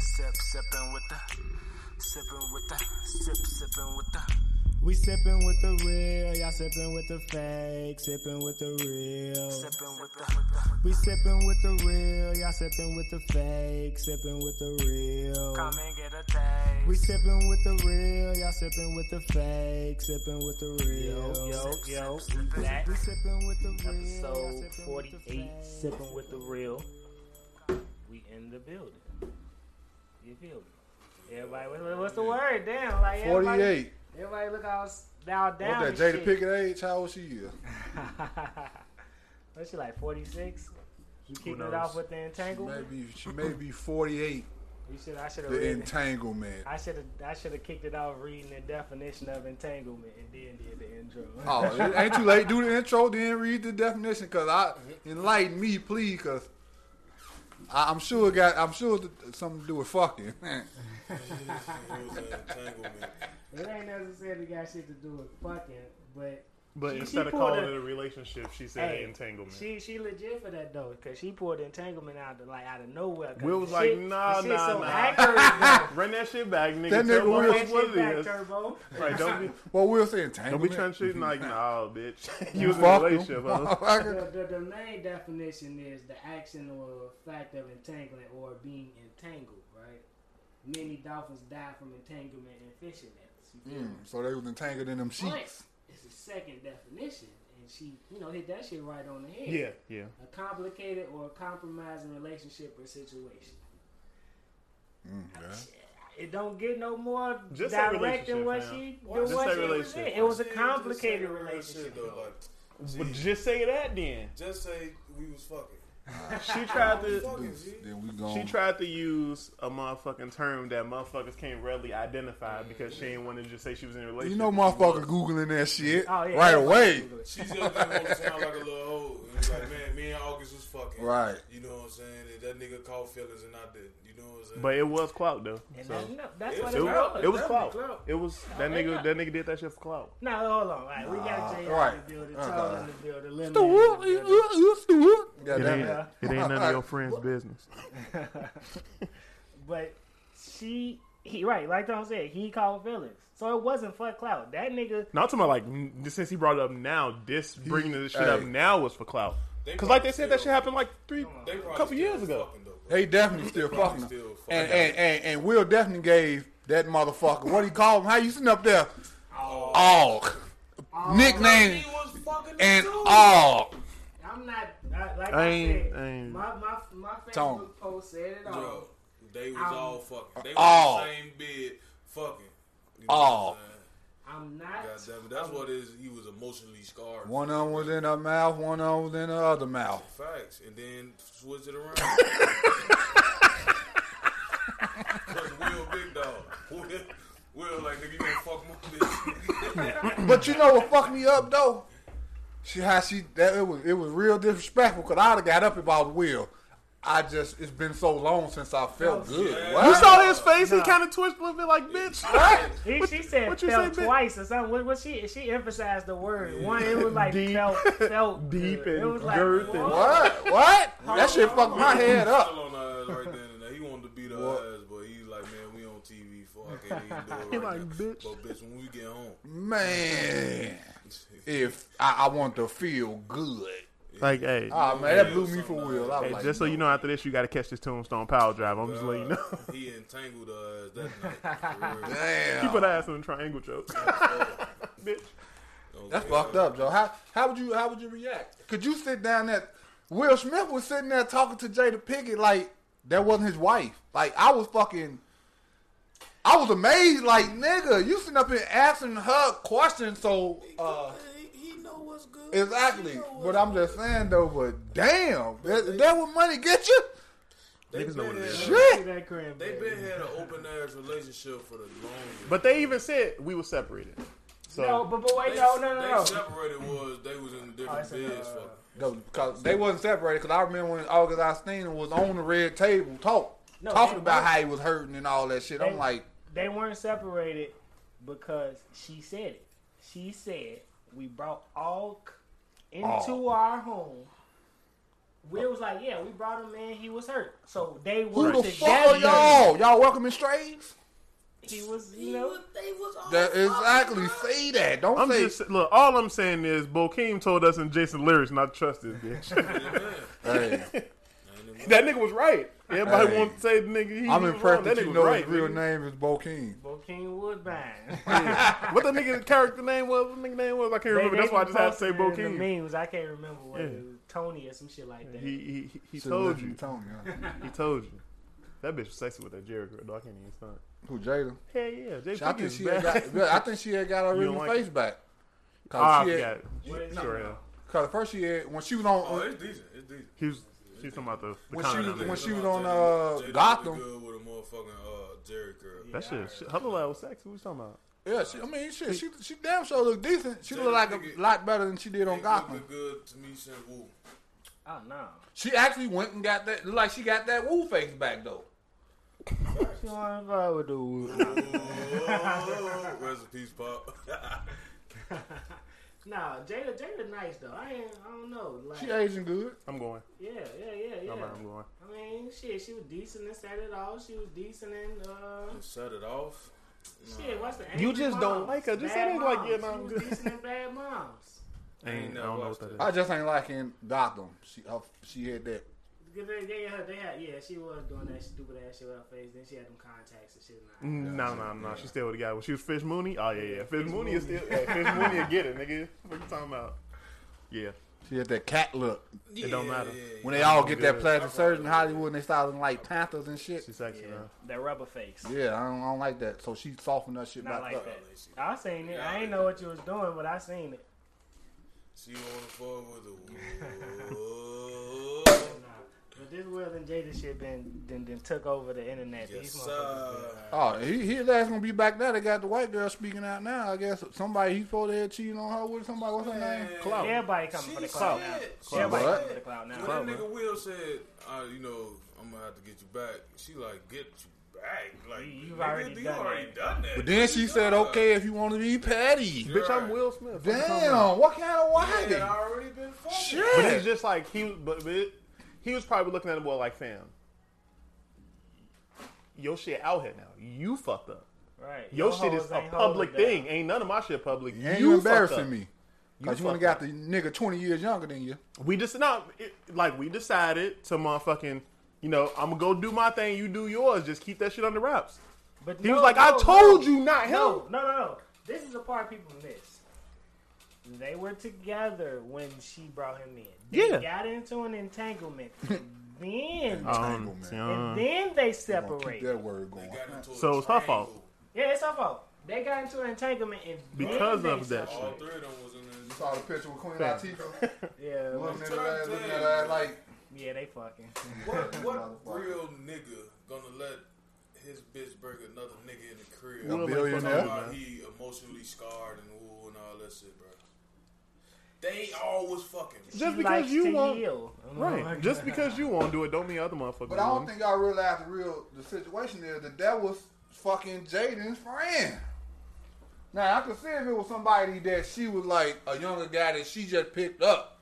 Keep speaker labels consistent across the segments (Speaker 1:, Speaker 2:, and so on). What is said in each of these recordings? Speaker 1: sip, sipping with the, sipping with the, sip, sipping with the.
Speaker 2: We sipping with the real, y'all sipping with the fake, sipping with the real.
Speaker 1: Sipping with the, with the
Speaker 2: We sipping with the real, y'all sipping with the fake, sipping with the real.
Speaker 1: come and get a taste.
Speaker 2: We sipping with the real, y'all sipping with the fake, sipping with the real.
Speaker 3: Yo, yo, yo,
Speaker 2: We,
Speaker 3: we back.
Speaker 2: we sipping with the real. y'all sipping
Speaker 3: Episode
Speaker 2: with the
Speaker 3: 48,
Speaker 2: fake.
Speaker 3: sipping with the real. We in the building. You feel me? Everybody, what- what's the word? Damn, like everybody,
Speaker 4: 48.
Speaker 3: everybody look all s- all
Speaker 4: What
Speaker 3: down.
Speaker 4: that
Speaker 3: and
Speaker 4: Jada
Speaker 3: shit.
Speaker 4: Pickett age? How old she is?
Speaker 3: What's she like? Forty six. You kicking
Speaker 4: knows?
Speaker 3: it off with the
Speaker 4: She may
Speaker 3: entanglement.
Speaker 4: be, she may be 48.
Speaker 3: You should. I should have
Speaker 4: The
Speaker 3: read it.
Speaker 4: entanglement.
Speaker 3: I should have. I should have kicked it off reading the definition of entanglement and then did the intro.
Speaker 4: Oh, it ain't too late. Do the intro, then read the definition, cause I enlighten me, please, cause I, I'm sure it got. I'm sure it's something to do with fucking.
Speaker 3: It ain't necessarily got shit to do with fucking, but
Speaker 5: But
Speaker 3: She- she
Speaker 5: instead of
Speaker 3: pulled
Speaker 5: calling
Speaker 3: a-
Speaker 5: it a relationship, she said
Speaker 3: Hey,
Speaker 5: entanglement.
Speaker 3: She she legit for that though, cause she pulled entanglement out of, like out of nowhere. 'cause
Speaker 5: Will
Speaker 3: the
Speaker 5: was like,
Speaker 3: shit-
Speaker 5: nah,
Speaker 3: the shit
Speaker 5: nah,
Speaker 3: so
Speaker 5: nah.
Speaker 3: Accurate,
Speaker 5: Run that shit back, nigga.
Speaker 4: That nigga
Speaker 5: Tell
Speaker 3: bro.
Speaker 4: Will-
Speaker 5: us
Speaker 3: Run
Speaker 5: what it
Speaker 3: that shit back,
Speaker 5: is.
Speaker 3: Turbo.
Speaker 5: Like, don't be,
Speaker 4: well, we'll say
Speaker 5: don't be
Speaker 4: entanglement.
Speaker 5: trying to shit like, nah, bitch. You was in a
Speaker 4: Fuck 'em.
Speaker 5: relationship, huh?
Speaker 4: Motherfucker.
Speaker 3: The, the, the main definition is the action or fact of entangling or being entangled, right? Many dolphins die from entanglement in fishing nets. You feel me?
Speaker 4: Mm, so they was entangled in them sheets.
Speaker 3: But it's the second definition, and she, you know, hit that shit right on the head.
Speaker 5: Yeah, yeah.
Speaker 3: A complicated or compromising relationship or situation.
Speaker 4: Mm, yeah.
Speaker 3: It don't get no more
Speaker 5: Just say
Speaker 3: direct than
Speaker 5: relationship,
Speaker 3: what
Speaker 5: fam.
Speaker 3: she,
Speaker 6: Why
Speaker 3: than
Speaker 5: just
Speaker 3: what
Speaker 5: say
Speaker 3: she
Speaker 5: relationship.
Speaker 3: presented. It was a
Speaker 6: Yeah,
Speaker 3: complicated
Speaker 6: just say real shit,
Speaker 3: relationship.
Speaker 6: though, like,
Speaker 5: But just say that then.
Speaker 6: just say we was fucking.
Speaker 5: She tried to.
Speaker 6: Fucking
Speaker 4: This-
Speaker 6: G.
Speaker 4: Then we gone.
Speaker 5: She tried to use a motherfucking term that motherfuckers can't readily identify because she didn't want to just say she was in a relationship.
Speaker 4: you know, motherfucker googling that shit
Speaker 3: Oh, yeah,
Speaker 4: right
Speaker 3: yeah.
Speaker 4: away.
Speaker 6: She just didn't want to sound like a little hoe. And it's like, man, me and August was fucking.
Speaker 4: Right.
Speaker 6: You know what I'm saying? And that nigga called feelings and I didn't. You know what I'm saying?
Speaker 5: But it was clout though.
Speaker 3: And
Speaker 5: So.
Speaker 3: that's, no, that's
Speaker 6: It
Speaker 3: what
Speaker 5: It
Speaker 3: it
Speaker 6: was-
Speaker 5: was,
Speaker 3: was.
Speaker 5: it was clout.
Speaker 3: Definitely
Speaker 5: It was that
Speaker 3: No, they
Speaker 5: nigga.
Speaker 3: not.
Speaker 5: That nigga did that shit for clout.
Speaker 3: No, hold on. Right, we got Jay
Speaker 4: right.
Speaker 3: in the building,
Speaker 4: Uh,
Speaker 3: Charles in the building, Lil
Speaker 4: The
Speaker 3: Man
Speaker 4: whoop,
Speaker 3: in the
Speaker 4: you-
Speaker 3: building.
Speaker 4: you- you- the whoop.
Speaker 5: It
Speaker 4: Goddamn
Speaker 5: ain't,
Speaker 4: it.
Speaker 5: it ain't none of your friends' business.
Speaker 3: But she, he right, like Tom said, he called Felix, so it wasn't fuck clout. That nigga,
Speaker 5: Now I'm talking about like n- since he brought it up now, this bringing this shit up
Speaker 4: hey.
Speaker 5: now was for clout.
Speaker 6: They
Speaker 5: Because like they
Speaker 6: probably
Speaker 5: said, that shit
Speaker 6: still-
Speaker 5: happened like three,
Speaker 6: they
Speaker 5: a
Speaker 6: probably
Speaker 5: couple years
Speaker 6: still
Speaker 5: ago.
Speaker 6: fucking, though, bro.
Speaker 4: They definitely still fucking.
Speaker 6: still
Speaker 4: him.
Speaker 6: fucking.
Speaker 4: And, and, and, and Will definitely gave that motherfucker what he called him. How you sitting up there? Aug. Nickname
Speaker 6: He was fucking the
Speaker 4: and
Speaker 6: dude.
Speaker 4: Aug.
Speaker 3: I'm not I, like
Speaker 5: I
Speaker 3: I,
Speaker 5: ain't-
Speaker 3: said.
Speaker 5: I ain't-
Speaker 3: My my my Facebook
Speaker 4: Tom.
Speaker 3: post said it all.
Speaker 6: Bro, they was
Speaker 3: I'm-
Speaker 6: all fucking. They was
Speaker 4: all.
Speaker 6: in the same bed fucking. You know
Speaker 4: All.
Speaker 6: what I'm saying?
Speaker 3: I'm not.
Speaker 6: God damn it. That's what it is. He was emotionally scarred.
Speaker 4: One of them was in her mouth, one of them was in her other mouth.
Speaker 6: Facts, and then switch it around. Cause Will big dog. Will, Will like nigga, you gonna fuck my bitch.
Speaker 4: But you know what fucked me up though? She how she that it was it was real disrespectful because I'd have got up if I was Will. I just it's been so long since I felt good.
Speaker 6: yeah.
Speaker 4: What?
Speaker 5: You saw his face; he kind of twitched a little bit, like bitch.
Speaker 3: He,
Speaker 5: What-
Speaker 3: she said
Speaker 5: what you
Speaker 3: felt
Speaker 5: say, bitch?
Speaker 3: twice or something. What, what she she emphasized the word one. It was like
Speaker 5: Deep.
Speaker 3: felt felt
Speaker 5: Deep
Speaker 3: good.
Speaker 5: and
Speaker 3: it was like,
Speaker 5: girth and-
Speaker 3: whoa.
Speaker 4: What? What? That shit fucked my head up.
Speaker 6: Still on her ass right then and there. He wanted to beat her
Speaker 4: What?
Speaker 6: ass, but he's like, man, we on TV. Fuck, I can't even do it right
Speaker 5: He like,
Speaker 6: now.
Speaker 5: bitch.
Speaker 6: But bitch, when we get home,
Speaker 4: Man, if I, I want to feel good.
Speaker 5: Like hey,
Speaker 4: Ah man, that blew me for real. I was
Speaker 5: hey,
Speaker 4: like,
Speaker 5: just so you know, after this, you got to catch this tombstone power drive. I'm just letting you know.
Speaker 6: uh, he entangled her ass that night. For real.
Speaker 4: damn,
Speaker 5: He put ass in the triangle choke. bitch.
Speaker 4: that's
Speaker 6: Okay.
Speaker 4: fucked up, Joe. How how would you how would you react? Could you sit down that Will Smith was sitting there talking to Jada Pickett like that wasn't his wife? Like I was fucking, I was amazed. Like nigga, you sitting up here asking her questions. So uh,
Speaker 6: he, he know what's good. He
Speaker 4: exactly,
Speaker 6: know what's
Speaker 4: but I'm just saying though. But damn, that, that what money get you?
Speaker 6: They
Speaker 5: Niggas know what it
Speaker 6: been
Speaker 5: is.
Speaker 6: had-
Speaker 4: Shit.
Speaker 3: See that crib,
Speaker 6: They
Speaker 3: baby.
Speaker 6: been had an open ass relationship for the longest.
Speaker 5: But they even said we were separated. So
Speaker 3: No, but, but wait,
Speaker 6: They-
Speaker 3: no, no, no,
Speaker 6: They
Speaker 3: no. Oh,
Speaker 6: separated was they was in different
Speaker 3: that's another-
Speaker 6: beds. fuck.
Speaker 4: No, because they wasn't separated. Because I remember when August Osteen was on the red table talk,
Speaker 3: No,
Speaker 4: talking
Speaker 3: they
Speaker 4: about
Speaker 3: weren't.
Speaker 4: how he was hurting and all that shit.
Speaker 3: They-
Speaker 4: I'm like,
Speaker 3: They weren't separated because she said it. She said we brought Alk into
Speaker 4: Alk.
Speaker 3: our home Will was like, yeah, we brought him in. He was hurt, so they
Speaker 4: Who
Speaker 3: were
Speaker 4: the fuck
Speaker 3: together.
Speaker 4: are y'all? Y'all welcoming strays?
Speaker 3: He was, you know,
Speaker 4: That exactly. Say that. Don't
Speaker 5: I'm
Speaker 4: say.
Speaker 5: just look. All I'm saying is, Bokeem told us in Jason lyrics not to trust this bitch.
Speaker 4: Hey,
Speaker 5: that nigga was right. Everybody
Speaker 4: Hey.
Speaker 5: want to say the nigga. He,
Speaker 4: I'm
Speaker 5: he was
Speaker 4: impressed
Speaker 5: wrong. That
Speaker 4: that you
Speaker 5: nigga
Speaker 4: know
Speaker 5: was right.
Speaker 4: his real
Speaker 5: nigga.
Speaker 4: name is Bo King.
Speaker 3: Bokeem Woodbine.
Speaker 5: What the nigga character name was? What the nigga name was? I can't remember.
Speaker 3: They-
Speaker 5: That's
Speaker 3: they
Speaker 5: why I just had to say
Speaker 3: posted it in the
Speaker 5: Bokeem.
Speaker 3: Memes, I can't remember what
Speaker 5: Yeah.
Speaker 3: it was, Tony or some shit like that.
Speaker 5: He he he, he
Speaker 4: Should've
Speaker 5: told
Speaker 4: listened
Speaker 5: you.
Speaker 4: to Tony. huh?
Speaker 5: He told you. That bitch was sexy with that Jerry girl. Dog, I can't even stunt.
Speaker 4: Who Jada?
Speaker 5: Hell yeah, Jay
Speaker 4: I
Speaker 5: Pinkett
Speaker 4: think
Speaker 5: is
Speaker 4: she had
Speaker 5: bad.
Speaker 4: got. I think she had got her
Speaker 5: You don't
Speaker 4: original
Speaker 5: like
Speaker 4: face back.
Speaker 5: Oh, I
Speaker 4: Cause she
Speaker 5: forgot.
Speaker 4: had,
Speaker 5: Sure,
Speaker 6: no, no.
Speaker 5: yeah.
Speaker 4: cause the first she had when she was on
Speaker 6: Oh, it's decent. It's decent.
Speaker 5: He was. She's talking about the, the
Speaker 4: When she
Speaker 5: comment
Speaker 4: was-
Speaker 5: I made.
Speaker 4: when she was
Speaker 6: Jada-
Speaker 4: on,
Speaker 6: Jada-
Speaker 4: uh,
Speaker 6: Jada was
Speaker 4: Gotham.
Speaker 6: Good with a motherfucking uh, Jerry curl.
Speaker 5: that shit. shit her little ass was sexy. What you talking about?
Speaker 4: yeah. She, I mean, shit, she she damn sure looked decent. She looked
Speaker 6: Jada
Speaker 4: like
Speaker 6: Pinkett
Speaker 4: a lot better than she did on
Speaker 6: Ain't looked
Speaker 4: Gotham.
Speaker 6: good to me since Wu.
Speaker 3: Oh no,
Speaker 4: She actually went and got that. Looked like she got that woo face back though.
Speaker 3: she want to vibe with the wood.
Speaker 6: Oh, rest in peace, Pop.
Speaker 3: Nah, Jada, Jada, nice though. I ain't, I don't know. Like,
Speaker 4: She aging good.
Speaker 5: I'm going.
Speaker 3: yeah, yeah, yeah, yeah.
Speaker 5: I'm, I'm going.
Speaker 3: I mean, shit, she was decent and said it all. She was decent and uh,
Speaker 6: Shut it off.
Speaker 3: shit. What's the
Speaker 5: You
Speaker 3: Angry
Speaker 5: just don't
Speaker 3: Moms?
Speaker 5: like her. Just
Speaker 3: Bad
Speaker 5: say that like, yeah,
Speaker 3: Moms.
Speaker 5: nah, I'm
Speaker 3: She was
Speaker 5: good.
Speaker 3: decent and bad moms.
Speaker 5: Ain't,
Speaker 6: Ain't
Speaker 5: I
Speaker 6: never
Speaker 5: don't know what
Speaker 6: watched
Speaker 5: that
Speaker 6: it.
Speaker 5: is.
Speaker 4: I just ain't like in Gotham. She her, she had that.
Speaker 3: They, they, had- they had, yeah, she was doing that stupid ass shit with her face. Then she had them contacts and shit.
Speaker 5: No,
Speaker 3: Nah.
Speaker 5: no, no. She still with the guy. When she was Fish Mooney, oh yeah, yeah. Fish Mooney is still. Yeah, Fish Mooney, will get it, nigga. What you talking about? Yeah,
Speaker 4: She had that cat look.
Speaker 5: it don't matter.
Speaker 4: When they all get that
Speaker 5: good.
Speaker 4: plastic surgery in Hollywood and they start looking like panthers and shit.
Speaker 5: She's sexy, man.
Speaker 3: that rubber face.
Speaker 4: Yeah, I don't, I don't like that. So she softened that shit
Speaker 3: Not
Speaker 4: back
Speaker 3: like
Speaker 4: up.
Speaker 3: that. I seen it. I ain't know what you was doing, but I seen it.
Speaker 6: She on the floor with the Wu.
Speaker 3: Nah, but this Will and Jada shit then then, then took over the internet.
Speaker 6: Yes,
Speaker 3: These motherfuckers.
Speaker 6: sir.
Speaker 4: Oh, he, his ass gonna be back there. They got the white girl speaking out now. I guess somebody he's supposed to have cheating on her with somebody. What's her name?
Speaker 5: Clout.
Speaker 3: Everybody coming
Speaker 6: She
Speaker 3: for the
Speaker 6: said-
Speaker 3: clout now. Everybody
Speaker 4: What?
Speaker 3: coming for the clout now.
Speaker 6: When that nigga Will said, uh, you know, I'm gonna have to get you back. She like, get you back. Like,
Speaker 3: You- you've
Speaker 6: nigga,
Speaker 3: already
Speaker 6: you
Speaker 3: done
Speaker 6: already
Speaker 3: that.
Speaker 6: done that.
Speaker 4: But then she said, "Okay, if you want to be petty."
Speaker 5: Bitch, I'm Will Smith. What you talking about?
Speaker 4: Damn, what kind of
Speaker 6: I
Speaker 4: white?
Speaker 6: had already been fucking.
Speaker 5: But it's
Speaker 4: Shit.
Speaker 5: just like he, but, but it, he was probably looking at the boy like, fam, your shit out here now. You fucked up.
Speaker 3: Right.
Speaker 5: Your
Speaker 3: Yo
Speaker 5: shit
Speaker 3: hoes
Speaker 5: is a
Speaker 3: ain't holding
Speaker 5: public
Speaker 3: down.
Speaker 5: thing. Ain't none of my shit public.
Speaker 4: You ain't
Speaker 5: you fucked up.
Speaker 4: embarrassing me. Cause you, only
Speaker 5: fucked up.
Speaker 4: got the nigga twenty years younger than you.
Speaker 5: We just not it, like we decided to motherfucking. You know, I'm gonna go do my thing. You do yours. Just keep that shit under wraps.
Speaker 3: But
Speaker 5: He
Speaker 3: no,
Speaker 5: was like,
Speaker 3: no,
Speaker 5: "I told
Speaker 3: no.
Speaker 5: you, not him."
Speaker 3: No, no, no, no. This is the part people miss. They were together when she brought him in. They
Speaker 5: Yeah.
Speaker 3: got into an entanglement. then
Speaker 5: Um,
Speaker 4: Entanglement.
Speaker 5: yeah.
Speaker 3: and then they
Speaker 4: I'm gonna Keep
Speaker 3: separated.
Speaker 4: that word going.
Speaker 6: Got into a
Speaker 5: So it's her
Speaker 6: triangle.
Speaker 5: fault.
Speaker 3: Yeah, it's her fault. They got into an entanglement and then
Speaker 5: Because
Speaker 3: they
Speaker 5: of that
Speaker 3: separated.
Speaker 6: All three of them was in there.
Speaker 4: Saw the picture with Queen Latifah.
Speaker 3: Yeah, well,
Speaker 4: Looking at her ass, looking at her ass like.
Speaker 3: yeah, they fucking.
Speaker 6: What, what
Speaker 4: Motherfucker.
Speaker 6: real nigga gonna let his bitch break another nigga in the crib?
Speaker 4: A
Speaker 6: Talking
Speaker 4: billionaire.
Speaker 6: about he emotionally scarred and woo and all that shit, bro. They all was fucking.
Speaker 5: Just
Speaker 3: She
Speaker 5: because
Speaker 3: likes
Speaker 5: you
Speaker 3: to
Speaker 5: won't,
Speaker 3: heal.
Speaker 4: Oh
Speaker 5: right? Just because you won't do it, don't mean other motherfuckers.
Speaker 4: But I don't
Speaker 5: won't.
Speaker 4: think y'all realize the real the situation is that that was fucking Jaden's friend. Now I could see if it was somebody that she was like a younger guy that she just picked up.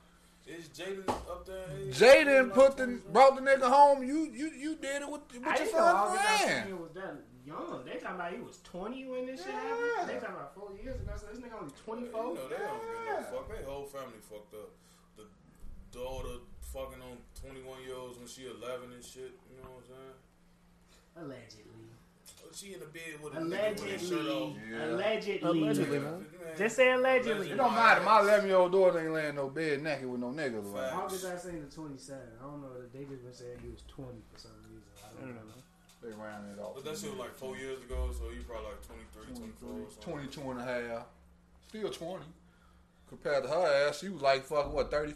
Speaker 6: Is Jaden up there?
Speaker 4: Jaden put the brought the nigga home. You you you did it with, with
Speaker 3: I
Speaker 4: your
Speaker 3: didn't know all
Speaker 4: son's
Speaker 3: this
Speaker 4: friend.
Speaker 3: was that young. They talking about he was 20 when this shit
Speaker 4: Yeah.
Speaker 3: happened. They talking about four years ago. So this nigga only
Speaker 6: You
Speaker 3: 24.
Speaker 6: know, they don't give no fuck. They whole family fucked up. The daughter fucking on 21 year olds when she 11 and shit. You know what I'm saying?
Speaker 3: Allegedly.
Speaker 6: Oh, She in the bed with a nigga with his shirt off.
Speaker 3: Allegedly. Allegedly.
Speaker 5: Allegedly.
Speaker 6: Man,
Speaker 3: Just say allegedly.
Speaker 6: Allegedly.
Speaker 4: It don't matter. My eleven year old daughter ain't laying no bed naked with no niggas around.
Speaker 3: August I seen the 27. I don't know. They just been saying he was 20 for some reason. I
Speaker 5: Mm.
Speaker 3: don't know.
Speaker 4: They rounded it off.
Speaker 6: But that shit was like four years ago, so you probably like 23, 24 or something.
Speaker 4: 22 and a half. Still 20. Compared to her ass, she was like fucking what, 30,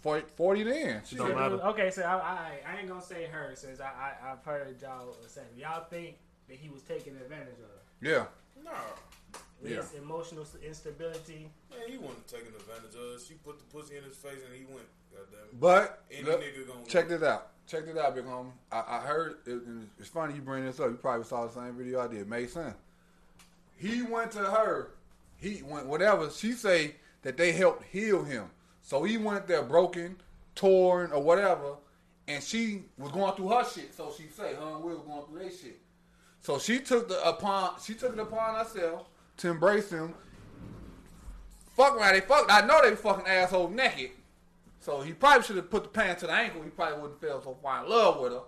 Speaker 4: 40, 40 then. She
Speaker 5: Don't
Speaker 3: So,
Speaker 5: matter.
Speaker 3: dude, Okay, so I, I I ain't gonna say her since I, I I've heard y'all say y'all think that he was taking advantage of her.
Speaker 4: yeah.
Speaker 6: No.
Speaker 3: With His emotional instability.
Speaker 6: Man, he wasn't taking advantage of us. She put the pussy in his face and he went. God damn it.
Speaker 4: But
Speaker 6: Any
Speaker 4: look,
Speaker 6: nigga gonna
Speaker 4: check this out. Check this out, big homie. I, I heard it, and it's funny you bring this up. You probably saw the same video I did. Made sense. He went to her. He went whatever she say that they helped heal him. So he went there broken, touring or whatever, and she was going through her shit. So she say her and Will was going through their shit. So she took the upon she took it upon herself to embrace him. Fuck around, they fucked. I know they fucking asshole naked. So he probably should have put the pants to the ankle. He probably wouldn't fell so far in love with her.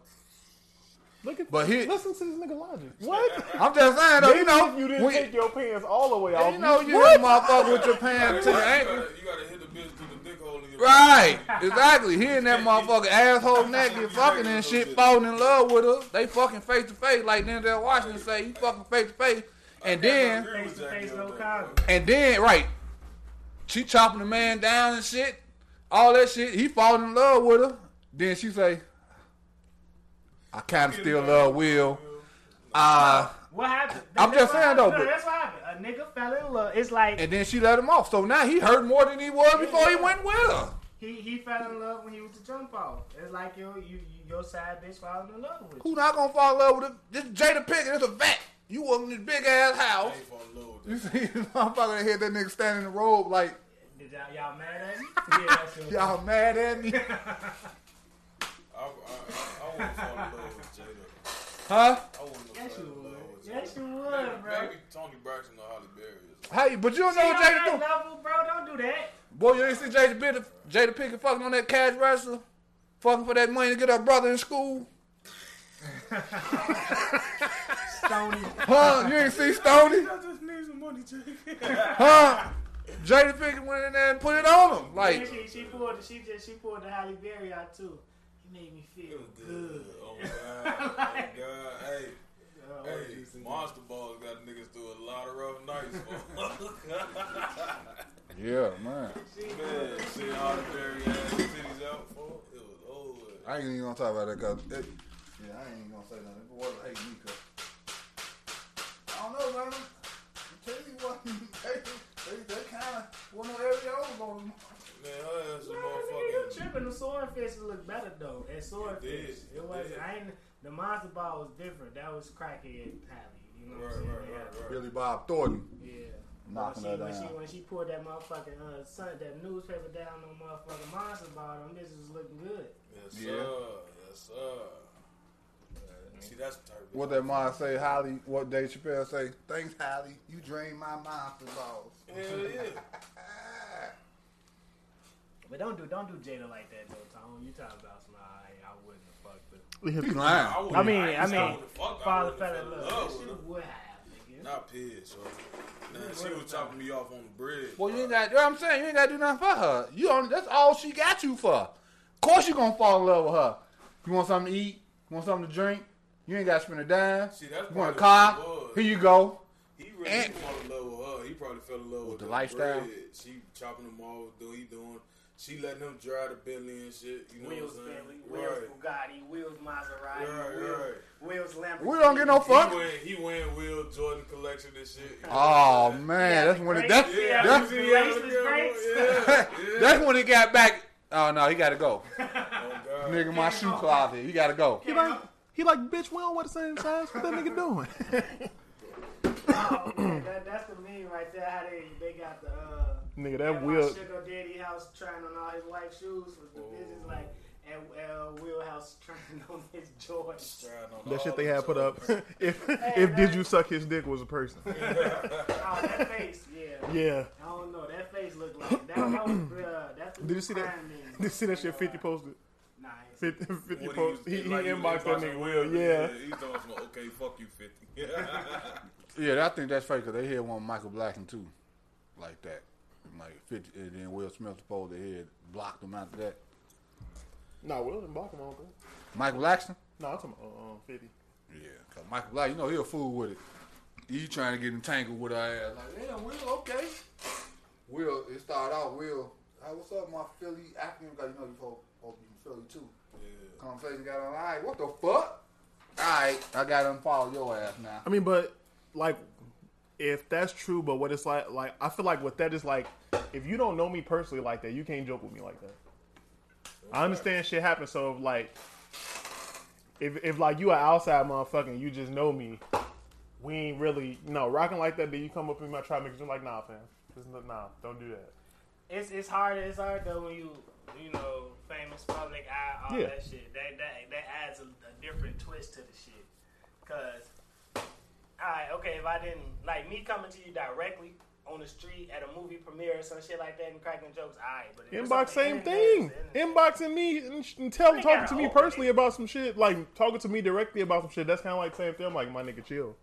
Speaker 5: Look at
Speaker 4: But he-
Speaker 5: listen to this nigga logic. What?
Speaker 4: I'm just saying though,
Speaker 5: Maybe
Speaker 4: you know,
Speaker 5: if you didn't
Speaker 4: when-
Speaker 5: take your pants all the way off,
Speaker 4: you know, you
Speaker 5: what?
Speaker 4: hit a motherfucker with your pants to the
Speaker 6: gotta,
Speaker 4: ankle.
Speaker 6: you gotta hit the bitch through the dick hole in your
Speaker 4: Right, exactly. He and that motherfucker asshole naked fucking and shit, falling in love with her. They fucking face to face, like Denzel Washington say, he fucking face to face. And then,
Speaker 3: Face to face, no condom.
Speaker 6: comment.
Speaker 4: and then, right, she chopping the man down and shit, all that shit. He falling in love with her. Then she say, I kind of still love Will. Uh,
Speaker 3: What happened?
Speaker 4: I'm
Speaker 3: That's
Speaker 4: just
Speaker 3: what
Speaker 4: saying,
Speaker 3: happened.
Speaker 4: though,
Speaker 3: No,
Speaker 4: but-
Speaker 3: that's what happened. A nigga fell in love. It's like
Speaker 4: and then she let him off. So now he hurt more than he was before he went with her.
Speaker 3: he, he fell in love when he was a jump off. It's like your you, you your side bitch falling in love with. you.
Speaker 4: Who not gonna fall in love with this? This Jada Pinkett is a vet. You was in this big ass house.
Speaker 6: Ain't gonna load
Speaker 4: You
Speaker 6: that.
Speaker 4: see, this motherfucker hit that nigga standing in the robe like,
Speaker 3: Did y'all, y'all mad at me? yeah, that's it.
Speaker 4: y'all mad at me?
Speaker 6: I, I, I, I wouldn't fall in love with Jada.
Speaker 4: Huh?
Speaker 6: I wouldn't
Speaker 3: Yes,
Speaker 6: fall
Speaker 3: you
Speaker 6: in
Speaker 3: would.
Speaker 6: love with Jada.
Speaker 3: Yes, you would,
Speaker 6: Maybe,
Speaker 3: bro.
Speaker 6: maybe Tony Braxton or Holly Berry. Is
Speaker 4: How you, but you don't
Speaker 3: See,
Speaker 4: know
Speaker 3: on
Speaker 4: what
Speaker 3: that
Speaker 4: Jada do.
Speaker 3: level, bro, don't do that.
Speaker 4: Boy, you ain't see Jada, Pinkett, Jada Pinkett fucking on that cash wrestler? Fucking for that money to get her brother in school?
Speaker 3: Stony.
Speaker 4: Huh? You ain't see Stoney?
Speaker 6: I just need some money, Jake.
Speaker 4: Huh? Jada Pinkett went in there and put it on him.
Speaker 3: Yeah,
Speaker 4: Like,
Speaker 3: she, she pulled. She just she pulled the Halle Berry out too. He made me feel good.
Speaker 6: Oh god, oh god, hey,
Speaker 3: Uh,
Speaker 6: hey, Monster Balls got niggas through a lot of rough nights. for.
Speaker 4: yeah, man.
Speaker 6: Man, seeing all the dirty ass titties out for it was over.
Speaker 4: I ain't even gonna talk about that because yeah, I ain't even gonna say nothing. It wasn't hate me 'cause- I don't know, man. I Tell you what, they they, they kind of went on every over on them.
Speaker 6: Man, her ass was
Speaker 3: You
Speaker 6: motherfucking.
Speaker 3: tripping? The swordfish look better though. At swordfish,
Speaker 6: did,
Speaker 3: it,
Speaker 6: it
Speaker 3: wasn't.
Speaker 6: did.
Speaker 3: I ain't. The monster ball was different. That was crackhead Halle. You know
Speaker 6: Right,
Speaker 3: what I'm saying?
Speaker 6: right, right, right.
Speaker 4: Billy Bob Thornton
Speaker 3: Yeah. yeah.
Speaker 4: knocking
Speaker 3: when
Speaker 4: her
Speaker 3: she, when she
Speaker 4: down.
Speaker 3: when she pulled that motherfucking uh, sun, that newspaper down on motherfucking monster ball, them niggas was looking good.
Speaker 6: Yes,
Speaker 4: Yeah.
Speaker 6: sir. Yes, sir. See, that's the type of-
Speaker 4: What that mind say, Holly? What Dave Chappelle say? Thanks, Holly. You drained my monster balls.
Speaker 6: Hell yeah.
Speaker 3: But don't do don't do Jada like that though, Tom. You talking about some I I wouldn't have fucked with.
Speaker 4: He lying.
Speaker 6: I, wouldn't-
Speaker 5: I mean,
Speaker 6: just-
Speaker 5: I mean-
Speaker 6: wouldn't fuck, I
Speaker 3: Father
Speaker 6: wouldn't
Speaker 3: fell
Speaker 6: fell
Speaker 3: in
Speaker 6: in
Speaker 3: love. That
Speaker 6: with her.
Speaker 3: shit would have, nigga.
Speaker 6: Not pissed, so. Man, she was chopping me off on the bread.
Speaker 4: Well, you
Speaker 6: bruh.
Speaker 4: ain't got. You know what I'm saying you ain't got to do nothing for her. You only, that's all she got you for. Of course you gonna fall in love with her. You want something to eat? You want something to drink? You ain't got to spend a dime.
Speaker 6: See, that's
Speaker 4: you want a
Speaker 6: probably
Speaker 4: car?
Speaker 6: what it was.
Speaker 4: Here you go.
Speaker 6: He really
Speaker 4: And-
Speaker 6: fell in love with her. He probably fell in love with,
Speaker 4: the
Speaker 6: the
Speaker 4: lifestyle?
Speaker 6: Bread. She chopping them all, do he doing? She letting him drive the Bentley and shit. You know
Speaker 3: Will's
Speaker 6: what I'm saying?
Speaker 3: family,
Speaker 6: right.
Speaker 3: Will's Bugatti, Will's Maserati,
Speaker 6: Right,
Speaker 3: Will's,
Speaker 6: right.
Speaker 3: Will's Lamborghini.
Speaker 4: We don't get no fuck.
Speaker 6: He went, he went Will Jordan collection and shit. You know what
Speaker 4: Oh
Speaker 6: I'm saying?
Speaker 4: man, that's when it, that's
Speaker 6: Yeah,
Speaker 4: that's-
Speaker 6: you see the other
Speaker 3: Racist
Speaker 6: girl,
Speaker 3: greats.
Speaker 6: Yeah, yeah.
Speaker 4: that's when it got back. Oh no, he gotta go,
Speaker 6: Oh, God.
Speaker 4: nigga. My shoe closet, he gotta go.
Speaker 5: He like, he like, bitch, we don't wear the same size. What that nigga doing?
Speaker 3: Oh, man, that, that's the meme right there. How they they got the uh,
Speaker 5: nigga,
Speaker 3: at
Speaker 5: that
Speaker 3: my
Speaker 5: will.
Speaker 3: sugar daddy house trying on all his white shoes with the
Speaker 5: Oh.
Speaker 3: bitches like at uh, Will house trying on his Jordans.
Speaker 6: Trying on
Speaker 5: That
Speaker 6: all
Speaker 5: shit they
Speaker 6: the
Speaker 5: had put up.
Speaker 6: toys.
Speaker 5: if
Speaker 3: that-
Speaker 5: if did you suck his dick was a person?
Speaker 3: Oh, that face, yeah.
Speaker 5: Yeah.
Speaker 3: I don't know. That face looked like that. that was, uh, that's the
Speaker 5: Did you see that?
Speaker 3: prime meme. Uh,
Speaker 5: Did you see that shit? Fifty posted.
Speaker 3: Nah, I ain't seen it.
Speaker 5: 50, 50
Speaker 6: What
Speaker 5: posted. He,
Speaker 6: was-
Speaker 5: he
Speaker 6: like, was
Speaker 5: inboxed that
Speaker 6: inboxing
Speaker 5: nigga. Will. Yeah.
Speaker 6: He's doing some okay, fuck you, fifty. Yeah.
Speaker 4: Yeah, I think that's fake because they had one Michael Blackson too, like that, like 50, and then Will Smith supposed to head blocked him after that.
Speaker 5: Nah, Will didn't block him. I don't think.
Speaker 4: Michael Blackson.
Speaker 5: Nah, I'm talking about uh, um, fifty.
Speaker 4: Yeah, cause Michael Black, you know he a fool with it. He trying to get entangled with her ass. Like, damn, Will, okay. Will, it started out Will. Hey, what's up, my Philly African? Because you know you supposed supposed to be from Philly too. Conversation got on. All right, what the fuck? All right, I got to unfollow your ass now.
Speaker 5: I mean, but like, if that's true, but what it's like, like I feel like what that is like, if you don't know me personally like that, you can't joke with me like that. I understand shit happens, so like, if if like you are outside motherfucker and you just know me, we ain't really you know rocking like that. Then you come up to me, my try to make you like, nah, fam, this is not, nah, don't do that.
Speaker 3: It's it's hard. It's hard though when you you know famous public eye, all
Speaker 5: Yeah.
Speaker 3: that shit. That that that adds a, a different twist to the shit. Cause, all right, okay, if I didn't like me coming to you directly on the street at a movie premiere or some shit like that and cracking jokes, all right. But if it's on
Speaker 5: Inbox,
Speaker 3: the
Speaker 5: same
Speaker 3: internet,
Speaker 5: thing.
Speaker 3: it's the internet.
Speaker 5: Inboxing me and, sh- and tell,
Speaker 3: They
Speaker 5: talking
Speaker 3: got
Speaker 5: to me
Speaker 3: open
Speaker 5: personally
Speaker 3: it.
Speaker 5: about some shit, like talking to me directly about some shit. That's kind of like same thing. I'm like, my nigga, chill.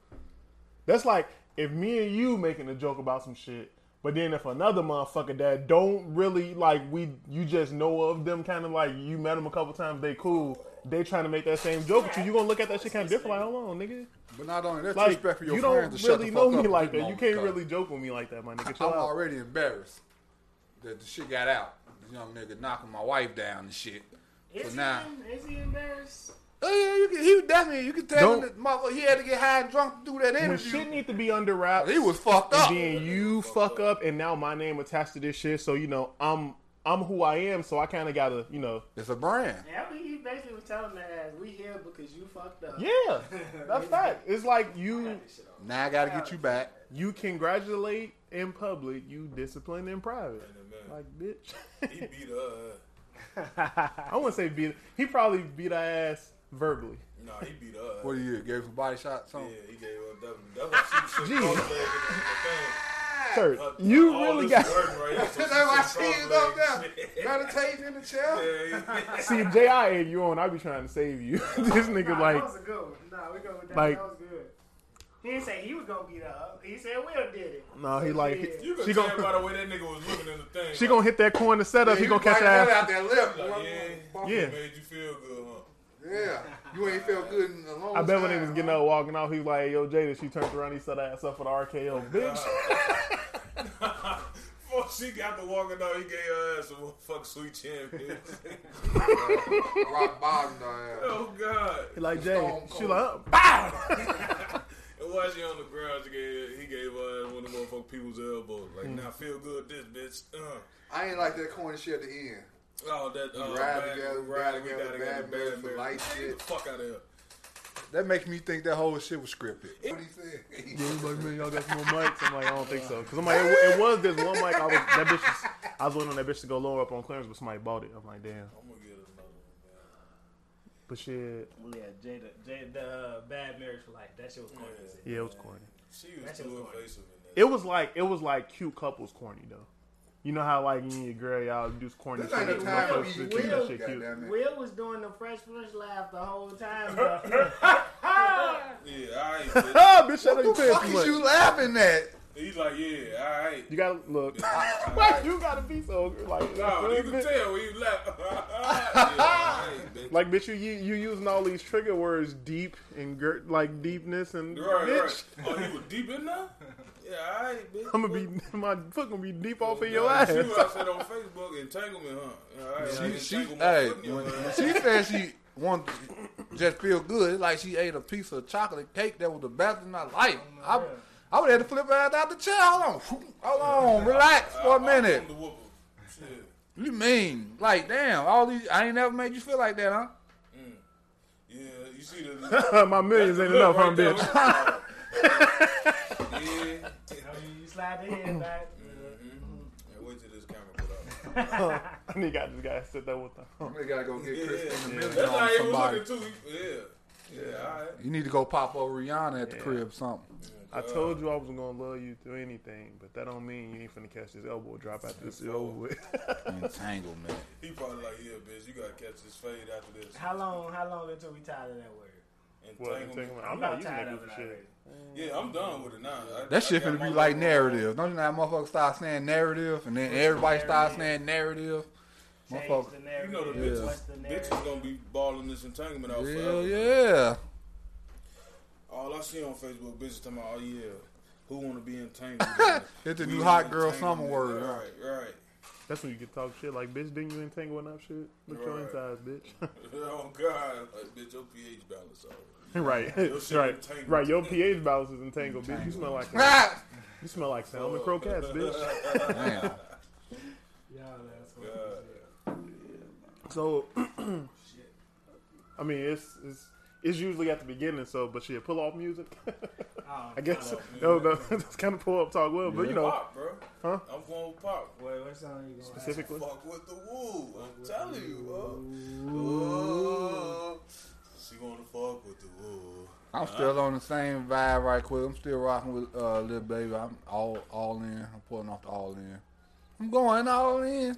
Speaker 5: That's like if me and you making a joke about some shit, but then if another motherfucker that don't really like we, you just know of them, kind of like you met them a couple times, they cool. They trying to make that same joke with you. You gonna look at that shit kind of different. Like, hold on, nigga.
Speaker 4: But not only that,
Speaker 5: Like,
Speaker 4: respect for your
Speaker 5: you
Speaker 4: friends
Speaker 5: don't
Speaker 4: to shut
Speaker 5: really
Speaker 4: the
Speaker 5: know
Speaker 4: fuck
Speaker 5: me
Speaker 4: up
Speaker 5: like
Speaker 4: at
Speaker 5: that.
Speaker 4: this
Speaker 5: You can't
Speaker 4: moment,
Speaker 5: really joke with me like that, my nigga. Chill
Speaker 4: I'm
Speaker 5: out.
Speaker 4: already embarrassed that the shit got out. This young nigga knocking my wife down and shit.
Speaker 7: Is,
Speaker 4: so now,
Speaker 7: he, in- is he embarrassed?
Speaker 4: oh yeah, you can, he was definitely you could tell
Speaker 5: Don't-
Speaker 4: him that motherfucker he had to get high and drunk to do that
Speaker 5: When
Speaker 4: interview.
Speaker 5: shit need to be under wraps.
Speaker 4: he was fucked up.
Speaker 5: and then you fuck up, and now my name attached to this shit. So you know, I'm I'm who I am. So I kind of gotta, you know,
Speaker 4: It's a brand.
Speaker 7: Yeah, I mean, he basically was telling the ass, "We here because you fucked up."
Speaker 5: yeah, that's fact. It's like you
Speaker 7: This shit off.
Speaker 4: Now I gotta get you back.
Speaker 5: you congratulate in public, you discipline in private.
Speaker 6: Man,
Speaker 5: Like bitch,
Speaker 6: he beat her. ass.
Speaker 5: I wouldn't say beat. He probably beat our ass verbally.
Speaker 6: Nah, he beat her. ass.
Speaker 4: What do you gave some body shots?
Speaker 6: Yeah,
Speaker 4: Something?
Speaker 6: he gave her double. Double she should
Speaker 5: Jeez.
Speaker 6: cross-legged and everything.
Speaker 5: Sir,
Speaker 6: Her-
Speaker 5: you
Speaker 6: all
Speaker 5: really got.
Speaker 6: this work right here, so she
Speaker 4: That's why
Speaker 6: should
Speaker 4: she is up
Speaker 6: cross-legged
Speaker 4: there
Speaker 6: shit.
Speaker 4: meditating in the chair.
Speaker 6: Yeah,
Speaker 5: See, if JI ain't you on, I be trying to save you. this nigga
Speaker 3: Nah,
Speaker 5: like.
Speaker 3: that was a good one. Nah, we going with that.
Speaker 5: like-
Speaker 3: that was good. He didn't say he was gonna beat her up. He said Will did it.
Speaker 5: No, he like
Speaker 3: Yeah.
Speaker 6: You
Speaker 5: she
Speaker 6: could tell
Speaker 5: gonna
Speaker 6: by the way that nigga was looking in the thing.
Speaker 5: she gonna hit that corner setup.
Speaker 4: Yeah,
Speaker 5: He
Speaker 4: you
Speaker 5: gonna catch
Speaker 4: bite
Speaker 5: her
Speaker 4: that
Speaker 5: ass.
Speaker 4: out that lip.
Speaker 6: Like,
Speaker 4: motherfucker.
Speaker 5: Yeah,
Speaker 6: It made you feel good, huh?
Speaker 4: yeah. You ain't felt good in a long
Speaker 5: I
Speaker 4: time.
Speaker 5: bet when they was getting up, walking out, he was like, "Yo, Jada." She turned around, he set her ass up for the RKO, bitch.
Speaker 6: Before she got to walking out, he gave her ass a one fuck sweet champion.
Speaker 4: rock bottom, dog.
Speaker 6: oh God!
Speaker 5: He like Jay.
Speaker 4: Stone
Speaker 5: She
Speaker 4: Cold.
Speaker 5: like, oh, "Bow."
Speaker 6: And while she on the ground, she gave, he gave her ass one of the motherfucking people's elbows. Like,
Speaker 5: Hmm.
Speaker 6: now feel good, this bitch. Uh.
Speaker 4: I ain't like that corny shit at the end.
Speaker 6: Oh, that uh,
Speaker 4: Ride
Speaker 6: bad,
Speaker 4: together,
Speaker 6: ride
Speaker 4: ride
Speaker 6: we
Speaker 4: together,
Speaker 6: gotta get
Speaker 4: bad
Speaker 6: the
Speaker 4: man
Speaker 6: bad
Speaker 4: for
Speaker 6: man.
Speaker 4: life
Speaker 6: Get
Speaker 4: shit.
Speaker 6: the fuck out of here.
Speaker 4: That makes me think that whole shit was scripted. What he
Speaker 5: He
Speaker 4: said?
Speaker 5: was like, "Man, y'all got some more mics." I'm like, "I don't think so," because I'm like, it, it was this one mic. I was that bitch. Was, I was waiting on that bitch to go lower up on clearance, but somebody bought it. I'm like, "Damn."
Speaker 6: I'm gonna get another one, man.
Speaker 5: But shit,
Speaker 3: Well, yeah, Jada, Jada, the uh, bad marriage for life. That shit was corny. as hell.
Speaker 5: yeah, it was corny.
Speaker 6: She
Speaker 3: That
Speaker 6: was
Speaker 3: shit was
Speaker 6: too
Speaker 3: corny.
Speaker 6: invasive in that.
Speaker 5: It was like it was like cute couples corny though. You know how like you and your girl y'all do corny
Speaker 4: This
Speaker 5: shit.
Speaker 4: ain't the
Speaker 5: with
Speaker 4: time
Speaker 5: motherfuckers
Speaker 4: for
Speaker 5: to
Speaker 4: me to
Speaker 5: keep that shit cute.
Speaker 4: Goddamn it.
Speaker 7: Will was doing the fresh flush laugh the whole time. though.
Speaker 6: Yeah, all right. bitch.
Speaker 5: Ah, bitch, shut up, you
Speaker 4: What the
Speaker 5: paying
Speaker 4: fuck
Speaker 5: too much.
Speaker 4: is you laughing at?
Speaker 6: He's like, yeah, all right.
Speaker 5: You gotta look.
Speaker 6: All
Speaker 5: Why
Speaker 6: right.
Speaker 5: you gotta be so like
Speaker 6: No, you can tell when you laugh. yeah, all right, bitch.
Speaker 5: like bitch? You you using all these trigger words, deep and gir- like deepness and
Speaker 6: Right,
Speaker 5: bitch.
Speaker 6: right. Oh, you were deep in there? Yeah, all right, bitch.
Speaker 5: I'm gonna be my foot gonna be deep off of
Speaker 6: Yeah,
Speaker 5: your ass.
Speaker 6: See what I said on Facebook, entanglement, huh? Yeah, all right, I
Speaker 4: She, she,
Speaker 6: entangled my
Speaker 4: hey,
Speaker 6: foot in your
Speaker 4: when, when
Speaker 6: ass.
Speaker 4: she said she wanted to just feel good, it's like she ate a piece of chocolate cake that was the best in my life. I, I would have had to flip her ass out the chair. Hold on, hold on, relax for a
Speaker 6: I- I-
Speaker 4: minute.
Speaker 6: I'm the whoop 'em. Shit.
Speaker 4: You mean like damn? All these I ain't never made you feel like that, huh?
Speaker 6: Yeah, you see the
Speaker 5: my millions ain't enough, huh, bitch?
Speaker 6: bitch.
Speaker 7: I
Speaker 6: yeah.
Speaker 7: mean, you slide the head back.
Speaker 6: Yeah, mm-hmm. wait till this camera put out.
Speaker 5: I think I just gotta sit there with them.
Speaker 4: We gotta go get
Speaker 6: Yeah,
Speaker 4: Chris in the
Speaker 6: yeah.
Speaker 4: million
Speaker 6: That's
Speaker 4: on
Speaker 6: how he was
Speaker 4: somebody.
Speaker 6: looking too. He- Yeah, yeah, all right.
Speaker 4: You need to go pop over Rihanna at the
Speaker 5: Yeah.
Speaker 4: crib or something.
Speaker 5: I told you I wasn't gonna love you through anything, but that don't mean you ain't finna catch this elbow drop after this is over with.
Speaker 4: Entanglement.
Speaker 6: He probably like, yeah, bitch, you gotta catch this fade after this.
Speaker 7: How long? How long until we tired of that word?
Speaker 5: Well,
Speaker 6: Entanglement.
Speaker 5: entanglement. I'm
Speaker 7: I'm
Speaker 5: not
Speaker 7: about
Speaker 5: using that
Speaker 7: tired of
Speaker 5: goofy
Speaker 7: it
Speaker 5: shit.
Speaker 7: already.
Speaker 6: Yeah, I'm done with it now. I,
Speaker 4: That
Speaker 6: I
Speaker 4: shit
Speaker 6: got
Speaker 4: finna
Speaker 6: my
Speaker 4: be like
Speaker 6: little-
Speaker 4: narrative. Don't you know how motherfuckers start saying narrative and then everybody starts saying narrative?
Speaker 3: Change
Speaker 4: Motherfucker.
Speaker 3: the
Speaker 6: You
Speaker 3: narrative.
Speaker 6: know the
Speaker 4: Yeah.
Speaker 6: bitches,
Speaker 3: What's the narrative?
Speaker 6: bitches gonna be balling this entanglement out
Speaker 4: Hell
Speaker 6: forever.
Speaker 4: yeah.
Speaker 6: All I see on Facebook, bitches talking about, oh yeah, who wanna be entangled?
Speaker 4: It's the
Speaker 6: We
Speaker 4: new hot girl
Speaker 6: entangled.
Speaker 4: summer word. huh?
Speaker 6: Right, right.
Speaker 5: That's when you can talk shit like, bitch, didn't you entangle enough shit? Look your
Speaker 6: Right.
Speaker 5: insides, bitch.
Speaker 6: Oh god, like bitch, your pH balance out.
Speaker 5: right,
Speaker 6: shit
Speaker 5: right,
Speaker 6: entangled.
Speaker 5: right. Your pH balance is entangled, bitch. You smell like
Speaker 4: Ah!
Speaker 5: you smell like salmon croquettes, bitch.
Speaker 4: Damn.
Speaker 7: Y'all, that's what
Speaker 6: God.
Speaker 5: So, I mean, it's it's it's usually at the beginning. So, but she pull off music.
Speaker 3: Oh,
Speaker 5: I guess
Speaker 3: pull-off music.
Speaker 5: no, no, that's kind of pull up talk well, but you know
Speaker 6: pop, bro.
Speaker 5: Huh?
Speaker 6: I'm going with pop.
Speaker 7: Wait, what song are you going to
Speaker 5: specifically.
Speaker 6: Fuck with the woo. I'm telling you, bro. Ooh. She gonna fuck with the woo.
Speaker 4: I'm still on the same vibe right quick. I'm still rocking with uh, Lil Baby. I'm all all in. I'm pulling off the all in. I'm going all in.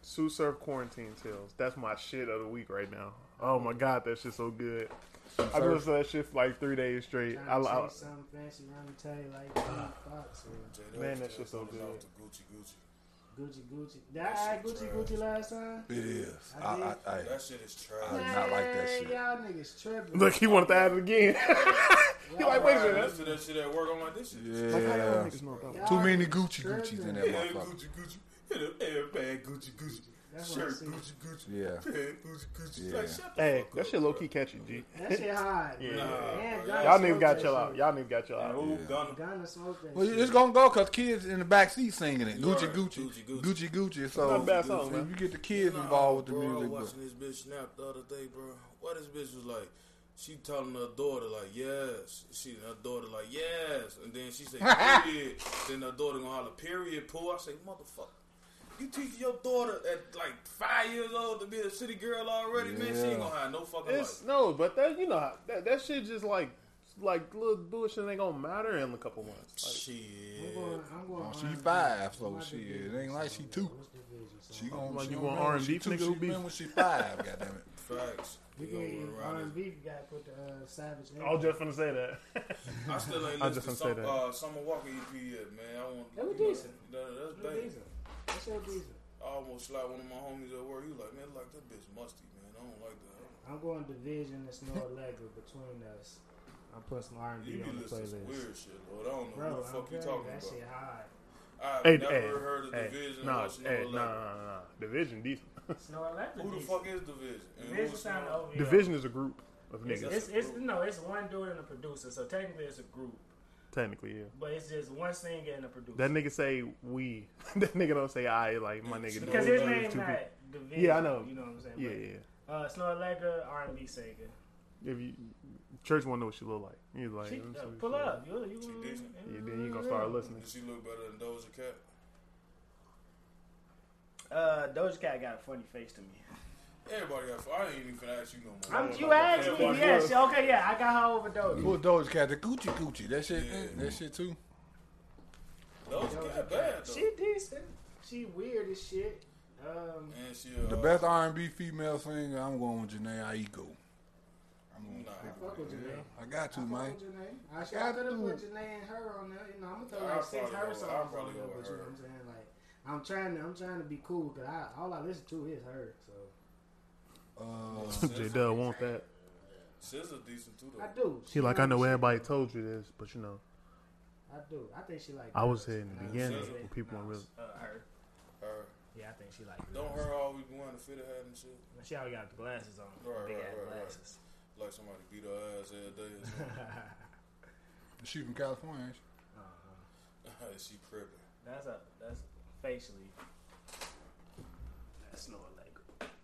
Speaker 5: Sue Surf Quarantine Tales. That's my shit of the week right now. Oh my god, that shit's so good. I've been
Speaker 4: Surf.
Speaker 5: listening to that shit for like three days straight. I,
Speaker 7: Trying to
Speaker 5: I,
Speaker 7: chase something fancy around the tail like Jamie Foxx or
Speaker 6: J-Dub
Speaker 5: Man, that
Speaker 6: still
Speaker 5: shit's so
Speaker 6: coming
Speaker 5: good.
Speaker 6: Off the Gucci, Gucci.
Speaker 7: Gucci Gucci. Did I add Gucci Gucci last time?
Speaker 4: It is. I, I, I,
Speaker 6: That shit is
Speaker 4: I
Speaker 6: trash.
Speaker 4: did not like that
Speaker 7: Man,
Speaker 4: shit.
Speaker 7: Y'all niggas tripping.
Speaker 5: look, he wanted to add it again. he like, wait a
Speaker 6: I
Speaker 5: minute.
Speaker 6: listen to that shit at work. I'm like, this shit. is trash.
Speaker 4: Yeah.
Speaker 7: Y'all
Speaker 4: Too many
Speaker 7: niggas
Speaker 4: Gucci
Speaker 7: tripping.
Speaker 4: Gucci's in that
Speaker 6: Yeah,
Speaker 4: motherfucker.
Speaker 6: Gucci, Gucci. Yeah, the airbag, Gucci, Gucci.
Speaker 7: That's what I
Speaker 6: Shirt,
Speaker 7: see.
Speaker 6: Gucci, Gucci.
Speaker 4: Yeah.
Speaker 6: Pant, Gucci, Gucci.
Speaker 4: Yeah.
Speaker 6: Like, shut the
Speaker 5: Hey,
Speaker 6: fuck
Speaker 5: that
Speaker 6: up,
Speaker 5: shit low
Speaker 6: bro.
Speaker 5: key catchy, G.
Speaker 7: That shit hard.
Speaker 5: Yeah.
Speaker 7: Man,
Speaker 6: Nah,
Speaker 7: Gunna
Speaker 5: Y'all niggas
Speaker 7: smoked
Speaker 5: got
Speaker 7: that
Speaker 5: chill out.
Speaker 7: shit.
Speaker 5: Y'all niggas got chill out.
Speaker 6: Who gonna
Speaker 7: Gunna smoked that
Speaker 4: Well,
Speaker 7: shit.
Speaker 4: it's gonna go because kids in the back seat singing it. Gucci,
Speaker 6: Right.
Speaker 4: Gucci,
Speaker 6: Gucci,
Speaker 4: Gucci, Gucci,
Speaker 6: Gucci.
Speaker 4: Gucci. So
Speaker 5: Not a bad song, man.
Speaker 4: if you get the kids involved with the
Speaker 6: Nah, bro,
Speaker 4: music,
Speaker 6: I
Speaker 4: bro.
Speaker 6: was watching this bitch snap the other day, bro. What this bitch was like? She telling her daughter like yes. She her daughter like yes, and then she say period. then her daughter gonna holler period. Pool. I say motherfucker. You teaching your daughter at like five years old to be a city girl already, man. She
Speaker 4: Yeah.
Speaker 6: ain't gonna have no fucking
Speaker 5: It's
Speaker 6: life.
Speaker 5: no, but that you know how- that that shit just like like little bullshit ain't gonna matter in a couple months.
Speaker 6: Shit.
Speaker 7: I'm going, I'm going
Speaker 6: Oh,
Speaker 4: Well, she
Speaker 7: R&B.
Speaker 4: five, so
Speaker 7: My
Speaker 4: she-
Speaker 7: division
Speaker 4: it ain't like
Speaker 7: song,
Speaker 4: she two.
Speaker 7: bro. What's the division song?
Speaker 4: She gonna
Speaker 5: Like
Speaker 4: she
Speaker 5: you
Speaker 4: gonna
Speaker 5: want
Speaker 4: remember when
Speaker 5: R&B
Speaker 4: she two,
Speaker 5: niggas
Speaker 4: she
Speaker 5: who beef?
Speaker 4: remember when she five. Goddamn it.
Speaker 6: Facts.
Speaker 7: You
Speaker 6: We gonna
Speaker 7: can
Speaker 6: run around this
Speaker 7: R&B. You gotta put the uh, Savage.
Speaker 5: I was
Speaker 7: Anthem.
Speaker 5: just gonna say that.
Speaker 6: I still ain't
Speaker 5: I just
Speaker 6: listened to
Speaker 5: didn't say
Speaker 6: some,
Speaker 5: that.
Speaker 6: uh, Summer Walker EP yet, man. I want
Speaker 7: That was
Speaker 6: you know,
Speaker 7: decent.
Speaker 6: That, that's
Speaker 7: That's
Speaker 6: bang.
Speaker 7: decent. That's so decent.
Speaker 6: I almost slapped one of my homies at work. He was like, man, like that bitch musty, man. I don't like that. I don't-
Speaker 7: I'm going division and Snow Allegra between us. I'm putting some R&B
Speaker 6: You be
Speaker 7: on the
Speaker 6: listening to some
Speaker 7: playlist.
Speaker 6: weird shit, Lord. I don't know
Speaker 7: Bro,
Speaker 6: what the
Speaker 7: I'm
Speaker 6: fuck you
Speaker 7: telling
Speaker 6: talking
Speaker 7: you, that
Speaker 6: about.
Speaker 7: shit high.
Speaker 6: I've
Speaker 5: hey,
Speaker 6: never
Speaker 5: hey,
Speaker 6: heard of
Speaker 5: hey,
Speaker 6: Division.
Speaker 5: nah,
Speaker 6: or Snow
Speaker 5: hey,
Speaker 6: Allegra.
Speaker 5: nah, nah, nah, nah. Division decent.
Speaker 3: Snow Allegra.
Speaker 6: Who the fuck is Division? And
Speaker 3: Division
Speaker 6: who's
Speaker 3: sound
Speaker 6: Snow-
Speaker 3: over here.
Speaker 5: Division is a group of
Speaker 3: It's,
Speaker 5: niggas.
Speaker 3: it's, it's- no, it's one dude and a producer. So technically, it's a group,
Speaker 5: Technically, yeah.
Speaker 3: but it's just one singer and a producer.
Speaker 5: That nigga say we. that nigga don't say I. Like my nigga.
Speaker 3: because
Speaker 5: do.
Speaker 3: his
Speaker 5: It's
Speaker 3: name's
Speaker 5: two
Speaker 3: not
Speaker 5: people.
Speaker 3: Division.
Speaker 5: Yeah, I know.
Speaker 3: You know what I'm saying?
Speaker 5: Yeah,
Speaker 3: But,
Speaker 5: yeah.
Speaker 3: Uh, Snow Allegra, R&B singer.
Speaker 5: If you church won't know what she look like. He's like,
Speaker 3: She,
Speaker 5: let me see
Speaker 3: uh,
Speaker 5: what
Speaker 3: pull
Speaker 5: she look
Speaker 3: up. You, you,
Speaker 6: She decent.
Speaker 5: like. Yeah, then you gonna start listening.
Speaker 6: Does she look better than Doja Cat?
Speaker 3: Uh, Doja Cat got a funny face to me.
Speaker 6: Everybody got. I ain't even finna ask you no more.
Speaker 3: I'm, you asked me,
Speaker 5: funny
Speaker 3: yeah,
Speaker 5: face.
Speaker 3: she, okay, yeah, I got her over Doja.
Speaker 4: Put Doja Cat, the Gucci Gucci. That shit,
Speaker 6: Yeah.
Speaker 4: that shit too.
Speaker 6: Doja Cat bad though.
Speaker 3: She decent.
Speaker 7: She weird as shit. Um,
Speaker 6: and she uh,
Speaker 4: The best R&B female singer, I'm going with Janae Aiko. I'm going
Speaker 6: Nah,
Speaker 7: I fuck with Janae.
Speaker 4: I got to,
Speaker 7: I fuck
Speaker 4: man.
Speaker 7: with Janae. I,
Speaker 4: got
Speaker 7: could have
Speaker 4: to.
Speaker 7: put Janae and her on there. You know, I'm gonna throw
Speaker 6: I'll
Speaker 7: like six
Speaker 6: probably go
Speaker 7: her
Speaker 6: with- I'll
Speaker 7: songs on
Speaker 6: probably
Speaker 7: there,
Speaker 6: go
Speaker 7: but
Speaker 6: with
Speaker 7: you know
Speaker 6: her.
Speaker 7: what I'm saying? Like, I'm trying to, I'm trying to be cool because I, all I listen to is her. So
Speaker 4: Uh,
Speaker 5: J Dub want that.
Speaker 6: SZA decent too though.
Speaker 7: I do.
Speaker 5: He like, I know
Speaker 7: she-
Speaker 5: everybody told you this, but you know,
Speaker 7: I do. I think she like.
Speaker 5: I was
Speaker 7: girls.
Speaker 5: here in the
Speaker 7: Nah,
Speaker 6: Uh,
Speaker 5: beginning
Speaker 7: she-
Speaker 5: when people weren't really.
Speaker 3: Uh, her.
Speaker 6: Her.
Speaker 3: Yeah, I think she like.
Speaker 6: Don't her always be wearing a fitted hat and shit?
Speaker 3: She already got the glasses on.
Speaker 6: Right,
Speaker 3: Big
Speaker 6: right,
Speaker 3: ass
Speaker 6: right, right.
Speaker 3: glasses.
Speaker 6: Like somebody beat her ass every day. Or something.
Speaker 4: she from California. ain't she?
Speaker 6: she crippin'.
Speaker 3: That's a that's facially. That's no Allegra.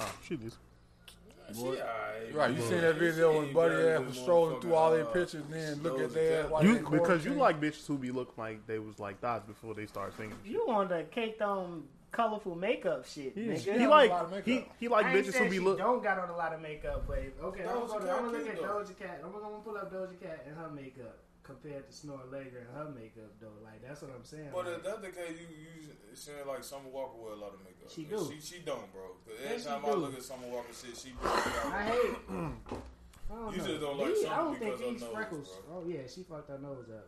Speaker 5: Oh, she just.
Speaker 6: She alright.
Speaker 4: Right, you seen that video when Buddy ass was strolling through all
Speaker 6: uh,
Speaker 4: their pictures and then look at their while they
Speaker 5: You
Speaker 4: in
Speaker 5: because you
Speaker 4: quarantine?
Speaker 5: like bitches who be looking like they was like thighs before they start singing. and shit.
Speaker 3: You on the caked on colorful makeup shit,
Speaker 5: Yeah.
Speaker 3: nigga.
Speaker 5: He
Speaker 4: got a lot of
Speaker 5: like
Speaker 4: makeup.
Speaker 5: he he like
Speaker 3: I ain't
Speaker 5: bitches who
Speaker 3: saying
Speaker 5: be
Speaker 3: she
Speaker 5: look.
Speaker 3: don't got on a lot of makeup, but if-
Speaker 7: Okay,
Speaker 6: Doja
Speaker 7: I'm gonna,
Speaker 6: Cat
Speaker 7: I'm gonna look
Speaker 6: cute,
Speaker 7: at
Speaker 6: though.
Speaker 7: Doja Cat. I'm gonna pull up Doja Cat and her makeup compared to Snor Lager and her makeup though. Like that's what I'm saying.
Speaker 6: But
Speaker 7: like,
Speaker 6: if that's the case, you you saying like Summer Walker wear a lot of makeup.
Speaker 7: She
Speaker 6: And
Speaker 7: do.
Speaker 6: She, she don't, bro. 'Cause every
Speaker 7: she
Speaker 6: time I
Speaker 7: do.
Speaker 6: look at Summer Walker shit, she breaks it
Speaker 7: I
Speaker 6: out.
Speaker 7: hate. it. I don't
Speaker 6: You
Speaker 7: know.
Speaker 6: just don't like
Speaker 7: These- I
Speaker 6: something
Speaker 7: don't think
Speaker 6: because her
Speaker 7: these
Speaker 6: nose,
Speaker 7: freckles. Oh
Speaker 6: bro.
Speaker 7: yeah, she fucked her nose up.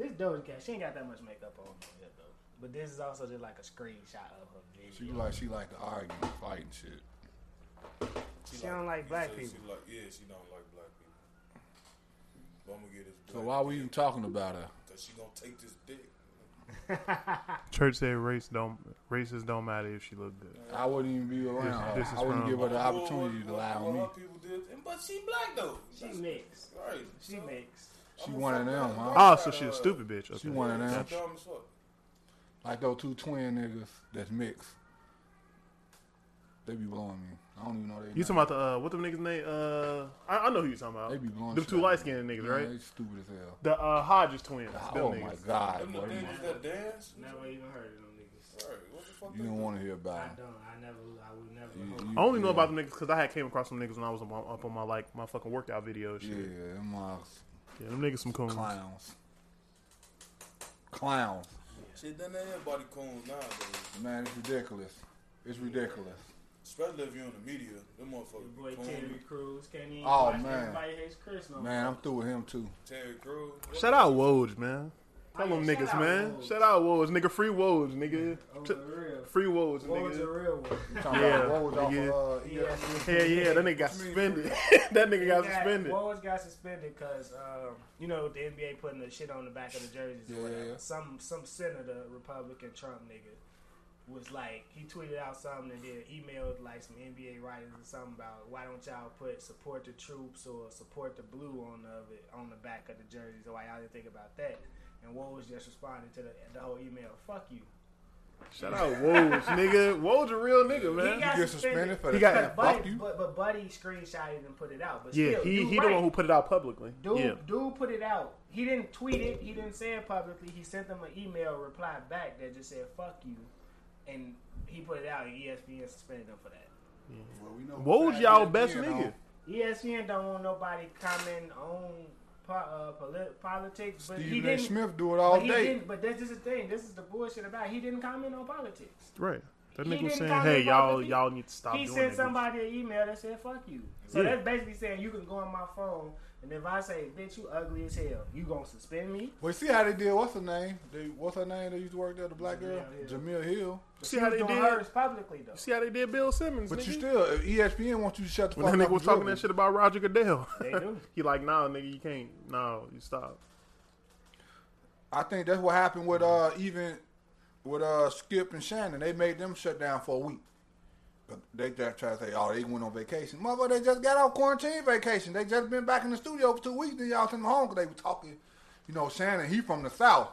Speaker 3: this Doja Cat, she ain't got that much makeup on over here though. But this is also just like a screenshot of her
Speaker 4: She
Speaker 3: video.
Speaker 4: like she like to argue, and fight and shit.
Speaker 3: She don't like black
Speaker 6: she,
Speaker 3: people.
Speaker 6: She like, yeah, she don't like black people. But I'm gonna get this.
Speaker 4: So
Speaker 6: black
Speaker 4: why we even talking about her?
Speaker 6: Cause she gonna take this dick.
Speaker 5: Church said race don't races don't matter if she look good.
Speaker 4: I wouldn't even be around
Speaker 5: This- this
Speaker 4: her.
Speaker 5: is
Speaker 4: I wouldn't
Speaker 5: from-
Speaker 4: give her the
Speaker 6: Well,
Speaker 4: opportunity
Speaker 6: what-
Speaker 4: to lie
Speaker 6: what-
Speaker 4: on me.
Speaker 6: what her people did, and- but she black though.
Speaker 3: She
Speaker 6: That's
Speaker 3: mixed.
Speaker 6: crazy.
Speaker 3: She mixed.
Speaker 4: She
Speaker 6: I'm a
Speaker 4: one of
Speaker 6: fucking
Speaker 4: them,
Speaker 6: black
Speaker 4: huh?
Speaker 5: Oh, so
Speaker 6: guy,
Speaker 5: she a
Speaker 6: uh,
Speaker 5: stupid bitch. Okay.
Speaker 4: She one of them.
Speaker 6: She dumb as fuck.
Speaker 4: Like those two twin niggas that's mixed. They be blowing me. I don't even know they.
Speaker 5: You talking about the uh, what the niggas name? Uh, I, I know who you talking about.
Speaker 4: They be blowing
Speaker 5: them
Speaker 4: shit
Speaker 5: two
Speaker 4: out.
Speaker 5: light skinned niggas,
Speaker 4: Yeah,
Speaker 5: right?
Speaker 4: They stupid as hell.
Speaker 5: The uh, Hodges twins. them
Speaker 4: oh
Speaker 5: niggas.
Speaker 4: my god,
Speaker 6: Them the
Speaker 4: boy, you,
Speaker 6: niggas that dance?
Speaker 3: Never even heard of them niggas.
Speaker 6: Sorry, what the fuck?
Speaker 4: you don't want to hear
Speaker 3: I
Speaker 4: about it.
Speaker 3: don't. I never. I would never.
Speaker 4: You-
Speaker 3: hope.
Speaker 4: you-
Speaker 5: I only know
Speaker 4: yeah.
Speaker 5: about them niggas because I had came across some niggas when I was up on, up on my like my fucking workout videos.
Speaker 4: Yeah,
Speaker 5: Shit. Yeah.
Speaker 4: them uh,
Speaker 5: them niggas some coons.
Speaker 4: clowns. Clowns,
Speaker 6: Shit, then they everybody coons nowadays.
Speaker 4: man, it's ridiculous. It's ridiculous.
Speaker 6: Especially if you're in the media. Them
Speaker 3: Your
Speaker 6: motherfuckers
Speaker 3: boy
Speaker 6: coon.
Speaker 3: Terry Crews can't even.
Speaker 4: Oh,
Speaker 3: watch
Speaker 4: man.
Speaker 3: Everybody hates Oh, Chris no
Speaker 4: Man, I'm through with him too.
Speaker 6: Terry Crews.
Speaker 5: Shout out Woj, man.
Speaker 3: Oh,
Speaker 5: Tell them
Speaker 3: yeah,
Speaker 5: niggas,
Speaker 3: shout out
Speaker 5: man.
Speaker 3: Woj.
Speaker 5: Shout out Woj, nigga. Free Woj, nigga.
Speaker 3: Over
Speaker 5: T-
Speaker 3: the real.
Speaker 5: free Woj,
Speaker 3: Woj a
Speaker 5: nigga.
Speaker 3: real one.
Speaker 4: You talking
Speaker 5: Yeah,
Speaker 4: about what was off
Speaker 5: nigga.
Speaker 4: of, uh,
Speaker 3: Yeah.
Speaker 4: ESPN?
Speaker 5: Yeah, yeah. That nigga got suspended. that nigga got suspended.
Speaker 3: Woj got suspended because um, you know the NBA putting the shit on the back of the jerseys.
Speaker 4: Yeah,
Speaker 3: or whatever.
Speaker 4: yeah, yeah.
Speaker 3: Some some senator, Republican Trump nigga, was like he tweeted out something and then emailed like some NBA writers or something about why don't y'all put support the troops or support the blue on the it on the back of the jerseys or why y'all didn't think about that. And Woj just responded to the, the whole email, "Fuck you."
Speaker 5: Shout out Woj, nigga. Woj a real nigga,
Speaker 3: He
Speaker 5: man.
Speaker 3: got
Speaker 4: Get suspended for
Speaker 5: He
Speaker 4: that.
Speaker 5: got-
Speaker 4: Fuck
Speaker 3: Buddy,
Speaker 4: you.
Speaker 3: but, but Buddy screenshotted and put it out. But
Speaker 5: Yeah,
Speaker 3: still,
Speaker 5: he
Speaker 3: you
Speaker 5: he
Speaker 3: right.
Speaker 5: the one who put it out publicly.
Speaker 3: Dude,
Speaker 5: yeah.
Speaker 3: dude put it out. He didn't tweet it. He didn't say it publicly. He sent them an email reply back that just said "fuck you," and he put it out. E And ESPN suspended him for that. E
Speaker 4: Well, we know
Speaker 5: Woj
Speaker 4: who
Speaker 5: y'all
Speaker 4: Fat
Speaker 5: best
Speaker 4: Ed is,
Speaker 5: nigga.
Speaker 3: ESPN don't want nobody commenting on po- uh, poli- politics, but he
Speaker 4: Stephen A.
Speaker 3: didn't.
Speaker 4: Smith do it
Speaker 3: but
Speaker 4: all
Speaker 3: he
Speaker 4: day.
Speaker 3: didn't. But this is the thing. This is the bullshit about. it. He didn't comment on politics.
Speaker 5: Right. That
Speaker 3: He
Speaker 5: nigga was
Speaker 3: didn't
Speaker 5: saying,
Speaker 3: call
Speaker 5: "Hey,
Speaker 3: him
Speaker 5: y'all,
Speaker 3: publicly.
Speaker 5: y'all need to stop
Speaker 3: he
Speaker 5: doing
Speaker 3: sent
Speaker 5: that."
Speaker 3: somebody an email that said "fuck you." So
Speaker 5: Yeah.
Speaker 3: that's basically saying you can go on my phone, and if I say "bitch, you ugly as hell," you gonna suspend me?
Speaker 4: Well, see how they did. What's her name? They, what's her name? They used to work there, the black girl, Jamil Hill.
Speaker 5: You see how they
Speaker 3: Doing
Speaker 5: did?
Speaker 3: hers publicly though.
Speaker 5: See how they did Bill Simmons?
Speaker 4: But
Speaker 5: nigga?
Speaker 4: you still, if E ESPN wants you to shut the
Speaker 5: when
Speaker 4: fuck
Speaker 5: that
Speaker 4: up.
Speaker 5: nigga was
Speaker 4: and
Speaker 5: talking
Speaker 4: dribble.
Speaker 5: that shit about Roger Goodell,
Speaker 3: They do.
Speaker 5: he like, "Nah, nigga, you can't. No, you stop."
Speaker 4: I think that's what happened with uh even with uh Skip and Shannon. They made them shut down for a week. 'Cause They just try to say, oh, they went on vacation. Motherfucker, they just got out quarantine vacation. They just been back in the studio for two weeks. Then y'all sent them home because they were talking. You know, Shannon, he from the south,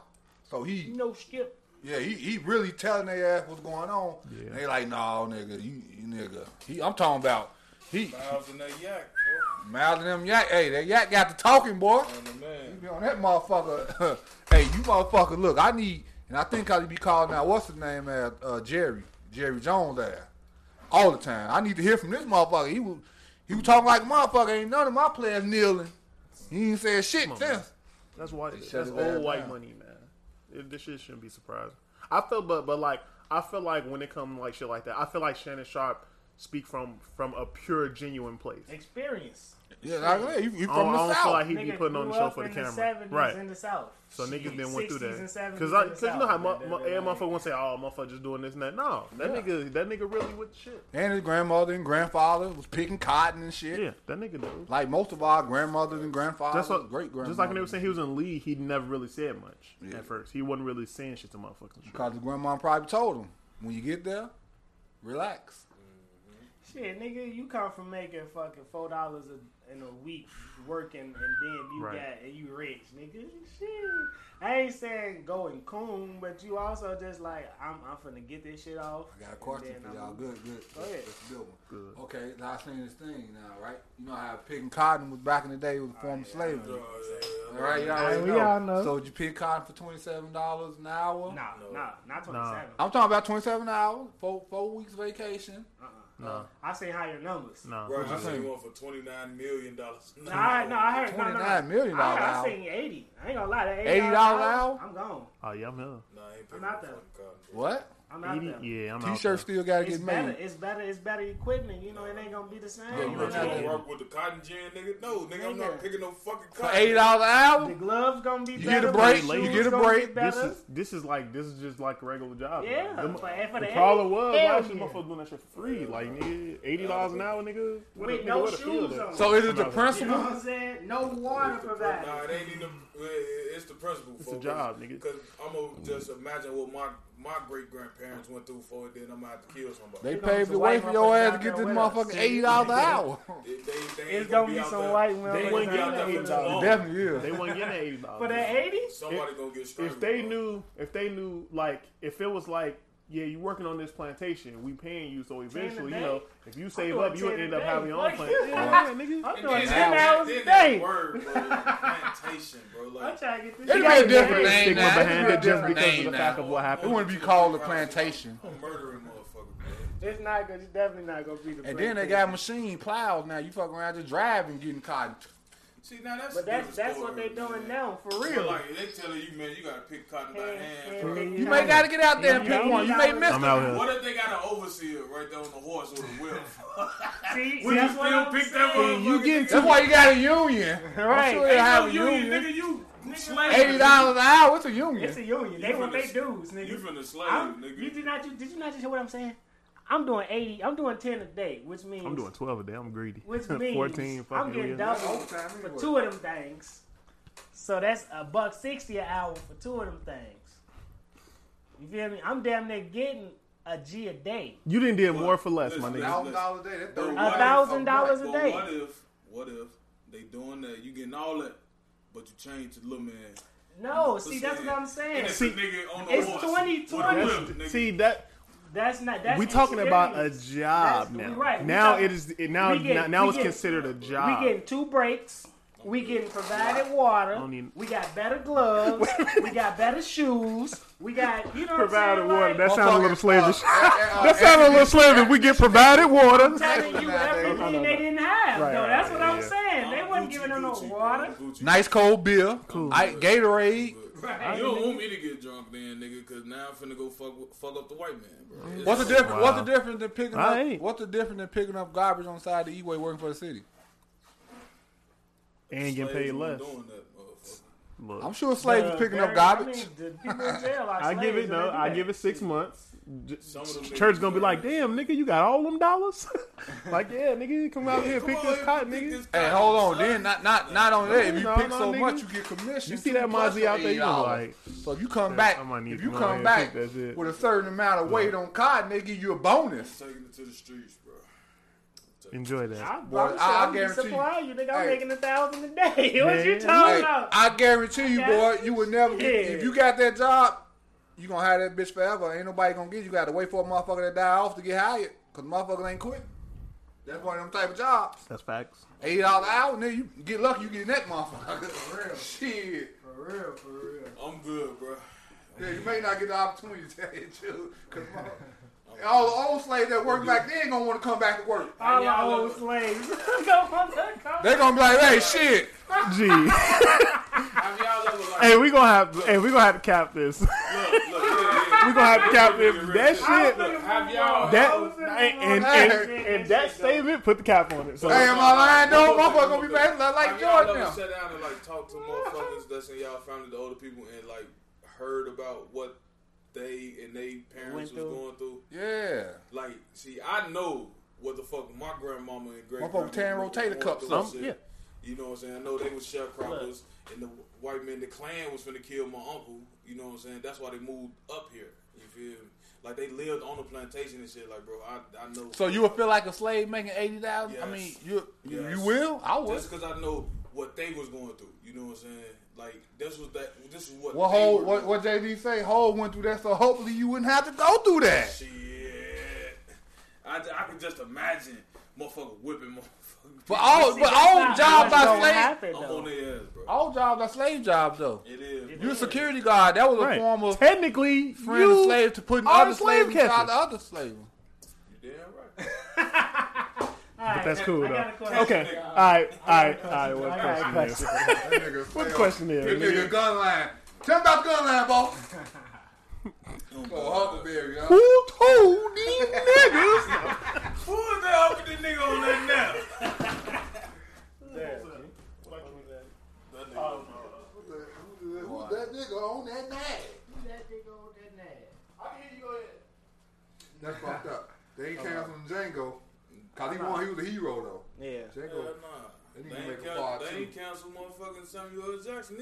Speaker 4: so he
Speaker 3: You know, Skip.
Speaker 4: Yeah, he, he really telling their ass what's going on.
Speaker 5: Yeah.
Speaker 4: And they like, no, nigga, you, you nigga. He, I'm talking about he
Speaker 6: Miles and that yak,
Speaker 4: mouthing them yak. Hey, that yak got the talking, boy.
Speaker 6: bro. And the man.
Speaker 4: Be on that motherfucker. hey, you motherfucker, look, I need, and I think I be calling out what's his name as uh, Jerry, Jerry Jones ass, all the time. I need to hear from this motherfucker. He was he was talking like a motherfucker. Ain't none of my players kneeling. He ain't said shit
Speaker 5: on,
Speaker 4: since.
Speaker 5: That's white.
Speaker 4: shut
Speaker 5: That's
Speaker 4: his ass
Speaker 5: old white
Speaker 4: down.
Speaker 5: money, man. It, this shit shouldn't be surprising. I feel, but but like I feel like when it comes like shit like that, I feel like Shannon Sharp speak from from a pure, genuine place.
Speaker 3: Experience.
Speaker 4: Yeah, like, hey, you, you
Speaker 5: I don't,
Speaker 4: from
Speaker 5: I
Speaker 4: the
Speaker 5: don't feel
Speaker 4: south.
Speaker 5: like he be
Speaker 3: Nigga
Speaker 5: putting on
Speaker 3: grew
Speaker 5: the show
Speaker 3: up
Speaker 5: for the
Speaker 3: in
Speaker 5: camera,
Speaker 3: 70s
Speaker 5: right?
Speaker 3: In the South.
Speaker 5: So niggas then went through
Speaker 3: 60s
Speaker 5: that
Speaker 3: and 70s
Speaker 5: because
Speaker 3: in the
Speaker 5: because you know
Speaker 3: South,
Speaker 5: how
Speaker 3: man,
Speaker 5: mu-
Speaker 3: that-
Speaker 5: mu-
Speaker 3: that-
Speaker 5: every
Speaker 3: that-
Speaker 5: motherfucker want to say, "Oh, motherfucker just doing this and that." No, that nigga, that nigga really with shit.
Speaker 4: And his grandmother and grandfather was picking cotton and shit.
Speaker 5: Yeah, that nigga knows.
Speaker 4: Like most of our grandmothers and grandfathers,
Speaker 5: That's what
Speaker 4: great grandmothers.
Speaker 5: Just like when they were saying he was in the league, he never really said much
Speaker 4: Yeah.
Speaker 5: at first. He wasn't really saying shit to motherfuckers. and shit.
Speaker 4: Because the grandma probably told him, when you get there, relax.
Speaker 3: Shit, nigga, you come from making fucking four dollars in a week working, and then you
Speaker 5: Right.
Speaker 3: got and you rich, nigga. Shit, I ain't saying go and coon, but you also just like I'm. I'm finna get this shit off.
Speaker 4: I got a question
Speaker 3: and
Speaker 4: for
Speaker 3: then
Speaker 4: y'all.
Speaker 3: I'm-
Speaker 4: Good, good.
Speaker 3: Go ahead.
Speaker 4: That's a good one.
Speaker 5: Good.
Speaker 4: Okay, now I seen this thing now, right? You know how picking cotton was back in the day was a form of slavery.
Speaker 6: Oh,
Speaker 4: All right, y'all already
Speaker 5: we
Speaker 4: know.
Speaker 5: all know.
Speaker 4: So would you pick cotton for twenty seven dollars an hour?
Speaker 3: Nah, nah, not twenty seven.
Speaker 4: I'm talking about twenty seven hours, four four weeks vacation.
Speaker 5: No,
Speaker 3: Uh-uh. Uh, I say higher numbers.
Speaker 5: no.
Speaker 6: yeah. Bro, I
Speaker 4: What'd you
Speaker 6: seen
Speaker 4: say?
Speaker 6: one for twenty nine million dollars.
Speaker 3: Nah, I, no, I heard no, no,
Speaker 4: $29 million
Speaker 3: I, heard- I
Speaker 4: hour.
Speaker 3: seen eighty. I ain't gonna lie, that
Speaker 4: $80
Speaker 3: eighty
Speaker 4: hour?
Speaker 3: dollars hour. I'm gone.
Speaker 5: Oh yeah, I'm here.
Speaker 6: Nah, I ain't picking
Speaker 3: I'm not
Speaker 6: no
Speaker 3: that.
Speaker 6: fucking cotton.
Speaker 4: What?
Speaker 3: I'm not there.
Speaker 5: 80 yeah, I'm
Speaker 4: T
Speaker 5: out
Speaker 4: shirts
Speaker 5: there.
Speaker 4: still gotta
Speaker 3: It's
Speaker 4: get
Speaker 3: better.
Speaker 4: made.
Speaker 3: It's better. It's better equipment. You know, it ain't gonna be the same.
Speaker 6: You
Speaker 4: Yeah,
Speaker 6: really gonna
Speaker 5: yeah.
Speaker 6: work with the cotton gin, nigga? No, nigga, I'm
Speaker 3: Nigga.
Speaker 6: not picking no fucking
Speaker 4: For
Speaker 6: cotton.
Speaker 4: eighty dollars an
Speaker 3: The
Speaker 4: hour?
Speaker 3: gloves gonna be
Speaker 4: You get
Speaker 3: better.
Speaker 4: a
Speaker 3: the
Speaker 4: break,
Speaker 3: shoes
Speaker 4: you get a
Speaker 3: gonna be
Speaker 4: break.
Speaker 5: This
Speaker 3: better.
Speaker 5: is this is like this is just like a regular job.
Speaker 3: yeah.
Speaker 5: man.
Speaker 3: for, and for
Speaker 5: The
Speaker 3: the
Speaker 5: problem
Speaker 3: eight,
Speaker 5: was
Speaker 3: hell
Speaker 5: why should
Speaker 3: yeah.
Speaker 5: motherfuckers doing that shit for free? Like nigga, eighty dollars an hour, nigga. What
Speaker 3: With
Speaker 5: nigga,
Speaker 3: no
Speaker 5: what a field
Speaker 3: shoes
Speaker 5: at?
Speaker 3: on.
Speaker 4: So is it the
Speaker 5: Somebody-
Speaker 3: You
Speaker 4: principal?
Speaker 3: know what I'm saying? No water
Speaker 6: It's the prin-
Speaker 3: provided.
Speaker 6: Nah, it ain't even. it- it- It's the principle. It's
Speaker 5: a job, nigga.
Speaker 6: Because I'm gonna just imagine what my my great grandparents went through for it. Then I'm gonna have to kill somebody.
Speaker 4: They
Speaker 3: They gonna
Speaker 4: paved
Speaker 3: some
Speaker 4: the way
Speaker 3: white
Speaker 4: for your
Speaker 3: motherfuckers
Speaker 4: ass to
Speaker 3: out
Speaker 4: get
Speaker 3: there
Speaker 4: this
Speaker 3: with us.
Speaker 4: motherfucker
Speaker 3: See?
Speaker 4: eighty dollars an hour.
Speaker 6: They- they- they ain't
Speaker 3: It's gonna be
Speaker 6: out
Speaker 3: some
Speaker 6: there-
Speaker 3: white
Speaker 6: They
Speaker 3: motherfuckers
Speaker 6: ain't gonna
Speaker 3: out
Speaker 6: be out there
Speaker 3: there
Speaker 6: for
Speaker 3: with
Speaker 6: too
Speaker 3: us.
Speaker 6: long.
Speaker 4: Definitely is.
Speaker 5: They weren't getting eighty dollars
Speaker 3: For that eighty,
Speaker 6: Somebody gonna get strangled.
Speaker 5: If they
Speaker 6: bro.
Speaker 5: knew, if they knew, like if it was like yeah, you working on this plantation. We paying you, so eventually, you
Speaker 3: day.
Speaker 5: know, if you save
Speaker 3: doing
Speaker 5: up, you
Speaker 3: ten
Speaker 5: end up
Speaker 3: a
Speaker 5: having
Speaker 3: day.
Speaker 5: your own
Speaker 3: Like,
Speaker 5: plantation.
Speaker 3: yeah.
Speaker 5: Yeah, nigga.
Speaker 3: I'm doing
Speaker 6: And then
Speaker 3: 10
Speaker 6: that-
Speaker 3: hours a
Speaker 6: then that
Speaker 3: day.
Speaker 6: Word, bro. Plantation, bro.
Speaker 3: I'm
Speaker 6: Like,
Speaker 3: trying to get this shit
Speaker 4: It'd be
Speaker 3: out
Speaker 4: a
Speaker 3: of
Speaker 4: different
Speaker 3: here.
Speaker 4: name
Speaker 5: Stigma
Speaker 4: now. It'd
Speaker 5: behind
Speaker 4: be
Speaker 5: it
Speaker 4: a
Speaker 5: just
Speaker 4: different
Speaker 5: because of
Speaker 4: name
Speaker 5: the fact
Speaker 4: now.
Speaker 5: of what
Speaker 4: It
Speaker 5: happened.
Speaker 4: wouldn't be called a plantation.
Speaker 6: I'm murdering motherfucker, man.
Speaker 3: It's not gonna. It's definitely not gonna be the.
Speaker 4: And then they
Speaker 3: plantation.
Speaker 4: got machine plows now. You fuck around just driving, getting caught.
Speaker 6: See, now that's
Speaker 3: But
Speaker 6: a
Speaker 3: that's
Speaker 6: different
Speaker 3: that's
Speaker 6: story,
Speaker 3: what they're doing
Speaker 6: man.
Speaker 3: now for
Speaker 6: But
Speaker 3: real.
Speaker 6: like, they telling you, man, you gotta pick cotton by
Speaker 3: Hand-
Speaker 6: hand.
Speaker 3: hand
Speaker 6: bro.
Speaker 3: picking
Speaker 4: You
Speaker 3: out.
Speaker 4: may gotta get out there and
Speaker 3: Yeah.
Speaker 4: pick one. You may miss
Speaker 5: I'm
Speaker 4: it.
Speaker 5: out here.
Speaker 6: What if they got an overseer right there on the horse with a whip?
Speaker 3: See,
Speaker 6: Would you
Speaker 3: that's what
Speaker 6: still
Speaker 3: I'm
Speaker 6: pick that
Speaker 3: saying.
Speaker 6: motherfucker?
Speaker 5: You getting
Speaker 4: That's why you got a union.
Speaker 3: Right.
Speaker 4: I'm sure
Speaker 3: Ain't
Speaker 4: they
Speaker 6: Ain't
Speaker 4: have
Speaker 6: no
Speaker 4: a
Speaker 6: union,
Speaker 4: union.
Speaker 6: nigga. You slave.
Speaker 4: Eighty dollars an hour. It's a
Speaker 3: It's
Speaker 4: union.
Speaker 3: a union. They
Speaker 6: You
Speaker 3: want
Speaker 6: finna-
Speaker 3: they dudes,
Speaker 6: You
Speaker 3: nigga.
Speaker 6: finna slave,
Speaker 3: I'm,
Speaker 6: nigga.
Speaker 3: you did not. You, did you not just hear what I'm saying? I'm doing 80. I'm doing 10 a day, which means
Speaker 5: I'm doing 12 a day. I'm greedy.
Speaker 3: Which means
Speaker 5: 14
Speaker 3: I'm
Speaker 5: fucking
Speaker 3: getting
Speaker 5: years.
Speaker 3: double for two of them things. So that's a buck sixty an hour for two of them things. You feel me? I'm damn near getting a G a day.
Speaker 5: You didn't did more for less, my
Speaker 6: Listen,
Speaker 5: nigga.
Speaker 6: listen.
Speaker 4: $1,000 a day, that's
Speaker 6: But
Speaker 4: $30
Speaker 6: what if-
Speaker 3: $1,000
Speaker 4: month.
Speaker 3: a
Speaker 6: but
Speaker 3: day.
Speaker 6: What if, what if they doing that? You getting all that, but you change to little man.
Speaker 3: No,
Speaker 6: Pussy
Speaker 3: see that's
Speaker 6: ass.
Speaker 3: what I'm
Speaker 6: And
Speaker 3: saying.
Speaker 6: it's a nigga on the
Speaker 3: it's
Speaker 6: horse
Speaker 3: 20,
Speaker 6: with a
Speaker 3: 20.
Speaker 6: whip, nigga.
Speaker 5: See that
Speaker 3: That's not that's
Speaker 5: we talking about a
Speaker 3: experience.
Speaker 5: job
Speaker 3: That's-
Speaker 5: now.
Speaker 3: right, we
Speaker 5: Now
Speaker 3: talking-
Speaker 5: it is it now
Speaker 3: we get-
Speaker 5: now
Speaker 3: we
Speaker 5: it's
Speaker 3: get-
Speaker 5: considered a
Speaker 3: We
Speaker 5: job.
Speaker 3: getting two breaks. We getting provided water.
Speaker 5: don't need-
Speaker 3: We got better gloves. we got better shoes. We got you know what I'm
Speaker 5: Provided
Speaker 3: saying,
Speaker 5: water.
Speaker 3: like-
Speaker 5: That sounds a little slavish.
Speaker 4: That
Speaker 5: sounded a little slavish. We get provided water.
Speaker 3: telling you
Speaker 4: Nowadays.
Speaker 3: everything
Speaker 5: No, no,
Speaker 3: they
Speaker 5: no.
Speaker 3: didn't have.
Speaker 5: Right,
Speaker 3: though.
Speaker 5: right,
Speaker 3: That's what
Speaker 5: right,
Speaker 3: I'm
Speaker 5: yeah.
Speaker 3: saying. They
Speaker 6: I'm
Speaker 3: wasn't
Speaker 6: Gucci,
Speaker 3: giving them no
Speaker 6: Gucci, bro.
Speaker 3: water.
Speaker 6: I'm Gucci.
Speaker 4: Nice cold beer. I, Gatorade.
Speaker 3: Right.
Speaker 6: You don't want me to get drunk then, nigga, because now I'm finna go fuck, with- fuck up the white man,
Speaker 5: Mm-hmm.
Speaker 6: bro. It's
Speaker 4: What's the
Speaker 6: all-
Speaker 4: difference? What's the
Speaker 5: Wow.
Speaker 4: difference than picking
Speaker 5: I
Speaker 4: up?
Speaker 5: ain't.
Speaker 4: What's the difference than picking up garbage on the side of the e-way working for the city?
Speaker 5: And getting paid
Speaker 6: slaves weren't
Speaker 5: less.
Speaker 6: Doing that, motherfucker.
Speaker 5: Look,
Speaker 4: I'm sure slaves
Speaker 3: Uh,
Speaker 4: was picking up
Speaker 3: very- I,
Speaker 4: garbage.
Speaker 3: mean, the people in jail are
Speaker 5: I give
Speaker 3: slaves
Speaker 5: it
Speaker 3: and
Speaker 5: no.
Speaker 3: they do
Speaker 5: I
Speaker 3: that.
Speaker 5: give it six months. J-
Speaker 6: Some of them
Speaker 5: Church
Speaker 6: niggas
Speaker 5: gonna be
Speaker 6: do
Speaker 5: like,
Speaker 6: that.
Speaker 5: damn, nigga, you got all them dollars. like, yeah, nigga, come out here,
Speaker 6: Come
Speaker 5: pick
Speaker 6: on,
Speaker 5: this
Speaker 6: here,
Speaker 5: cotton,
Speaker 6: pick
Speaker 5: nigga.
Speaker 6: this
Speaker 4: Hey,
Speaker 6: cotton,
Speaker 4: hold on.
Speaker 6: son.
Speaker 4: Then not not not on that. If you
Speaker 5: No,
Speaker 4: pick
Speaker 5: no,
Speaker 4: so
Speaker 5: nigga.
Speaker 4: much, you get commission.
Speaker 5: You see that
Speaker 4: too, plus
Speaker 5: Mozzie out there, you know,
Speaker 4: $80.
Speaker 5: like-
Speaker 4: so if you come
Speaker 5: Yeah,
Speaker 4: back,
Speaker 5: I might need
Speaker 4: if
Speaker 5: to
Speaker 4: you
Speaker 5: come out
Speaker 4: come
Speaker 5: here
Speaker 4: back
Speaker 5: and pick that shit.
Speaker 4: with a certain amount of weight on cotton, they give you a bonus.
Speaker 6: Taking it to the streets, bro.
Speaker 5: Enjoy that.
Speaker 3: I,
Speaker 4: Boy,
Speaker 3: I'm
Speaker 4: I- I
Speaker 3: I, am i
Speaker 4: guarantee you.
Speaker 3: supply you. nigga, I'm
Speaker 4: Hey.
Speaker 3: making a thousand a day. what you
Speaker 5: Man.
Speaker 3: talking
Speaker 4: Hey,
Speaker 3: about?
Speaker 4: I guarantee you, boy, you would never get.
Speaker 3: Yeah.
Speaker 4: If you got that job, you gonna have that bitch forever. Ain't nobody gonna get you. You Got to wait for a motherfucker to die off to get hired, cause motherfuckers ain't quit. That's one of them type of jobs.
Speaker 5: That's facts.
Speaker 4: Eight dollars an hour, nigga. You get lucky, you get that motherfucker. For real. Shit.
Speaker 3: for real, for real.
Speaker 6: I'm good, bro.
Speaker 4: Yeah, you may not get the opportunity to tell you the truth, 'cause my- all the old slaves that worked back then gonna want to come back to work.
Speaker 3: All
Speaker 6: y'all
Speaker 3: our old
Speaker 6: look-
Speaker 3: slaves. Go on, go on.
Speaker 4: They gonna be like, hey, shit.
Speaker 5: Gee,
Speaker 6: Have y'all ever like?
Speaker 5: hey, we gonna have, hey, we gonna have to cap this. we
Speaker 6: look, look, yeah, yeah.
Speaker 5: gonna have to cap this. That
Speaker 6: Look,
Speaker 5: shit,
Speaker 6: Have y'all?
Speaker 5: that, and, and, and, and that statement, put the cap on it. So
Speaker 4: Hey, am I lying, though?
Speaker 6: Look, look,
Speaker 4: Motherfucker
Speaker 6: look,
Speaker 4: gonna be
Speaker 6: look.
Speaker 4: back like
Speaker 6: Have
Speaker 4: George
Speaker 6: y'all ever
Speaker 4: now.
Speaker 6: sat down and like talk to motherfuckers that's in y'all family, the older people, and like heard about what they and they parents
Speaker 3: Went
Speaker 6: was
Speaker 3: through.
Speaker 6: going through?
Speaker 4: Yeah.
Speaker 6: Like, see, I know what the fuck my grandmama and great
Speaker 4: Motherfucker tearing rotator cuffs up.
Speaker 5: Yeah.
Speaker 6: You know what I'm saying? I know they was sharecroppers, and the white man, the Klan was finna kill my uncle. You know what I'm saying? That's why they moved up here. You feel me? Like they lived on the plantation and shit. Like, bro, I, I know.
Speaker 4: So you would feel like a slave making eighty thousand? I
Speaker 6: Yes.
Speaker 4: mean, you you,
Speaker 6: Yes.
Speaker 4: you will? I would.
Speaker 6: Just because I know what they was going through. You know what I'm saying? Like this was that. This is what.
Speaker 4: What
Speaker 6: they
Speaker 4: whole
Speaker 6: were
Speaker 4: what
Speaker 6: doing.
Speaker 4: what JD say? Hole went through that, so hopefully you wouldn't have to go through that.
Speaker 6: Shit. I, I can just imagine motherfucker whipping motherfucker.
Speaker 4: But all
Speaker 3: See,
Speaker 4: but
Speaker 3: that's
Speaker 4: all
Speaker 3: not
Speaker 4: jobs
Speaker 3: what's
Speaker 4: are
Speaker 3: gonna
Speaker 4: slave.
Speaker 3: happen,
Speaker 6: I'm
Speaker 3: though.
Speaker 6: on their ass, bro.
Speaker 4: All jobs are slave jobs though.
Speaker 6: It is.
Speaker 4: You're a security guard. That was a form
Speaker 5: Right.
Speaker 4: of
Speaker 5: Technically,
Speaker 4: freeing a
Speaker 5: you
Speaker 4: slave to putting
Speaker 5: are
Speaker 4: other
Speaker 5: a slave
Speaker 4: slaves inside
Speaker 5: catcher.
Speaker 4: the other slave.
Speaker 6: You damn right.
Speaker 3: Alright,
Speaker 5: That's cool
Speaker 3: I got a
Speaker 5: though.
Speaker 3: question.
Speaker 5: Okay. All right. All right. All right. What
Speaker 3: I got a
Speaker 5: question is?
Speaker 4: That nigga
Speaker 5: What
Speaker 4: slave.
Speaker 5: question is?
Speaker 4: That
Speaker 5: nigga?
Speaker 4: nigga gun line. Tell me about the gun line, boss.
Speaker 6: Oh,
Speaker 4: Oh,
Speaker 6: God.
Speaker 4: Huckleberry, y'all.
Speaker 5: Who told these niggas?
Speaker 6: Who is that up with the nigga on that nap? That nigga.
Speaker 4: Who's that nigga on that night? That's fucked up. They ain't canceling Django. Cause he, won, he was a hero
Speaker 3: Yeah.
Speaker 4: though.
Speaker 6: Hell
Speaker 4: Django,
Speaker 6: nah.
Speaker 4: They need
Speaker 6: They
Speaker 4: to make
Speaker 6: ain't,
Speaker 4: a
Speaker 6: count,
Speaker 4: part
Speaker 6: they
Speaker 4: two.
Speaker 6: ain't cancel motherfucking Samuel L. Jackson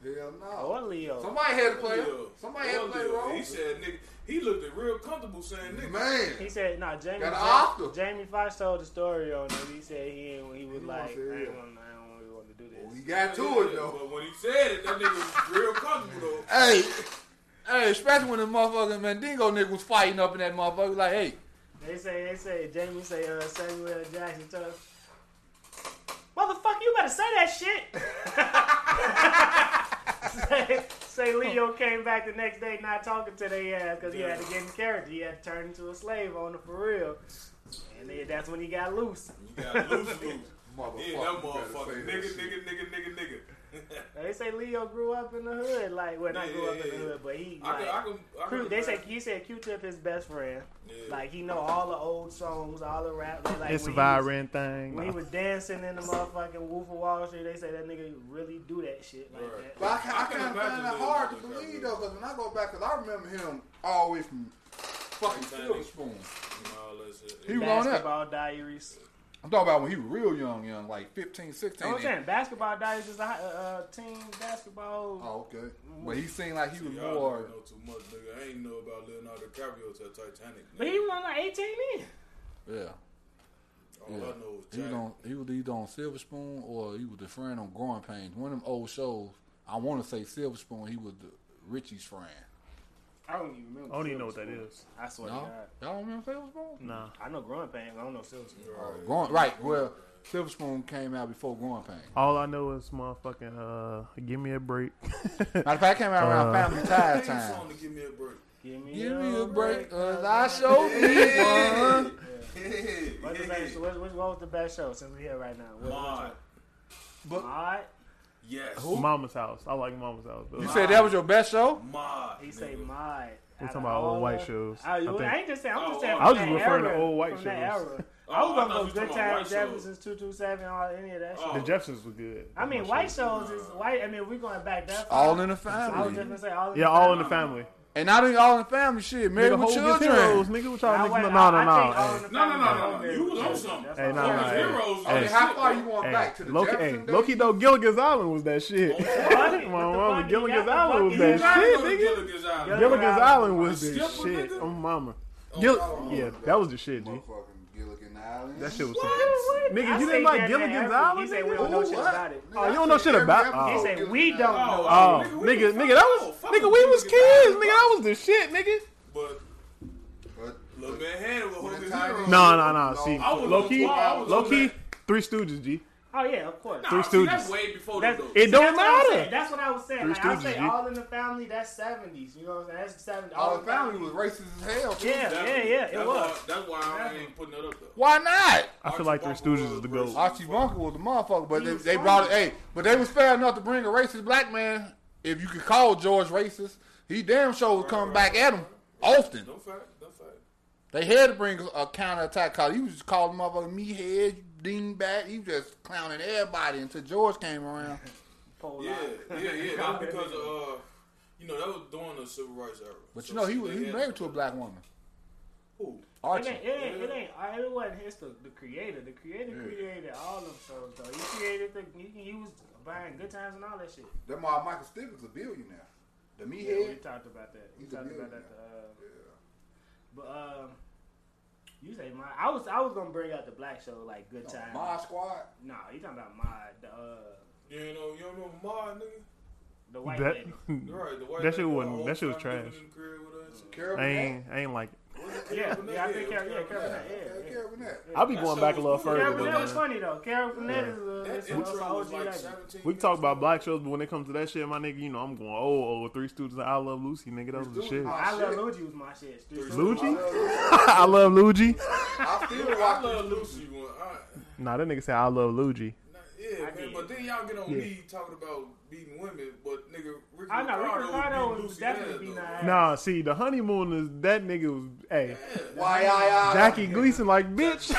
Speaker 6: either.
Speaker 4: hell no.
Speaker 3: Or Oh, Leo.
Speaker 4: Somebody had to play him.
Speaker 6: Yeah.
Speaker 4: Somebody had to
Speaker 6: One
Speaker 4: play
Speaker 6: deal.
Speaker 4: role.
Speaker 6: He said, nigga, he looked real comfortable saying, nigga.
Speaker 4: Man.
Speaker 3: He said, "No, Jamie."
Speaker 4: Got an
Speaker 3: Foxx-
Speaker 4: Oscar.
Speaker 3: Jamie Foxx told the story on it. He said he ain't. He was
Speaker 4: He
Speaker 3: like, I
Speaker 4: wants it, yeah.
Speaker 3: ain't gonna, I don't really want to do this.
Speaker 4: We got to
Speaker 6: Yeah,
Speaker 4: it though.
Speaker 6: But when he said it, that nigga was real comfortable though.
Speaker 4: Hey, Hey, especially when the motherfucking Mandingo nigga was fighting up in that motherfucker. Like, hey,
Speaker 3: They say, they say, Jamie say, uh, Samuel L. Jackson told him, motherfucker, you better say that shit. say, say Leo came back the next day not talking to their ass because he had to get in character. He had to turn into a slave on the for real. And then that's when he got loose.
Speaker 6: You got loose, loose.
Speaker 4: motherfucker.
Speaker 6: Yeah, that
Speaker 4: you
Speaker 6: motherfucker.
Speaker 4: better
Speaker 6: Nigga,
Speaker 4: say that shit.
Speaker 6: nigga, nigga, nigga, nigga.
Speaker 3: They say Leo grew up in the hood, like well, not
Speaker 6: Yeah,
Speaker 3: grew up
Speaker 6: yeah,
Speaker 3: in the
Speaker 6: yeah.
Speaker 3: hood, but he.
Speaker 6: I
Speaker 3: Like,
Speaker 6: can, I can, I
Speaker 3: Q-
Speaker 6: can.
Speaker 3: they say he said Q-Tip his best friend.
Speaker 6: Yeah.
Speaker 3: Like he know all the old songs, all the rap. Like,
Speaker 5: It's a
Speaker 3: when he was-
Speaker 5: viral thing.
Speaker 3: When he
Speaker 5: Nah.
Speaker 3: was dancing in the motherfucking Wolf of Wall Street, they say that nigga really do that shit like
Speaker 6: Right.
Speaker 3: that.
Speaker 4: But I, can, I
Speaker 6: I can
Speaker 4: kind of find
Speaker 6: imagine
Speaker 4: that
Speaker 6: that
Speaker 4: hard to
Speaker 6: motherfucker
Speaker 4: believe
Speaker 6: really-
Speaker 4: though, because when I go back, because I remember him always from fucking
Speaker 6: Titanic.
Speaker 4: Silver Spoon.
Speaker 6: And all that shit.
Speaker 4: He was on that.
Speaker 3: Basketball Diaries.
Speaker 4: I'm talking about when he was real young, young, like 15, 16.
Speaker 3: I'm
Speaker 4: and-
Speaker 3: saying Basketball Diaries is a hi- uh, uh, team basketball.
Speaker 4: Oh, okay. But he seemed like he was
Speaker 6: Y'all
Speaker 4: more.
Speaker 6: don't know too much, nigga. I ain't know about Leonardo DiCaprio to Titanic.
Speaker 3: But he
Speaker 6: nigga.
Speaker 3: was on like 18 in.
Speaker 4: Yeah.
Speaker 6: All I know is
Speaker 4: He was,
Speaker 6: Jack.
Speaker 4: on, he was either on Silver Spoon or he was the friend on Growing Pains. One of them old shows, I want to say Silver Spoon, he was the, Richie's friend.
Speaker 3: I don't even remember.
Speaker 5: I don't even know what
Speaker 3: Silver
Speaker 5: that is.
Speaker 3: Spoon. I swear to
Speaker 4: No?
Speaker 3: God.
Speaker 4: Y'all remember Silver Spoon?
Speaker 5: Nah.
Speaker 3: I know Growing Pains. I don't know Silver Spoon.
Speaker 4: Uh, Growing, right, well, Silver Spoon came out before Growing Pains.
Speaker 5: All I know is motherfucking uh, give me a break.
Speaker 4: Matter of fact, it came out around
Speaker 5: Uh,
Speaker 4: Family Ties
Speaker 6: Sing a
Speaker 4: time.
Speaker 6: song to give me a break.
Speaker 3: Give me,
Speaker 4: Give me a break, uh, cause I
Speaker 3: I
Speaker 4: show me one.
Speaker 3: What's the
Speaker 6: Hey,
Speaker 3: best, what, what, what was the best show since we're here right now? What,
Speaker 6: Mod.
Speaker 3: What, Mod?
Speaker 6: Yes.
Speaker 5: Mama's house. I like Mama's house. Though.
Speaker 4: You said that was your best show?
Speaker 6: Mod.
Speaker 3: He say
Speaker 6: nigga.
Speaker 3: Mod.
Speaker 5: We're
Speaker 3: Out
Speaker 5: talking
Speaker 3: of
Speaker 5: about old
Speaker 3: all
Speaker 5: white
Speaker 3: of-
Speaker 5: shows.
Speaker 3: Oh, you,
Speaker 5: I
Speaker 3: I,
Speaker 5: think.
Speaker 3: ain't just saying. I'm
Speaker 6: Oh,
Speaker 3: just saying.
Speaker 5: I
Speaker 3: from
Speaker 6: oh,
Speaker 5: was
Speaker 3: that
Speaker 5: just referring to
Speaker 3: era,
Speaker 5: old white
Speaker 3: from that
Speaker 5: shows.
Speaker 3: era.
Speaker 6: Oh,
Speaker 3: I was
Speaker 6: I thought
Speaker 3: gonna go
Speaker 6: you
Speaker 3: Good
Speaker 6: talking
Speaker 3: Times,
Speaker 6: about white shows.
Speaker 3: Jefferson's, Two Two Seven, all any of that shit.
Speaker 6: Oh.
Speaker 5: The Jeffersons was good.
Speaker 3: I mean,
Speaker 5: My
Speaker 3: white
Speaker 5: shit.
Speaker 3: shows is white. I mean, we're going back that far.
Speaker 4: All in
Speaker 3: I
Speaker 4: the
Speaker 3: was just
Speaker 4: family.
Speaker 3: gonna say all in.
Speaker 5: Yeah,
Speaker 3: the
Speaker 5: all in
Speaker 3: Family.
Speaker 5: the family.
Speaker 4: And not even all in the family shit. Married
Speaker 5: Nigga,
Speaker 4: with
Speaker 5: Hogan's
Speaker 4: children.
Speaker 5: Heroes. Nigga, what
Speaker 3: I
Speaker 5: y'all
Speaker 3: went-
Speaker 5: niggas?
Speaker 3: I-
Speaker 5: No, no,
Speaker 3: I think All
Speaker 5: no.
Speaker 3: in the
Speaker 6: No, no,
Speaker 3: Family
Speaker 6: no, no,
Speaker 3: is on there.
Speaker 6: no. You was on
Speaker 3: That's
Speaker 6: something.
Speaker 3: all.
Speaker 5: Hey, no, no,
Speaker 6: Those
Speaker 5: hey. Hey.
Speaker 6: heroes are
Speaker 4: Okay,
Speaker 6: shit,
Speaker 4: how far you
Speaker 6: bro.
Speaker 4: going back to the
Speaker 5: Loki, hey,
Speaker 4: Jefferson days?
Speaker 5: Loki though, Gilligan's Island was that shit.
Speaker 3: Bucket,
Speaker 5: My
Speaker 3: with the
Speaker 5: mama,
Speaker 3: bucket,
Speaker 5: Gilligan's
Speaker 3: yeah,
Speaker 5: Island was that
Speaker 3: bucket.
Speaker 6: Gotta
Speaker 5: shit,
Speaker 6: go to
Speaker 5: nigga.
Speaker 6: Gilligan's Island.
Speaker 3: Gilligan's
Speaker 5: Gilligan's Island was the
Speaker 6: Skipper,
Speaker 5: shit.
Speaker 6: nigga?
Speaker 5: Oh, mama. Gill-
Speaker 6: God.
Speaker 5: yeah, that was the shit, G.
Speaker 4: Motherfucking Gilligan Island.
Speaker 5: That shit was.
Speaker 4: What?
Speaker 5: Some- nigga,
Speaker 3: I
Speaker 5: you
Speaker 3: say
Speaker 5: didn't like
Speaker 3: that
Speaker 5: Gilligan's
Speaker 3: every-
Speaker 5: Island?
Speaker 3: He said
Speaker 5: nigga?
Speaker 3: we don't know shit about it.
Speaker 5: Oh, you don't know shit about-
Speaker 4: it.
Speaker 5: oh.
Speaker 3: He said we don't know.
Speaker 6: Oh,
Speaker 5: Oh,
Speaker 6: nigga, we
Speaker 5: nigga,
Speaker 6: fucking
Speaker 5: nigga, that was oh,
Speaker 6: know. Fuck
Speaker 5: nigga,
Speaker 6: with
Speaker 5: we was
Speaker 6: Gilligan's
Speaker 5: kids, nigga.
Speaker 6: Island.
Speaker 5: That was the shit, nigga.
Speaker 6: But
Speaker 4: But
Speaker 6: Lil Man Handy was Hogan's
Speaker 4: Tiny-
Speaker 6: Heroes.
Speaker 5: No, no, no.
Speaker 4: No,
Speaker 5: See,
Speaker 4: I
Speaker 6: was
Speaker 5: low
Speaker 6: on
Speaker 5: key,
Speaker 6: twelve, I was
Speaker 5: low
Speaker 6: on
Speaker 5: key,
Speaker 6: that.
Speaker 5: Three Stooges, G.
Speaker 3: Oh yeah, of course.
Speaker 6: Nah,
Speaker 5: Three
Speaker 6: see, That's
Speaker 5: Stooges.
Speaker 6: way before
Speaker 3: That's-
Speaker 6: that, though.
Speaker 5: It don't
Speaker 3: That's what I'm saying.
Speaker 5: matter.
Speaker 3: That's what I was saying.
Speaker 5: Three
Speaker 3: Like, I
Speaker 5: Stooges,
Speaker 3: say
Speaker 5: G.
Speaker 3: all in the family. That's seventies. You know what I'm saying? That's seventies.
Speaker 4: all the family was racist as hell. too.
Speaker 3: Yeah, yeah, yeah. It
Speaker 6: That's
Speaker 3: was.
Speaker 6: Why, that's why I ain't putting that up though.
Speaker 4: Why not?
Speaker 5: I feel like Three Stooges is the goat.
Speaker 4: Archie Bunker was the motherfucker, but
Speaker 3: He
Speaker 4: they,
Speaker 3: was
Speaker 4: they
Speaker 3: funny.
Speaker 4: brought it. Hey, but they was fair enough to bring a racist black man. If you could call George racist, he damn sure would come back at him often.
Speaker 6: No fact, no fact.
Speaker 4: They had to bring a counter attack call. He was just calling motherfucker meathead, dingbat. He was just clowning everybody until George came around.
Speaker 3: Pole
Speaker 6: Yeah,
Speaker 3: line.
Speaker 6: yeah, yeah. That was because uh, you know, that was during the civil rights era.
Speaker 4: But you
Speaker 6: So
Speaker 4: know, he
Speaker 6: shit,
Speaker 4: was
Speaker 6: they
Speaker 4: he was
Speaker 6: had-
Speaker 4: married to a black woman,
Speaker 6: Who?
Speaker 4: Archie.
Speaker 3: It ain't, it ain't, it ain't, uh, it wasn't his, the, the creator. The creator created all them shows, though. He created the, he, he was buying good times and all that shit.
Speaker 4: That my Michael Stickers a billionaire. The
Speaker 3: Yeah, we
Speaker 4: meathead.
Speaker 3: talked about that. We
Speaker 4: He's a
Speaker 3: talked about that.
Speaker 4: millionaire.
Speaker 3: Uh, But, um, you say my, I was, I was gonna bring up the black show, like Good Times.
Speaker 4: My squad.
Speaker 3: No, you talking about my, the, uh,
Speaker 6: You ain't know, you don't know Ma, nigga.
Speaker 3: the white
Speaker 5: That
Speaker 3: lady.
Speaker 6: You're right. The white
Speaker 5: That shit
Speaker 6: lady,
Speaker 5: wasn't-
Speaker 6: all
Speaker 5: that shit was
Speaker 6: time living
Speaker 5: trash.
Speaker 6: in the crib with us.
Speaker 4: Carol
Speaker 5: I
Speaker 4: Burnett.
Speaker 5: ain't, I ain't like. it.
Speaker 6: Was it Carol
Speaker 3: Yeah,
Speaker 6: Burnett?
Speaker 3: yeah, I think
Speaker 6: it was
Speaker 3: Carol, yeah, Carol Burnett,
Speaker 4: Okay,
Speaker 3: yeah, yeah.
Speaker 4: Carol Burnett.
Speaker 5: I'll be
Speaker 6: That
Speaker 5: going
Speaker 6: show
Speaker 5: back a
Speaker 6: was
Speaker 5: little
Speaker 6: cool.
Speaker 5: further.
Speaker 3: Carol
Speaker 6: but
Speaker 3: Burnett was
Speaker 5: than
Speaker 3: funny though. Carol Burnett is a,
Speaker 6: That
Speaker 3: is a, is a
Speaker 6: intro was
Speaker 3: OG
Speaker 6: like
Speaker 3: like that.
Speaker 6: 17.
Speaker 5: We can talk about black shows, but when it comes to that shit, my nigga, you know I'm going. Oh, oh, Three Stooges. and I love Lucy, nigga. That was the shit.
Speaker 3: I love
Speaker 4: Shit.
Speaker 3: Luigi was my shit. Street
Speaker 5: Luigi?
Speaker 4: I
Speaker 5: I love Luigi.
Speaker 4: still
Speaker 6: I
Speaker 4: watch
Speaker 6: love
Speaker 4: it.
Speaker 6: Lucy. When I,
Speaker 5: Nah, that nigga said I love Luigi.
Speaker 6: nah, yeah,
Speaker 3: I
Speaker 6: man,
Speaker 3: did.
Speaker 6: but then y'all get on
Speaker 5: Yeah.
Speaker 6: me talking about beating women, but nigga, Ricky
Speaker 3: I know, Ricky
Speaker 6: Ricardo,
Speaker 3: Ricardo
Speaker 6: beat
Speaker 3: was
Speaker 6: Lucy
Speaker 3: definitely
Speaker 6: ass,
Speaker 3: beating
Speaker 6: though.
Speaker 3: her ass.
Speaker 5: Nah, see, the honeymoon is that nigga was. Hey,
Speaker 4: Why, I, I,
Speaker 5: Jackie Gleason, like bitch,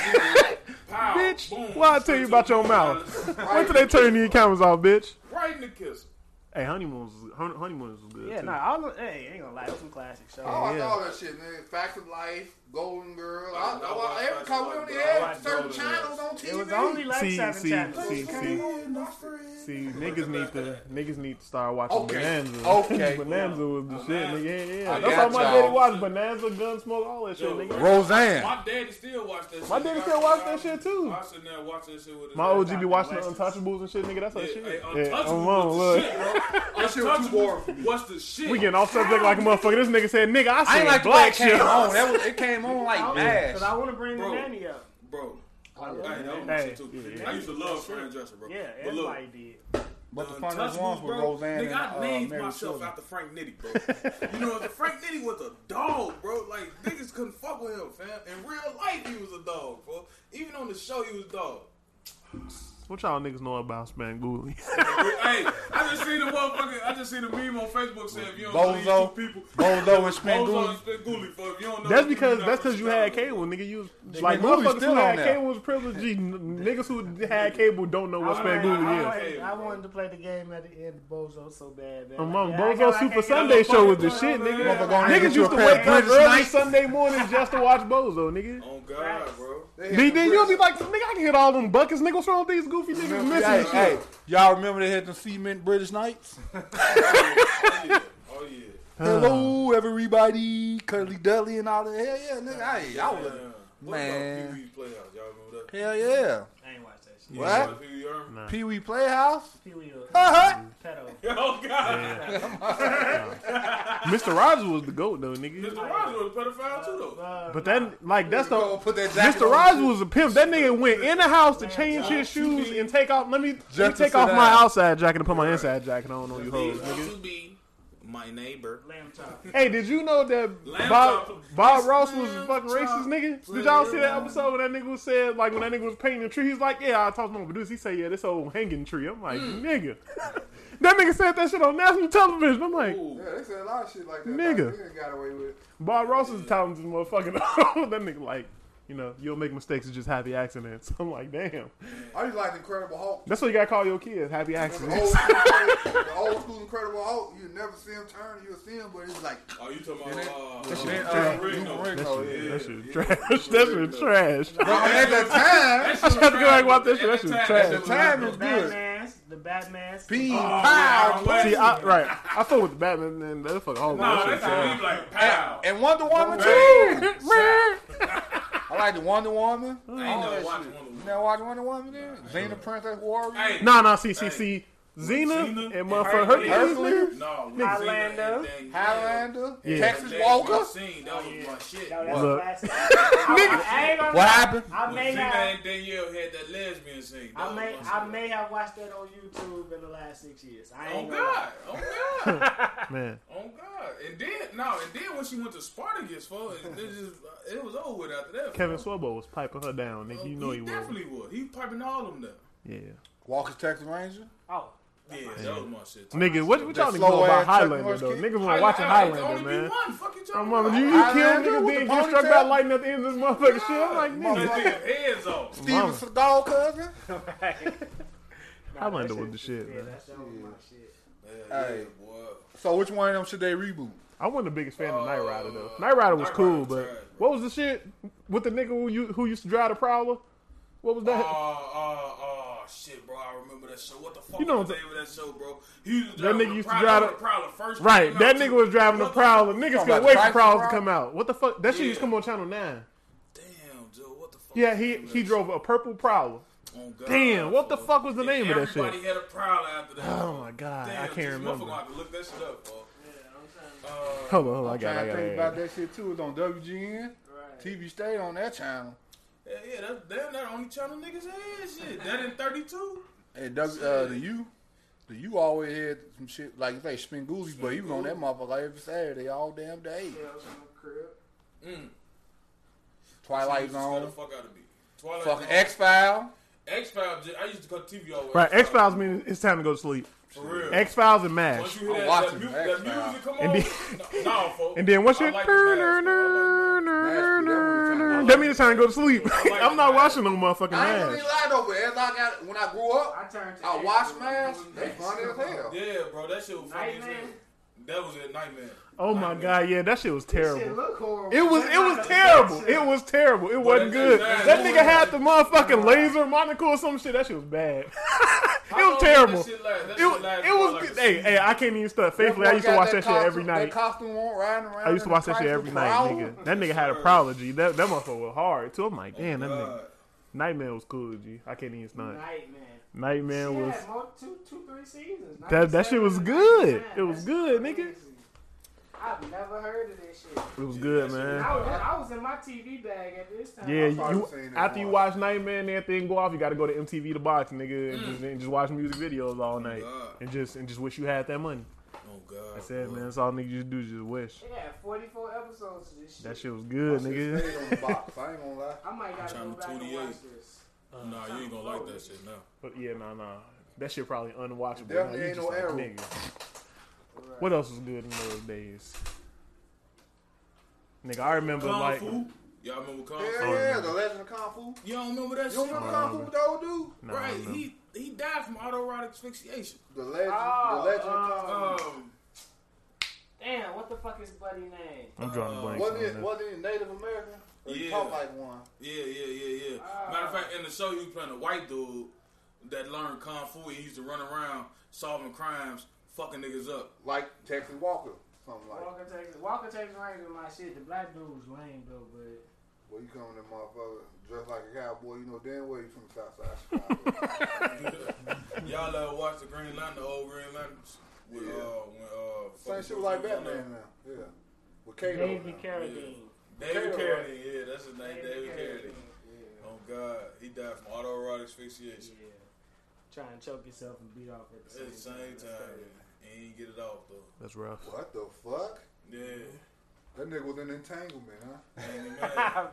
Speaker 6: Pow,
Speaker 5: bitch.
Speaker 6: boom,
Speaker 5: Why I tell
Speaker 6: straight
Speaker 5: you
Speaker 6: to
Speaker 5: about
Speaker 6: the
Speaker 5: your
Speaker 6: booty
Speaker 5: mouth?
Speaker 6: hole.
Speaker 5: Wait till they turn these cameras off, bitch.
Speaker 6: right in the kiss.
Speaker 5: Hey, honeymoons, Hon- honeymoons was good.
Speaker 3: Yeah,
Speaker 5: too.
Speaker 6: Oh,
Speaker 3: nah, all the, hey, ain't gonna lie, it was some classic shows.
Speaker 4: Oh, I watched
Speaker 5: Yeah.
Speaker 4: all that shit, man. Facts of life, Golden Girl.
Speaker 6: I-
Speaker 4: I,
Speaker 6: I watch-
Speaker 4: I, every
Speaker 6: I
Speaker 4: car we
Speaker 6: watch
Speaker 4: only
Speaker 6: Golden Girl. I
Speaker 4: had
Speaker 6: watch
Speaker 4: certain
Speaker 6: Golden
Speaker 4: channels
Speaker 6: Girl.
Speaker 4: on TV.
Speaker 7: It was only like
Speaker 5: See,
Speaker 7: seven
Speaker 5: see,
Speaker 7: channels.
Speaker 5: see, see, see, niggas need to niggas need to start watching
Speaker 4: Okay.
Speaker 5: Bonanza.
Speaker 4: Okay,
Speaker 5: Bonanza was the shit,
Speaker 6: Bonanza.
Speaker 5: nigga. Yeah, yeah.
Speaker 4: I
Speaker 5: That's
Speaker 4: got
Speaker 5: how my
Speaker 4: y'all.
Speaker 5: daddy watched Bonanza, Gunsmoke, all that shit,
Speaker 6: Yo,
Speaker 5: nigga.
Speaker 4: Roseanne.
Speaker 6: My daddy still watch that shit.
Speaker 5: My daddy
Speaker 6: I
Speaker 5: still
Speaker 6: sit
Speaker 5: watch
Speaker 6: down-
Speaker 5: that shit, too.
Speaker 6: I sit there and watch that shit with his
Speaker 5: My
Speaker 6: dad.
Speaker 5: OG be watching the
Speaker 7: Blessings.
Speaker 5: Untouchables and shit, nigga. That's our
Speaker 6: Yeah,
Speaker 5: shit.
Speaker 6: hey,
Speaker 5: Yeah,
Speaker 6: Untouchable
Speaker 5: I'm wrong,
Speaker 6: was the
Speaker 5: look.
Speaker 6: shit,
Speaker 4: shit
Speaker 6: bro.
Speaker 4: was too boring for
Speaker 6: Untouchable was the shit.
Speaker 5: We getting off subject like a motherfucker. This nigga said, nigga, I
Speaker 4: I
Speaker 5: seen
Speaker 4: ain't like the way
Speaker 5: black
Speaker 4: it came
Speaker 5: shit.
Speaker 4: on. That was, it came on like
Speaker 7: Because I
Speaker 4: mash.
Speaker 7: want to bring
Speaker 6: Bro.
Speaker 7: the nanny up.
Speaker 6: Bro. I,
Speaker 7: love
Speaker 6: hey, that was my
Speaker 5: Hey,
Speaker 6: shit too.
Speaker 5: yeah.
Speaker 6: I used to love Fran Dresser, bro.
Speaker 7: Yeah,
Speaker 6: but look,
Speaker 7: everybody did.
Speaker 4: But the
Speaker 6: Untouchables,
Speaker 4: funniest ones were
Speaker 6: Uh, bro.
Speaker 4: Roseanne
Speaker 6: Nigga, I
Speaker 4: and uh,
Speaker 6: named
Speaker 4: Mary
Speaker 6: myself
Speaker 4: Shelley.
Speaker 6: after Frank Nitty, bro. you know, Frank Nitty was a dog, bro. Like niggas couldn't fuck with him, fam. In real life, he was a dog, bro. Even on the show, he was a dog.
Speaker 5: What y'all niggas know about Spangoolie?
Speaker 6: hey, I just seen the motherfucker. I just seen the meme on Facebook saying if you don't know
Speaker 4: Bozo,
Speaker 6: these two people,
Speaker 4: Bozo and
Speaker 6: Bozo and
Speaker 4: Spangoolie.
Speaker 6: Spangoolie, for if you don't know,
Speaker 5: That's
Speaker 6: these
Speaker 5: because
Speaker 6: people,
Speaker 5: that's
Speaker 6: not
Speaker 5: because you
Speaker 6: from
Speaker 5: had
Speaker 6: Chicago.
Speaker 5: cable, nigga. You was like
Speaker 4: Spangoolie
Speaker 5: motherfuckers who
Speaker 4: still on
Speaker 5: had
Speaker 4: there.
Speaker 5: cable was privileged. Gee, n- niggas who had cable don't know what
Speaker 7: I wanted- I,
Speaker 5: Spangoolie is.
Speaker 7: wanted, I wanted to play the game at the end of Bozo so bad, man.
Speaker 5: Among
Speaker 7: Yeah, I
Speaker 5: Bozo
Speaker 7: can't- I
Speaker 5: Super
Speaker 7: can't get
Speaker 5: Sunday
Speaker 7: no
Speaker 5: show was the
Speaker 7: fucking
Speaker 5: shit,
Speaker 7: money.
Speaker 5: nigga.
Speaker 4: Motherfucker, gonna
Speaker 5: Niggas
Speaker 4: get you
Speaker 5: used to
Speaker 4: a pair of
Speaker 5: wake up
Speaker 4: British
Speaker 5: early
Speaker 4: Knights.
Speaker 5: Sunday mornings just to watch Bozo, nigga.
Speaker 6: Oh God, bro.
Speaker 5: Then then you'll be like, nigga, I can hit all them buckets. Nigga, what's wrong with these goofy niggas missing?
Speaker 4: Hey,
Speaker 5: shit?
Speaker 4: hey, y'all remember they had the cement British Knights?
Speaker 6: Oh yeah. Oh yeah.
Speaker 4: Hello, everybody, Curly Dudley and all that. Hell yeah, nigga. Hey, I was,
Speaker 6: Yeah. What
Speaker 4: Man.
Speaker 6: about Pee Wee Playhouse? Y'all remember that?
Speaker 4: hell yeah.
Speaker 7: I ain't watched that shit.
Speaker 4: What?
Speaker 6: Y'all remember Pee Wee Herman?
Speaker 4: Pee Wee Playhouse?
Speaker 7: Pee Wee was a
Speaker 4: Uh-huh.
Speaker 7: pedo.
Speaker 6: Oh God.
Speaker 5: Mr. Rogers was the goat though, nigga.
Speaker 6: Mr. Rogers was a pedophile too, though.
Speaker 7: Uh,
Speaker 5: But that, like, that's
Speaker 4: Go
Speaker 5: the
Speaker 4: put that jacket
Speaker 5: Mr.
Speaker 4: on.
Speaker 5: Rogers was a pimp. That nigga went in the house to change his shoes and take off. Let me, let me
Speaker 4: Just to
Speaker 5: take off
Speaker 4: sit
Speaker 5: my
Speaker 4: down.
Speaker 5: outside jacket and put my inside jacket on on you hoes, nigga.
Speaker 6: to be my neighbor.
Speaker 7: lamb chop.
Speaker 5: Hey, did you know that
Speaker 6: Lamb
Speaker 5: Bob,
Speaker 6: chop.
Speaker 5: Bob Ross
Speaker 6: Lamb
Speaker 5: was a fucking
Speaker 6: chop.
Speaker 5: racist, nigga? Did y'all see that episode when that nigga was said, like, when that nigga was painting a tree? He's like, yeah, I talked to my producer. He said, yeah, this old hanging tree. I'm like, nigga. that nigga said that shit on national television. I'm like,
Speaker 6: Ooh.
Speaker 4: Yeah, they said a lot of shit like that.
Speaker 5: Nigga.
Speaker 4: They got away with it.
Speaker 5: Bob Ross is a talented motherfucker. that nigga, like, you know, you'll make mistakes, it's just happy accidents. I'm like, damn.
Speaker 4: I just like the Incredible Hulk.
Speaker 5: That's what you gotta call your kids, happy
Speaker 4: The old,
Speaker 5: accidents.
Speaker 4: school, the old school Incredible Hulk, you never see him turn, you'll see him, but it's like.
Speaker 6: Oh, you talking about? Uh,
Speaker 4: That shit
Speaker 6: uh,
Speaker 4: ain't
Speaker 6: Reno.
Speaker 4: trash. Lou Ferrigno, yeah.
Speaker 5: That shit trash. That shit trash.
Speaker 4: Bro, at that time,
Speaker 6: I
Speaker 5: should have to go back and watch that shit. That shit trash.
Speaker 4: the time is good.
Speaker 7: Batman's, the Batman's.
Speaker 4: Bean,
Speaker 6: Pow.
Speaker 4: pow,
Speaker 5: See, I, right. I fuck with the Batman and that fucking whole
Speaker 6: No,
Speaker 5: that shit
Speaker 6: that's how we like pow.
Speaker 4: and Wonder Woman too.
Speaker 5: trash.
Speaker 4: I like the Wonder Woman.
Speaker 6: I ain't never watched one of
Speaker 4: You
Speaker 6: them.
Speaker 4: never watch Wonder Woman then? Xena Princess Warrior?
Speaker 6: Hey,
Speaker 5: No, no, see, see, see. Xena
Speaker 6: Xena
Speaker 5: and
Speaker 6: Her-
Speaker 5: motherfucker Hercules,
Speaker 4: Hercules?
Speaker 5: nigga.
Speaker 6: No, with
Speaker 7: Highlander. Oh,
Speaker 6: Xena and Danielle.
Speaker 4: Highlander?
Speaker 5: Yeah.
Speaker 4: Texas
Speaker 6: That's my
Speaker 4: Walker?
Speaker 6: scene. That was my shit.
Speaker 7: That
Speaker 6: When
Speaker 7: was
Speaker 5: Look.
Speaker 7: classic. I, I ain't gonna
Speaker 4: What
Speaker 7: lie.
Speaker 4: happened?
Speaker 7: I may
Speaker 6: Xena
Speaker 7: have.
Speaker 6: and Danielle had that lesbian scene. that
Speaker 7: I
Speaker 6: was
Speaker 7: may,
Speaker 6: my
Speaker 7: I
Speaker 6: shit.
Speaker 7: may have watched that on YouTube in the last six years. I
Speaker 6: Oh
Speaker 7: ain't gonna lie.
Speaker 6: God! Oh God!
Speaker 5: Man,
Speaker 6: Oh God! And then no, and then when she went to Spartacus, for it, it just it was over with after that.
Speaker 5: Kevin
Speaker 6: fo.
Speaker 5: Sorbo was piping her down, nigga. You know
Speaker 6: Oh, he
Speaker 5: he was.
Speaker 6: definitely would. He piping all of them down.
Speaker 5: Yeah.
Speaker 4: Walker's Texas Ranger?
Speaker 7: Oh,
Speaker 6: Yeah, that was my shit.
Speaker 5: Nigga, what, what
Speaker 4: That
Speaker 5: y'all niggas
Speaker 4: slow
Speaker 5: know about
Speaker 4: ass Chuck
Speaker 5: Highlander,
Speaker 4: Norris
Speaker 5: though?
Speaker 4: kid?
Speaker 5: Niggas want watching Highlander, man.
Speaker 6: One. Fuck you
Speaker 5: I'm
Speaker 6: talking
Speaker 5: like,
Speaker 6: about.
Speaker 5: you, you kill
Speaker 4: Highlander
Speaker 5: niggas,
Speaker 4: with
Speaker 5: then
Speaker 4: the
Speaker 5: get struck by
Speaker 4: ponytail?
Speaker 5: lightning at the end of this motherfucking shit. I'm like,
Speaker 6: That
Speaker 5: nigga.
Speaker 6: nigga heads off.
Speaker 4: Steven
Speaker 5: Mama.
Speaker 4: Seagal cousin?
Speaker 5: Highlander was the shit,
Speaker 7: yeah,
Speaker 5: man.
Speaker 7: that's that was my shit.
Speaker 6: Yeah,
Speaker 4: Hey.
Speaker 6: yeah, boy.
Speaker 4: So which one of them should they reboot?
Speaker 5: I wasn't the biggest fan of Night Rider, though.
Speaker 6: Uh,
Speaker 5: Night Rider was
Speaker 6: Knight
Speaker 5: cool,
Speaker 6: Rider
Speaker 5: but
Speaker 6: trash, bro.
Speaker 5: what was the shit with the nigga who, you, who used to drive the Prowler? What was
Speaker 6: Oh,
Speaker 5: that?
Speaker 6: oh, oh, shit, bro! I remember that show. What the fuck?
Speaker 5: You know
Speaker 6: was the
Speaker 5: what
Speaker 6: name of that show, bro? He used to
Speaker 5: That
Speaker 6: drive
Speaker 5: nigga
Speaker 6: the
Speaker 5: used to
Speaker 6: Prowler-
Speaker 5: drive
Speaker 6: the
Speaker 5: the-
Speaker 6: Prowler first.
Speaker 5: Right,
Speaker 6: came
Speaker 5: that
Speaker 6: out,
Speaker 5: nigga
Speaker 6: too.
Speaker 5: was driving the
Speaker 6: What
Speaker 5: Prowler. Niggas
Speaker 4: Talking
Speaker 5: could
Speaker 4: about
Speaker 5: wait for
Speaker 4: Driving
Speaker 5: Prowler to
Speaker 4: Prowler?
Speaker 5: come out. What the fuck? That shit
Speaker 6: Yeah.
Speaker 5: used to come on Channel 9.
Speaker 6: Damn, Joe, what the fuck?
Speaker 5: Yeah,
Speaker 6: was the
Speaker 5: he
Speaker 6: name of
Speaker 5: he
Speaker 6: that
Speaker 5: drove a purple Prowler.
Speaker 6: Oh, God,
Speaker 5: Damn, what the
Speaker 6: fool.
Speaker 5: fuck was the
Speaker 6: And
Speaker 5: name of that shit?
Speaker 6: Everybody had a prowler after that.
Speaker 5: Oh my god,
Speaker 6: Damn,
Speaker 5: I
Speaker 6: this
Speaker 5: can't
Speaker 6: Motherfucker,
Speaker 5: remember.
Speaker 6: gonna have to look that shit up, fool.
Speaker 5: Hold on, hold on, Oh, I
Speaker 4: I'm
Speaker 5: got, it,
Speaker 4: trying to
Speaker 5: I got,
Speaker 4: think
Speaker 5: it,
Speaker 4: about
Speaker 5: I got. it.
Speaker 4: that shit too. It's on WGN.
Speaker 7: Right.
Speaker 4: TV stayed on that channel.
Speaker 6: Yeah, yeah, that's damn that only channel niggas had shit. That in 32?
Speaker 4: And w, uh, the U, the U always had some shit like you say Spingoozie's, but he was on that motherfucker every Saturday all damn day.
Speaker 7: Tales from the Crib.
Speaker 6: I
Speaker 4: Twilight
Speaker 6: used to scare the
Speaker 4: Zone,
Speaker 6: fuck out of me. Twilight
Speaker 4: fucking X File.
Speaker 6: X Files, I used to cut TV all the way.
Speaker 5: Right, X Files means it's time to go to sleep.
Speaker 6: For real.
Speaker 5: X Files and
Speaker 6: Once
Speaker 5: Mash.
Speaker 6: you hear
Speaker 4: I'm
Speaker 6: that,
Speaker 4: watching
Speaker 6: that, mu-
Speaker 4: X-Files.
Speaker 6: that music come on.
Speaker 5: And
Speaker 6: no, nah, fool.
Speaker 5: And then once you
Speaker 6: I like this mask, though.
Speaker 5: that means it's time to go to sleep. I'm not watching no motherfucking
Speaker 4: I ain't gonna
Speaker 5: Mash.
Speaker 4: even lie though, but as I got when I grew up,
Speaker 7: I turned to
Speaker 4: I
Speaker 7: X
Speaker 4: watched
Speaker 7: when I
Speaker 4: Mash.
Speaker 7: was-
Speaker 4: They funny as
Speaker 6: I
Speaker 4: hell.
Speaker 6: like that. Yeah, bro, that shit was funny as hell.
Speaker 7: Nightman.
Speaker 6: That was at Nightmare.
Speaker 5: Oh my god, yeah, that shit was
Speaker 7: Shit
Speaker 5: terrible.
Speaker 7: look horrible.
Speaker 5: It was it was terrible. It was terrible. It wasn't
Speaker 6: that's
Speaker 5: good.
Speaker 6: bad.
Speaker 5: That nigga had
Speaker 6: That's
Speaker 5: the motherfucking laser monocle or some shit. That shit was bad. It was terrible.
Speaker 6: That shit last? That
Speaker 5: It was,
Speaker 6: shit last
Speaker 5: it
Speaker 6: for
Speaker 5: was
Speaker 6: like
Speaker 5: good.
Speaker 6: a
Speaker 5: hey
Speaker 6: season.
Speaker 5: hey I can't even stuff. Faithfully, I
Speaker 4: That
Speaker 5: used to
Speaker 4: boy
Speaker 5: watch that
Speaker 4: got
Speaker 5: shit every
Speaker 4: costume-
Speaker 5: night.
Speaker 4: That costume on riding around.
Speaker 5: I used to
Speaker 4: in
Speaker 5: watch
Speaker 4: the
Speaker 5: that shit
Speaker 4: Chrysler
Speaker 5: every night,
Speaker 4: Prowler.
Speaker 5: nigga. That nigga had a prology. That that motherfucker was hard too. I'm like, damn, that nigga.
Speaker 6: Oh, God.
Speaker 5: Nightmare was cool, G. I can't even stunt.
Speaker 7: Nightmare.
Speaker 5: Nightmare
Speaker 7: She
Speaker 5: was
Speaker 7: had more- two, two, three seasons.
Speaker 5: that that shit was
Speaker 7: 97,
Speaker 5: good.
Speaker 7: 99.
Speaker 5: It was
Speaker 7: That's
Speaker 5: good, nigga.
Speaker 7: crazy. I've never heard of this shit.
Speaker 5: It was good,
Speaker 7: I
Speaker 5: man.
Speaker 7: was, I was in my TV bag at this time.
Speaker 5: Yeah,
Speaker 4: probably
Speaker 5: you
Speaker 4: seen it
Speaker 5: after you
Speaker 4: once.
Speaker 5: watch Nightmare and everything go off, you got to go to MTV to box, nigga, and, just, and just watch music videos all night,
Speaker 6: Mm. God.
Speaker 5: and just and just wish you had that money.
Speaker 6: Oh God.
Speaker 5: That's it,
Speaker 6: boy.
Speaker 5: man. That's all niggas just do, is just wish.
Speaker 7: They had 44 episodes of this shit.
Speaker 5: That shit was good,
Speaker 4: It
Speaker 5: nigga.
Speaker 4: stayed on the box. I ain't gonna lie.
Speaker 7: I might gotta go
Speaker 6: Channel
Speaker 7: back and
Speaker 6: 28.
Speaker 7: watch this.
Speaker 6: Nah, you ain't gonna like that shit now.
Speaker 5: But yeah, nah, nah. That shit probably unwatchable.
Speaker 4: There
Speaker 5: Now, you
Speaker 4: ain't
Speaker 5: just
Speaker 4: no
Speaker 5: like,
Speaker 4: arrow.
Speaker 5: nigga. What else was good in those days? Nigga, I remember
Speaker 6: Kung
Speaker 5: like
Speaker 6: Fu. Y'all remember Kung Fu?
Speaker 4: Hell yeah, the legend of Kung Fu.
Speaker 6: You don't remember that
Speaker 4: You
Speaker 6: shit?
Speaker 4: don't remember Kung Fu with the old dude?
Speaker 5: Nah, I
Speaker 6: right.
Speaker 5: don't know.
Speaker 6: He he died from autoerotic asphyxiation.
Speaker 4: The legend,
Speaker 7: Oh,
Speaker 4: the legend of Kung Fu.
Speaker 6: Um,
Speaker 7: Damn, what the fuck is buddy name?
Speaker 5: I'm drawing
Speaker 6: uh,
Speaker 5: blanks. on
Speaker 4: wasn't it?
Speaker 5: that.
Speaker 4: Wasn't it Native American? Or He
Speaker 6: Yeah.
Speaker 4: talked like one.
Speaker 6: yeah, yeah, yeah, yeah. Matter of fact, in the show, he was playing a white dude that learned kung fu. He used to run around solving crimes, fucking niggas up.
Speaker 4: Like Texas Walker, something like.
Speaker 7: Walker Texas. Walker Texas Ranger, my shit. The black dude was lame though, but
Speaker 4: Well, you coming to motherfucker dressed like a cowboy, you know damn well you from the South Side of Chicago.
Speaker 6: Y'all uh, watch the Green Lantern, the old Green Lantern. With,
Speaker 4: Yeah.
Speaker 6: uh, when, uh,
Speaker 4: Same
Speaker 6: fucking-
Speaker 4: shit like Batman now. Yeah. With Kato.
Speaker 7: David
Speaker 4: now.
Speaker 7: Carradine.
Speaker 6: David
Speaker 4: Carradine.
Speaker 6: Carradine, yeah, that's his name,
Speaker 7: David
Speaker 6: David Carradine.
Speaker 7: Yeah.
Speaker 6: Oh God, he died from autoerotic asphyxiation.
Speaker 7: yeah. Try and choke yourself and beat off at the same,
Speaker 6: At the same time,
Speaker 7: That's crazy.
Speaker 6: yeah. and he didn't get it off though.
Speaker 5: That's rough.
Speaker 4: What the fuck?
Speaker 6: Yeah,
Speaker 4: That nigga was an entanglement, huh?
Speaker 6: and he mad.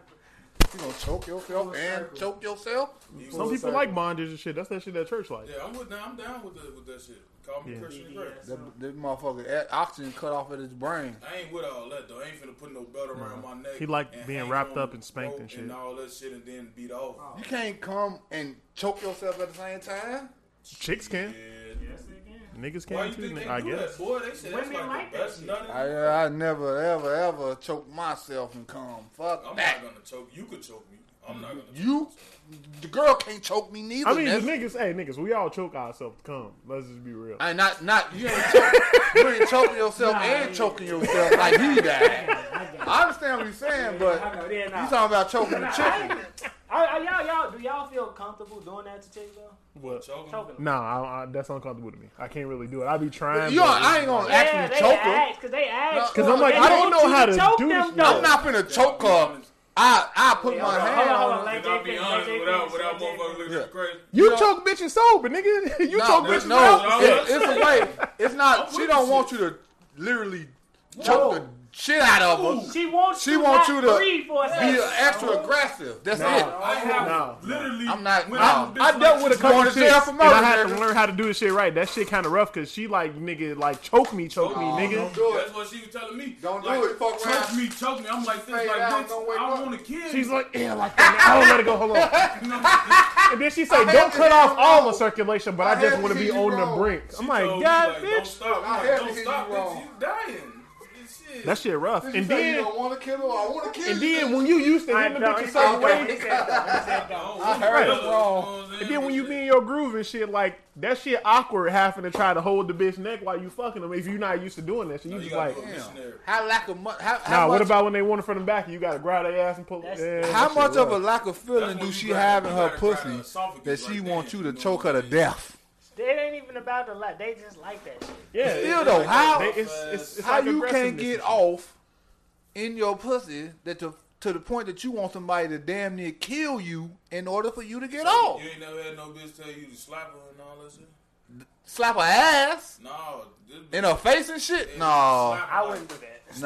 Speaker 4: You gonna choke yourself and choke yourself?
Speaker 6: He
Speaker 5: Some
Speaker 6: was-
Speaker 5: people like bondage and shit. That's that shit that church like.
Speaker 6: Yeah, I'm with that. I'm down with that with that shit. Call me
Speaker 5: Yeah.
Speaker 6: Christian
Speaker 7: Yeah,
Speaker 6: Grey.
Speaker 7: that's
Speaker 4: That,
Speaker 7: something.
Speaker 4: that motherfucker had oxygen cut off at his brain.
Speaker 6: I ain't with all that though. I ain't finna put no belt around my neck.
Speaker 5: He like
Speaker 6: and
Speaker 5: being
Speaker 6: hang
Speaker 5: wrapped
Speaker 6: on
Speaker 5: up and spanked
Speaker 6: rope
Speaker 5: and shit.
Speaker 6: and all that shit, and then beat off.
Speaker 4: You can't come and choke yourself at the same time.
Speaker 5: Chicks
Speaker 6: Yeah.
Speaker 5: can,
Speaker 7: Yes, they can.
Speaker 5: niggas
Speaker 6: Why
Speaker 5: can
Speaker 6: you
Speaker 5: too.
Speaker 6: think they
Speaker 5: nigga. I
Speaker 6: do
Speaker 5: guess.
Speaker 6: that, boy? They said that's
Speaker 7: Women
Speaker 6: like,
Speaker 7: like
Speaker 6: the
Speaker 7: that
Speaker 6: best
Speaker 7: shit.
Speaker 6: nutting-
Speaker 4: I, I never, ever, ever choke myself and come. Fuck
Speaker 6: I'm
Speaker 4: that.
Speaker 6: not gonna choke. You could choke me. I'm not gonna.
Speaker 4: You, the girl can't choke me neither.
Speaker 5: I mean, the
Speaker 4: nigga.
Speaker 5: niggas, hey, niggas, we all choke ourselves to come. Let's just be real.
Speaker 4: I not not you ain't choke, you ain't choking yourself and choking yourself like he died. I understand what you're saying, but
Speaker 7: I know, they're
Speaker 4: you
Speaker 7: not.
Speaker 4: talking about choking the chicken.
Speaker 7: I, I, y'all, y'all, do y'all feel comfortable doing that to chicks though?
Speaker 5: What?
Speaker 6: Choking.
Speaker 7: Choking them.
Speaker 5: Nah, I, I, that's uncomfortable to me. I can't really do it. I be trying.
Speaker 4: You know, I ain't gonna
Speaker 7: Yeah,
Speaker 4: actually
Speaker 7: they
Speaker 4: choke her.
Speaker 7: ask, cause they ask.
Speaker 5: Because
Speaker 4: No,
Speaker 5: I'm like,
Speaker 7: They
Speaker 5: I don't
Speaker 7: want
Speaker 5: know
Speaker 7: you
Speaker 5: how
Speaker 7: to
Speaker 5: to
Speaker 7: choke
Speaker 5: do
Speaker 7: them,
Speaker 5: this.
Speaker 7: though.
Speaker 4: I'm not finna choke her. I I put my
Speaker 7: Hold on, hold
Speaker 4: hand
Speaker 7: on,
Speaker 4: on her.
Speaker 7: let
Speaker 6: Did I
Speaker 7: Jay
Speaker 6: be
Speaker 7: finish, let
Speaker 6: honest
Speaker 7: Jay
Speaker 6: without
Speaker 7: finish,
Speaker 6: without
Speaker 7: let Jay
Speaker 6: motherfuckers looking
Speaker 4: finish.
Speaker 6: crazy?
Speaker 5: You
Speaker 4: No.
Speaker 5: choke bitches sober, nigga. You
Speaker 4: No,
Speaker 5: choke
Speaker 4: but
Speaker 5: bitches
Speaker 4: no,
Speaker 5: sober.
Speaker 6: sober.
Speaker 4: it- it's a way. It's not.
Speaker 6: I'm
Speaker 4: She
Speaker 6: with
Speaker 4: don't
Speaker 6: you.
Speaker 4: want you to literally choke the shit out of her.
Speaker 7: She wants
Speaker 4: She
Speaker 7: you
Speaker 4: wants
Speaker 7: not
Speaker 4: you to
Speaker 7: breathe for a
Speaker 4: Be
Speaker 7: second.
Speaker 4: extra aggressive. That's it.
Speaker 6: I have
Speaker 5: No.
Speaker 6: literally.
Speaker 4: I'm not-
Speaker 6: when
Speaker 4: no.
Speaker 6: I'm
Speaker 4: I
Speaker 5: I dealt with a
Speaker 4: You
Speaker 5: couple
Speaker 4: going
Speaker 5: of
Speaker 4: to jail
Speaker 5: chicks,
Speaker 4: for
Speaker 5: and
Speaker 4: murder,
Speaker 5: I had to
Speaker 4: nigga.
Speaker 5: learn how to do this shit right. That shit kind of rough because she like nigga like choke me, choke
Speaker 6: Oh,
Speaker 5: me, nigga.
Speaker 4: Don't do it.
Speaker 6: That's what she was telling me.
Speaker 4: Don't do
Speaker 6: like,
Speaker 4: it, fuck
Speaker 6: Touch
Speaker 4: around.
Speaker 6: me, choke me. I'm like this,
Speaker 4: Fade
Speaker 6: like
Speaker 4: out,
Speaker 6: bitch.
Speaker 4: don't wake
Speaker 6: I
Speaker 4: up.
Speaker 6: want to kill
Speaker 5: She's
Speaker 6: you.
Speaker 5: like, yeah, like that. I don't let it go. Hold on. And then she said, don't cut off all the circulation, but I just want to be on the brink. I'm
Speaker 6: She
Speaker 5: like,
Speaker 6: told me,
Speaker 5: God,
Speaker 6: like, Don't
Speaker 5: bitch.
Speaker 6: stop. I'm
Speaker 4: I
Speaker 6: like,
Speaker 4: had to
Speaker 6: don't
Speaker 4: hit
Speaker 6: stop,
Speaker 4: you
Speaker 6: bitch.
Speaker 4: wrong.
Speaker 6: You dying. Shit.
Speaker 5: That shit rough.
Speaker 4: You
Speaker 5: And
Speaker 4: say you
Speaker 5: then,
Speaker 4: don't want to kill her. I want to kill
Speaker 5: and
Speaker 4: you.
Speaker 5: then when you used to
Speaker 7: I
Speaker 5: hitting the
Speaker 7: know,
Speaker 5: bitch
Speaker 7: he
Speaker 5: a
Speaker 7: said
Speaker 5: certain
Speaker 7: no, he
Speaker 5: way,
Speaker 7: said no, he said no.
Speaker 6: I
Speaker 4: heard it wrong.
Speaker 5: and then when you be in your groove and shit, like that shit awkward having to try to hold the bitch neck while you fucking them if you're not used to doing that shit. You
Speaker 6: you
Speaker 5: just
Speaker 6: gotta
Speaker 5: like,
Speaker 6: go missionary.
Speaker 4: How lack of mu- how, how
Speaker 5: nah.
Speaker 4: much
Speaker 5: What about when they want it from the back? and You gotta grab their ass and pull.
Speaker 7: That's-
Speaker 5: Yeah, that
Speaker 4: How
Speaker 5: shit
Speaker 4: much of
Speaker 5: rough.
Speaker 4: a lack of feeling
Speaker 6: That's when
Speaker 4: do
Speaker 6: you
Speaker 4: she
Speaker 6: gotta-
Speaker 4: have in
Speaker 6: you
Speaker 4: her
Speaker 6: gotta try
Speaker 4: pussy
Speaker 6: to esophagus
Speaker 4: that she
Speaker 6: right
Speaker 4: wants
Speaker 6: then,
Speaker 4: you to
Speaker 6: you know
Speaker 4: choke
Speaker 6: what
Speaker 4: her to
Speaker 6: I'm
Speaker 4: death?
Speaker 7: It ain't even about the lot. They just like that shit.
Speaker 5: Yeah,
Speaker 4: Still
Speaker 5: it-
Speaker 4: though, how
Speaker 5: they- it's, it's, it's
Speaker 4: how
Speaker 5: like
Speaker 4: you can't
Speaker 5: aggressiveness.
Speaker 4: get off in your pussy that to to the point that you want somebody to damn near kill you in order for you to get off?
Speaker 6: You ain't never had no bitch tell you to slap her and all that shit.
Speaker 4: Slap her ass
Speaker 6: No, this
Speaker 4: in
Speaker 6: bitch
Speaker 4: her face and shit? No,
Speaker 6: slap her
Speaker 7: I
Speaker 6: like-
Speaker 7: wouldn't do that.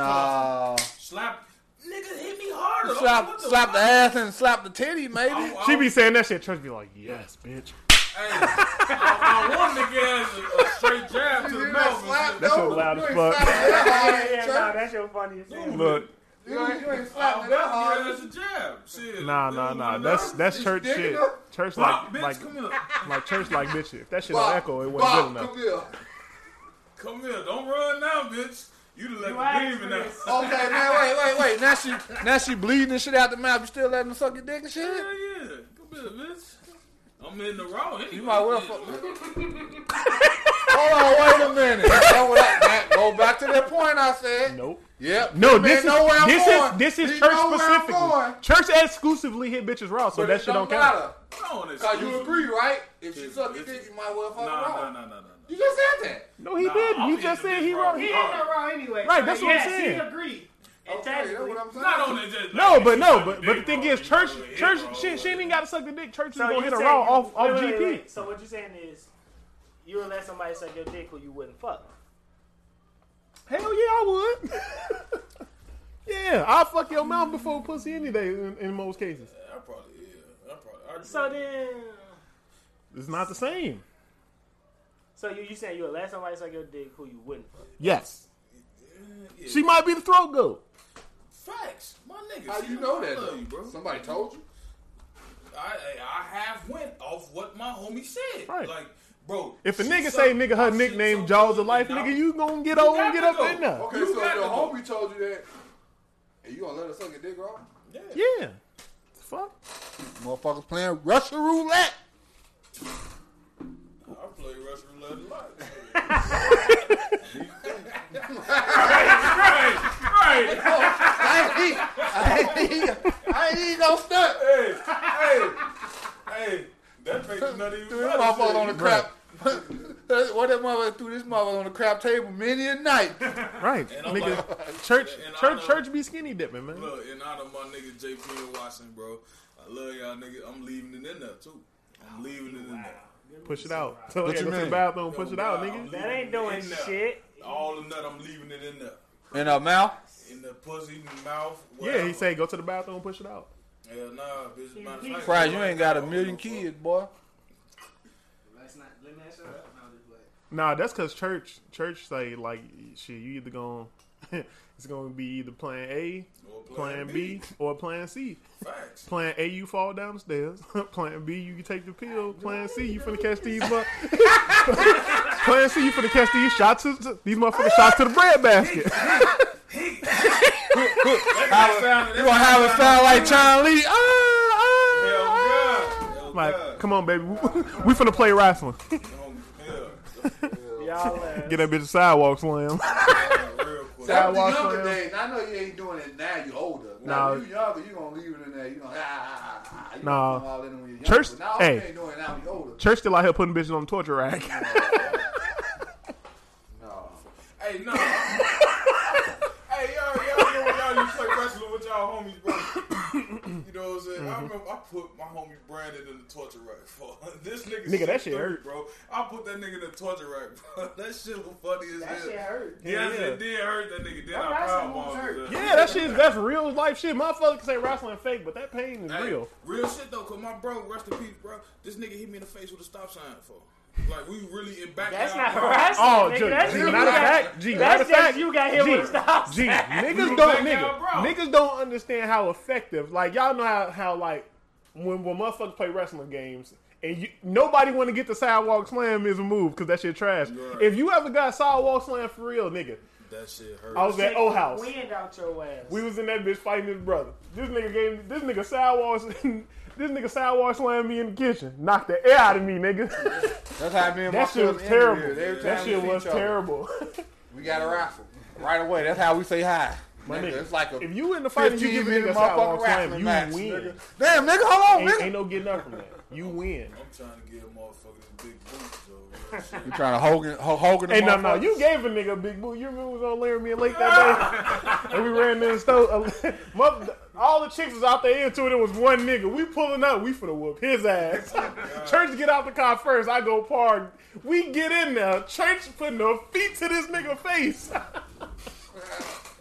Speaker 4: no.
Speaker 6: slap. Nigga, hit me harder.
Speaker 4: Slap
Speaker 6: What the
Speaker 4: slap the
Speaker 6: fuck?
Speaker 4: ass and slap the titty
Speaker 6: I-
Speaker 4: maybe.
Speaker 6: I-
Speaker 5: She be saying that shit. Church be like, yes, bitch.
Speaker 6: Hey, I, I want to get a, a straight jab to the mouth. and shit.
Speaker 5: That's so loud as fuck.
Speaker 7: Yeah, yeah, nah, that's your funniest thing.
Speaker 5: Look,
Speaker 4: You ain't, you ain't
Speaker 6: I'm
Speaker 4: slapping that
Speaker 6: about to
Speaker 4: hard.
Speaker 6: get us a jab. Shit.
Speaker 5: nah, nah, nah. That's that's church
Speaker 4: digging
Speaker 5: shit.
Speaker 4: up.
Speaker 5: Church like
Speaker 6: Fuck, bitch,
Speaker 5: like
Speaker 6: come here.
Speaker 5: like church like bitch shit. If that shit don't
Speaker 4: Bob,
Speaker 5: echo, it wasn't
Speaker 4: Bob,
Speaker 5: good enough.
Speaker 4: Come here.
Speaker 6: Come here, don't run now, bitch. You done
Speaker 3: You
Speaker 6: let
Speaker 3: right,
Speaker 6: me beaming out.
Speaker 3: Chris.
Speaker 4: Okay, man, wait, wait, wait. Now she, now she bleeding and shit out the mouth. You still letting her suck your dick and shit?
Speaker 6: Hell yeah, come here, bitch. I'm in the raw. Anyway.
Speaker 4: You might well.
Speaker 6: Yeah.
Speaker 4: Fuck. Hold on, wait a minute. That's what I- that- go back to that point I said.
Speaker 5: Nope.
Speaker 4: Yep.
Speaker 5: No,
Speaker 4: You
Speaker 5: this is
Speaker 4: man know where I'm
Speaker 5: this
Speaker 4: going.
Speaker 5: is this is
Speaker 4: You
Speaker 5: church
Speaker 4: know where I'm
Speaker 5: specifically.
Speaker 4: going.
Speaker 5: Church exclusively hit bitches raw, so
Speaker 4: But
Speaker 5: that
Speaker 4: it
Speaker 5: shit don't count.
Speaker 4: matter.
Speaker 6: No, it's
Speaker 4: Cause you agree, right? If she
Speaker 6: It's-
Speaker 4: suck your
Speaker 6: it's-
Speaker 4: dick, you might well
Speaker 6: Nah,
Speaker 4: fuck her
Speaker 6: nah, nah,
Speaker 4: off.
Speaker 6: nah, nah, nah.
Speaker 4: You just said that.
Speaker 5: No, he
Speaker 6: Nah,
Speaker 5: didn't.
Speaker 6: I'm
Speaker 5: You
Speaker 6: hitting
Speaker 5: just
Speaker 6: the
Speaker 5: said
Speaker 6: bitch
Speaker 5: he
Speaker 6: raw.
Speaker 5: raw.
Speaker 3: He
Speaker 5: he-
Speaker 3: ain't no wrong anyway.
Speaker 5: Right,
Speaker 3: so
Speaker 5: that's what I'm
Speaker 3: yes,
Speaker 5: saying.
Speaker 3: He agreed. And
Speaker 4: Okay, that's
Speaker 3: technically,
Speaker 4: what I'm saying.
Speaker 6: Not on it, just
Speaker 5: No,
Speaker 6: like,
Speaker 5: but
Speaker 6: she
Speaker 5: no,
Speaker 6: suck
Speaker 5: but
Speaker 6: your
Speaker 5: but the
Speaker 6: dick
Speaker 5: thing
Speaker 6: raw,
Speaker 5: is,
Speaker 6: you
Speaker 5: church
Speaker 6: know it,
Speaker 5: church
Speaker 6: it raw,
Speaker 5: shit, she
Speaker 6: but-
Speaker 5: ain't even got to suck the dick. Church is
Speaker 3: so
Speaker 5: gonna
Speaker 3: you
Speaker 5: hit her
Speaker 3: saying
Speaker 5: raw
Speaker 3: you-
Speaker 5: off off
Speaker 3: wait, wait,
Speaker 5: GP.
Speaker 3: wait. So what you saying is, you would let somebody suck your dick who you wouldn't fuck.
Speaker 5: Hell yeah, I would. yeah, I'll fuck your mouth before pussy any day in, in most cases.
Speaker 6: I probably, yeah, I probably. I
Speaker 3: So then,
Speaker 5: It's not the same.
Speaker 3: so you you saying you would let somebody suck your dick who you wouldn't fuck?
Speaker 5: Yes.
Speaker 6: yeah.
Speaker 5: She might be the throat goat.
Speaker 6: facts, my nigga.
Speaker 4: How
Speaker 6: see,
Speaker 4: you know
Speaker 6: I
Speaker 4: that?
Speaker 6: love
Speaker 4: though?
Speaker 6: you, bro.
Speaker 4: Somebody told you.
Speaker 6: I I have went off what my homie said.
Speaker 5: Right.
Speaker 6: Like, bro.
Speaker 5: If a
Speaker 6: she
Speaker 5: nigga
Speaker 6: suck-
Speaker 5: say nigga her
Speaker 6: she
Speaker 5: nickname
Speaker 6: suck
Speaker 5: Jaws
Speaker 6: dick
Speaker 5: of Life,
Speaker 6: and I-
Speaker 5: nigga, you gonna get over and
Speaker 6: got
Speaker 5: get
Speaker 6: to
Speaker 5: up
Speaker 6: go.
Speaker 5: in there.
Speaker 4: Okay,
Speaker 6: You
Speaker 4: so
Speaker 6: got
Speaker 4: your
Speaker 6: to go.
Speaker 4: homie told you that, and you gonna let her suck your dick off?
Speaker 6: Yeah.
Speaker 5: Yeah. Fuck.
Speaker 4: Motherfuckers playing Russian roulette.
Speaker 6: I play Russian roulette a lot. right, right, right.
Speaker 4: I ain't, I ain't, I ain't even no stunt.
Speaker 6: Hey, hey, hey. That page is not even
Speaker 4: Threw this
Speaker 6: about to
Speaker 4: motherfucker
Speaker 6: say.
Speaker 4: on the crap. what that motherfucker threw this motherfucker on the crap table many a night.
Speaker 5: Right.
Speaker 6: And I'm
Speaker 5: Nigga,
Speaker 6: like-
Speaker 5: church
Speaker 6: and I
Speaker 5: church
Speaker 6: know-
Speaker 5: church be skinny dipping, man.
Speaker 6: Look, in honor of my nigga JP and Watson, bro. I love y'all, nigga. I'm leaving it in there too.
Speaker 3: Oh,
Speaker 6: I'm leaving it in there.
Speaker 5: Push it out. Tell
Speaker 4: What
Speaker 5: her to
Speaker 4: you
Speaker 5: go to the
Speaker 4: mean?
Speaker 5: bathroom, push it
Speaker 6: Nah,
Speaker 5: out,
Speaker 6: I'm
Speaker 5: nigga.
Speaker 6: leaving
Speaker 3: That ain't
Speaker 6: it
Speaker 3: doing
Speaker 6: in there.
Speaker 3: shit.
Speaker 6: All in that, I'm leaving it in there.
Speaker 4: In her mouth.
Speaker 6: In the pussy, in the mouth.
Speaker 5: Yeah, he
Speaker 6: whatever.
Speaker 5: say go to the bathroom, push it out.
Speaker 6: Hell nah, bitch. matter of fact,
Speaker 4: Fries, you ain't got a
Speaker 6: I don't
Speaker 4: million
Speaker 6: give a fuck.
Speaker 4: kids, boy.
Speaker 3: Let's not let me ask you.
Speaker 5: Nah, that's cause church church say like shit, you either gonna it's gonna be either plan A,
Speaker 6: Or
Speaker 5: plan B, or plan C.
Speaker 6: Facts.
Speaker 5: Plan A, you fall down the stairs. plan B, you take the pill. Plan C, you finna catch these. mu- plan C, you finna catch these shots. To, to- these motherfucking shots to the bread basket.
Speaker 4: You gonna have it sound like Chun Lee. Ah,
Speaker 6: Hell
Speaker 4: ah,
Speaker 6: yeah. Hell
Speaker 5: Like,
Speaker 6: yeah.
Speaker 5: come on, baby, we, we finna play wrestling.
Speaker 6: Yeah.
Speaker 3: Y'all uh,
Speaker 5: Get that bitch a sidewalk slam.
Speaker 6: Real quick.
Speaker 4: That was
Speaker 5: Sidewalk
Speaker 4: the younger
Speaker 5: slam.
Speaker 4: days. I know you ain't doing it now. You older.
Speaker 5: Nah.
Speaker 4: Now, when you younger, you gonna leave it in there. You gonna ah, ah, ah, ah. You
Speaker 5: Nah.
Speaker 4: gonna come all in when you're younger.
Speaker 5: Church-
Speaker 4: But now
Speaker 5: hey.
Speaker 4: you ain't doing it now. when You older.
Speaker 5: Church still out here putting bitches on the torture rack.
Speaker 4: No.
Speaker 6: Hey, no. hey, y'all, y'all know when y'all used to play wrestling with y'all homies, bro. You know what I'm saying? I
Speaker 5: Mm-hmm.
Speaker 6: remember I put my homie Brandon in the torture rack for this nigga.
Speaker 5: Nigga, that shit
Speaker 6: 6'3",
Speaker 5: hurt.
Speaker 6: bro. I put that nigga in the torture rack, bro. That shit was funny as
Speaker 3: that
Speaker 6: hell.
Speaker 3: shit hurt.
Speaker 6: Yes,
Speaker 5: Yeah.
Speaker 6: it did hurt that nigga. Then
Speaker 3: That
Speaker 6: I
Speaker 3: wrestling
Speaker 6: power
Speaker 3: moves hurt.
Speaker 6: bombed.
Speaker 5: yeah, that shit is that's real life shit. Motherfuckers say wrestling fake, but that pain is
Speaker 6: Hey,
Speaker 5: real.
Speaker 6: Real shit though, cause my bro, rest in peace, bro. This nigga hit me in the face with a stop sign for. Like we really in back.
Speaker 3: That's
Speaker 6: now,
Speaker 3: not
Speaker 6: bro.
Speaker 3: harassment.
Speaker 5: Oh,
Speaker 3: nigga.
Speaker 5: G,
Speaker 3: That's
Speaker 5: G,
Speaker 3: just you
Speaker 5: matter of
Speaker 3: got-
Speaker 5: fact, G,
Speaker 3: that's
Speaker 5: matter of fact,
Speaker 3: just you got hit
Speaker 5: G,
Speaker 3: with a stop
Speaker 5: Gee,
Speaker 3: sign.
Speaker 5: niggas
Speaker 6: You
Speaker 5: don't
Speaker 6: back
Speaker 5: nigga,
Speaker 6: out, bro.
Speaker 5: niggas don't understand how effective. Like y'all know how how like when when motherfuckers play wrestling games and you, nobody want to get the sidewalk slam is a move because that shit trash.
Speaker 6: Right.
Speaker 5: If you ever got sidewalk slam for real, nigga,
Speaker 6: That shit hurt.
Speaker 5: I was at O House.
Speaker 3: Wind out your ass.
Speaker 5: We was in that bitch fighting his brother. This nigga gave this nigga sidewalk this nigga sidewalk slammed me in the kitchen, knocked the air out of me, nigga.
Speaker 4: That's how me and my
Speaker 5: that shit
Speaker 4: cousin
Speaker 5: was
Speaker 4: ended
Speaker 5: terrible.
Speaker 4: it. Every
Speaker 5: That
Speaker 4: time
Speaker 5: shit
Speaker 4: we
Speaker 5: was
Speaker 4: see each other,
Speaker 5: terrible.
Speaker 4: We got a rifle right away. That's how we say hi. Nigga,
Speaker 5: nigga,
Speaker 4: it's like a
Speaker 5: if you in the fight and you give a
Speaker 4: 15
Speaker 5: nigga
Speaker 4: minute
Speaker 5: a sidewalk
Speaker 4: motherfucking
Speaker 5: slam,
Speaker 4: wrestling
Speaker 5: you
Speaker 4: match.
Speaker 5: win.
Speaker 4: nigga. Damn, nigga, hold on,
Speaker 5: ain't,
Speaker 4: nigga.
Speaker 5: ain't no getting up from that. You win.
Speaker 6: I'm trying to give motherfuckers big boots, though. Real shit.
Speaker 4: You trying to Hogan, Ho- Hogan? the
Speaker 5: Hey, no, no,
Speaker 4: motherfucker?
Speaker 5: uh, you gave a nigga a big boot. You remember we was on Laramie Lake that day, and we ran in the store. Mother- All the chicks was out there into it. It was one nigga. We pulling up. We finna whoop his ass. Church get out the car first. I go park. We get in there. Church putting her feet to this nigga face.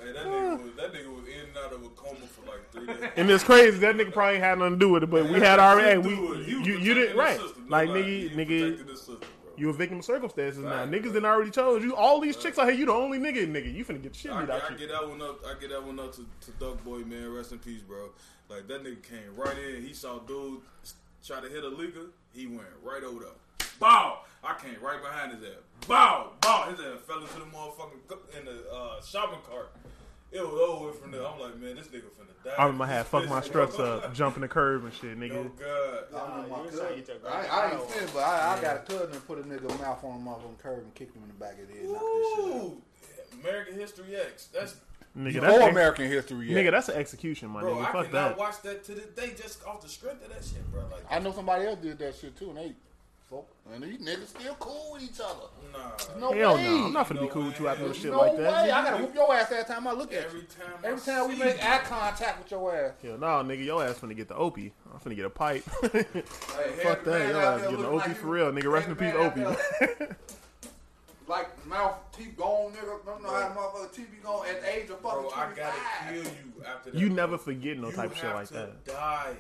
Speaker 6: Hey, that nigga was that nigga was in and out of a coma for like three days.
Speaker 5: And it's crazy. That nigga probably had nothing to do with it, but we had
Speaker 6: He
Speaker 5: already.
Speaker 6: was
Speaker 5: We,
Speaker 6: doing it. He was
Speaker 5: you, you didn't
Speaker 6: protecting his
Speaker 5: right.
Speaker 6: sister. No
Speaker 5: Like
Speaker 6: lie.
Speaker 5: nigga,
Speaker 6: He
Speaker 5: nigga.
Speaker 6: protected his sister, bro.
Speaker 5: You a victim of circumstances now.
Speaker 6: Right.
Speaker 5: Niggas done already chose you. All these chicks out here, you the only nigga, nigga. You finna get shit
Speaker 6: I,
Speaker 5: beat out
Speaker 6: I
Speaker 5: you.
Speaker 6: get that one up. I get that one up to, to Duck Boy, man. Rest in peace, bro. Like that nigga came right in. He saw dude try to hit a leaker. He went right over there. Bow. I came right behind his ass. Bow. bought. His ass fell into the motherfucking co- in the uh, shopping cart. It was over from there. I'm like, man, this nigga finna die.
Speaker 5: I'm in my hat, fuck my struts up, jumping the curb and shit,
Speaker 6: Oh
Speaker 5: nigga.
Speaker 6: god.
Speaker 4: I, mean, my
Speaker 3: That's how you
Speaker 4: cousin.
Speaker 3: took
Speaker 4: I,
Speaker 3: right.
Speaker 4: I ain't sin, but I, I got a cousin that put a nigga mouth on him off on the curb and kicked him in the back of the head. knocked his shit out.
Speaker 6: Ooh, American History X. That's
Speaker 5: Nigga,
Speaker 4: Before
Speaker 5: that's ex-
Speaker 4: American history, yeah.
Speaker 5: nigga, that's an execution, my
Speaker 6: bro.
Speaker 5: nigga.
Speaker 6: I
Speaker 5: Fuck
Speaker 6: cannot
Speaker 5: that.
Speaker 6: watch that to this day just off the strength of that shit, bro. Like,
Speaker 4: I know somebody else did that shit too, and they, folk, and these niggas still cool with each other.
Speaker 6: nah.
Speaker 4: No
Speaker 5: Hell
Speaker 4: way.
Speaker 5: no, I'm not finna
Speaker 6: No
Speaker 5: be cool with you
Speaker 6: way.
Speaker 5: after no shit
Speaker 4: no
Speaker 5: like
Speaker 4: way.
Speaker 5: that.
Speaker 4: I gotta whoop your ass every time I look at
Speaker 6: Every
Speaker 4: you.
Speaker 6: time. I
Speaker 4: Every time we
Speaker 6: see
Speaker 4: make
Speaker 6: you.
Speaker 4: eye contact with your ass.
Speaker 5: Hell no, nigga, your ass finna get the opie. I'm finna get a pipe.
Speaker 4: Hey,
Speaker 5: Fuck
Speaker 4: Harry
Speaker 5: that,
Speaker 4: Mann
Speaker 5: y'all
Speaker 4: out
Speaker 5: ass
Speaker 4: there
Speaker 5: getting
Speaker 4: looking
Speaker 5: OP
Speaker 4: like
Speaker 5: for
Speaker 4: you-
Speaker 5: real, nigga. Rest
Speaker 4: Harry
Speaker 5: in peace,
Speaker 4: Mann out
Speaker 5: OP.
Speaker 4: there, Like mouth, teeth gone, nigga. Don't know how motherfucker teeth be gone at the age of fucking
Speaker 6: Bro, I gotta
Speaker 4: 25.
Speaker 6: kill you after that.
Speaker 5: You
Speaker 6: bro.
Speaker 5: never forget no
Speaker 6: You
Speaker 5: type of shit
Speaker 6: have
Speaker 5: like
Speaker 6: to
Speaker 5: that.
Speaker 6: Die,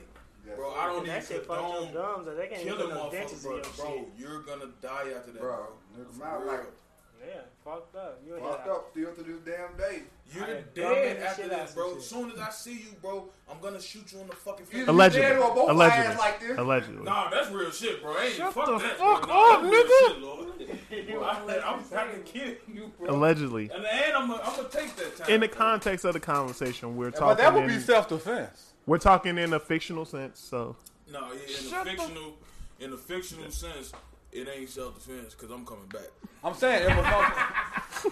Speaker 6: bro. I don't
Speaker 3: That shit
Speaker 6: even
Speaker 3: fucked your
Speaker 6: condone
Speaker 3: gums. They can't even
Speaker 6: killing
Speaker 3: put no dentures
Speaker 6: motherfuckers,
Speaker 3: in
Speaker 6: bro.
Speaker 3: your
Speaker 6: Bro,
Speaker 3: shit.
Speaker 6: you're gonna die after that,
Speaker 4: Bro,
Speaker 6: bro.
Speaker 4: nigga,
Speaker 6: For
Speaker 4: my
Speaker 6: real.
Speaker 4: life
Speaker 3: Yeah, fucked up. You ain't
Speaker 4: fucked up still to this damn day.
Speaker 6: You're
Speaker 3: I had
Speaker 6: dead
Speaker 3: gum in the
Speaker 6: after
Speaker 3: shit out
Speaker 6: this,
Speaker 3: some
Speaker 6: bro.
Speaker 3: shit.
Speaker 6: As soon as I see you, bro, I'm gonna shoot you in the fucking face.
Speaker 4: Alleg-
Speaker 5: Allegedly,
Speaker 4: dead or both
Speaker 5: allegedly,
Speaker 4: eyes like this?
Speaker 5: allegedly.
Speaker 6: Nah, that's real shit, bro. Ain't
Speaker 5: Shut
Speaker 6: fuck
Speaker 5: the
Speaker 6: that,
Speaker 5: fuck
Speaker 6: bro. Nah,
Speaker 5: up,
Speaker 6: that's real
Speaker 5: nigga.
Speaker 6: Shit, Lord. Bro, I'm, I'm fucking kidding you, bro.
Speaker 5: Allegedly,
Speaker 6: And then I'm gonna I'm gonna take that time.
Speaker 5: in the
Speaker 6: bro.
Speaker 5: context of the conversation, we're talking.
Speaker 4: But that would be
Speaker 5: in-
Speaker 4: self defense.
Speaker 5: We're talking in a fictional sense, so
Speaker 6: No, yeah, in
Speaker 5: Shut
Speaker 6: the
Speaker 5: the-
Speaker 6: fictional, in the fictional sense, it ain't self defense because I'm coming back.
Speaker 4: I'm saying it was no.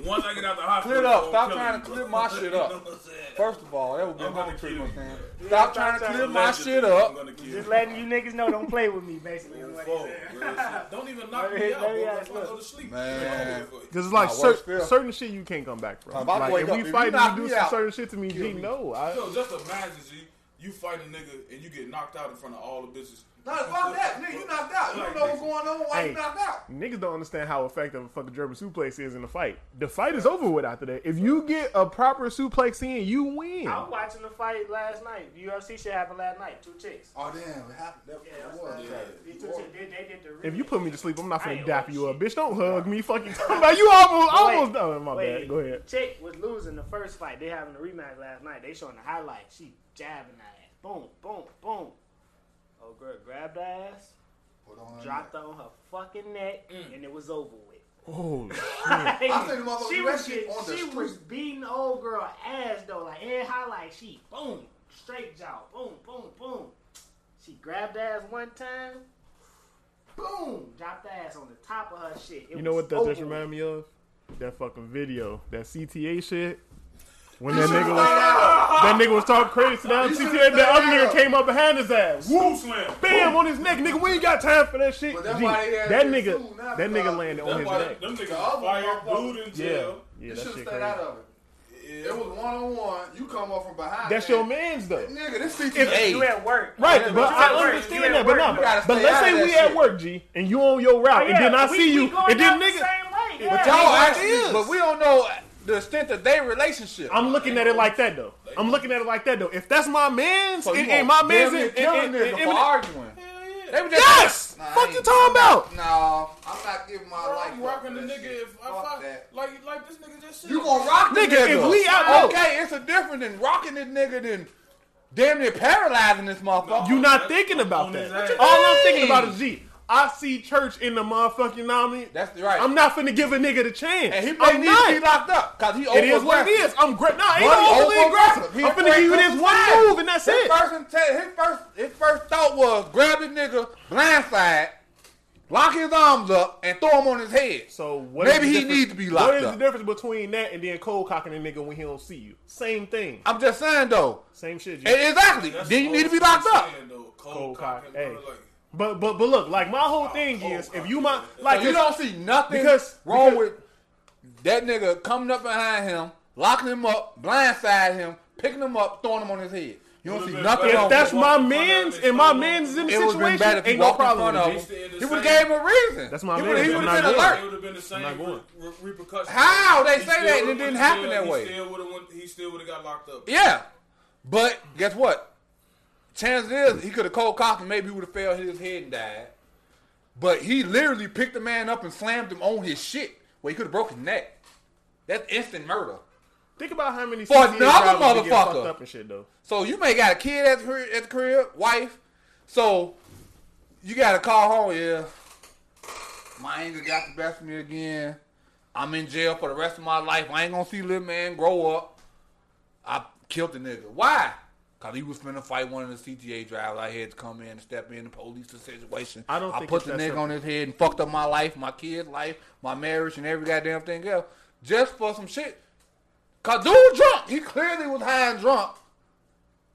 Speaker 6: Once I get out the hospital,
Speaker 4: Clear it up.
Speaker 6: I'm
Speaker 4: Stop
Speaker 6: killing
Speaker 4: trying
Speaker 6: you,
Speaker 4: to
Speaker 6: bro.
Speaker 4: clear my shit
Speaker 6: You know
Speaker 4: up.
Speaker 6: what I'm saying?
Speaker 4: First of all, that would be
Speaker 6: I'm
Speaker 4: home
Speaker 6: gonna kill
Speaker 4: treatment,
Speaker 6: you,
Speaker 4: man.
Speaker 6: man.
Speaker 4: Stop trying to clear my
Speaker 6: Allegedly,
Speaker 4: shit up.
Speaker 6: I'm gonna kill
Speaker 3: Just
Speaker 6: you.
Speaker 3: letting you niggas know, don't play with me, basically. is what he
Speaker 6: Fuck,
Speaker 3: said.
Speaker 6: real shit. Don't even knock
Speaker 3: Maybe-
Speaker 6: me out,
Speaker 3: maybe
Speaker 6: bro.
Speaker 3: I
Speaker 6: If I go
Speaker 3: should.
Speaker 6: to sleep,
Speaker 4: Man.
Speaker 6: I'm over it.
Speaker 5: because it's like
Speaker 4: My
Speaker 5: cer-
Speaker 4: worst fear.
Speaker 5: certain shit you can't come back
Speaker 4: If
Speaker 5: from.
Speaker 4: I
Speaker 5: Like,
Speaker 4: wake
Speaker 5: if
Speaker 4: up,
Speaker 5: we
Speaker 4: if you
Speaker 5: fight
Speaker 4: knock
Speaker 5: and you do
Speaker 4: me
Speaker 5: some
Speaker 4: out,
Speaker 5: certain shit to me,
Speaker 4: kill
Speaker 5: G,
Speaker 4: me.
Speaker 5: no, I,
Speaker 6: Yo, just imagine, G, you fight a nigga and you get knocked out in front of all the bitches.
Speaker 4: No, fuck that, nigga. You knocked out. You don't know what's going on. Why
Speaker 5: Hey.
Speaker 4: you knocked out?
Speaker 5: Niggas don't understand how effective a fucking German suplex is in the fight. The fight is over with after that. If you get a proper suplex in, you win.
Speaker 3: I was watching the fight last night. The UFC shit happened last night. Two chicks.
Speaker 4: Oh damn, it happened. That
Speaker 3: Yeah, that's
Speaker 4: was
Speaker 3: what I
Speaker 4: that.
Speaker 3: said. These two chicks, they, they did the
Speaker 5: If you put me to sleep, I'm not
Speaker 3: I
Speaker 5: gonna
Speaker 3: ain't
Speaker 5: dap
Speaker 3: old
Speaker 5: you up,
Speaker 3: shit.
Speaker 5: bitch. Don't hug me. Fucking talking about you almost,
Speaker 3: Wait,
Speaker 5: almost done. My
Speaker 3: wait,
Speaker 5: bad. Go ahead.
Speaker 3: Chick was losing the first fight. They having a rematch last night. They showing the highlight. She jabbing that ass. Boom, boom, boom. Oh girl grabbed her ass,
Speaker 4: Put on her
Speaker 3: dropped her on her fucking neck,
Speaker 6: Mm.
Speaker 3: and it was over with.
Speaker 5: Oh,
Speaker 4: I seen the motherfucker
Speaker 3: she
Speaker 4: do
Speaker 3: was
Speaker 4: that shit
Speaker 3: getting-
Speaker 4: on the
Speaker 3: she
Speaker 4: street.
Speaker 3: was beating old girl ass though, like in highlight she boom straight jaw, boom boom boom. She grabbed ass one time, boom dropped the ass on the top of her shit. It
Speaker 5: you know
Speaker 3: was
Speaker 5: what that just
Speaker 3: over with.
Speaker 5: reminded me of? That fucking video, that CTA shit. When that nigga was
Speaker 4: Ah!
Speaker 5: that nigga was talking crazy to that
Speaker 4: should've
Speaker 5: CTA, that other
Speaker 4: stayed
Speaker 5: nigga
Speaker 4: up.
Speaker 5: came up behind his ass.
Speaker 6: Woo slam.
Speaker 5: bam on his neck, nigga. We ain't got time for that shit.
Speaker 4: But that's
Speaker 5: Gee,
Speaker 4: why they had
Speaker 5: that
Speaker 4: to
Speaker 5: nigga,
Speaker 4: sue now
Speaker 5: that nigga
Speaker 4: because
Speaker 5: landed on
Speaker 6: That's
Speaker 5: his
Speaker 6: why
Speaker 5: neck.
Speaker 6: them niggas
Speaker 4: The other
Speaker 6: fired,
Speaker 4: motherfucker-
Speaker 6: glued in
Speaker 5: Yeah,
Speaker 6: jail.
Speaker 5: yeah,
Speaker 4: You
Speaker 5: that
Speaker 4: should
Speaker 5: shit
Speaker 4: stayed
Speaker 5: crazy.
Speaker 4: out of it. It was one on one. You come up from behind.
Speaker 5: That's
Speaker 4: man.
Speaker 5: your man's though,
Speaker 4: nigga. This
Speaker 5: If-
Speaker 3: You
Speaker 4: CTA.
Speaker 3: at work,
Speaker 5: right?
Speaker 4: Yeah,
Speaker 5: but
Speaker 4: but you
Speaker 5: I
Speaker 4: at work,
Speaker 3: you at
Speaker 5: understand that, but
Speaker 3: work,
Speaker 5: no,
Speaker 3: you
Speaker 4: gotta
Speaker 5: but
Speaker 4: stay
Speaker 5: let's
Speaker 4: out
Speaker 5: say
Speaker 4: of that
Speaker 5: we at
Speaker 4: shit.
Speaker 5: work, G, and you on your route, and then I
Speaker 3: Oh, we-
Speaker 5: see
Speaker 3: we
Speaker 5: you,
Speaker 3: going
Speaker 5: and then
Speaker 3: down the
Speaker 5: nigga,
Speaker 3: same way, yeah.
Speaker 4: But y'all
Speaker 5: It
Speaker 4: ideas,
Speaker 5: is.
Speaker 4: but we don't know the extent of their relationship.
Speaker 5: I'm looking at it like that though. I'm looking at it like that though. If that's my man's,
Speaker 4: So you
Speaker 5: it
Speaker 4: gonna
Speaker 5: ain't my
Speaker 4: damn
Speaker 5: man's.
Speaker 4: near
Speaker 5: It, it,
Speaker 4: kill a
Speaker 5: it,
Speaker 4: nigga
Speaker 5: it,
Speaker 4: for arguing. They were just-
Speaker 5: yes,
Speaker 4: Nah, I
Speaker 5: fuck you
Speaker 4: ain't-
Speaker 5: talking about.
Speaker 4: Nah, I'm not giving my
Speaker 6: Bro,
Speaker 4: life.
Speaker 6: I'm
Speaker 4: up
Speaker 6: rocking
Speaker 4: for
Speaker 6: the
Speaker 4: that
Speaker 6: nigga
Speaker 4: shit.
Speaker 6: if I
Speaker 4: Fuck
Speaker 6: fuck
Speaker 4: that.
Speaker 6: like like this nigga just said.
Speaker 4: You gonna rock the
Speaker 5: Nigga,
Speaker 4: nigga? Oh.
Speaker 5: if we out-
Speaker 4: okay, it's a different than rocking this nigga than damn near paralyzing this motherfucker.
Speaker 5: You
Speaker 6: That's
Speaker 5: not thinking
Speaker 6: on
Speaker 5: about
Speaker 6: his
Speaker 5: that.
Speaker 6: ass.
Speaker 5: All I'm thinking
Speaker 4: mean?
Speaker 5: about is G. I see church in the motherfucking nominee.
Speaker 4: That's right.
Speaker 5: I'm not finna give a nigga the chance.
Speaker 4: and he may
Speaker 5: I'm
Speaker 4: need
Speaker 5: not.
Speaker 4: to be locked up because he
Speaker 5: It is what it
Speaker 4: overaggressive.
Speaker 5: is. I'm great. Nah, ain't
Speaker 4: Buddy,
Speaker 5: no overly
Speaker 4: over
Speaker 5: aggressive.
Speaker 4: aggressive.
Speaker 5: oh, I'm
Speaker 4: He
Speaker 5: finna give you
Speaker 4: great
Speaker 5: this one
Speaker 4: time.
Speaker 5: move and that's
Speaker 4: his
Speaker 5: it.
Speaker 4: First inte- his first, his first thought was grab his nigga blindside, lock his arms up, and throw him on his head.
Speaker 5: So what
Speaker 4: Maybe
Speaker 5: is the
Speaker 4: he
Speaker 5: difference-
Speaker 4: needs to be locked
Speaker 5: What is
Speaker 4: up.
Speaker 5: the difference between that and then cold cocking a nigga when he don't see you? Same thing.
Speaker 4: I'm just saying though.
Speaker 5: Same shit. G.
Speaker 4: E- Exactly.
Speaker 6: That's
Speaker 4: then you
Speaker 6: what
Speaker 4: need to be
Speaker 6: I'm
Speaker 4: locked up.
Speaker 6: saying, though.
Speaker 5: Cold
Speaker 6: Cold
Speaker 5: cock,
Speaker 6: cock. and brother,
Speaker 5: hey.
Speaker 6: like,
Speaker 5: But but but look, like my whole thing
Speaker 6: cold
Speaker 5: is,
Speaker 6: cock.
Speaker 5: if you my
Speaker 4: Like
Speaker 5: like
Speaker 4: you
Speaker 5: it's-
Speaker 4: don't see nothing
Speaker 5: because-
Speaker 4: wrong
Speaker 5: because-
Speaker 4: with that nigga coming up behind him, locking him up, blindside him, picking him up, throwing him on his head. You don't
Speaker 6: Would've
Speaker 4: see
Speaker 6: been
Speaker 4: nothing
Speaker 6: better
Speaker 4: wrong
Speaker 5: If
Speaker 6: Don't
Speaker 5: that's
Speaker 4: with
Speaker 6: walk
Speaker 5: my
Speaker 6: in front of
Speaker 5: man's
Speaker 6: him and
Speaker 5: and my
Speaker 6: throw him
Speaker 5: man's is in
Speaker 4: it.
Speaker 5: the
Speaker 4: It would have been bad
Speaker 5: situation,
Speaker 4: if he
Speaker 5: ain't no
Speaker 4: walked in
Speaker 5: problem
Speaker 4: front
Speaker 5: with it.
Speaker 4: of
Speaker 5: G.
Speaker 6: G.
Speaker 4: him.
Speaker 6: It's
Speaker 4: He
Speaker 6: the
Speaker 4: would have
Speaker 6: same-
Speaker 4: gave him a reason.
Speaker 5: That's my
Speaker 4: he
Speaker 5: man.
Speaker 4: would've- He
Speaker 5: I'm
Speaker 4: would
Speaker 5: not
Speaker 4: have been
Speaker 5: going.
Speaker 6: It would
Speaker 4: alert.
Speaker 6: have been the
Speaker 5: not
Speaker 6: same
Speaker 5: going.
Speaker 6: re- re- repercussions.
Speaker 4: How they
Speaker 6: He
Speaker 4: say
Speaker 6: still
Speaker 4: that and it
Speaker 6: would've-
Speaker 4: didn't
Speaker 6: he
Speaker 4: happen
Speaker 6: still-
Speaker 4: that
Speaker 6: he
Speaker 4: way?
Speaker 6: Still would've went- he still would have got locked up.
Speaker 4: Yeah, but guess what? Chances is he could have cold cocked and maybe he would have fell, hit his head and died. But he literally picked the man up and slammed him on his shit where he could have broken his neck. That's instant murder.
Speaker 5: Think about how many
Speaker 4: For
Speaker 5: CTA
Speaker 4: another
Speaker 5: drivers be getting
Speaker 4: motherfucker.
Speaker 5: fucked up and shit though.
Speaker 4: So you may got a kid at the, crib- at the crib, wife. So you got to call home. Yeah, my anger got the best of me again. I'm in jail for the rest of my life. I ain't gonna see little man grow up. I killed the nigga. Why? Cause he was finna fight one of the CTA drivers. I had to come in and step in and police the situation.
Speaker 5: I don't
Speaker 4: I
Speaker 5: think
Speaker 4: put
Speaker 5: it's
Speaker 4: the
Speaker 5: that
Speaker 4: nigga
Speaker 5: simple.
Speaker 4: on his head and fucked up my life, my kids' life, my marriage, and every goddamn thing else, just for some shit. Cause dude drunk. He clearly was high and drunk.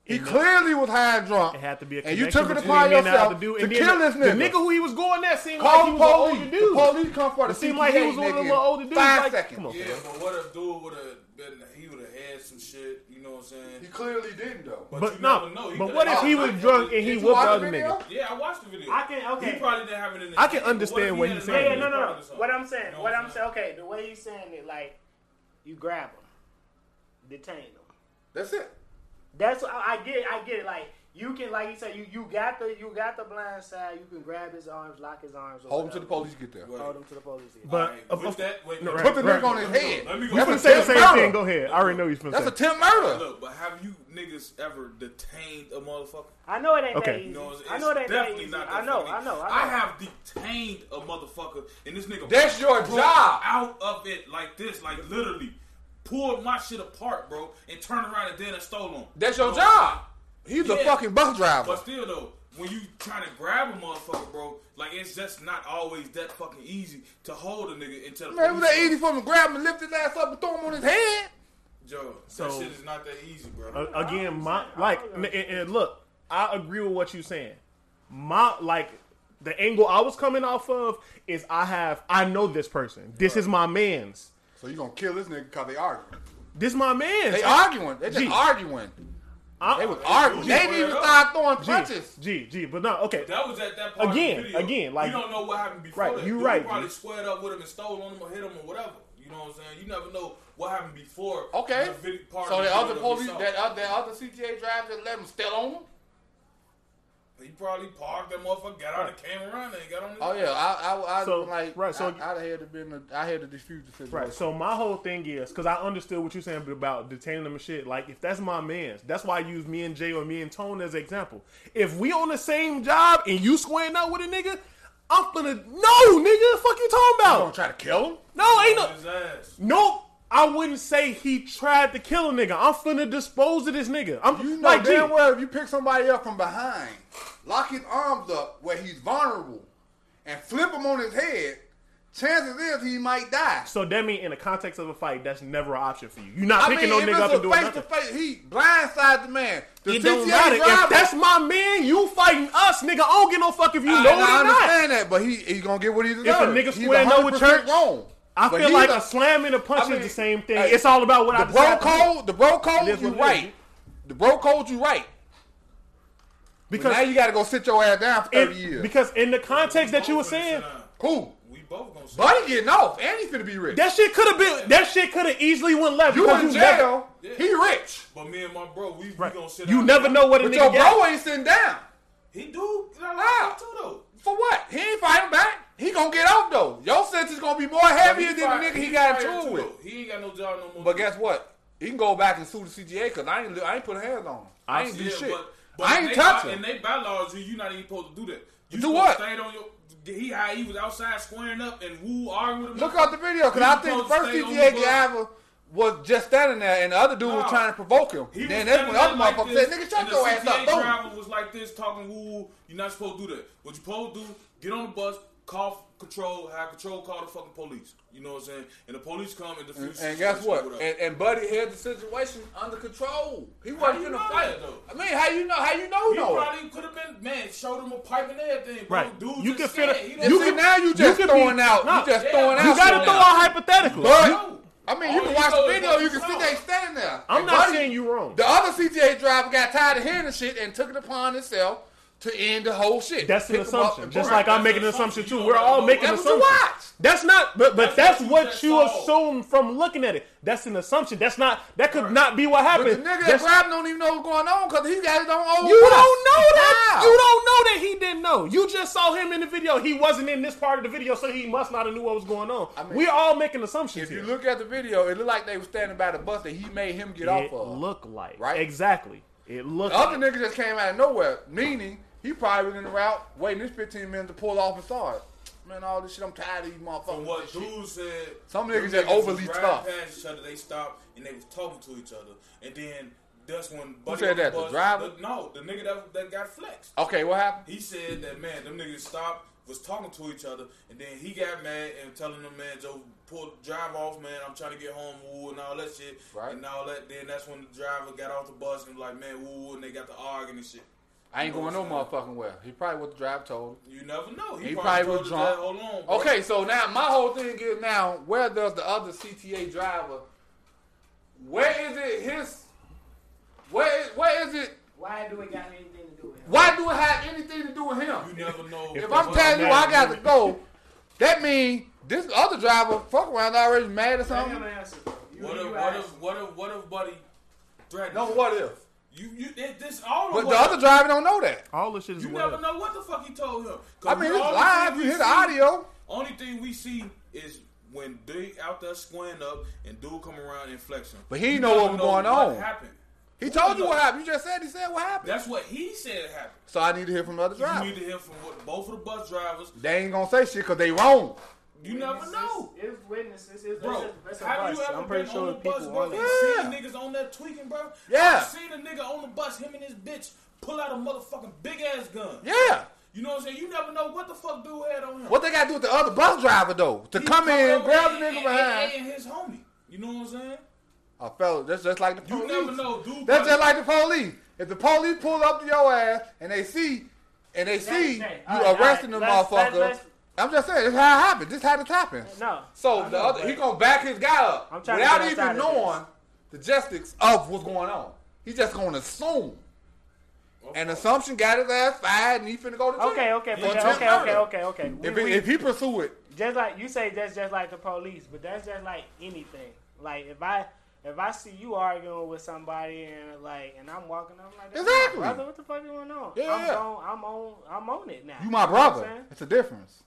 Speaker 4: He clearly was high and drunk.
Speaker 5: It had to be a
Speaker 4: and you
Speaker 5: connection
Speaker 4: took it
Speaker 5: between
Speaker 4: upon
Speaker 5: me and the
Speaker 4: yourself
Speaker 5: other dude.
Speaker 4: to
Speaker 5: And then
Speaker 4: kill
Speaker 5: the-
Speaker 4: this nigga.
Speaker 5: The nigga who he was going at seemed
Speaker 4: Call
Speaker 5: like he
Speaker 4: the
Speaker 5: was an
Speaker 4: police.
Speaker 5: older dude.
Speaker 4: The police come for the
Speaker 5: It seemed like he was one of
Speaker 4: nigga
Speaker 5: the
Speaker 4: in
Speaker 5: little older dudes,
Speaker 4: Five
Speaker 5: like,
Speaker 4: seconds.
Speaker 5: come on.
Speaker 6: Yeah, but what if dude would have been? He would have had some shit. You know what
Speaker 4: He
Speaker 6: I'm saying?
Speaker 4: clearly didn't though.
Speaker 6: But,
Speaker 5: But
Speaker 6: you
Speaker 5: no,
Speaker 6: never know. He
Speaker 5: but
Speaker 6: coulda
Speaker 5: what if
Speaker 6: had
Speaker 5: he
Speaker 6: a
Speaker 5: was
Speaker 6: knife
Speaker 5: drunk
Speaker 6: in
Speaker 5: and he
Speaker 4: Did
Speaker 6: his-
Speaker 5: whooped
Speaker 4: you
Speaker 5: the
Speaker 4: watch
Speaker 5: other
Speaker 4: the video?
Speaker 5: nigga?
Speaker 6: Yeah, I watched the video.
Speaker 3: I can okay.
Speaker 6: He probably didn't have it in. His
Speaker 5: I can
Speaker 6: pocket, but
Speaker 5: understand
Speaker 6: if
Speaker 5: what
Speaker 6: he
Speaker 5: he's
Speaker 6: had
Speaker 5: saying.
Speaker 6: it in
Speaker 3: Yeah,
Speaker 6: his
Speaker 3: no, no, no.
Speaker 6: pocket or something?
Speaker 3: What I'm
Speaker 6: You
Speaker 3: saying,
Speaker 6: know
Speaker 3: what I'm saying, okay, the way he's saying it, like, you grab him, detain him.
Speaker 4: That's it.
Speaker 3: That's what I I get. I get it. Like you can, like you said, you you got the you got the blind side. You can grab his arms, lock his arms. or
Speaker 4: Hold him to the
Speaker 3: whatever.
Speaker 4: police get there.
Speaker 6: Right.
Speaker 3: Hold him to the police. yeah.
Speaker 5: But
Speaker 6: Alright,
Speaker 5: of-
Speaker 6: with
Speaker 5: of-
Speaker 6: that, wait,
Speaker 5: no,
Speaker 6: no,
Speaker 5: right,
Speaker 4: Put the
Speaker 5: right.
Speaker 4: nigga on his head.
Speaker 6: Let me go
Speaker 5: You can
Speaker 4: That's a
Speaker 6: first.
Speaker 5: say the
Speaker 4: attempt
Speaker 5: same
Speaker 4: murder.
Speaker 5: thing. Go ahead. I already know you're supposed
Speaker 4: That's
Speaker 5: to
Speaker 4: a
Speaker 5: say.
Speaker 4: attempt murder.
Speaker 6: Look, but have you niggas ever detained a motherfucker?
Speaker 3: I know it ain't
Speaker 5: Okay.
Speaker 3: that easy.
Speaker 6: You know, it's,
Speaker 3: I know it ain't
Speaker 6: it's
Speaker 3: that
Speaker 6: definitely
Speaker 3: easy.
Speaker 6: not that
Speaker 3: I know,
Speaker 6: fucking
Speaker 3: I know.
Speaker 6: easy.
Speaker 3: I know.
Speaker 6: have detained a motherfucker, and this nigga.
Speaker 4: That's your
Speaker 6: broke
Speaker 4: job.
Speaker 6: Out of it like this, like literally, pulled my shit apart, bro, and turned around and then and stole him.
Speaker 4: That's your
Speaker 6: No.
Speaker 4: job. He's a
Speaker 6: Yeah.
Speaker 4: fucking bus driver.
Speaker 6: But still though, when you trying to grab a motherfucker, bro, like it's just not always that fucking easy to hold a nigga until.
Speaker 4: Man, it was that easy for him to grab him and lift his ass up and throw him on his head?
Speaker 6: Joe, that
Speaker 5: So- uh,
Speaker 6: shit is not that easy, bro.
Speaker 5: A- again, my like, and, and look, I agree with what you're saying. My like, the angle I was coming off of is I have I know this person. This is my man's.
Speaker 4: So you gonna kill this nigga because they arguing.
Speaker 5: This my man's.
Speaker 4: They arguing. They just
Speaker 5: Gee.
Speaker 4: arguing.
Speaker 5: I-
Speaker 4: They was arguing. They didn't even start throwing punches.
Speaker 5: Gee, gee, but no, okay.
Speaker 6: that was at that part
Speaker 5: Again,
Speaker 6: of the video.
Speaker 5: again, like-
Speaker 6: you don't know what happened before.
Speaker 5: Right,
Speaker 6: that.
Speaker 5: you
Speaker 6: Dude
Speaker 5: right,
Speaker 6: Probably
Speaker 5: dude.
Speaker 6: squared up with him and stole on him or hit him or whatever. You know what I'm saying? You never know what happened before.
Speaker 4: Okay.
Speaker 6: the vid- part
Speaker 4: So
Speaker 6: of
Speaker 4: the other
Speaker 6: video that we
Speaker 4: police,
Speaker 6: saw.
Speaker 4: that, other that other CTA driver just let him still on him?
Speaker 6: he probably parked that motherfucker, got out and came around and got on. His
Speaker 4: Oh yeah, I I, I
Speaker 5: So,
Speaker 4: like
Speaker 5: right, so-
Speaker 4: I, I'd have had to been a, I had to dispute the situation.
Speaker 5: Right. So my whole thing is because I understood what you're saying about detaining them and shit. Like if that's my man's, that's why I use me and Jay or me and Tone as an example. If we on the same job and you squaring up with a nigga, I'm gonna no nigga. Fuck you talking
Speaker 4: You gonna
Speaker 5: about?
Speaker 4: try to kill him?
Speaker 5: No, ain't no.
Speaker 6: on his ass.
Speaker 5: Nope. I wouldn't say he tried to kill a nigga. I'm finna dispose of this nigga. I'm
Speaker 4: You know
Speaker 5: like,
Speaker 4: damn
Speaker 5: gee,
Speaker 4: well if you pick somebody up from behind, lock his arms up where he's vulnerable, and flip him on his head, chances is he might die.
Speaker 5: So that mean in the context of a fight, that's never an option for you. You're not
Speaker 4: I mean,
Speaker 5: picking no
Speaker 4: if
Speaker 5: nigga up and
Speaker 4: it's a
Speaker 5: doing
Speaker 4: face to
Speaker 5: nothing.
Speaker 4: face, he blindsides the man. The
Speaker 5: It don't
Speaker 4: CTA
Speaker 5: matter. If
Speaker 4: driver-
Speaker 5: that's my man, you fighting us, nigga. I don't get no fuck if you
Speaker 4: I,
Speaker 5: know it or
Speaker 4: and I
Speaker 5: not.
Speaker 4: understand that, but he he's gonna get what he deserves.
Speaker 5: nigga
Speaker 4: He's
Speaker 5: square no with
Speaker 4: 100%
Speaker 5: church,
Speaker 4: wrong.
Speaker 5: I
Speaker 4: But
Speaker 5: feel
Speaker 4: he's
Speaker 5: like
Speaker 4: a-
Speaker 5: a slam and a punch
Speaker 4: I mean,
Speaker 5: is the same thing.
Speaker 4: hey,
Speaker 5: it's all about what I
Speaker 4: the bro
Speaker 5: decide to do.
Speaker 4: code, the bro
Speaker 5: It is
Speaker 4: code, you
Speaker 5: what it is.
Speaker 4: right. The bro code, you right. Because now
Speaker 5: Because,
Speaker 4: you got to go sit your ass down for
Speaker 5: in,
Speaker 4: thirty years.
Speaker 5: because in the context that you were
Speaker 6: Both gonna
Speaker 5: saying,
Speaker 6: sit down.
Speaker 4: Who?
Speaker 6: we both gonna sit
Speaker 4: Buddy getting off, and he finna be rich.
Speaker 5: that shit could have been that shit could have easily went left.
Speaker 4: you
Speaker 5: because
Speaker 4: in
Speaker 5: never-
Speaker 4: jail,
Speaker 6: Yeah.
Speaker 4: he rich,
Speaker 6: But me and my bro, we,
Speaker 5: right.
Speaker 6: we gonna sit
Speaker 5: You
Speaker 6: down
Speaker 5: never
Speaker 6: and-
Speaker 5: know what a
Speaker 4: but
Speaker 5: nigga
Speaker 4: your
Speaker 5: got.
Speaker 4: bro ain't sitting down.
Speaker 6: He do. He not
Speaker 4: Wow.
Speaker 6: allowed too though.
Speaker 4: For what? He ain't fighting back. He gonna get off though. Your sentence gonna be more heavier than the
Speaker 6: fired-
Speaker 4: nigga he got
Speaker 6: fired
Speaker 4: into
Speaker 6: too,
Speaker 4: it with.
Speaker 6: though. He ain't got no job no more.
Speaker 4: But guess what? He can go back and sue the CGA because I ain't I ain't put hands on him. I ain't do
Speaker 6: Yeah,
Speaker 4: shit.
Speaker 6: But, but
Speaker 4: I
Speaker 6: in
Speaker 4: ain't
Speaker 6: they-
Speaker 4: touch
Speaker 6: In
Speaker 4: him.
Speaker 6: they bylaws, you you not even supposed to do that. You
Speaker 4: Do
Speaker 6: supposed
Speaker 4: what?
Speaker 6: to Stand on your. He how he was outside squaring up and woo arguing with him.
Speaker 4: Look out the video because
Speaker 6: You
Speaker 4: I think the
Speaker 6: supposed to
Speaker 4: first
Speaker 6: stay on
Speaker 4: CGA
Speaker 6: the
Speaker 4: driver was just standing there and the other dude was
Speaker 6: "Oh, Nah.
Speaker 4: trying to provoke him.
Speaker 6: He
Speaker 4: then
Speaker 6: was
Speaker 4: that's when the other
Speaker 6: standing there
Speaker 4: motherfucker
Speaker 6: like
Speaker 4: said, "Nigga,
Speaker 6: this,
Speaker 4: shut
Speaker 6: and
Speaker 4: your
Speaker 6: the
Speaker 4: ass up,
Speaker 6: CTA
Speaker 4: boom."
Speaker 6: driver was like this, talking woo. You're not supposed to do that. What you supposed to do? Get on the bus, call control, have control call the fucking police. You know what I'm saying? And the police come and defuse. the
Speaker 4: And guess
Speaker 6: situation or
Speaker 4: what?
Speaker 6: whatever.
Speaker 4: And, and Buddy had the situation under control. He
Speaker 6: How
Speaker 4: wasn't
Speaker 6: you
Speaker 4: in a
Speaker 6: know
Speaker 4: fight.
Speaker 6: that, though?
Speaker 4: I mean, how you know? How you know?
Speaker 6: He
Speaker 4: though?
Speaker 6: probably could have been man, showed him a pipe and everything, bro.
Speaker 5: Right.
Speaker 6: Dude,
Speaker 5: You
Speaker 6: just
Speaker 5: can fit
Speaker 6: scared.
Speaker 5: a-
Speaker 6: He
Speaker 5: you
Speaker 6: done
Speaker 4: You
Speaker 5: could-
Speaker 4: can now you
Speaker 5: you
Speaker 4: just
Speaker 5: could
Speaker 4: towing
Speaker 5: be-
Speaker 4: out.
Speaker 5: nah.
Speaker 4: you just
Speaker 6: Yeah.
Speaker 4: throwing out.
Speaker 5: You got to
Speaker 4: shit
Speaker 5: throw
Speaker 4: now.
Speaker 5: out hypothetical.
Speaker 4: But
Speaker 6: No.
Speaker 4: I mean,
Speaker 6: All
Speaker 4: you can
Speaker 6: Oh, you
Speaker 4: watch
Speaker 6: know
Speaker 4: the
Speaker 6: is
Speaker 4: video.
Speaker 6: what
Speaker 4: You
Speaker 6: you
Speaker 4: can see
Speaker 6: saw.
Speaker 4: they standing there.
Speaker 5: I'm
Speaker 4: And
Speaker 5: not
Speaker 4: Buddy-
Speaker 5: saying you wrong.
Speaker 4: The other CTA driver got tired of hearing the shit and took it upon himself to end the whole shit.
Speaker 5: That's an
Speaker 4: Pick 'em up
Speaker 5: assumption.
Speaker 4: and
Speaker 5: Just
Speaker 4: boom.
Speaker 5: like I'm
Speaker 6: That's
Speaker 5: making
Speaker 6: an
Speaker 5: an assumption
Speaker 6: assumption.
Speaker 5: too.
Speaker 6: You
Speaker 5: We're
Speaker 6: don't
Speaker 5: all
Speaker 6: know
Speaker 5: making
Speaker 4: That's what you
Speaker 5: assumptions.
Speaker 4: watch.
Speaker 5: That's not, but but that's,
Speaker 6: That's what you
Speaker 5: what
Speaker 6: just
Speaker 5: you
Speaker 6: saw.
Speaker 5: assume from looking at it. That's an assumption. That's not. That could not be what
Speaker 4: But the
Speaker 5: happened.
Speaker 4: nigga that
Speaker 5: That's-
Speaker 4: grabbed him don't even know what's going on because he got his own old.
Speaker 5: you
Speaker 4: bus.
Speaker 5: don't know that.
Speaker 4: Wow.
Speaker 5: You don't know that he didn't know. You just saw him in the video. He wasn't in this part of the video, so he must not have knew what was going on.
Speaker 4: mean,
Speaker 5: We're all making assumptions
Speaker 4: If you
Speaker 5: here.
Speaker 4: look at the video, it looked like they were standing by the bus that he made him get off
Speaker 5: it
Speaker 4: of.
Speaker 5: looked like
Speaker 4: uh, Right?
Speaker 5: exactly. It looked
Speaker 4: the other
Speaker 5: like.
Speaker 4: nigga just came out of nowhere, meaning he probably was in the route waiting his 15 minutes to pull off and start. man, all this shit. I'm tired of these motherfuckers.
Speaker 6: From what
Speaker 4: and shit."
Speaker 6: dude said,
Speaker 4: Some
Speaker 6: them
Speaker 4: niggas just overly
Speaker 6: was riding
Speaker 4: tough.
Speaker 6: Past each other, they stopped and they was talking to each other, and then that's when. Buddy
Speaker 4: said
Speaker 6: on
Speaker 4: that, the
Speaker 6: bus-
Speaker 4: driver?
Speaker 6: the- no, the nigga that that got flexed.
Speaker 4: Okay, what happened?
Speaker 6: He said that man, them niggas stopped, was talking to each other, and then he got mad and telling them man, Joe, pull drive off, man. I'm trying to get home, woo, and all that shit,
Speaker 4: Right.
Speaker 6: And all that. Then that's when the driver got off the bus and was like, man, woo, and they got the arguing and shit.
Speaker 4: I ain't
Speaker 6: You know
Speaker 4: going no
Speaker 6: what I'm
Speaker 4: motherfucking well. He probably what the drive told. him.
Speaker 6: You never know.
Speaker 4: He probably
Speaker 6: told
Speaker 4: was
Speaker 6: the driver,
Speaker 4: drunk.
Speaker 6: Hold on, bro.
Speaker 4: Okay, so now my whole thing is now where does the other CTA driver? Where is it his? Where is, where is it?
Speaker 3: Why do it got anything to do with him?
Speaker 4: Why do it have anything to do with him?
Speaker 6: You never know.
Speaker 4: If I'm telling you I got to go, that mean this other driver fuck around already mad or
Speaker 3: Let him
Speaker 4: something.
Speaker 3: answer, bro. You,
Speaker 6: What
Speaker 3: you
Speaker 6: if, what
Speaker 3: ask.
Speaker 6: if, what if, what if, buddy? Threatened.
Speaker 4: No,
Speaker 6: you?
Speaker 4: what if?
Speaker 6: You, you, it, this all
Speaker 4: But
Speaker 6: of
Speaker 4: the other driver don't know that.
Speaker 5: All this shit is
Speaker 6: You
Speaker 5: what
Speaker 6: never
Speaker 5: if.
Speaker 6: know what the fuck he told him. 'Cause
Speaker 4: I mean,
Speaker 6: the
Speaker 4: it's
Speaker 6: only
Speaker 4: live.
Speaker 6: thing
Speaker 4: You
Speaker 6: we
Speaker 4: hear the
Speaker 6: see-
Speaker 4: audio.
Speaker 6: Only thing we see is when they out there squaring up and dude come around and flexing.
Speaker 4: But he
Speaker 6: You
Speaker 4: know what
Speaker 6: never
Speaker 4: was going on.
Speaker 6: Happened.
Speaker 4: He told you what happened. You just said he said what happened.
Speaker 6: That's what he said happened.
Speaker 4: So I need to hear from the other
Speaker 6: You need
Speaker 4: driver.
Speaker 6: to hear from what, both of the bus drivers.
Speaker 4: They ain't gonna say shit because they wrong.
Speaker 6: You
Speaker 3: Oh,
Speaker 6: never know.
Speaker 3: It's witnesses. It's,
Speaker 6: Bro,
Speaker 3: it's, it's a
Speaker 6: have
Speaker 3: bus.
Speaker 6: you ever
Speaker 7: I'm pretty
Speaker 6: been
Speaker 7: sure
Speaker 6: on the bus,
Speaker 7: people
Speaker 6: bro,
Speaker 7: on
Speaker 6: and
Speaker 4: it.
Speaker 6: seen
Speaker 4: Yeah.
Speaker 6: niggas on there tweaking, bro?
Speaker 4: Yeah.
Speaker 6: I seen a nigga on the bus, him and his bitch, pull out a motherfucking big ass gun.
Speaker 4: Yeah.
Speaker 6: You know what I'm saying? You never know what the fuck dude had on him.
Speaker 4: What they gotta do with the other bus driver though? To
Speaker 6: He
Speaker 4: come
Speaker 6: pulled
Speaker 4: in,
Speaker 6: over
Speaker 4: grab the
Speaker 6: and-
Speaker 4: nigga
Speaker 6: and-
Speaker 4: behind.
Speaker 6: and his homie. You know what I'm saying?
Speaker 4: A fella, that's just like the
Speaker 6: You
Speaker 4: police.
Speaker 6: never know, dude.
Speaker 4: Oh, That's
Speaker 6: probably-
Speaker 4: just like the police. If the police pull up to your ass and they see and they see
Speaker 3: okay.
Speaker 4: you
Speaker 3: All right,
Speaker 4: arresting
Speaker 3: all
Speaker 4: the
Speaker 3: right. Let's-
Speaker 4: motherfucker,
Speaker 3: let's- let's-
Speaker 4: I'm just saying, this how it happened. This how it happened.
Speaker 3: No.
Speaker 4: So
Speaker 3: I
Speaker 4: the
Speaker 3: know,
Speaker 4: other,
Speaker 3: but-
Speaker 4: he gonna back his guy up
Speaker 3: I'm trying to
Speaker 4: without
Speaker 3: get
Speaker 4: even
Speaker 3: outside of
Speaker 4: knowing the justice of what's going on. He just gonna assume. And assumption got his ass fired, and he finna go to jail.
Speaker 3: Okay, okay,
Speaker 4: For
Speaker 3: but that,
Speaker 4: attempt
Speaker 3: okay,
Speaker 4: murder.
Speaker 3: okay, okay, okay. We,
Speaker 4: If he,
Speaker 3: we-
Speaker 4: if he pursue it,
Speaker 3: just like you say, that's just like the police, but that's just like anything. Like if I if I see you arguing with somebody and like and I'm walking, I'm like, "That's my
Speaker 4: Exactly.
Speaker 3: brother, what the fuck going on?
Speaker 4: Yeah,
Speaker 3: I'm
Speaker 4: yeah.
Speaker 3: on, I'm on, I'm on it now.
Speaker 4: you my
Speaker 3: know what I'm
Speaker 4: brother.
Speaker 3: saying?
Speaker 4: It's a difference.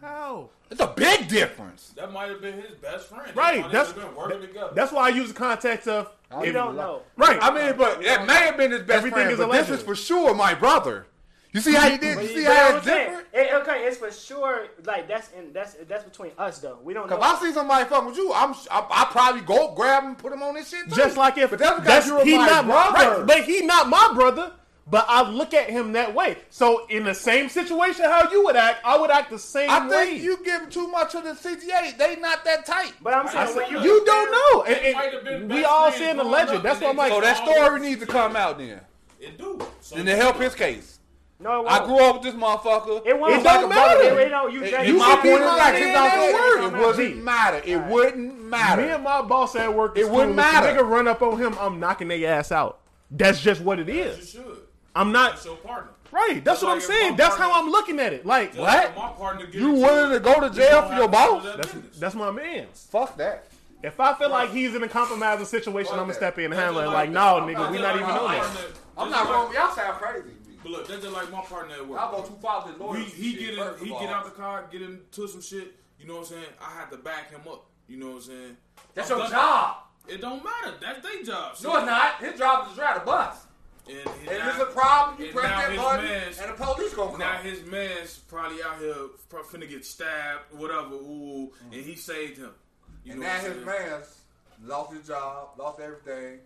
Speaker 5: How?
Speaker 4: It's a big difference.
Speaker 6: That might have been his best friend. They
Speaker 5: Right.
Speaker 6: might
Speaker 5: That's
Speaker 6: have been working together.
Speaker 5: that's why I use the context of.
Speaker 4: I
Speaker 3: You
Speaker 5: if-
Speaker 3: don't know.
Speaker 5: Right.
Speaker 4: I mean, but that may have been his best
Speaker 5: Everything
Speaker 4: friend,
Speaker 5: is
Speaker 4: but
Speaker 5: alleged.
Speaker 4: this is for sure my brother. You see how he did? You
Speaker 3: But
Speaker 4: see
Speaker 3: you know what
Speaker 4: how
Speaker 3: I'm
Speaker 4: it's
Speaker 3: saying?
Speaker 4: different?
Speaker 3: It- okay, it's for sure. Like that's in that's that's between us though. We don't know.
Speaker 4: If I see somebody fucking with you, I'm I, I probably go grab him, put him on this shit. Too.
Speaker 5: Just like if
Speaker 4: but that's because you're
Speaker 5: he
Speaker 4: my
Speaker 5: not
Speaker 4: brother.
Speaker 5: right, but he not my brother. But I look at him that way. So in the same situation, how you would act, I would act the same
Speaker 4: I
Speaker 5: way.
Speaker 4: think you give too much to the CTA. They not that tight.
Speaker 3: but I'm
Speaker 6: I
Speaker 3: saying when
Speaker 6: said-
Speaker 3: you
Speaker 5: You don't know. And-
Speaker 6: They
Speaker 5: and
Speaker 6: might have been
Speaker 5: we
Speaker 6: best
Speaker 5: all
Speaker 6: friends
Speaker 5: seeing the
Speaker 6: growing
Speaker 5: legend.
Speaker 6: up,
Speaker 5: That's
Speaker 6: and
Speaker 5: why I'm
Speaker 6: they
Speaker 5: like,
Speaker 4: So that
Speaker 6: always-
Speaker 4: story needs to come out then,
Speaker 6: It do. So
Speaker 4: and to help his case.
Speaker 3: no, it
Speaker 4: I
Speaker 3: won't.
Speaker 4: grew up with this motherfucker.
Speaker 3: It won't.
Speaker 5: It don't matter.
Speaker 3: It, it don't- you
Speaker 4: It-
Speaker 3: just-
Speaker 4: it-
Speaker 3: you
Speaker 4: my
Speaker 3: can't
Speaker 4: point
Speaker 3: be
Speaker 4: is
Speaker 3: my
Speaker 4: right.
Speaker 3: man.
Speaker 4: It
Speaker 3: It don't
Speaker 4: don't
Speaker 3: matter.
Speaker 4: matter. It wouldn't matter. It wouldn't matter.
Speaker 5: Me and my boss at work. It
Speaker 4: It
Speaker 5: wouldn't
Speaker 4: wouldn't
Speaker 5: matter. If a
Speaker 4: matter.
Speaker 5: nigga run up on him, I'm knocking their ass out. That's just what it
Speaker 6: You
Speaker 5: is.
Speaker 6: should.
Speaker 5: I'm not
Speaker 6: That's your partner.
Speaker 5: right. That's
Speaker 6: Just
Speaker 5: what I'm
Speaker 6: like if
Speaker 5: saying.
Speaker 6: my
Speaker 5: That's how
Speaker 6: partner-
Speaker 5: I'm looking at it. Like
Speaker 6: Just
Speaker 4: What?
Speaker 6: like my partner get
Speaker 4: You
Speaker 6: it,
Speaker 4: willing to go to jail for your boss?
Speaker 5: that's that's my man.
Speaker 4: Fuck that.
Speaker 5: If I feel like he's in a compromising situation, I'm gonna
Speaker 4: that.
Speaker 5: step in and handle it. Like, no, nigga, we not even on that.
Speaker 4: I'm not wrong. Y'all sound crazy. to me.
Speaker 6: But look, that's just like my partner at work.
Speaker 4: Y'all go too far with the
Speaker 6: we,
Speaker 4: lawyers.
Speaker 6: he
Speaker 4: shit,
Speaker 6: get in,
Speaker 4: first
Speaker 6: he
Speaker 4: of
Speaker 6: get
Speaker 4: all.
Speaker 6: out the car, get into some shit. You know what I'm saying? I have to back him up. You know what I'm saying?
Speaker 4: That's
Speaker 6: I'm
Speaker 4: your
Speaker 6: done-
Speaker 4: job.
Speaker 6: It don't matter. That's their job.
Speaker 4: No, it's not. His job is to drive the bus.
Speaker 6: And,
Speaker 4: If
Speaker 6: now-
Speaker 4: it's a problem, you
Speaker 6: and
Speaker 4: press
Speaker 6: now
Speaker 4: that
Speaker 6: his
Speaker 4: button,
Speaker 6: man's-
Speaker 4: and the police gonna come.
Speaker 6: Now his man's probably out here pro- finna get stabbed, whatever. Ooh, and he saved him. You
Speaker 4: and
Speaker 6: know
Speaker 4: now
Speaker 6: what I'm
Speaker 4: his
Speaker 6: saying?
Speaker 4: man's lost his job, lost everything.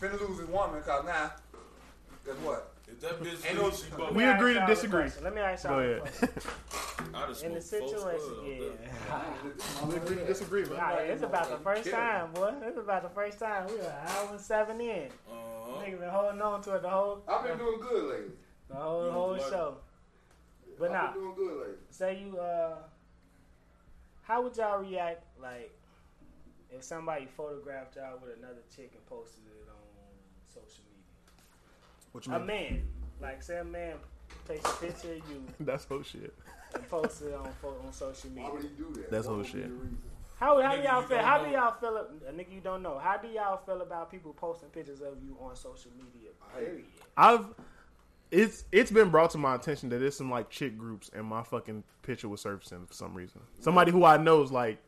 Speaker 4: Finna lose his woman because now, guess what?
Speaker 6: If that bitch
Speaker 4: Ain't no-
Speaker 6: leaves, she broke.
Speaker 5: We
Speaker 3: Let me
Speaker 5: agree to
Speaker 3: ask y'all a
Speaker 5: disagree.
Speaker 3: question. Let me ask y'all
Speaker 5: Go
Speaker 3: a
Speaker 5: ahead.
Speaker 3: question.
Speaker 6: I just
Speaker 3: in the
Speaker 6: smoked four
Speaker 3: situation,
Speaker 6: squares
Speaker 3: yeah.
Speaker 6: off that.
Speaker 5: Disagree,
Speaker 3: Nah, it's about the first
Speaker 4: Kill me.
Speaker 3: time, boy. It's about the first time. We were an hour and seven in.
Speaker 6: Uh-huh.
Speaker 3: Nigga been holding on to it the whole,
Speaker 4: I've been doing good lately.
Speaker 3: the whole,
Speaker 6: You
Speaker 3: whole
Speaker 6: lucky.
Speaker 3: show. But nah,
Speaker 4: I've been doing good lately.
Speaker 3: say you, uh, how would y'all react, like, if somebody photographed y'all with another chick and posted it on social media?
Speaker 4: What you
Speaker 3: A man, like, say a man takes a picture of you
Speaker 5: That's whole shit.
Speaker 3: and posts it on fo- on social media.
Speaker 4: he do that?
Speaker 5: That's
Speaker 4: What
Speaker 5: whole
Speaker 4: would
Speaker 5: shit.
Speaker 4: be the reason?
Speaker 3: How, how do
Speaker 6: Nigga,
Speaker 3: y'all
Speaker 6: you
Speaker 3: feel?
Speaker 6: don't
Speaker 3: How do
Speaker 6: know.
Speaker 3: y'all feel? A nigga you don't know. How do y'all feel about people posting pictures of you on social media? Period.
Speaker 5: I've it's it's been brought to my attention that there's some like chick groups and my fucking picture was surfacing for some reason. Somebody who I know is like,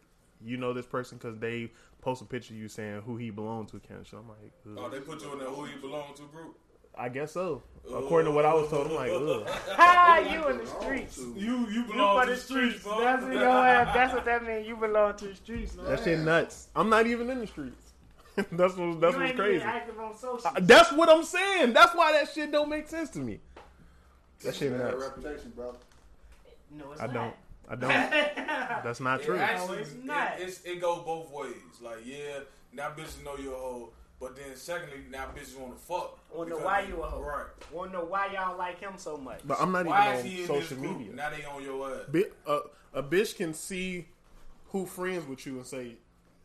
Speaker 5: you know this person because they post a picture of you saying who he belonged to, Ken. So I'm like,
Speaker 6: Oh,
Speaker 5: ugh.
Speaker 6: they put you in that who you belong to group.
Speaker 5: I guess so. According to what I was told, I'm like, ugh.
Speaker 3: Ha! You in the streets.
Speaker 6: You you
Speaker 3: You
Speaker 6: belong
Speaker 3: for
Speaker 6: to the streets, bro.
Speaker 3: That's what, your ass, that's what that means. You belong to the streets. Man.
Speaker 5: that shit nuts. I'm not even in the streets. that's what that's
Speaker 3: you
Speaker 5: what's
Speaker 3: ain't
Speaker 5: crazy.
Speaker 3: even active on social.
Speaker 5: That's what I'm saying. That's why that shit don't make sense to me. That shit
Speaker 4: Bad
Speaker 5: nuts.
Speaker 4: reputation, brother.
Speaker 3: no, it's
Speaker 5: I don't.
Speaker 3: not.
Speaker 5: I don't. That's not
Speaker 6: It
Speaker 5: true.
Speaker 6: actually,
Speaker 3: No, it's
Speaker 6: it-
Speaker 3: not.
Speaker 6: it's- it go both ways. Like yeah, now bitches know you're a hoe, but then secondly, now bitches want to fuck.
Speaker 3: Wanna know
Speaker 6: Because-
Speaker 3: why you a hoe.
Speaker 6: Right.
Speaker 3: Want to know why y'all like him so much?
Speaker 5: But I'm not
Speaker 6: Why is he
Speaker 5: even
Speaker 6: in
Speaker 5: on
Speaker 6: this
Speaker 5: social
Speaker 6: group?
Speaker 5: media.
Speaker 6: Now they on your ass.
Speaker 5: Bi- a, a bitch can see who friends with you and say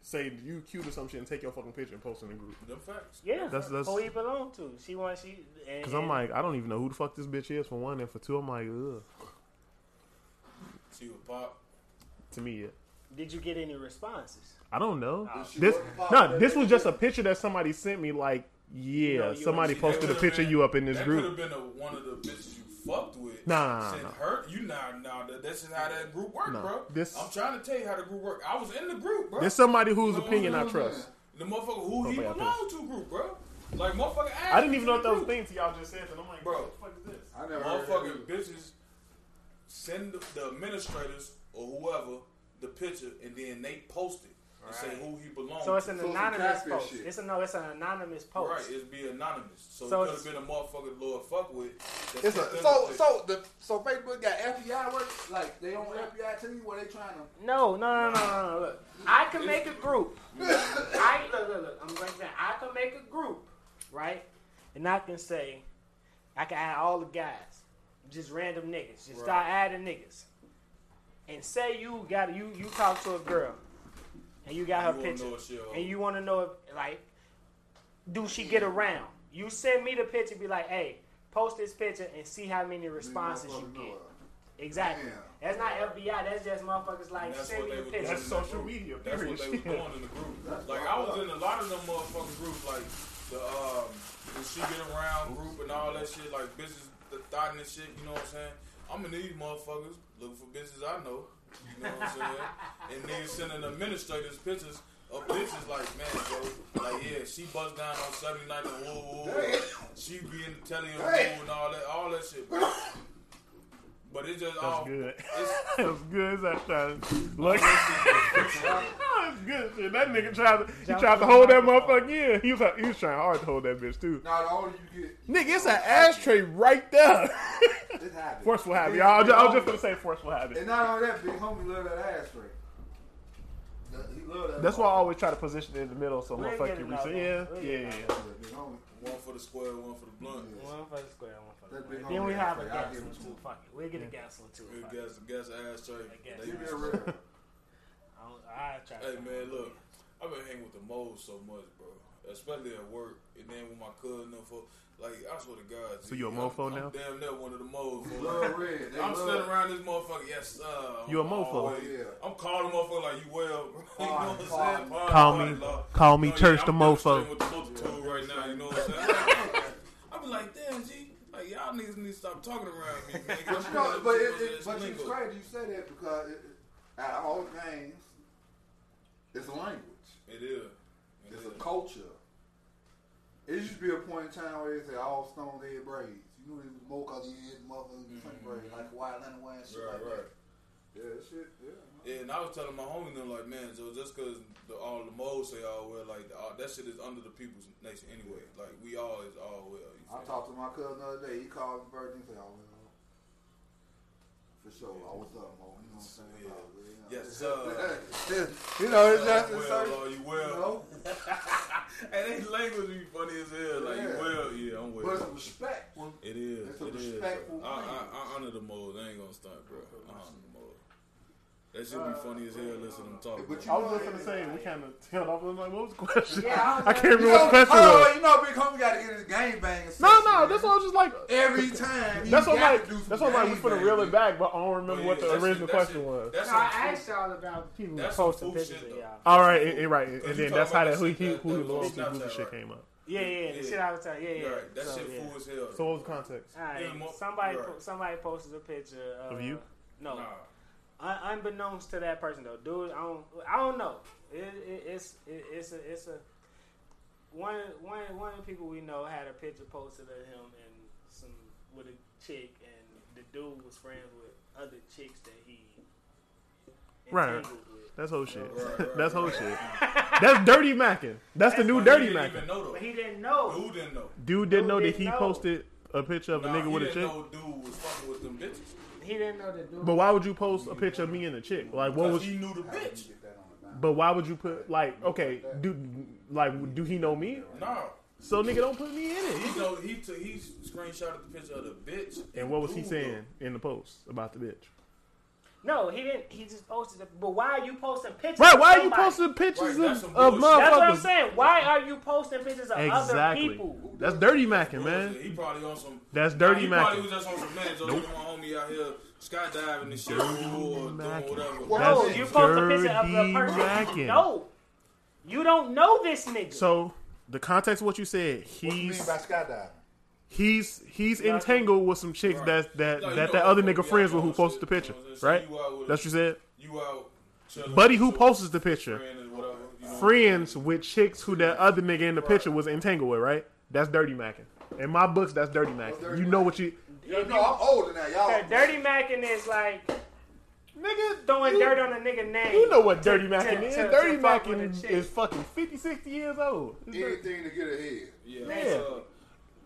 Speaker 5: say you cute or some shit and take your fucking picture and post in the group.
Speaker 6: Them facts.
Speaker 3: yeah,
Speaker 5: That's- that's-
Speaker 3: who he belong to. She wants she. and-
Speaker 5: Cause I'm like, I don't even know who the fuck this bitch is for one, and for two, I'm like, ugh.
Speaker 6: She was pop.
Speaker 5: To me, yeah.
Speaker 3: did you get any responses?
Speaker 5: I don't know.
Speaker 3: Oh.
Speaker 5: This no, this was just a picture that somebody sent me. Like, yeah,
Speaker 3: you-
Speaker 5: somebody
Speaker 6: That
Speaker 5: posted a
Speaker 6: could've
Speaker 5: picture
Speaker 6: been-
Speaker 5: you up in this
Speaker 6: that
Speaker 5: group.
Speaker 6: could have been a, one of the bitches you fucked with.
Speaker 5: Nah, nah, nah,
Speaker 6: Sent
Speaker 5: nah.
Speaker 6: her. You not nah. That, that's just how that group worked,
Speaker 5: Nah.
Speaker 6: bro.
Speaker 5: This-
Speaker 6: I'm trying to tell you how the group worked. I was in the group, bro.
Speaker 5: There's somebody whose
Speaker 6: You know
Speaker 5: opinion
Speaker 6: what
Speaker 5: I
Speaker 6: I'm
Speaker 5: trust.
Speaker 6: saying? The motherfucker who he
Speaker 5: Somebody Oh, I
Speaker 6: belonged to group, bro. Like motherfucker. asked
Speaker 5: I didn't even
Speaker 6: me
Speaker 5: know
Speaker 6: to
Speaker 5: if that was
Speaker 6: group.
Speaker 5: things y'all just said, and I'm like,
Speaker 6: Bro.
Speaker 5: what the fuck is this?
Speaker 4: I never heard that
Speaker 6: Motherfucking bitches send the, the administrators or whoever the picture, and then they post it and say who he
Speaker 5: Oh,
Speaker 6: belongs.
Speaker 3: So it's
Speaker 6: to.
Speaker 3: an
Speaker 4: So it's a
Speaker 3: anonymous
Speaker 4: catfish
Speaker 3: post.
Speaker 4: shit.
Speaker 3: It's a no. It's an anonymous post.
Speaker 6: Right, it'd be anonymous. So,
Speaker 3: So
Speaker 6: it could
Speaker 3: it's-
Speaker 6: have been a motherfucker Lord fuck with. that
Speaker 4: It's
Speaker 6: sent
Speaker 4: a,
Speaker 6: them
Speaker 4: so
Speaker 6: the picture.
Speaker 4: so the so Facebook got FBI work like they on FBI team where they trying to
Speaker 3: No, no, no, no, no, no. Look, I can make a group. I look, look, look. I'm like that. I can make a group, right? And I can say, I can add all the guys, just random niggas. Just start adding niggas. And say you got you you talk to a girl, and you got her
Speaker 6: You wanna
Speaker 3: picture,
Speaker 6: know if she uh, a hoe.
Speaker 3: and you want to know if like, do she get around? You send me the picture, be like, hey, post this picture and see how many responses you
Speaker 4: Motherfucker
Speaker 3: get.
Speaker 4: know it.
Speaker 3: Exactly.
Speaker 4: Damn.
Speaker 3: That's not FBI. That's just motherfuckers like
Speaker 6: That's
Speaker 3: send
Speaker 6: what
Speaker 3: me
Speaker 6: they
Speaker 3: a
Speaker 6: were
Speaker 3: picture.
Speaker 5: That's social media.
Speaker 6: That's
Speaker 5: Period.
Speaker 6: what they was doing in the group. Like I was in a lot of them motherfucking groups, like the um, the she get around group and all that shit, like bitches the thought and shit. You know what I'm saying? I'm in these motherfuckers looking for bitches I know. You know what I'm saying? and niggas sending administrators pictures of bitches like man, bro, like yeah, she bust down on 79 and woo woo. She be in the telly and woo and all that, all that shit. Bro. But it just
Speaker 5: That's
Speaker 6: all
Speaker 5: good.
Speaker 6: It's,
Speaker 5: That's good as that time. Look. That's good shit. That nigga tried to he tried to hold that motherfucker in. He was like, he was trying hard to hold that bitch too.
Speaker 4: Now the older you get,
Speaker 5: Nigga, it's an ashtray right there.
Speaker 4: it's happening.
Speaker 5: forceful habit. Y'all, I was ju- I was just gonna say forceful
Speaker 4: And
Speaker 5: habit.
Speaker 4: not only that, big homie love that ass ring. That- He love that.
Speaker 5: That's why I always try to position it in the middle so
Speaker 3: We'll
Speaker 5: motherfucker
Speaker 3: get
Speaker 5: can reach.
Speaker 3: another
Speaker 5: it.
Speaker 3: one.
Speaker 5: Yeah, yeah, yeah.
Speaker 4: motherfucker, Big homie.
Speaker 6: one for the square, one for the blunt.
Speaker 3: One for the square, one for the
Speaker 4: That big
Speaker 3: square. Then
Speaker 4: homie
Speaker 3: we have a
Speaker 4: ass, like, I'll
Speaker 3: gas
Speaker 4: give
Speaker 3: one
Speaker 4: him
Speaker 3: too.
Speaker 4: two.
Speaker 3: Fuck it. We'll get a gas one too.
Speaker 6: Good
Speaker 3: Fuck it.
Speaker 6: guess, guess ashtray.
Speaker 3: guess.
Speaker 6: They
Speaker 4: Give me
Speaker 6: used
Speaker 4: a
Speaker 6: to-
Speaker 4: real.
Speaker 3: I don't- I try. to
Speaker 6: Hey
Speaker 3: find
Speaker 6: man,
Speaker 3: one.
Speaker 6: look, I've been hanging with the moles so much, bro. Especially at work, and then with my cousin and for like, I swear to God.
Speaker 5: So you a
Speaker 6: G,
Speaker 5: mofo
Speaker 6: I'm,
Speaker 5: now?
Speaker 6: I'm damn near one of the moles. fool.
Speaker 4: Love red. They
Speaker 6: I'm
Speaker 4: love-
Speaker 6: standing around this motherfucker. Yes, uh,
Speaker 5: You a
Speaker 6: I'm
Speaker 5: mofo.
Speaker 6: always-
Speaker 4: Oh, yeah.
Speaker 6: I'm calling the motherfucker like you well. Bro. You know what I'm saying? Fine,
Speaker 5: Call
Speaker 6: fine,
Speaker 5: me-
Speaker 6: love.
Speaker 5: call me
Speaker 6: You know,
Speaker 5: Church
Speaker 6: yeah,
Speaker 5: the
Speaker 6: I'm
Speaker 5: mofo.
Speaker 6: demonstrating With the multitude right now, you know what I'm saying? I be like, damn, G. Like y'all niggas need to stop talking around me, man.
Speaker 4: But you know, but it, it, but it's crazy you say that because it, it, out of all things, it's a language.
Speaker 6: It is. It
Speaker 4: It's
Speaker 6: is.
Speaker 4: a culture. It used to be a point in time where they say all stones head braids. You knew it was more because he had motherfuckers mm braids, like White Atlanta wearing shit
Speaker 6: Mm-hmm. Right,
Speaker 4: like
Speaker 6: right.
Speaker 4: that. Yeah, that shit, yeah.
Speaker 6: Yeah, and I was telling my homie them like, man, so just because the, all the moles say all well, like the, all, that shit is under the people's nation anyway. Like we all is all well. You
Speaker 4: I
Speaker 6: feel
Speaker 4: talked to my cousin the other day. He called me birthday and said, oh, well, for sure. Oh, what's up, Mo? You know what I'm saying?
Speaker 6: Yeah.
Speaker 4: Oh, well, you know.
Speaker 6: Yes, sir.
Speaker 4: you know, it's
Speaker 6: me?
Speaker 4: just a
Speaker 6: well,
Speaker 4: certain,
Speaker 6: are you
Speaker 4: you
Speaker 6: well?
Speaker 4: know,
Speaker 6: and they language be funny as hell. Like you
Speaker 4: Yeah.
Speaker 6: well, yeah, I'm well.
Speaker 4: but it's respect. when-
Speaker 6: it is.
Speaker 4: it's a
Speaker 6: it is.
Speaker 4: respectful
Speaker 6: I,
Speaker 4: language.
Speaker 6: I, I honor the moles. I ain't gonna stunt, bro. I honor the moles. That shit be funny as hell. Listen, to them talking.
Speaker 4: But you
Speaker 5: I was
Speaker 4: know,
Speaker 5: just gonna
Speaker 4: it-
Speaker 5: say we kind of tailed off. I was like, what was the question?
Speaker 3: Yeah,
Speaker 5: I can't
Speaker 4: You
Speaker 5: remember what
Speaker 4: know,
Speaker 5: the question
Speaker 4: oh,
Speaker 5: was.
Speaker 4: you know, Big Homie got to get his game bang.
Speaker 5: No, no, that's all. I was Just like
Speaker 4: Every time. he
Speaker 5: that's what
Speaker 4: got
Speaker 5: like
Speaker 4: to do some
Speaker 5: that's what like we
Speaker 4: game
Speaker 5: finna
Speaker 4: bang.
Speaker 5: reel it back, but I don't remember
Speaker 6: But
Speaker 5: what
Speaker 6: Oh, yeah,
Speaker 5: the
Speaker 6: that shit-
Speaker 5: original
Speaker 6: that
Speaker 5: question
Speaker 6: shit-
Speaker 5: was.
Speaker 6: That's
Speaker 3: No, I
Speaker 6: some
Speaker 3: asked y'all about people
Speaker 6: That's some
Speaker 3: posting
Speaker 6: fool
Speaker 3: pictures
Speaker 6: shit,
Speaker 3: of
Speaker 6: though.
Speaker 3: y'all.
Speaker 5: All right, and, and right, and,
Speaker 6: Cause you
Speaker 5: then
Speaker 6: talking
Speaker 5: that's how
Speaker 6: about
Speaker 5: that who
Speaker 6: that
Speaker 5: he
Speaker 6: shit,
Speaker 5: who he
Speaker 6: that- that
Speaker 5: lost
Speaker 6: little
Speaker 5: the goofy
Speaker 6: Snapchat,
Speaker 5: shit
Speaker 6: right?
Speaker 5: came up.
Speaker 3: Yeah, yeah, the
Speaker 6: Yeah.
Speaker 3: shit I was telling. Yeah, yeah.
Speaker 6: Right, that
Speaker 3: So,
Speaker 6: shit
Speaker 3: yeah.
Speaker 6: fool as hell.
Speaker 5: So what was the context?
Speaker 3: All right.
Speaker 6: Yeah, mo-
Speaker 3: Somebody,
Speaker 6: right.
Speaker 3: po- somebody posted a picture uh,
Speaker 5: Of you?
Speaker 3: No,
Speaker 6: nah,
Speaker 3: Un- unbeknownst to that person though, dude. I don't, I don't know. It, it, it's, it, it's a, it's a. one one one of the people we know had a picture posted of him and some with a chick, and the dude was friends with other chicks that he
Speaker 5: Right.
Speaker 3: entangled with.
Speaker 5: That's whole shit.
Speaker 6: Right, right,
Speaker 5: That's whole
Speaker 6: right.
Speaker 5: shit. That's dirty macking. That's the new dirty
Speaker 6: He didn't even
Speaker 5: macking.
Speaker 6: know
Speaker 3: But
Speaker 6: though.
Speaker 3: he didn't know.
Speaker 6: Dude didn't know.
Speaker 5: Dude didn't know
Speaker 3: Dude
Speaker 5: that
Speaker 3: didn't
Speaker 5: he
Speaker 3: know.
Speaker 5: posted a picture of a
Speaker 6: Nah,
Speaker 5: nigga
Speaker 6: he
Speaker 5: with a
Speaker 6: didn't
Speaker 5: chick.
Speaker 6: know dude was fucking with them bitches.
Speaker 3: He didn't know the dude.
Speaker 5: But why would you post a picture of me and a chick? Like, what
Speaker 6: Because
Speaker 5: was?
Speaker 6: he knew the bitch.
Speaker 5: But why would you put like, okay, do like, do he know me?
Speaker 6: No.
Speaker 5: So nigga, don't put me in it.
Speaker 6: He know he took he screenshotted the picture of the bitch.
Speaker 5: And what was he
Speaker 6: dude,
Speaker 5: saying in the post about the bitch?
Speaker 3: No, he didn't. He just posted. it. But why are you posting pictures?
Speaker 5: Right?
Speaker 3: of
Speaker 5: Why are you
Speaker 3: somebody?
Speaker 5: posting pictures
Speaker 6: Right, that's
Speaker 5: of,
Speaker 6: some
Speaker 5: of
Speaker 6: bullshit.
Speaker 3: That's what I'm
Speaker 5: motherfuckers?
Speaker 3: saying. Why are you posting pictures of other
Speaker 5: Exactly.
Speaker 3: people?
Speaker 5: That's dirty
Speaker 6: though.
Speaker 5: macking,
Speaker 6: Bullshit.
Speaker 5: man.
Speaker 6: He probably on some.
Speaker 5: That's dirty
Speaker 6: he
Speaker 5: macking.
Speaker 6: probably was just on some man. Just nope. homie out here skydiving and shit or doing
Speaker 5: macking.
Speaker 6: whatever.
Speaker 4: Well,
Speaker 3: No,
Speaker 5: That's
Speaker 3: Oh, you post a picture of the
Speaker 5: dirty
Speaker 3: person.
Speaker 5: macking.
Speaker 3: No, you don't know this nigga.
Speaker 5: So the context of what you said,
Speaker 4: What you mean
Speaker 5: he's
Speaker 4: by skydiving?
Speaker 5: he's he's entangled with some chicks
Speaker 6: Right.
Speaker 5: that that
Speaker 6: No, you
Speaker 5: that
Speaker 6: know,
Speaker 5: that other
Speaker 6: we
Speaker 5: nigga
Speaker 6: out
Speaker 5: friends with who
Speaker 6: doing
Speaker 5: posted the
Speaker 6: shit,
Speaker 5: picture,
Speaker 6: you know what I'm saying?
Speaker 5: right?
Speaker 6: So you out with
Speaker 5: That's
Speaker 6: a-
Speaker 5: what you said.
Speaker 6: You out. chilling
Speaker 5: Buddy
Speaker 6: with
Speaker 5: who
Speaker 6: your
Speaker 5: posted the picture.
Speaker 6: friend and whatever, you know.
Speaker 5: friends with chicks who that other nigga in the picture was entangled with, right? That's dirty macking. In my books, that's dirty macking.
Speaker 4: dirty
Speaker 5: you know what you,
Speaker 4: Yo, no, I'm older now, y'all.
Speaker 3: Okay, dirty macking is like
Speaker 5: nigga
Speaker 3: throwing
Speaker 5: you,
Speaker 3: dirt on a nigga name.
Speaker 5: You know what
Speaker 3: to-
Speaker 5: dirty
Speaker 3: to-
Speaker 5: macking is?
Speaker 3: to- to
Speaker 5: dirty
Speaker 3: fuck with a
Speaker 5: macking
Speaker 3: chick.
Speaker 5: is fucking 50, 60 years old. It's dirty.
Speaker 4: Anything to get ahead.
Speaker 6: Yeah.
Speaker 5: Yeah.
Speaker 6: Uh,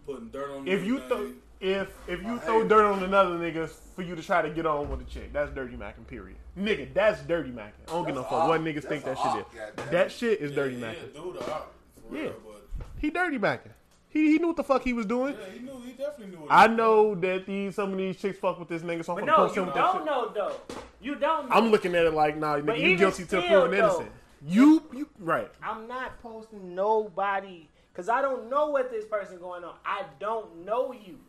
Speaker 6: putting dirt on
Speaker 5: If you
Speaker 6: everything.
Speaker 5: throw if if you throw dirt on another nigga for you to try to get on with a chick, that's dirty macking. Period. Nigga, that's dirty macking. I don't give no
Speaker 4: That's
Speaker 5: fuck what
Speaker 4: op.
Speaker 5: niggas think that
Speaker 4: That's
Speaker 5: shit
Speaker 4: op,
Speaker 5: is.
Speaker 4: goddamn.
Speaker 5: That shit is
Speaker 6: yeah,
Speaker 5: dirty
Speaker 6: yeah,
Speaker 5: macking.
Speaker 6: dude, the op, for
Speaker 5: Yeah.
Speaker 6: real, but
Speaker 5: He dirty macking. He he knew what the fuck he was doing.
Speaker 6: yeah, he knew. He definitely knew. What
Speaker 5: I
Speaker 6: he-
Speaker 5: know that these some of these chicks fuck with this nigga, so I'm
Speaker 3: But
Speaker 5: gonna
Speaker 3: no,
Speaker 5: post
Speaker 3: you
Speaker 5: him with that
Speaker 3: don't
Speaker 5: shit.
Speaker 3: know though. You don't. Know.
Speaker 5: I'm looking at it like, nah,
Speaker 3: But
Speaker 5: nigga, you
Speaker 3: even
Speaker 5: guilty till
Speaker 3: still,
Speaker 5: proven
Speaker 3: though,
Speaker 5: innocent. You, you, right?
Speaker 3: I'm not posting nobody because I don't know what this person going on. I don't know you.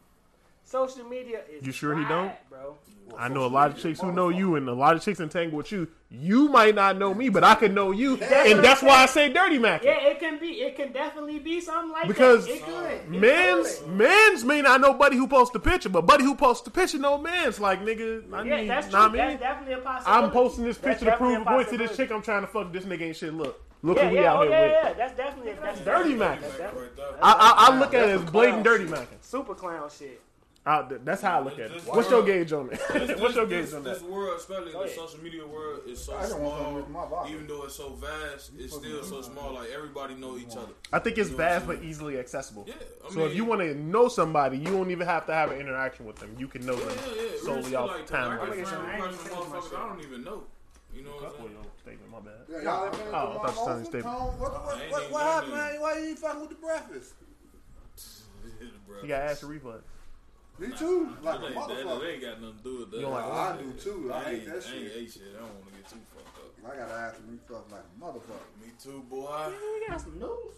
Speaker 3: Social media is
Speaker 5: You sure he
Speaker 3: wide,
Speaker 5: don't?
Speaker 3: bro?
Speaker 5: I know a lot of chicks who know you, and a lot of chicks entangled with you. You might not know me, but I could know you, and that's why I say dirty Mac.
Speaker 3: Yeah, it can be. It can definitely be something like
Speaker 5: Because
Speaker 3: that. It could. It
Speaker 5: Men's,
Speaker 3: could.
Speaker 5: men's mean I know buddy who posts the picture, but buddy who posts the picture no man's like nigga. I
Speaker 3: Yeah,
Speaker 5: mean,
Speaker 3: that's true.
Speaker 5: nah, I mean,
Speaker 3: That's definitely a possibility.
Speaker 5: I'm posting this
Speaker 3: That's
Speaker 5: picture to
Speaker 3: definitely
Speaker 5: prove a
Speaker 3: a
Speaker 5: point to this
Speaker 3: possibility.
Speaker 5: chick I'm trying to fuck. This nigga ain't shit. Look, look
Speaker 3: Yeah,
Speaker 5: who we
Speaker 3: yeah,
Speaker 5: out
Speaker 3: oh,
Speaker 5: here
Speaker 3: yeah,
Speaker 5: with.
Speaker 3: yeah. That's definitely that's
Speaker 5: dirty
Speaker 6: Dirty
Speaker 5: Mac.
Speaker 3: That's
Speaker 6: Mac
Speaker 3: definitely
Speaker 6: right there.
Speaker 5: I, I, I look at it
Speaker 4: That's
Speaker 5: as
Speaker 4: a
Speaker 5: blatant
Speaker 4: clown
Speaker 5: dirty macking.
Speaker 3: super clown shit.
Speaker 5: I- th- that's how I look at it.
Speaker 6: This-
Speaker 5: What's your gauge on it?
Speaker 6: This-
Speaker 5: What's your
Speaker 6: this,
Speaker 5: gauge on
Speaker 6: this
Speaker 5: that?
Speaker 6: world, especially the
Speaker 3: ahead.
Speaker 6: social media world, is so
Speaker 4: I don't want something
Speaker 6: small.
Speaker 4: with my body.
Speaker 6: Even though it's so vast, it's still so small. Like everybody know each other.
Speaker 5: I think it's
Speaker 6: You know what I'm
Speaker 5: vast
Speaker 6: saying?
Speaker 5: but easily accessible.
Speaker 6: Yeah, I
Speaker 5: So if
Speaker 6: mean-
Speaker 5: you want to know somebody, you don't even have to have an interaction with them. You can know
Speaker 6: Yeah,
Speaker 5: them
Speaker 6: yeah, yeah. Real
Speaker 5: solely
Speaker 6: shit,
Speaker 5: off
Speaker 6: like,
Speaker 5: time.
Speaker 6: I get
Speaker 3: Look at
Speaker 6: friend
Speaker 3: you, I ain't
Speaker 6: requests from
Speaker 3: even
Speaker 6: motherfuckers
Speaker 3: finished my
Speaker 6: I don't even know. You know what I'm saying?
Speaker 5: statement, my bad.
Speaker 4: Yeah, y'all ain't
Speaker 5: Oh,
Speaker 4: finna do
Speaker 5: I thought
Speaker 4: my
Speaker 5: you
Speaker 4: motion,
Speaker 5: said you
Speaker 4: Tone. What, what,
Speaker 6: I ain't
Speaker 4: what, what,
Speaker 6: even
Speaker 4: happened,
Speaker 6: nothing.
Speaker 4: man? Why you ain't fucking with the breakfast?
Speaker 6: Bruh.
Speaker 5: You got asked to reflex.
Speaker 4: Me too. Like a
Speaker 6: That ain't- that- that
Speaker 4: motherfucker.
Speaker 6: ain't got nothing to do with that.
Speaker 5: don't like
Speaker 4: Nah, I do too. I hate
Speaker 6: ain't-
Speaker 4: that
Speaker 6: I ain't
Speaker 4: shit.
Speaker 6: ate shit. I don't want to get too fucked up.
Speaker 4: I gotta ask me fuck like a motherfucker.
Speaker 6: Me too, boy.
Speaker 3: We got some news.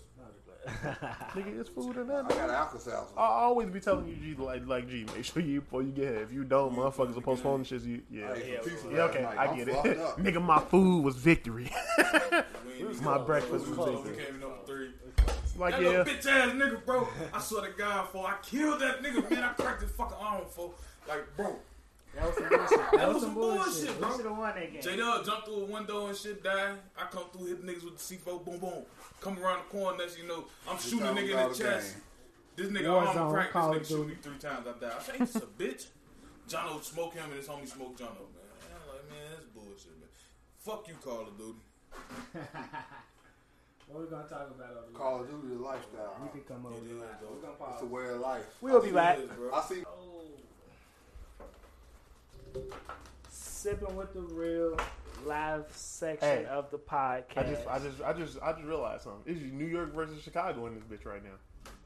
Speaker 5: Nigga, it's food in there.
Speaker 4: I got alka
Speaker 5: I always be telling you, G, like, like G, make sure you before you get here. If you don't, motherfuckers will postpone the shit. You, yeah.
Speaker 4: Oh, Yeah,
Speaker 5: Yeah, okay, I get it.
Speaker 4: Up.
Speaker 5: Nigga, my food was victory.
Speaker 6: We ain't even
Speaker 5: My
Speaker 6: know,
Speaker 5: breakfast
Speaker 6: bro.
Speaker 5: was
Speaker 6: We was-
Speaker 5: taken.
Speaker 6: we came in number three.
Speaker 5: like,
Speaker 6: That
Speaker 5: yeah.
Speaker 6: little bitch ass nigga, bro. I swear to God, for I killed that nigga, man. I cracked his fucking arm, for like, bro.
Speaker 3: That was some bullshit. That
Speaker 6: was some bullshit, bro.
Speaker 3: We should have won that game.
Speaker 6: J Dub jumped through a window and shit, died. I come through, hit niggas with the C4, boom, boom. Come around the corner, next thing you know, I'm shooting a nigga in the chest. This nigga
Speaker 7: Warzone,
Speaker 6: arm cracked. This
Speaker 7: Call of
Speaker 6: nigga shoot
Speaker 7: Duty.
Speaker 6: me three times. I die. I say this a bitch. Jono smoke him and his homie smoke Jono. Man, I'm like man, that's bullshit, man. Fuck you, Call of Duty.
Speaker 3: What we gonna talk about? over
Speaker 4: Call of Duty the lifestyle.
Speaker 3: We
Speaker 4: huh?
Speaker 3: can come over.
Speaker 6: It is,
Speaker 3: We're
Speaker 6: though.
Speaker 3: gonna
Speaker 4: It's
Speaker 3: pause.
Speaker 4: a way of life.
Speaker 3: We'll be back.
Speaker 6: It is, bro.
Speaker 4: I see.
Speaker 3: Oh. Sipping with the real live section
Speaker 5: Hey,
Speaker 3: of the podcast.
Speaker 5: I just, I just, I just, I just realized something. It's New York versus Chicago in this bitch right now.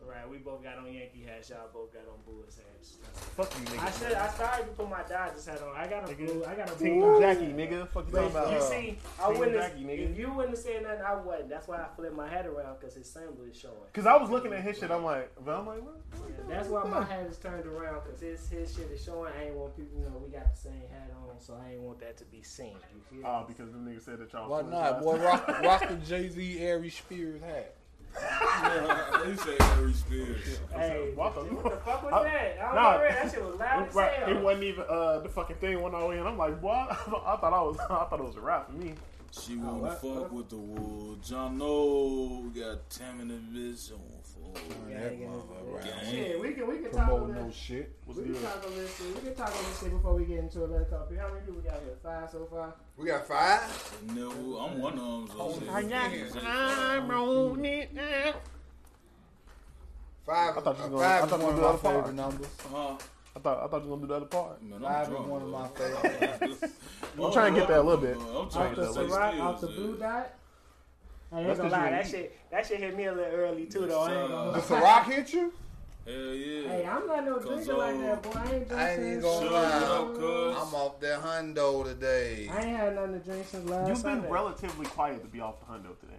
Speaker 3: right, we both got on Yankee hats. Y'all both got on Bulls hats.
Speaker 5: Fuck you, nigga.
Speaker 3: I should. I started to put my Dodgers hat on. I got a blue. I got a
Speaker 5: Team
Speaker 3: blue.
Speaker 5: Jackie, nigga. Fuck you talking about?
Speaker 3: You
Speaker 5: Uh,
Speaker 3: see, I
Speaker 5: Team
Speaker 3: wouldn't.
Speaker 5: Jackie, nigga.
Speaker 3: if you wouldn't have said nothing, I wouldn't. That's why I flipped my hat around because his symbol is showing.
Speaker 5: Cause I was looking at his shit, I'm like, but I'm like, what?
Speaker 3: And that's why my hat is turned around because his his shit is showing. I ain't want people to know we got the same hat on, so I ain't want that to be seen. You feel me?
Speaker 5: Oh, because them niggas said that y'all.
Speaker 8: Why
Speaker 5: fools
Speaker 8: not,
Speaker 5: last
Speaker 8: boy?
Speaker 5: time.
Speaker 8: Rock, rock the Jay Z Aries Spears hat.
Speaker 6: you say Harry Spears.
Speaker 5: uh,
Speaker 3: Hey,
Speaker 5: Walk
Speaker 3: what
Speaker 5: on.
Speaker 3: the fuck was
Speaker 5: I-
Speaker 3: that? I don't
Speaker 5: nah.
Speaker 3: know. Red, That shit was loud as
Speaker 5: Right, it
Speaker 3: hell.
Speaker 5: wasn't even uh, the fucking thing went all in. I'm like, boy, I thought I was, I thought it was a wrap for me.
Speaker 6: She wanna fuck with the wood. John No got Tam in the bitch. She wanna fuck. Gang.
Speaker 3: Shit, we can we can talk
Speaker 9: Promote
Speaker 3: on
Speaker 9: no
Speaker 3: this.
Speaker 9: shit.
Speaker 5: What's
Speaker 3: We can
Speaker 5: good?
Speaker 3: talk on this. shit. We can talk on this shit before we get into another topic. How many people we got here? Five so far.
Speaker 10: We got five.
Speaker 6: No, I'm one of them. So shit.
Speaker 10: Five.
Speaker 5: I thought you was
Speaker 10: uh,
Speaker 5: gonna-
Speaker 10: five
Speaker 5: I thought
Speaker 10: is
Speaker 5: you
Speaker 10: one of
Speaker 5: was gonna
Speaker 10: my
Speaker 5: do the other
Speaker 10: favorite
Speaker 5: part.
Speaker 10: numbers.
Speaker 6: Huh?
Speaker 5: I thought I thought you were gonna do the other part.
Speaker 6: Man, I'm
Speaker 10: Five is
Speaker 6: drunk,
Speaker 10: one of
Speaker 6: bro.
Speaker 10: my favorite.
Speaker 5: I'm trying to get that a little bit.
Speaker 6: I'm trying
Speaker 3: Off
Speaker 6: to
Speaker 3: the
Speaker 6: stay
Speaker 3: Ciroc,
Speaker 6: still,
Speaker 3: off the
Speaker 6: shit.
Speaker 3: blue dot. I ain't
Speaker 5: That's
Speaker 3: gonna
Speaker 5: 'cause
Speaker 3: lie,
Speaker 5: you
Speaker 3: that
Speaker 5: eat.
Speaker 3: shit that shit hit me a little early too though. I ain't gonna
Speaker 10: Does the rock hit you?
Speaker 6: Hell yeah.
Speaker 3: Hey, I'm not no drinker like that, boy. I ain't drinking.
Speaker 10: I ain't even
Speaker 6: Shut
Speaker 10: gonna lie.
Speaker 6: up, cuz.
Speaker 10: uh, I'm off that hundo today.
Speaker 3: I ain't had nothing to drink since last
Speaker 5: You've been
Speaker 3: Sunday.
Speaker 5: relatively quiet to be off the hundo today.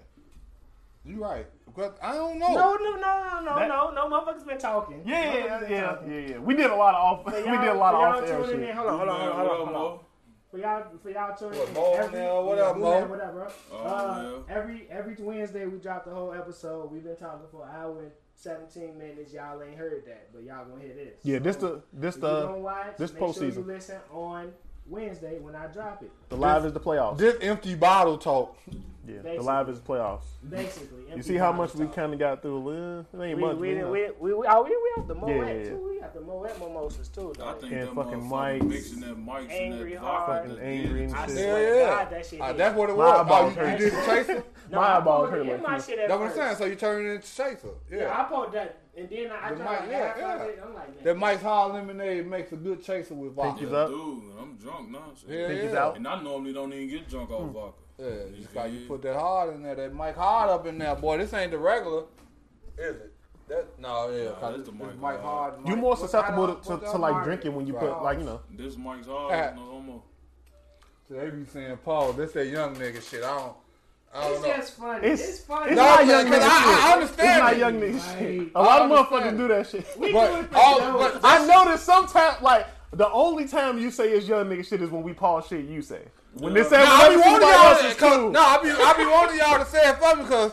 Speaker 4: You right. But I don't know.
Speaker 3: no, no, no, no, no,
Speaker 5: That-
Speaker 3: no, no. Motherfuckers been talking.
Speaker 5: Yeah,
Speaker 3: Motherfuckers
Speaker 5: yeah,
Speaker 3: been
Speaker 5: yeah,
Speaker 3: talking.
Speaker 5: yeah, yeah. We did a lot of off.
Speaker 3: For
Speaker 5: We
Speaker 3: y'all-
Speaker 5: did a lot of
Speaker 3: for y'all
Speaker 5: off air
Speaker 3: tuning in-
Speaker 5: shit.
Speaker 3: Hold on, hold on,
Speaker 6: Man,
Speaker 3: hold on, hold
Speaker 6: what
Speaker 3: on,
Speaker 6: up,
Speaker 3: hold on.
Speaker 6: Mo?
Speaker 3: For y'all, for y'all tuning
Speaker 10: What,
Speaker 3: in
Speaker 10: Mo,
Speaker 3: every,
Speaker 10: man? What
Speaker 3: yeah,
Speaker 10: up,
Speaker 3: Boo
Speaker 10: Mo?
Speaker 3: Man, What up, bro?
Speaker 6: Oh,
Speaker 3: uh,
Speaker 6: yeah.
Speaker 3: every every Wednesday we drop the whole episode. We've been talking for an hour and seventeen minutes. Y'all ain't heard that, but y'all gonna hear this.
Speaker 5: Yeah, this
Speaker 3: So,
Speaker 5: the this
Speaker 3: if you gonna
Speaker 5: the
Speaker 3: watch,
Speaker 5: this
Speaker 3: make sure you
Speaker 5: postseason.
Speaker 3: listen on Wednesday when I drop it.
Speaker 5: the live is the playoffs.
Speaker 4: This empty bottle talk.
Speaker 5: Yeah, the
Speaker 3: basically.
Speaker 5: live is the playoffs.
Speaker 3: Basically,
Speaker 5: You
Speaker 3: empty
Speaker 5: see how
Speaker 3: bottles
Speaker 5: much we
Speaker 3: talk.
Speaker 5: kind of got through, Lynn? It ain't
Speaker 3: We
Speaker 5: much.
Speaker 3: we
Speaker 5: Lynn.
Speaker 3: we we we, oh, we, we have the Moet
Speaker 5: Yeah, yeah, yeah.
Speaker 3: too. We have the Moet mimosas too.
Speaker 6: I
Speaker 3: Though.
Speaker 6: think
Speaker 5: And
Speaker 6: that
Speaker 5: fucking
Speaker 6: motherfucker
Speaker 5: Mike's.
Speaker 6: mixing that mics
Speaker 3: Angry
Speaker 6: and that vodka.
Speaker 3: Heart.
Speaker 5: Fucking angry and
Speaker 6: Yeah,
Speaker 3: I
Speaker 5: shit.
Speaker 3: swear to
Speaker 4: Yeah, yeah.
Speaker 3: God, that shit.
Speaker 4: Ah,
Speaker 3: hit.
Speaker 4: that's what
Speaker 5: My
Speaker 4: it was. Oh,
Speaker 5: eyeballs
Speaker 4: you, you
Speaker 5: hurt.
Speaker 4: did the chaser?
Speaker 3: no,
Speaker 5: my
Speaker 3: I
Speaker 5: eyeball
Speaker 3: poured
Speaker 5: hurt
Speaker 3: it in
Speaker 5: like
Speaker 3: my
Speaker 5: this.
Speaker 3: shit at
Speaker 4: That's what I'm
Speaker 3: first.
Speaker 4: saying. So you turned it into chaser.
Speaker 3: I
Speaker 4: Yeah.
Speaker 3: poured that, and then I, I
Speaker 4: The
Speaker 3: drank
Speaker 4: mic,
Speaker 3: like
Speaker 4: yeah,
Speaker 3: half of
Speaker 4: yeah.
Speaker 3: it. I'm like,
Speaker 4: That
Speaker 3: man,
Speaker 4: Mike's Hard Lemonade makes a good chaser with vodka.
Speaker 5: Pinkies up.
Speaker 6: Dude, I'm drunk now. Shit.
Speaker 4: Yeah,
Speaker 5: Pinkies
Speaker 4: yeah.
Speaker 5: out. Hmm.
Speaker 6: And I normally don't even get drunk off vodka.
Speaker 4: Yeah, just how you put that hard in there, that Mike Hard up in there, boy. This ain't the regular, is it? That no, yeah,
Speaker 6: Nah,
Speaker 4: 'cause
Speaker 6: that's the
Speaker 4: it's
Speaker 6: Mike
Speaker 4: Mike
Speaker 6: Hard.
Speaker 4: Hard.
Speaker 5: You
Speaker 4: Mike-
Speaker 5: more
Speaker 4: what's that
Speaker 5: susceptible
Speaker 4: on-
Speaker 5: to,
Speaker 4: what's
Speaker 5: to,
Speaker 4: that
Speaker 5: to like
Speaker 4: on-
Speaker 5: drinking when you
Speaker 4: Right.
Speaker 5: put like you know.
Speaker 6: This Mike's hard,
Speaker 4: Ah.
Speaker 6: no homo.
Speaker 4: So they be saying, "Paul, this that young nigga shit." I don't, I don't
Speaker 3: it's
Speaker 4: know.
Speaker 3: just funny. It's,
Speaker 5: It's-
Speaker 3: funny.
Speaker 5: it's
Speaker 4: no,
Speaker 5: not
Speaker 4: but-
Speaker 5: young
Speaker 4: 'cause
Speaker 5: nigga shit.
Speaker 4: I, I
Speaker 5: It's
Speaker 4: understand.
Speaker 5: not
Speaker 4: it.
Speaker 5: young nigga shit. A
Speaker 4: I
Speaker 5: lot of motherfuckers
Speaker 4: understand.
Speaker 5: do that shit.
Speaker 3: we
Speaker 4: but-
Speaker 3: do it for
Speaker 4: oh,
Speaker 3: show.
Speaker 4: but-
Speaker 5: I notice sometimes like the only time you say it's young nigga shit is when we pause shit you say. When they say
Speaker 4: Nah, I be
Speaker 5: whatever
Speaker 4: wanting
Speaker 5: somebody else is
Speaker 4: y'all.
Speaker 5: cool.
Speaker 4: No, I be, I be wanting y'all to say it for me because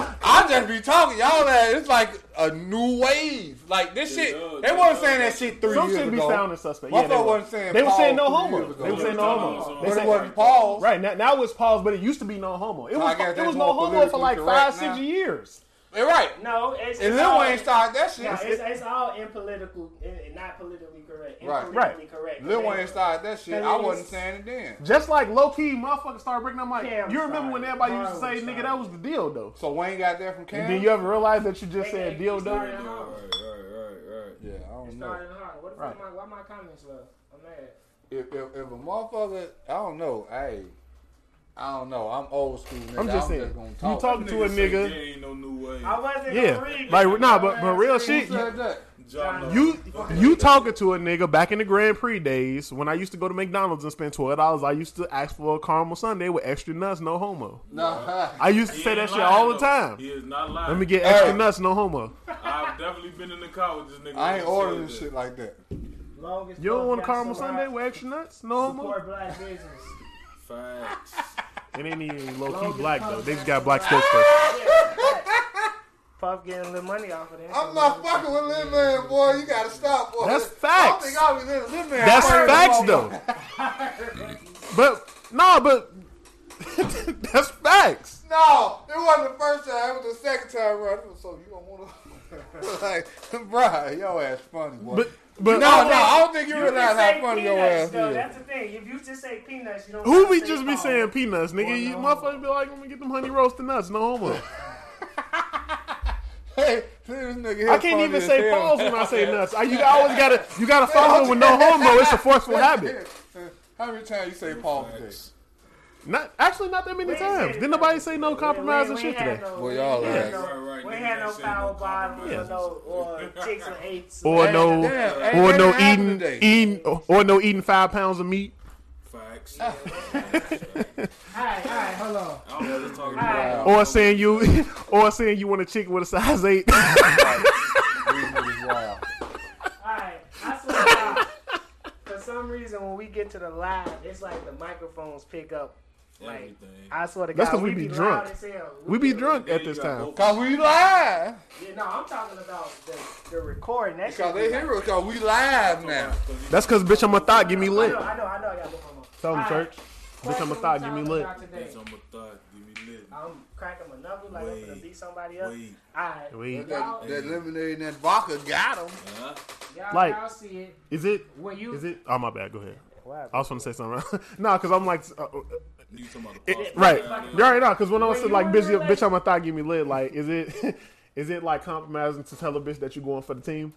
Speaker 4: I just be talking. Y'all, that it's like a new wave. Like this
Speaker 6: Yeah,
Speaker 4: shit,
Speaker 6: yeah,
Speaker 4: they wasn't
Speaker 6: yeah.
Speaker 4: saying that shit three
Speaker 5: Some
Speaker 4: years
Speaker 5: shit be
Speaker 4: ago.
Speaker 5: sounding suspect.
Speaker 4: My
Speaker 5: Yeah, they
Speaker 4: fuck
Speaker 5: were.
Speaker 4: wasn't saying
Speaker 5: They were
Speaker 4: Paul
Speaker 5: saying no
Speaker 4: three
Speaker 5: homo.
Speaker 4: years ago.
Speaker 5: They were saying no homo. They
Speaker 4: But it
Speaker 5: said-
Speaker 4: wasn't Paul.
Speaker 5: Right now, now it's paused, but it used to be no homo. It was
Speaker 4: I guess
Speaker 5: it was
Speaker 4: that's
Speaker 5: no
Speaker 4: more
Speaker 5: homo for
Speaker 4: politically
Speaker 5: like
Speaker 4: correct
Speaker 5: five, six
Speaker 4: now.
Speaker 5: years.
Speaker 4: They're right.
Speaker 3: no, it's,
Speaker 4: And
Speaker 3: it's
Speaker 4: Lil
Speaker 3: all,
Speaker 4: Wayne started that shit.
Speaker 3: No, it's, it's all impolitical, and not politically correct.
Speaker 4: Right.
Speaker 3: Impolitically
Speaker 5: Right.
Speaker 3: correct.
Speaker 4: Lil Wayne started that shit.
Speaker 3: Cause
Speaker 4: I
Speaker 3: it
Speaker 4: wasn't
Speaker 3: was-
Speaker 4: saying it then.
Speaker 5: Just like low key, motherfuckers started breaking. I'm like,
Speaker 3: Cam
Speaker 5: you remember when
Speaker 3: started.
Speaker 5: everybody used to
Speaker 3: Carl
Speaker 5: say,
Speaker 3: started.
Speaker 5: "Nigga, that was the deal, though."
Speaker 4: So Wayne got that from Cam.
Speaker 5: And then you ever realize that you just said
Speaker 3: Hey, hey,
Speaker 5: deal,
Speaker 3: it's not-
Speaker 5: though?
Speaker 6: Right, right,
Speaker 3: homo.
Speaker 6: right, right.
Speaker 4: yeah, I don't know.
Speaker 3: Starting hard. What the fuck?
Speaker 5: Right.
Speaker 3: am I- Why my comments low? I'm mad.
Speaker 4: If, if, if a motherfucker, I don't know. Hey, I don't know. I'm old school. Nigga.
Speaker 5: I'm just saying,
Speaker 4: gonna
Speaker 5: you
Speaker 4: talk.
Speaker 5: talking to a
Speaker 6: say
Speaker 5: nigga.
Speaker 6: There ain't no new way.
Speaker 3: I wasn't
Speaker 5: Yeah,
Speaker 3: gonna read
Speaker 5: like
Speaker 3: it.
Speaker 5: nah, but but real
Speaker 4: Who
Speaker 5: shit, you
Speaker 4: said that?
Speaker 6: John,
Speaker 5: you, you talking to a nigga back in the Grand Prix days when I used to go to McDonald's and spend twelve dollars. I used to ask for a caramel sundae with extra nuts, no homo.
Speaker 4: Nah.
Speaker 5: I used to
Speaker 6: He
Speaker 5: say
Speaker 6: ain't
Speaker 5: that shit
Speaker 6: lying,
Speaker 5: all the
Speaker 6: though.
Speaker 5: time.
Speaker 6: He is not lying.
Speaker 5: Let me get extra
Speaker 4: Hey.
Speaker 5: nuts, no homo.
Speaker 6: I've definitely been in the car with this nigga.
Speaker 4: I ain't
Speaker 6: when he said
Speaker 4: ordering
Speaker 6: that.
Speaker 4: shit like that.
Speaker 3: Long as
Speaker 5: You don't
Speaker 3: fuck
Speaker 5: want a
Speaker 3: y'all
Speaker 5: caramel
Speaker 3: support-
Speaker 5: sundae with extra nuts, no homo.
Speaker 3: Support black business.
Speaker 6: Facts.
Speaker 5: It ain't even low key black though. They just got black spokesperson.
Speaker 3: Puff getting a little money off of that.
Speaker 4: I'm not fucking with Lil Man, boy. You gotta stop, boy.
Speaker 5: That's
Speaker 4: I don't
Speaker 5: facts.
Speaker 4: think I'll be Lil Lil Man.
Speaker 5: That's
Speaker 4: I heard
Speaker 5: facts
Speaker 4: him all-
Speaker 5: though. But nah, but that's facts.
Speaker 4: No, it wasn't the first time. It was the second time, bro. So you don't want to, like, bro, your ass funny, boy.
Speaker 5: But but
Speaker 4: no, no, I don't think you,
Speaker 3: You
Speaker 4: realize
Speaker 3: can
Speaker 4: how
Speaker 3: say
Speaker 4: funny your ass
Speaker 3: peanuts, though.
Speaker 4: is.
Speaker 3: That's the thing. If you just say peanuts, you don't.
Speaker 5: Who
Speaker 3: gotta
Speaker 5: be
Speaker 3: say
Speaker 5: just be
Speaker 3: Paul.
Speaker 5: saying peanuts, nigga? you
Speaker 3: no.
Speaker 5: motherfuckers be like, let me get them honey roasted nuts, no homo.
Speaker 4: Hey, this nigga here
Speaker 5: I can't
Speaker 4: funny
Speaker 5: even
Speaker 4: as
Speaker 5: say
Speaker 4: hell.
Speaker 5: pause when I say nuts. I, you always gotta you gotta follow it with no homo. It's a forceful habit.
Speaker 4: How many times you say pause today?
Speaker 5: Not actually not that many
Speaker 3: We ain't said
Speaker 5: times.
Speaker 3: it,
Speaker 5: Didn't
Speaker 3: though.
Speaker 5: nobody say no
Speaker 3: We-
Speaker 5: compromise
Speaker 3: we-
Speaker 5: and
Speaker 3: we
Speaker 5: shit
Speaker 3: ain't had
Speaker 5: today.
Speaker 3: no-
Speaker 4: Boy,
Speaker 3: we
Speaker 4: y'all
Speaker 3: ain't had
Speaker 4: ass.
Speaker 3: no-
Speaker 6: Right, right,
Speaker 3: We
Speaker 6: nigga,
Speaker 3: ain't had no
Speaker 6: that shit no
Speaker 3: power bottles or
Speaker 6: compromise.
Speaker 3: no or chicks or eights.
Speaker 5: Or no
Speaker 4: Damn,
Speaker 5: or
Speaker 4: ain't
Speaker 5: no
Speaker 4: that happened
Speaker 5: eating
Speaker 4: today?
Speaker 5: eating or no eating five pounds of meat.
Speaker 6: Facts.
Speaker 3: All right, all right, hold on.
Speaker 6: I don't know what to talk
Speaker 3: right.
Speaker 6: about.
Speaker 5: Or saying you or saying you want a chick with a size eight.
Speaker 4: These niggas wild.
Speaker 3: All right, I swear to God, for some reason when we get to the live, it's like the microphones pick up. Like
Speaker 6: Everything.
Speaker 3: I swear to God,
Speaker 5: That's 'cause
Speaker 3: we,
Speaker 5: we
Speaker 3: be,
Speaker 5: be drunk.
Speaker 3: Loud as hell.
Speaker 5: we be drunk at this
Speaker 6: You got
Speaker 5: time.
Speaker 6: both-
Speaker 4: Cause we live.
Speaker 3: Yeah, no, I'm talking about the, the recording. That
Speaker 4: Cause
Speaker 3: shit.
Speaker 4: they
Speaker 3: be like-
Speaker 4: hear us. Cause we live now.
Speaker 5: That's cause bitch I'm a thought, give me
Speaker 3: I
Speaker 5: lit.
Speaker 3: know, I know, I know. I got both of them.
Speaker 5: Tell
Speaker 3: All
Speaker 5: them
Speaker 3: right.
Speaker 5: church. Bitch, I'm a
Speaker 3: Question
Speaker 5: thought,
Speaker 3: we
Speaker 5: give me
Speaker 3: talking
Speaker 5: lit.
Speaker 3: about today.
Speaker 6: Bitch, I'm a thought. Give me lit.
Speaker 3: I'm cracking my number like I'm gonna
Speaker 6: Wait,
Speaker 3: beat somebody up.
Speaker 6: Wait.
Speaker 3: Alright,
Speaker 5: Wait.
Speaker 3: y'all,
Speaker 4: That, that lemonade and that vodka got him.
Speaker 6: Huh?
Speaker 3: y'all,
Speaker 5: Like-
Speaker 3: y'all see it
Speaker 5: Is it?
Speaker 3: when you
Speaker 5: Is it? Oh my bad. Go ahead.
Speaker 11: Wow.
Speaker 5: I was going to say something. nah, because I'm like, uh, uh,
Speaker 6: You talking about the
Speaker 5: it,
Speaker 6: pop-
Speaker 5: right?
Speaker 6: Yeah,
Speaker 5: You already know. Because when I was
Speaker 3: When you
Speaker 5: like,
Speaker 3: were in
Speaker 5: busy,
Speaker 3: relation-
Speaker 5: bitch, I'm a thought. Give me lit. Like, is it? Is it like compromising to tell a bitch that you're going for the team?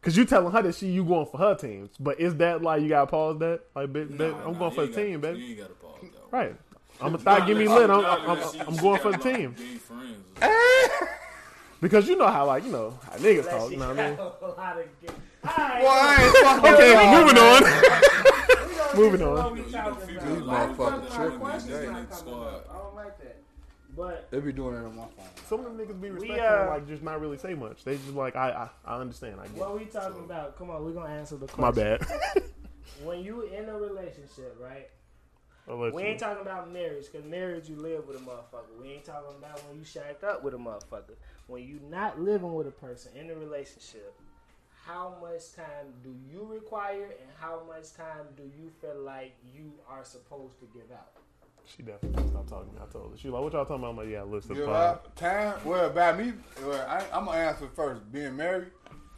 Speaker 5: Cause you telling her that she you going for her teams, but is that like you gotta pause that? Like, bitch,
Speaker 6: nah,
Speaker 5: bitch, I'm
Speaker 6: nah,
Speaker 5: going
Speaker 6: you
Speaker 5: for
Speaker 6: ain't
Speaker 5: the
Speaker 6: got-
Speaker 5: team, baby.
Speaker 6: You ain't got to pause that one.
Speaker 5: Right. I'm a thought. Give me lit. I'm, I'm, I'm, I'm going for the team
Speaker 6: Gay friends.
Speaker 5: because you know how like you know how niggas
Speaker 3: that
Speaker 5: talk.
Speaker 3: she
Speaker 5: You know what I mean?
Speaker 3: got a lot of good. Alright,
Speaker 4: Boy, I ain't fucking
Speaker 5: Okay,
Speaker 4: with
Speaker 5: moving
Speaker 4: y'all,
Speaker 5: on.
Speaker 4: man.
Speaker 5: moving
Speaker 3: we gonna get to
Speaker 5: on.
Speaker 3: what we
Speaker 6: You know, you know,
Speaker 3: talking
Speaker 6: females
Speaker 3: about.
Speaker 4: motherfuckers
Speaker 3: Why the fuck
Speaker 4: tripping
Speaker 3: my questions
Speaker 6: today.
Speaker 3: not coming up?
Speaker 6: Squad.
Speaker 3: I don't like that. But
Speaker 4: They be doing that on my phone.
Speaker 5: Some of them niggas be respectful,
Speaker 3: uh,
Speaker 5: like just not really say much. They just like I I, I understand. I get.
Speaker 3: what we talking about? Come on, we're gonna answer the
Speaker 5: it. My
Speaker 3: question.
Speaker 5: bad.
Speaker 3: When you in a relationship, right?
Speaker 5: I'll let
Speaker 3: We
Speaker 5: you-
Speaker 3: ain't talking about marriage, cause marriage you live with a motherfucker. We ain't talking about when you shacked up with a motherfucker. When you not living with a person in a relationship, how much time do you require, and how much time do you feel like you are supposed to give out?
Speaker 5: She definitely stopped talking. I told her. She like, what y'all talking about? I'm like, yeah, listen.
Speaker 4: Give
Speaker 5: Yeah,
Speaker 4: up time. Well, by me, well, I, I'm gonna answer first. Being married,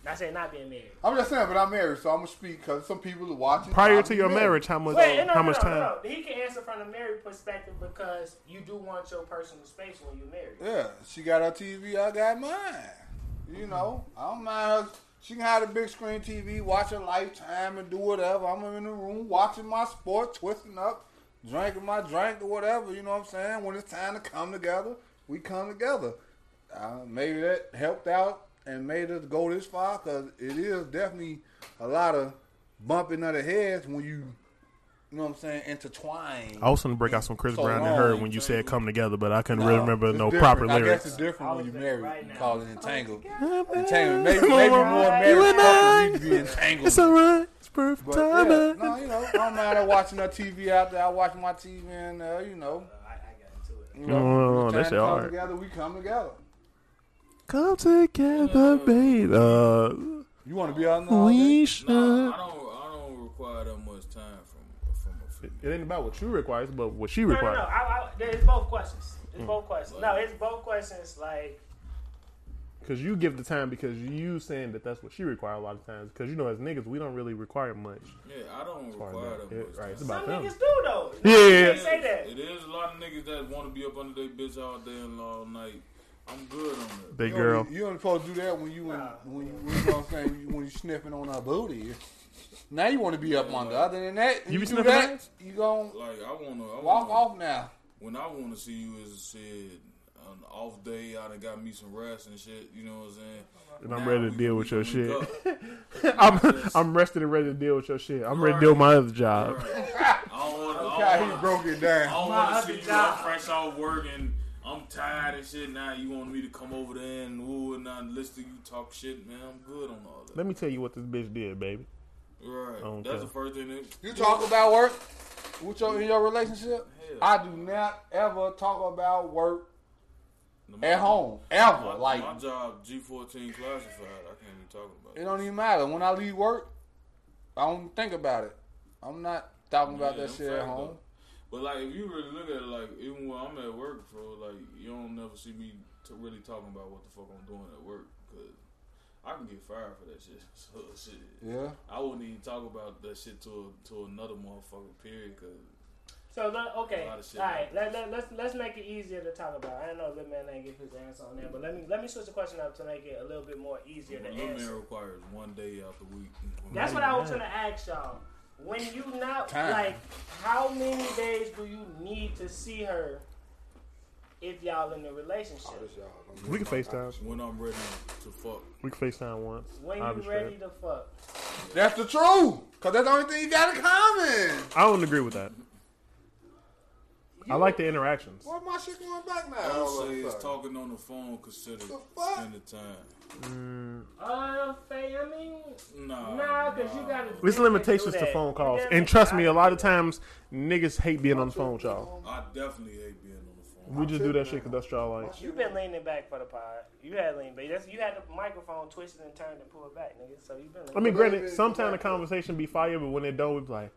Speaker 3: Not saying not being married.
Speaker 4: I'm just saying, but I'm married, so I'm gonna speak because some people are watching.
Speaker 5: Prior to
Speaker 4: probably
Speaker 5: your
Speaker 4: married.
Speaker 5: marriage, how much
Speaker 3: Wait, no,
Speaker 5: how
Speaker 3: no,
Speaker 5: much
Speaker 3: no,
Speaker 5: time?
Speaker 3: No, He can answer from the married perspective because you do want your personal space when you're married.
Speaker 4: Yeah, she got her TV, I got mine. You know, I don't mind. Her. She can have a big screen TV, watch her Lifetime, and do whatever. I'm in the room watching my sport, twisting up, drinking my drink or whatever. You know what I'm saying? When it's time to come together, we come together. Uh, maybe that helped out and made us go this far because it is definitely a lot of bumping of the heads when you, you know what I'm saying, intertwine.
Speaker 5: I was gonna break out some Chris
Speaker 4: So
Speaker 5: Brown
Speaker 4: long,
Speaker 5: and her when you said come together, but I couldn't really
Speaker 4: No,
Speaker 5: remember
Speaker 4: it's
Speaker 5: no
Speaker 4: different.
Speaker 5: proper
Speaker 4: I guess
Speaker 5: lyrics.
Speaker 4: it's different when you married.
Speaker 3: Right
Speaker 4: you
Speaker 3: now. Oh
Speaker 4: call it entangled. entangled. Maybe, maybe more
Speaker 5: alright.
Speaker 4: married
Speaker 5: You and
Speaker 4: couples need to be entangled.
Speaker 5: It's alright. It's perfect
Speaker 4: but yeah,
Speaker 5: timing.
Speaker 4: no, you know, I don't mind her watching her TV out there. I watch my TV and uh, you know,
Speaker 3: I, I got into it.
Speaker 4: you
Speaker 5: No, no, no,
Speaker 4: know,
Speaker 5: that
Speaker 4: that's
Speaker 5: shit
Speaker 4: come
Speaker 5: hard.
Speaker 4: together. We come together.
Speaker 5: Come together, babe. Uh,
Speaker 4: You want to be out in
Speaker 5: we
Speaker 4: the holiday?
Speaker 5: should.
Speaker 6: Nah, I don't. I don't require that much time from from a female.
Speaker 5: It ain't about what you require, Hmm. it's about what she
Speaker 3: No, no,
Speaker 5: requires.
Speaker 3: no. I, I, it's both questions. It's both questions. No, it's both questions. Like,
Speaker 5: Because you give the time because you saying that that's what she require a lot of times. Because you know, as niggas, we don't really require much.
Speaker 6: Yeah, I don't
Speaker 5: far as
Speaker 6: require
Speaker 5: that.
Speaker 6: that
Speaker 5: Yeah,
Speaker 6: much
Speaker 5: right, it's
Speaker 6: time.
Speaker 5: about
Speaker 3: Some
Speaker 5: them.
Speaker 3: niggas do though.
Speaker 5: Yeah,
Speaker 3: You
Speaker 5: yeah,
Speaker 3: can't say that.
Speaker 6: It is a lot of niggas that want to be up under their bitch all day and all night. I'm good on that.
Speaker 5: Big
Speaker 4: You
Speaker 5: girl.
Speaker 4: only, you only supposed to do that when you in, when you, when you know what I'm saying when you sniffing on her booty. Now you want to be up under. Other than that,
Speaker 5: You be
Speaker 4: you, do
Speaker 5: sniffing
Speaker 4: that,
Speaker 5: ass?
Speaker 4: you gonna
Speaker 6: Like I wanna, I
Speaker 4: walk
Speaker 6: wanna
Speaker 4: off now.
Speaker 6: when I wanna see you is shit. An off day, I done got me some rest and shit. You know what I'm saying?
Speaker 5: And I'm
Speaker 6: Now
Speaker 5: ready to
Speaker 6: we-
Speaker 5: deal
Speaker 6: we
Speaker 5: with
Speaker 6: can
Speaker 5: your
Speaker 6: link
Speaker 5: shit.
Speaker 6: up.
Speaker 5: I'm I'm rested and ready to deal with your shit. I'm ready to deal with my other job.
Speaker 6: I don't want to.
Speaker 4: God, he broke it
Speaker 6: I
Speaker 4: down.
Speaker 6: don't
Speaker 3: My
Speaker 6: want to see
Speaker 3: other
Speaker 6: you.
Speaker 3: job.
Speaker 6: I'm fresh off work and I'm tired and shit. Now you want me to come over there and woo and not listen to you talk shit, man. I'm good on all that.
Speaker 5: Let me tell you what this bitch did, baby.
Speaker 6: Right.
Speaker 5: don't
Speaker 6: That's
Speaker 5: care.
Speaker 6: the first thing. That,
Speaker 4: You talk about work with your in your relationship.
Speaker 6: Hell.
Speaker 4: I do not ever talk about work
Speaker 6: the-
Speaker 4: at home
Speaker 6: My,
Speaker 4: ever. Like
Speaker 6: my job, G14 classified. I can't even talk about
Speaker 4: it
Speaker 6: it.
Speaker 4: don't even matter when I leave work. I don't think about it. I'm not talking about
Speaker 6: Yeah,
Speaker 4: that
Speaker 6: I'm
Speaker 4: shit
Speaker 6: fair,
Speaker 4: at home.
Speaker 6: But like, if you really look at it, like, even when I'm at work, bro, like, you don't never see me t- really talking about what the fuck I'm doing at work because I can get fired for that shit. So shit,
Speaker 4: Yeah,
Speaker 6: I wouldn't even talk about that shit to to another motherfucker. Period. Cause
Speaker 3: So let, okay,
Speaker 6: A lot
Speaker 3: all
Speaker 6: of shit.
Speaker 3: right. Let, let, let's let's make it easier to talk about. I know Lil Man ain't give his answer on that, but let me let me switch the question up to make it a little bit more easier to
Speaker 6: my little man
Speaker 3: answer.
Speaker 6: requires one day out the week.
Speaker 3: That's what I was trying to ask y'all. When you not
Speaker 4: Time.
Speaker 3: like, how many days do you need to see her? If y'all in a relationship,
Speaker 5: We can FaceTime.
Speaker 6: when I'm ready to fuck.
Speaker 5: We can FaceTime once.
Speaker 3: when
Speaker 5: I'll
Speaker 3: you
Speaker 5: be
Speaker 3: ready
Speaker 5: straight.
Speaker 3: to fuck,
Speaker 4: that's the truth. Cause that's the only thing you got in common.
Speaker 5: I don't agree with that. I like the interactions.
Speaker 4: Why my shit going back now?
Speaker 6: I
Speaker 4: All
Speaker 6: don't
Speaker 4: of
Speaker 6: say
Speaker 4: a
Speaker 6: it's
Speaker 4: sudden?
Speaker 6: talking on the phone considered
Speaker 4: fuck?
Speaker 6: spending time.
Speaker 3: uh, Faye, I mean,
Speaker 6: Nah,
Speaker 3: Nah, 'cause you gotta-
Speaker 5: It's
Speaker 3: You
Speaker 5: limitations
Speaker 3: can do
Speaker 5: to
Speaker 3: that.
Speaker 5: phone calls.
Speaker 3: You can
Speaker 5: And trust me, a lot of
Speaker 3: do that.
Speaker 5: times niggas hate being on the phone with y'all.
Speaker 6: I definitely hate being on the phone.
Speaker 5: We just do that shit because that's y'all like.
Speaker 3: You've been leaning back for the pod. You had leaned back. That's, you had the microphone twisted and turned and pulled back, nigga. So you've been. Leaning
Speaker 5: I mean,
Speaker 3: back.
Speaker 5: granted, sometimes the conversation be fire, but when it don't, we be like,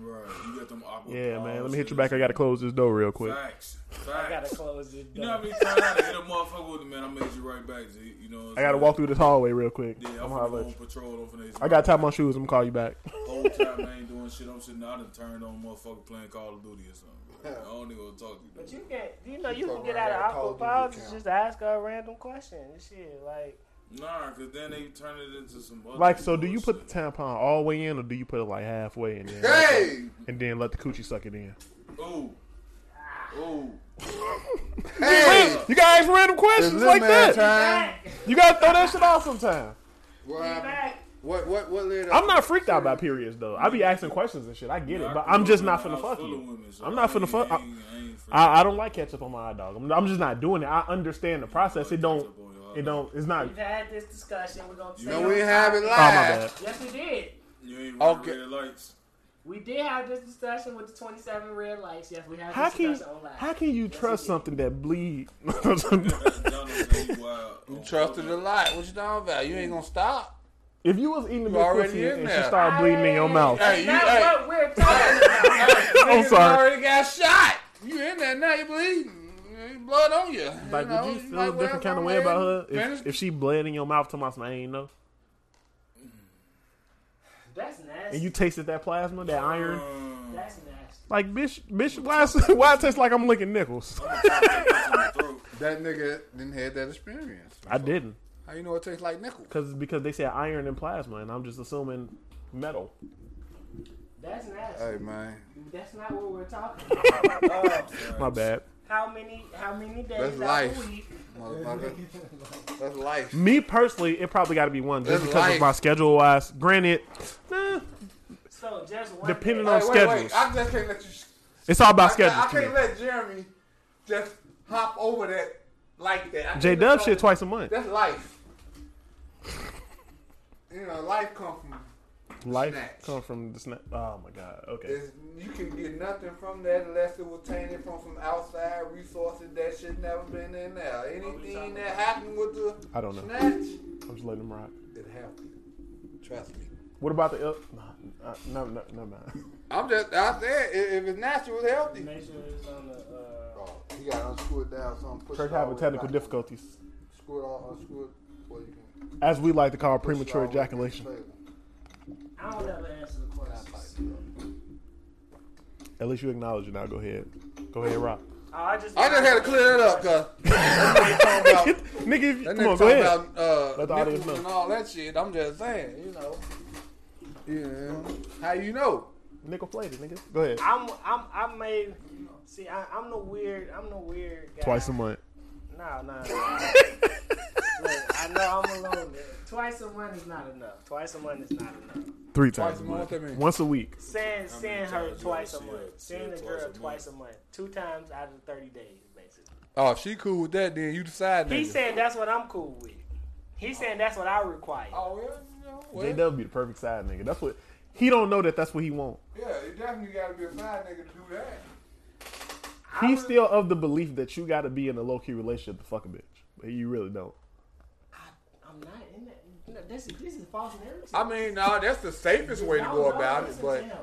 Speaker 6: Right. You got them awkward.
Speaker 5: Yeah, man. Let me hit
Speaker 6: pauses.
Speaker 5: you back. I gotta close this door real quick.
Speaker 6: Facts.
Speaker 3: I gotta
Speaker 6: Facts.
Speaker 3: close this
Speaker 6: You know
Speaker 3: door.
Speaker 6: how many times I hit a motherfucker with it, man? I made you right back. G. You know. What I'm
Speaker 5: I gotta
Speaker 6: saying?
Speaker 5: walk through this hallway real quick.
Speaker 6: Yeah,
Speaker 5: I'm
Speaker 6: I'm
Speaker 5: holler
Speaker 6: finna
Speaker 5: at
Speaker 6: go on
Speaker 5: you.
Speaker 6: patrol. I'm finna hit you
Speaker 5: I gotta
Speaker 6: right
Speaker 5: tie my shoes. I'm gonna call you back.
Speaker 6: whole time I ain't doing shit. I'm sitting out and turned on motherfucker playing Call of Duty or something. bro. I don't even want to talk to
Speaker 3: But
Speaker 6: you.
Speaker 3: you can you know you
Speaker 4: She
Speaker 3: can
Speaker 4: fuck
Speaker 3: get
Speaker 4: around,
Speaker 3: out of
Speaker 4: got Call
Speaker 3: awkward
Speaker 4: of Duty
Speaker 3: pauses
Speaker 4: account.
Speaker 3: just ask her a random question and shit. Like
Speaker 6: Nah, because then they turn it into some other
Speaker 5: Like, so do you put
Speaker 6: bullshit.
Speaker 5: the tampon all the way in, or do you put it like halfway in? Then
Speaker 12: Hey,
Speaker 5: And then let the coochie suck it in.
Speaker 6: Ooh. Ooh.
Speaker 12: hey,
Speaker 5: You gotta ask random questions
Speaker 4: It's
Speaker 5: like
Speaker 4: man
Speaker 5: that.
Speaker 4: time.
Speaker 5: You gotta throw that shit out sometime.
Speaker 4: What happened? What what what led up?
Speaker 5: I'm not freaked out by periods though. I be asking questions and shit. I get it, but I'm just not finna fuck you. I'm not finna fuck- I-
Speaker 6: I,
Speaker 5: I, I don't like ketchup on my hot dog. I'm, I'm just not doing it. I understand the process. It don't. It don't. It's not.
Speaker 3: we've had this discussion, we're gonna
Speaker 4: No,
Speaker 3: stay
Speaker 4: we
Speaker 3: on
Speaker 4: have it
Speaker 3: topic.
Speaker 4: live.
Speaker 5: Oh my bad.
Speaker 3: Yes we did.
Speaker 6: You ain't running
Speaker 4: Okay.
Speaker 6: red lights.
Speaker 3: We did have this discussion with the twenty seven red lights. Yes, we had
Speaker 5: How
Speaker 3: this
Speaker 5: can
Speaker 3: discussion online.
Speaker 5: how can you
Speaker 3: we
Speaker 5: trust
Speaker 3: did.
Speaker 5: something that bleed?
Speaker 6: Jonathan, you wild.
Speaker 4: You trusted a lot. What you talking about? You ain't gonna stop.
Speaker 5: if you was eating the
Speaker 4: already
Speaker 5: pussy
Speaker 4: in
Speaker 5: and she
Speaker 4: there.
Speaker 5: started bleeding in your mouth,
Speaker 4: Hey, you-
Speaker 3: That's
Speaker 4: hey.
Speaker 3: what we're talking about.
Speaker 5: I'm
Speaker 4: Niggas
Speaker 5: sorry.
Speaker 4: Already got shot. You in there now? You bleeding? You Blood on you.
Speaker 5: Like,
Speaker 4: know,
Speaker 5: would you feel
Speaker 4: like,
Speaker 5: a different
Speaker 4: whatever,
Speaker 5: kind of
Speaker 4: I'm
Speaker 5: way about her
Speaker 4: ready.
Speaker 5: if,
Speaker 4: Finish-
Speaker 5: if she bled in your mouth to my I ain't know?
Speaker 3: That's nasty.
Speaker 5: And you tasted that plasma, that iron?
Speaker 4: Uh,
Speaker 3: That's nasty.
Speaker 5: Like, bitch, bitch, why, is- why it tastes like I'm licking nickels?
Speaker 4: That nigga didn't have that experience.
Speaker 5: I didn't.
Speaker 4: How you know it tastes like nickel?
Speaker 5: Cause, because they said iron and plasma, and I'm just assuming metal.
Speaker 3: That's nasty.
Speaker 4: Hey man,
Speaker 3: That's not what we're talking about. Uh,
Speaker 5: My bad.
Speaker 3: how many how many days
Speaker 4: That's
Speaker 3: out
Speaker 4: life.
Speaker 3: of the week?
Speaker 4: motherfucker, that's life.
Speaker 5: Me personally, it probably got to be one just
Speaker 4: That's
Speaker 5: because
Speaker 4: life.
Speaker 5: of my schedule wise. Granted, eh,
Speaker 3: So just one
Speaker 5: Depending
Speaker 3: day.
Speaker 5: on-
Speaker 4: Hey, wait,
Speaker 5: schedules.
Speaker 4: wait, I just can't let you.
Speaker 5: it's all about
Speaker 4: I can't,
Speaker 5: schedules.
Speaker 4: I
Speaker 5: to me.
Speaker 4: can't let Jeremy just hop over that like that. I can't
Speaker 5: J
Speaker 4: let
Speaker 5: Dub
Speaker 4: y'all-
Speaker 5: shit twice a month.
Speaker 4: That's life. You know, life come from.
Speaker 5: Life
Speaker 4: snatch.
Speaker 5: come from the snap. Oh my god. Okay.
Speaker 4: Is, you can get nothing from that unless it was tainted from some outside resources that should never been in there. Anything that happened with the
Speaker 5: I don't know.
Speaker 4: snatch,
Speaker 5: I'm just letting them rock.
Speaker 4: it happened. Trust me.
Speaker 5: What about the? Uh, nah, uh, no, no, no, no.
Speaker 4: I'm just out there. If, if it's natural, it's healthy.
Speaker 3: Make sure it's on the uh,
Speaker 4: Oh, you gotta unscrew it down. Something. Push
Speaker 5: Church
Speaker 4: it all the
Speaker 5: having
Speaker 4: way
Speaker 5: technical
Speaker 4: back.
Speaker 5: difficulties,
Speaker 4: Screw it all. Unscrew it. Well, you can.
Speaker 5: as we like to call
Speaker 4: push it all
Speaker 5: premature
Speaker 4: the way to the
Speaker 5: ejaculation.
Speaker 4: table.
Speaker 3: I don't ever answer the question.
Speaker 5: At least you acknowledge it now. Go ahead. Go ahead, rock.
Speaker 3: Oh, I just
Speaker 4: I just had to clear that up, cuz. That nigga talking about,
Speaker 5: Nigga, if you,
Speaker 4: that
Speaker 5: come
Speaker 4: nigga
Speaker 5: on, go ahead.
Speaker 4: talking about uh,
Speaker 5: Let the audience
Speaker 4: nipples and
Speaker 5: know.
Speaker 4: all that shit. I'm just saying, you know. Yeah. How you know?
Speaker 5: Nickel plated, nigga. Go ahead.
Speaker 3: I'm I'm I may see I, I'm the weird I'm the weird guy.
Speaker 5: Twice a month.
Speaker 3: No, no. no. Look, I know I'm alone. There. Twice a month is not enough. Twice a month is not enough.
Speaker 5: Three times
Speaker 4: Twice
Speaker 5: a
Speaker 4: a
Speaker 5: month.
Speaker 4: month, that mean?
Speaker 5: Once a week.
Speaker 3: Seeing seeing
Speaker 6: times
Speaker 3: her
Speaker 6: you
Speaker 3: twice a
Speaker 6: ever see
Speaker 3: month.
Speaker 6: her? See
Speaker 3: Seeing
Speaker 6: her
Speaker 3: the
Speaker 6: twice a
Speaker 3: girl
Speaker 6: month?
Speaker 3: twice a month. Two times out of the thirty days, basically.
Speaker 4: Oh, if she cool with that, then you decide.
Speaker 3: He
Speaker 4: nigga.
Speaker 3: saying that's what I'm cool with. He's saying that's what I require.
Speaker 4: Oh, yeah, you know, well,
Speaker 5: J Dub be the perfect side nigga. That's what he don't know that that's what he want.
Speaker 4: yeah, you definitely gotta be a fine nigga to do that.
Speaker 5: He's still of the belief that you got to be in a low key relationship to fuck a bitch, but you really don't.
Speaker 3: I'm not in that. No, this, is- this is false narrative.
Speaker 4: I mean, no, that's the safest way to
Speaker 3: Y'all
Speaker 4: go
Speaker 3: don't
Speaker 4: about it.
Speaker 3: listen
Speaker 4: But
Speaker 3: to him.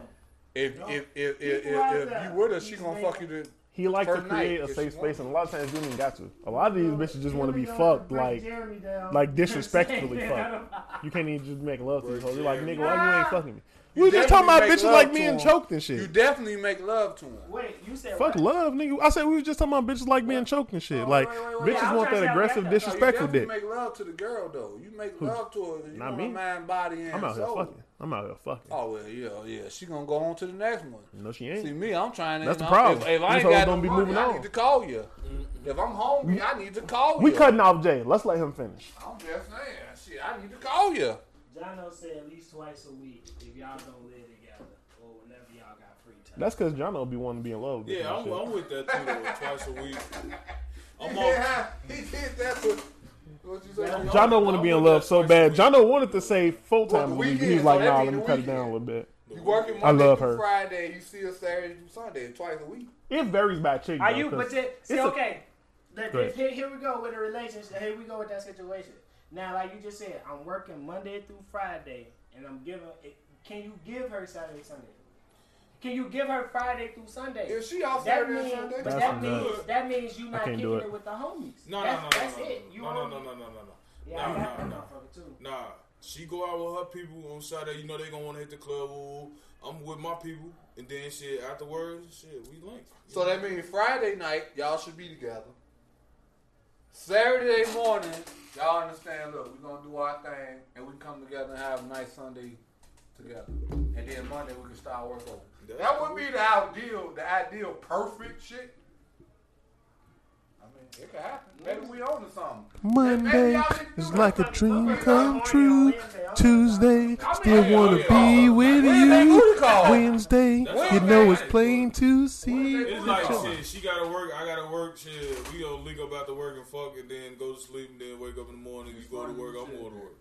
Speaker 4: if if if if, if,
Speaker 3: People out
Speaker 4: if,
Speaker 3: there.
Speaker 4: you with her, she
Speaker 3: He's
Speaker 4: gonna
Speaker 3: making-
Speaker 4: fuck you to.
Speaker 5: He likes to
Speaker 4: For night,
Speaker 5: create
Speaker 4: if
Speaker 5: a
Speaker 4: she
Speaker 5: safe
Speaker 4: wants.
Speaker 5: space, and a lot of times you ain't got to. A lot of these bitches just want to be
Speaker 3: Here we go,
Speaker 5: fucked,
Speaker 3: break
Speaker 5: like
Speaker 3: Jeremy down.
Speaker 5: like disrespectfully fucked. You can't even just make love to these hoes. You're like, nigga, why you ain't fucking me? We were just talking
Speaker 4: definitely
Speaker 5: about
Speaker 4: make
Speaker 5: bitches
Speaker 4: love
Speaker 5: like
Speaker 4: to
Speaker 5: me and
Speaker 4: him.
Speaker 5: choked and
Speaker 4: You
Speaker 5: shit.
Speaker 4: definitely make love to him.
Speaker 3: Wait, you said
Speaker 5: Fuck
Speaker 3: what?
Speaker 5: love, nigga. I said we was just talking about bitches like being choked and shit. Like
Speaker 4: wait, wait, wait.
Speaker 5: bitches
Speaker 3: I'm
Speaker 5: want
Speaker 3: trying
Speaker 5: that
Speaker 3: to say
Speaker 5: aggressive,
Speaker 3: I'm not-
Speaker 4: No, you
Speaker 5: disrespectful
Speaker 4: definitely
Speaker 5: dick. Hmm.
Speaker 4: make love to the girl though. You make love to her. You
Speaker 5: Not
Speaker 4: want
Speaker 5: me.
Speaker 4: her mind, body, and
Speaker 5: I'm out here
Speaker 4: soul.
Speaker 5: fucking. I'm out here fucking.
Speaker 4: Oh well, yeah, yeah. She gonna go on to the next one.
Speaker 5: No, she
Speaker 4: See
Speaker 5: ain't.
Speaker 4: me, I'm trying to.
Speaker 5: That's the
Speaker 4: if-
Speaker 5: problem.
Speaker 4: If, if I
Speaker 5: These
Speaker 4: ain't
Speaker 5: hoes
Speaker 4: got
Speaker 5: don't
Speaker 4: no
Speaker 5: be
Speaker 4: money,
Speaker 5: moving
Speaker 4: I
Speaker 5: on.
Speaker 4: need to call you. If I'm hungry, I need to call
Speaker 5: We
Speaker 4: you.
Speaker 5: cutting off Jay. Let's let him finish.
Speaker 4: I'm just saying, shit. I need to call you.
Speaker 3: Jono said at least twice a week if y'all don't live together or whenever y'all got free time.
Speaker 5: That's because John be wanting to be in love. With
Speaker 6: Yeah,
Speaker 5: yeah,
Speaker 6: I'm, I'm with that too, though, twice a week. I'm off.
Speaker 4: Yeah, he did that. With, what you say?
Speaker 5: John don't want to be in love so bad. John wanted to say full
Speaker 4: Well,
Speaker 5: time a
Speaker 4: the
Speaker 5: week. He was
Speaker 4: weekend,
Speaker 5: like,
Speaker 4: so that
Speaker 5: nah,
Speaker 4: be
Speaker 5: let me
Speaker 4: the
Speaker 5: cut it
Speaker 4: weekend.
Speaker 5: down a little bit.
Speaker 4: You working Monday
Speaker 5: I love
Speaker 4: through
Speaker 5: her.
Speaker 4: Friday, you see her Saturday through Sunday, twice a week.
Speaker 5: It varies by chick.
Speaker 3: Are
Speaker 5: though,
Speaker 3: you?
Speaker 5: 'cause
Speaker 3: But then, see,
Speaker 5: it's a-
Speaker 3: okay. The-
Speaker 5: Go ahead.
Speaker 3: here, here we go with a relationship. Here we go with that situation. Now, like you just said, I'm working Monday through Friday, and I'm giving. It, can you give her Saturday, Sunday? Can you give her Friday through Sunday?
Speaker 4: If she out
Speaker 3: That
Speaker 4: Saturday and
Speaker 3: means,
Speaker 4: Sunday,
Speaker 3: but
Speaker 13: That's
Speaker 3: that
Speaker 13: enough.
Speaker 3: means that means you not
Speaker 5: can't
Speaker 3: kicking
Speaker 5: do
Speaker 3: it.
Speaker 5: it.
Speaker 3: with the homies.
Speaker 6: No,
Speaker 3: that's,
Speaker 6: no, no,
Speaker 3: that's
Speaker 6: no,
Speaker 3: it. You
Speaker 6: no, no,
Speaker 3: homies.
Speaker 6: no, no, no, no, no.
Speaker 3: Yeah,
Speaker 6: no,
Speaker 3: that, that
Speaker 6: no, no.
Speaker 3: motherfucker too.
Speaker 6: Nah, she go out with her people on Saturday. You know they gonna want to hit the club. Ooh, I'm with my people, and then shit afterwards, shit we link.
Speaker 4: So that means Friday night, y'all should be together. Saturday morning, y'all understand, look, we're going to do our thing and we come together and have a nice Sunday together. And then Monday, we can start work over.
Speaker 6: That's
Speaker 4: That would be the ideal, the ideal perfect shit. I mean, it could happen. Maybe we own to something. Monday is like a
Speaker 3: Look
Speaker 4: dream
Speaker 3: at California on Wednesday. I'm
Speaker 14: Tuesday,
Speaker 4: still wanna be
Speaker 14: with
Speaker 4: you.
Speaker 14: Wednesday,
Speaker 4: you know it's
Speaker 14: plain to see.
Speaker 6: It's like shit. She gotta work. I gotta work. Shit, we gonna link up after work and fuck, and then go to sleep, and then wake up in the morning. You go to work. I'm going to work.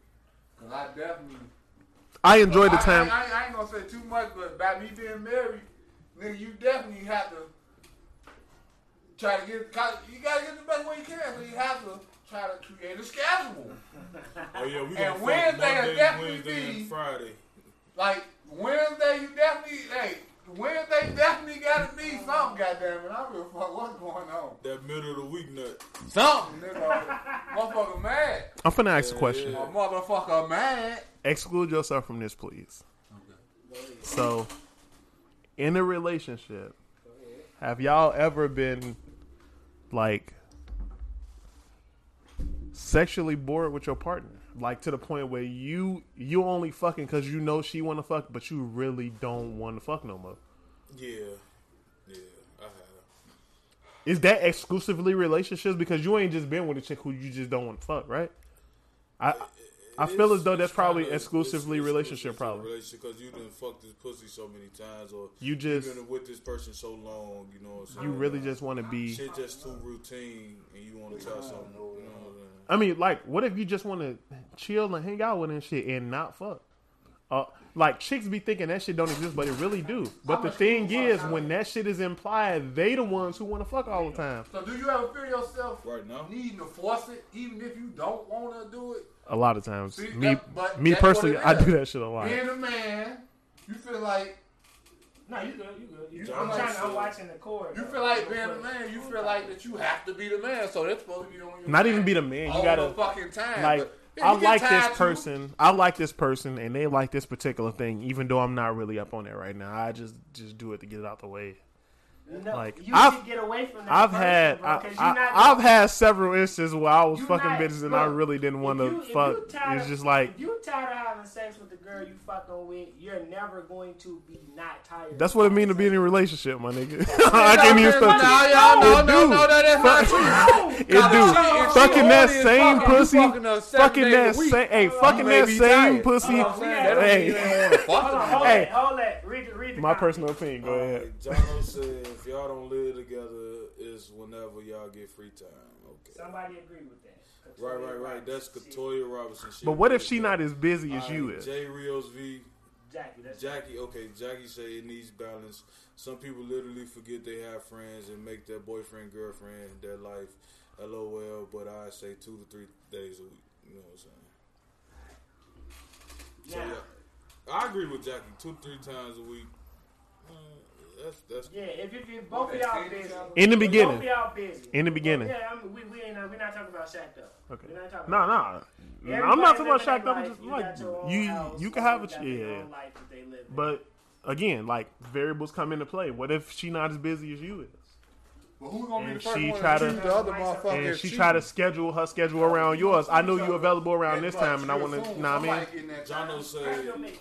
Speaker 4: I definitely.
Speaker 5: I enjoyed the
Speaker 4: I-
Speaker 5: time.
Speaker 4: I, I, I ain't gonna say too much, but by me being married, nigga, you definitely have to try to get. You gotta get the best way you can, so you have to try to create a schedule.
Speaker 6: Oh yeah, we gonna
Speaker 4: And
Speaker 6: fuck
Speaker 4: Wednesday will
Speaker 6: Monday,
Speaker 4: definitely
Speaker 6: Wednesday,
Speaker 4: be-
Speaker 6: and Friday.
Speaker 4: Like Wednesday, you definitely, hey, Wednesday definitely gotta be something. Goddamn it, I don't give a fuck what's going on.
Speaker 6: That middle of the week nut.
Speaker 4: Something, nigga, motherfucker mad,
Speaker 5: I'm finna ask a question.
Speaker 4: a motherfucker mad.
Speaker 5: Exclude yourself from this, please. So, in a relationship, have y'all ever been like sexually bored with your partner? Like to the point where you you only fucking because you know she want to fuck, but you really don't want to fuck no more.
Speaker 6: Yeah, yeah, I have.
Speaker 5: Is that exclusively relationships? Because you ain't just been with a chick who you just don't want to fuck, right? I I feel
Speaker 6: It's-
Speaker 5: as though that's
Speaker 6: it's
Speaker 5: probably
Speaker 6: kinda-
Speaker 5: exclusively
Speaker 6: it's- it's
Speaker 5: relationship
Speaker 6: exclusively
Speaker 5: problem.
Speaker 6: Relationship because you didn't fuck this pussy so many times, or
Speaker 5: You just
Speaker 6: been with this person so long. You know what I'm saying?
Speaker 5: you really just want to be.
Speaker 6: shit just too routine, and you want to try something. You know what I'm saying?
Speaker 5: I mean, like, what if you just want to chill and hang out with and shit and not fuck? Uh, like chicks be thinking that shit don't exist, but it really do. But the thing is, when that shit is implied, they the ones who want to fuck all the time.
Speaker 4: So, do you ever feel yourself
Speaker 6: Right now?
Speaker 4: needing to force it, even if you don't want to do it?
Speaker 5: A lot of times,
Speaker 4: See,
Speaker 5: me
Speaker 4: that- but
Speaker 5: me
Speaker 4: that's what
Speaker 5: personally,
Speaker 4: it
Speaker 5: I
Speaker 4: is.
Speaker 5: do that shit a lot.
Speaker 4: Being a man, you feel like
Speaker 3: No, you good. You good. You
Speaker 4: You-
Speaker 3: good.
Speaker 4: I'm
Speaker 3: I'm trying.
Speaker 4: like-
Speaker 3: I'm watching the cord.
Speaker 4: you
Speaker 3: though.
Speaker 4: feel
Speaker 3: Real
Speaker 4: like being a
Speaker 3: quick.
Speaker 4: man. You feel like that you have to be the man, so that's supposed to be on your
Speaker 5: Not
Speaker 4: back
Speaker 5: even be the man.
Speaker 4: all
Speaker 5: You gotta
Speaker 4: the fucking time.
Speaker 5: like
Speaker 4: but, yeah,
Speaker 5: I
Speaker 4: you get
Speaker 5: like
Speaker 4: tired
Speaker 5: this
Speaker 4: too.
Speaker 5: person. I like this person, and they like this particular thing, even though I'm not really up on it right now. I just just do it to get it out the way.
Speaker 3: No,
Speaker 5: Like,
Speaker 3: you
Speaker 5: I've-
Speaker 3: should get away from that.
Speaker 5: I've
Speaker 3: person,
Speaker 5: had
Speaker 3: bro,
Speaker 5: I,
Speaker 3: 'cause you
Speaker 5: I,
Speaker 3: not-
Speaker 5: I've had several instances where I was
Speaker 3: You
Speaker 5: fucking
Speaker 3: not-
Speaker 5: bitches and I
Speaker 3: look,
Speaker 5: really didn't want
Speaker 3: if you-
Speaker 5: to
Speaker 3: if you
Speaker 5: fuck.
Speaker 3: tired
Speaker 5: It's
Speaker 3: of-
Speaker 5: just like
Speaker 3: If you tired of having sex with the girl you fucking with, you're never going to be not tired.
Speaker 5: that's
Speaker 3: of
Speaker 5: what it
Speaker 3: having
Speaker 5: mean to
Speaker 3: sex.
Speaker 5: be in a relationship, my nigga. I can't even stop
Speaker 4: Nah,
Speaker 5: to
Speaker 4: y'all know,
Speaker 5: It
Speaker 4: no,
Speaker 5: do.
Speaker 4: no, that is not true.
Speaker 5: it, dude. Fucking that same pussy, fucking that same, hey, fucking
Speaker 4: may
Speaker 5: that
Speaker 4: be
Speaker 5: same
Speaker 4: tired.
Speaker 5: pussy,
Speaker 3: Oh, we had-
Speaker 5: hey.
Speaker 3: Hold on, hold
Speaker 5: Hey.
Speaker 3: it, hold it. Read, the- read the
Speaker 5: My
Speaker 3: comment.
Speaker 5: personal opinion. Go ahead.
Speaker 6: Alright, Jono said if y'all don't live together, it's whenever y'all get free time. Okay.
Speaker 3: Somebody agree with that.
Speaker 6: Right, right, right. That's Katoya Robinson. Shit.
Speaker 5: But what if she not as busy as you
Speaker 6: Alright,
Speaker 5: is?
Speaker 6: Jay Rios V.
Speaker 3: Jackie. That's
Speaker 6: Jackie. Okay, Jackie say it needs balance. Some people literally forget they have friends and make their boyfriend girlfriend their life. LOL. But I say two to three days a week. You know what I'm saying? So,
Speaker 3: Now,
Speaker 6: yeah. I agree with Jackie. Two three times a week. Uh, that's that's
Speaker 3: yeah, if, if, if both of y'all busy,
Speaker 5: In the
Speaker 3: If both of
Speaker 5: beginning,
Speaker 3: y'all busy.
Speaker 5: in the beginning.
Speaker 3: Yeah, I mean, we we ain't uh, we not talking about Shaq though.
Speaker 5: Okay.
Speaker 3: We're not talking
Speaker 5: Nah,
Speaker 3: about Shaq.
Speaker 5: nah. I'm
Speaker 3: Everybody
Speaker 5: not talking about
Speaker 3: living
Speaker 5: Shaq.
Speaker 3: their
Speaker 5: I'm
Speaker 3: life.
Speaker 5: just
Speaker 3: You
Speaker 5: like
Speaker 3: got your own
Speaker 5: you.
Speaker 3: house,
Speaker 5: You can
Speaker 3: people
Speaker 5: have a
Speaker 3: got their
Speaker 5: yeah.
Speaker 3: own life that they live in.
Speaker 5: But again, like variables come into play. What if she not as busy as you is,
Speaker 4: But who gonna be
Speaker 5: And
Speaker 4: the first
Speaker 5: she
Speaker 4: one
Speaker 5: try
Speaker 4: to
Speaker 5: to-
Speaker 4: shoot the other motherfucker?
Speaker 5: and
Speaker 4: if
Speaker 5: she try to schedule her schedule around yours? I know you available around this time, and I want to. Know what I mean?
Speaker 6: Jono
Speaker 3: Right,
Speaker 6: said.
Speaker 3: you'll make-